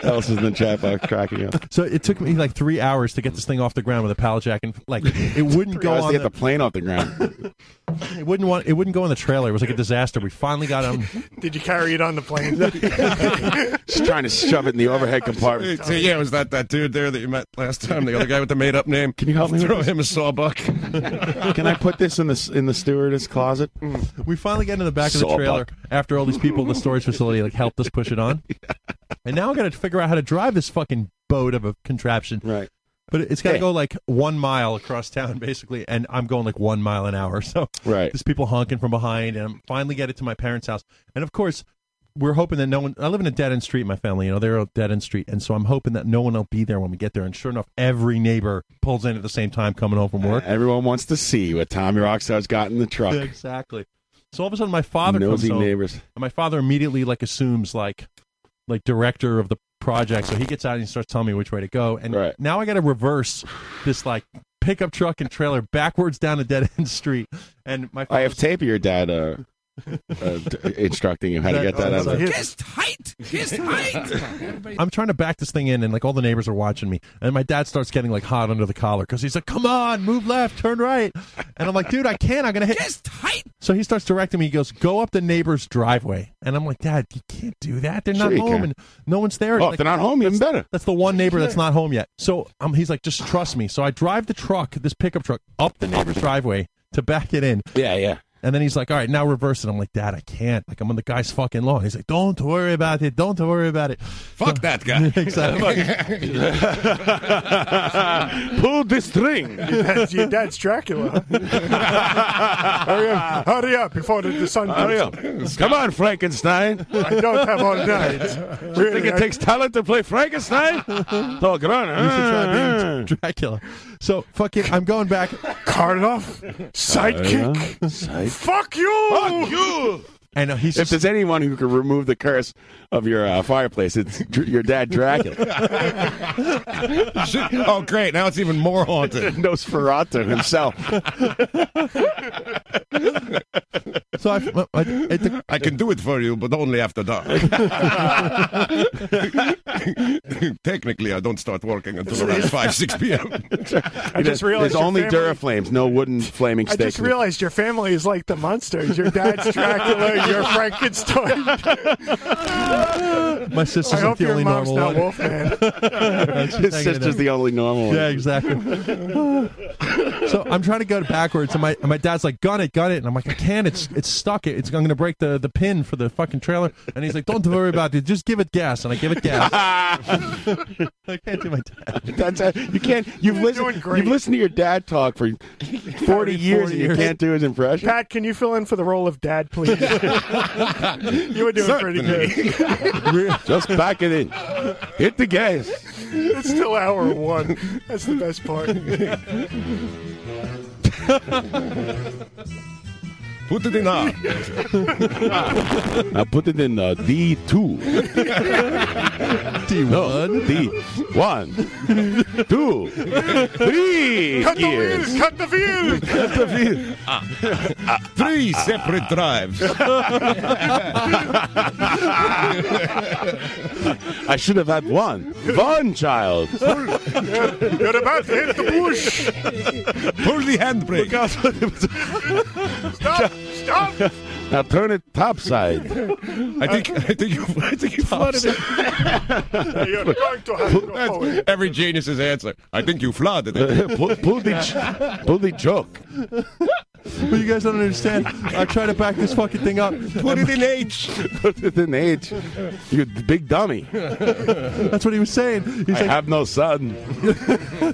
Else is in the chat box cracking up.
So it took me like three hours to get this thing off the ground with a pallet jack, and like it wouldn't go
Go
on.
to get the
The,
plane off the ground.
it wouldn't want. It wouldn't go on the trailer. It was like a disaster. We finally got him.
Did you carry it on the plane?
Just trying to shove it in the overhead compartment.
So, yeah, it was that, that dude there that you met last time, the other guy with the made up name. Can
you help me with
Throw
this?
him a sawbuck.
Can I put this in the in the stewardess closet?
We finally got in the back of the
Sawbuck.
trailer after all these people in the storage facility like helped us push it on. And now I got to figure out how to drive this fucking boat of a contraption.
Right.
But it's got to
Hey.
go like one mile across town, basically, and I'm going like one mile an hour. So
Right.
there's people honking from behind, and I'm finally get it to my parents' house. And of course, we're hoping that no one. I live in a dead end street. My family, you know, they're a dead end street, and so I'm hoping that no one will be there when we get there. And sure enough, every neighbor pulls in at the same time coming home from work.
Everyone wants to see what Tommy Rockstar's got in the truck.
Exactly. So all of a sudden, my father
Nosy
comes home,
neighbors.
and my father immediately like assumes like like director of the project. So he gets out and he starts telling me which way to go. And now I got to reverse this like pickup truck and trailer backwards down a dead end street. And my
I have tape of your dad uh, uh, d- instructing you how to
That-
get that
oh,
out of
that's
there.
a hit.
Just height. Just height.
I'm trying to back this thing in, and like all the neighbors are watching me. And my dad starts getting like hot under the collar because he's like, "Come on, move left, turn right," and I'm like, "Dude, I can't. I'm gonna hit." Just tight. So he starts directing me. He goes, "Go up the neighbor's driveway," and I'm like, "Dad, you can't do that. They're not
Sure you
home,
can.
and no one's there."
Oh, if they're not home, even
that's-
better.
That's the one neighbor that's not home yet. So um, he's like, "Just trust me." So I drive the truck, this pickup truck, up the neighbor's driveway to back it in.
Yeah, yeah.
And then he's like, "All right, now reverse it." I'm like, "Dad, I can't. Like, I'm on the guy's fucking lawn." He's like, "Don't worry about it. Don't worry about it." Fuck
that guy.
exactly.
Pull the string. Your dad's, your dad's Dracula. hurry up! Hurry up before the, the sun.
Hurry
comes
up. Come on, Frankenstein.
I don't have all night.
You think
Really,
it
I-
takes talent to play Frankenstein? Talk run.
Mm.
try Dracula. So fucking, I'm going back. Oh,
Karloff, sidekick. Fuck you! Fuck you!
And he's
if there's anyone who can remove the curse of your uh, fireplace, it's dr- your dad Dracula. oh, great! Now it's even more haunted. Nosferatu himself.
So I, I,
can do it for you, but only after dark. Technically, I don't start working until around five six p.m.
I
there's
just realized your
only
family-
Duraflames, no wooden flaming
I
sticks.
just realized your family is like the monsters. Your dad's Dracula, your Frankenstein.
My sister's
I
not
hope
the
your
only
mom's
normal
not
one.
Wolfman.
His sister's the only normal one.
Yeah, exactly. so I'm trying to go backwards, and my and my dad's like, "Gun it, gun it," and I'm like, "I can't. It's it's stuck. It. It's I'm gonna break the the pin for the fucking trailer." And he's like, "Don't worry about it. Just give it gas." And I give it gas. I can't do my dad.
That's a, you can't. You've listened. You've listened to your dad talk for forty years, and you can't do his impression.
Pat, can you fill in for the role of dad, please? you were doing pretty good.
Just back it in. Hit the gas.
It's still hour one. That's the best part.
Put it in R.
I put it in uh, D two. D one. D one. Two. Three.
Cut the
gears.
wheel! Cut the wheel!
Cut the wheel. Ah. Three separate drives.
I should have had one. One child.
You're, you're about to hit the bush.
Pull the handbrake.
Stop! Stop!
Now turn it topside.
I think I think you I think you flooded it.
You're going to have to go forward.
That's every genius's answer. I think you flooded it.
pull, the pull the joke.
But you guys don't understand. I try to back this fucking thing up.
Put it in H.
Put it in H. You big dummy.
That's what he was saying. He's
I have no son.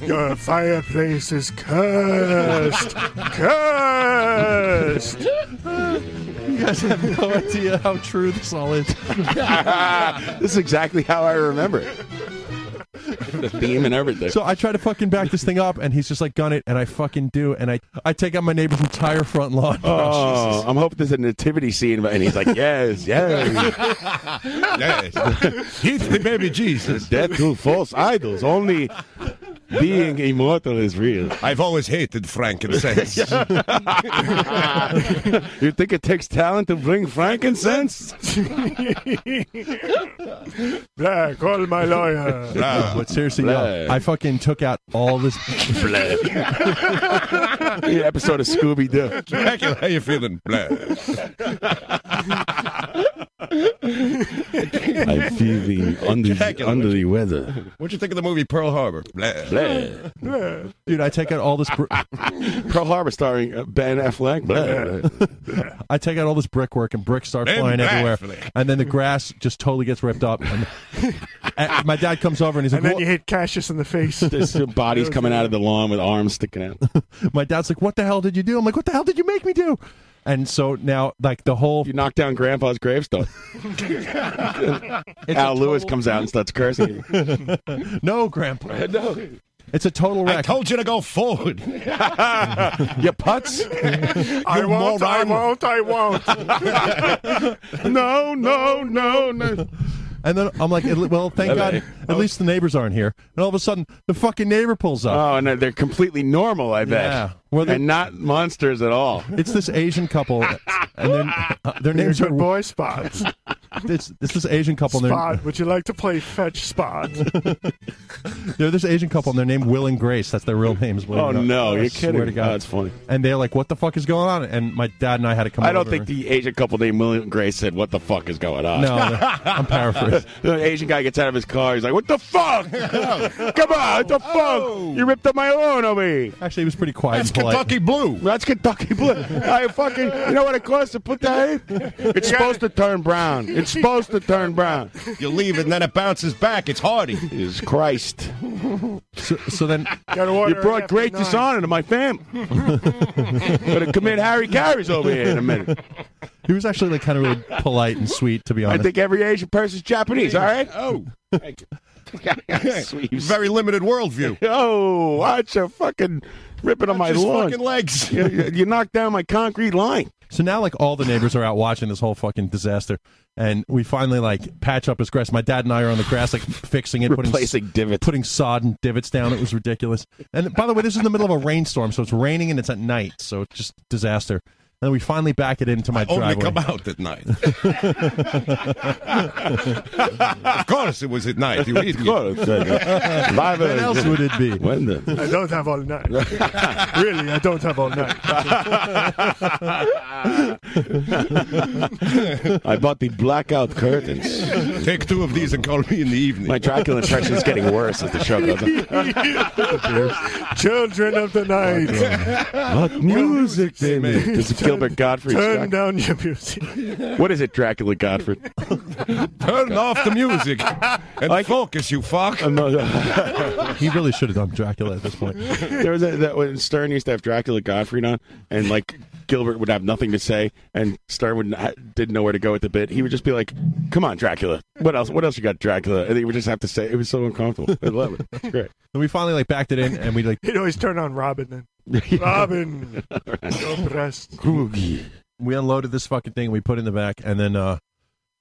Your fireplace is cursed. cursed.
You guys have no idea how true this all is.
this is exactly how I remember it. The theme and everything.
So I try to fucking back this thing up, and he's just like, "Gun it," and I fucking do, and I I take out my neighbor's entire front lawn.
Oh, I'm hoping there's a nativity scene, and he's like, "Yes, yes,
yes." He's the baby Jesus.
Death to false idols. Only being immortal is real.
I've always hated frankincense.
you think it takes talent to bring frankincense?
Blair, call my lawyer.
No, but seriously, yo, I fucking took out all this.
Yeah, episode of Scooby Doo.
Dracula, how you feeling? Blah.
I feel the under,
Dracula.
under the weather.
What'd you think of the movie Pearl Harbor? Blah.
Blah.
Dude, I take out all this. Br-
Pearl Harbor starring uh, Ben Affleck. Blah, blah.
I take out all this brickwork, and bricks start
And
flying everywhere.
baffling.
And then the grass just totally gets ripped up. And, and my dad comes over, and he's like,
And then
"What-"
you hit Cassius in the face.
There's some bodies coming out of the lawn with arms sticking out.
"My dad's like, what the hell did you do?" I'm like, "What the hell did you make me do?" And so now, like the whole
you knock down Grandpa's gravestone. Al Lewis comes out and starts cursing.
no, Grandpa.
no.
It's a total wreck. I
told you to go forward.
you
putts.
I
You
won't, I
moron.
won't, I won't.
no, no, no, no.
And then I'm like, at le- well, thank God, at least the neighbors aren't here. And all of a sudden, the fucking neighbor pulls up.
Oh, and they're completely normal, I bet.
Yeah.
and not monsters at all.
It's this Asian couple, and then uh, their names are
boy spots.
It's, it's this Asian couple. and They're,
Spot, would you like to play fetch spot?
they're this Asian couple, and they're named Will and Grace. That's their real names. Will
Oh,
and Grace.
no,
I
you're
swear
kidding.
to God.
Oh, that's funny.
And they're like, "What the fuck is going on?" And my dad and I had to come.
I don't
over.
think the Asian couple named William Grace said, "What the fuck is going on?"
No, I'm paraphrasing.
the Asian guy gets out of his car. He's like, "What the fuck? Come on, what the fuck? You ripped up my lawn over me."
Actually, he was pretty quiet.
That's
and polite.
Kentucky blue. That's Kentucky blue. I fucking. You know what it costs to put that in? It's supposed to turn brown. It's supposed to turn brown.
You leave it and then it bounces back. It's hardy.
Is Christ.
So, so then
you brought great dishonor to my family. Gonna commit Harry Carries over here in a minute.
He was actually like kind of really polite and sweet, to be
I
honest.
think every Asian person's Japanese. All right.
Oh.
Very
limited worldview.
Oh, watch a fucking ripping on my
Watch his
lawn.
fucking legs.
you, you knocked down my concrete line.
So now, like, all the neighbors are out watching this whole fucking disaster, and we finally like patch up his grass. My dad and I are on the grass, like fixing it,
Replacing
putting divots, putting sod and divots down. It was ridiculous. And by the way, this is in the middle of a rainstorm, so it's raining and it's at night, so it's just disaster. And then we finally back it into my
Only
driveway.
come out at night. of course, it was at night. You idiot.
Live
When else would it be?
When
I don't have all night. really, I don't have all night.
I bought the blackout curtains.
Take two of these and call me in the evening.
My Dracula impression is getting worse as the show goes on.
Children of the
Oh,
night.
What music they make? This is Gilbert Godfrey's
Turn
Drac-
down your music.
What is it, Dracula Godfrey?
Turn off the music and focus, you fuck.
he really should have done Dracula at this point.
there was a, that when Stern used to have Dracula Godfrey on, and like Gilbert would have nothing to say, and Stern would not, didn't know where to go with the bit. He would just be like, "Come on, Dracula. What else? What else you got, Dracula?" And he would just have to say, "It was so uncomfortable. I love it. It's great."
Then we finally like backed it in, and we like
He'd always turn on Robin
then.
Robin. Oppressed.
We unloaded this fucking thing. We put it in the back, and then uh,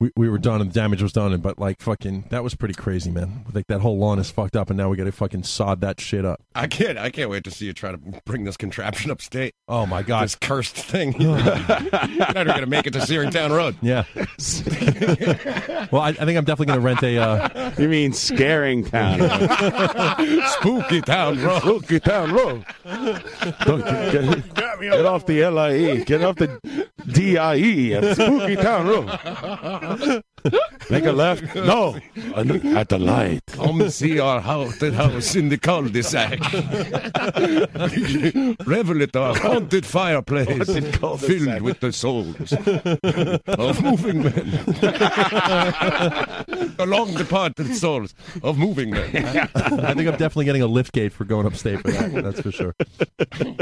we we were done, and the damage was done. And but like fucking, that was pretty crazy, man. Like that whole lawn is fucked up, and now we got to fucking sod that shit up.
I can't. I can't wait to see you try to bring this contraption upstate.
Oh my god,
this cursed thing! You're not even gonna make it to Searingtown Road.
Yeah. well, I, I think I'm definitely gonna rent a. Uh...
You mean scaring town?
Spooky town road.
Spooky town road. Don't get, get- get off the LIE. Get off the DIE. and Spooky town road. Make a left. No, at the light.
Come see our haunted house in the cul-de-sac. Revel at our haunted fireplace
Haunted cul-de-sac.
filled with the souls of moving men. Along departed souls of moving men.
I think I'm definitely getting a lift gate for going upstate for that. That's for sure.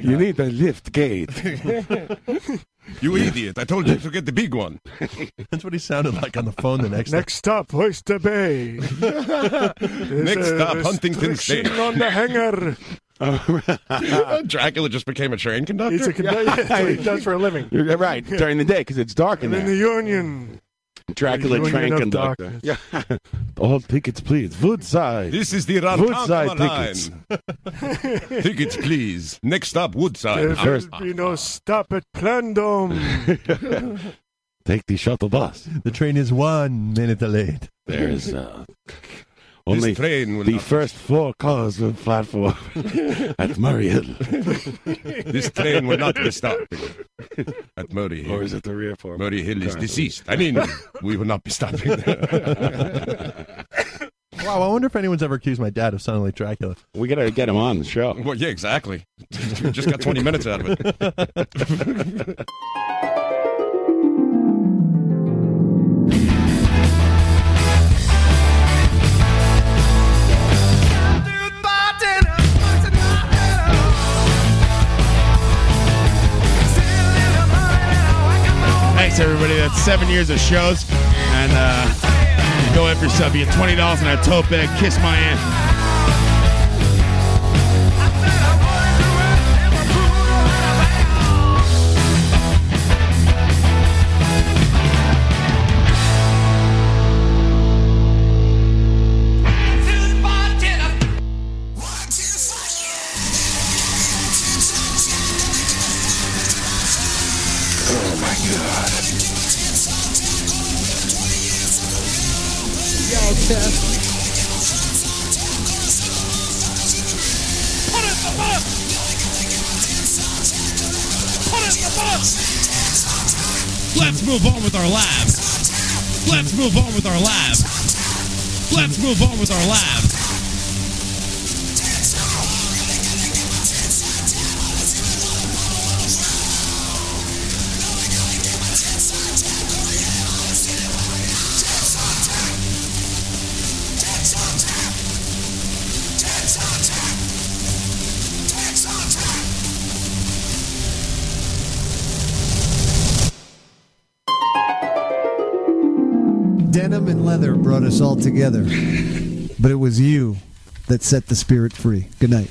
You need a lift gate.
You idiot. I told you to get the big one.
That's what he sounded like on the phone the next.
Next stop, Oyster Bay.
Next stop, Huntington State.
Station on the hangar.
Dracula just became a train conductor.
He's a conductor. That's what he does for a living.
You're right during the day because it's dark in
And in
there.
the Union.
Dracula
Union
train
of
conductor. Yeah. All tickets, please. Woodside.
This is the
Woodside
Rantonkama
tickets.
line. Tickets, please. Next stop, Woodside.
There will be no stop at Plandome.
Take the shuttle bus.
The train is one minute late.
There is uh,
This
only
train will
the
not-
first four cars on platform at Murray Hill.
this train will not be stopping at Murray Hill.
Or is it the rear form?
Murray Hill is
Currently.
deceased. I mean, we will not be stopping there.
Wow, I wonder if anyone's ever accused my dad of sounding like Dracula.
We gotta get him on the show.
well, yeah, exactly. We just got 20 minutes out of it.
Bartender, what's in my head? Still in a
Thanks, everybody. That's seven years of shows. And uh, go after yourself. You get $20 and a tote bag. Kiss my aunt.
Oh my god. Put it in the bus! Put it in
Oh
the bus!
Let's move on with our lives. Let's move on with our lives. Let's move on with our lives.
Denim and leather brought us all together, but it was you that set the spirit free. Good night.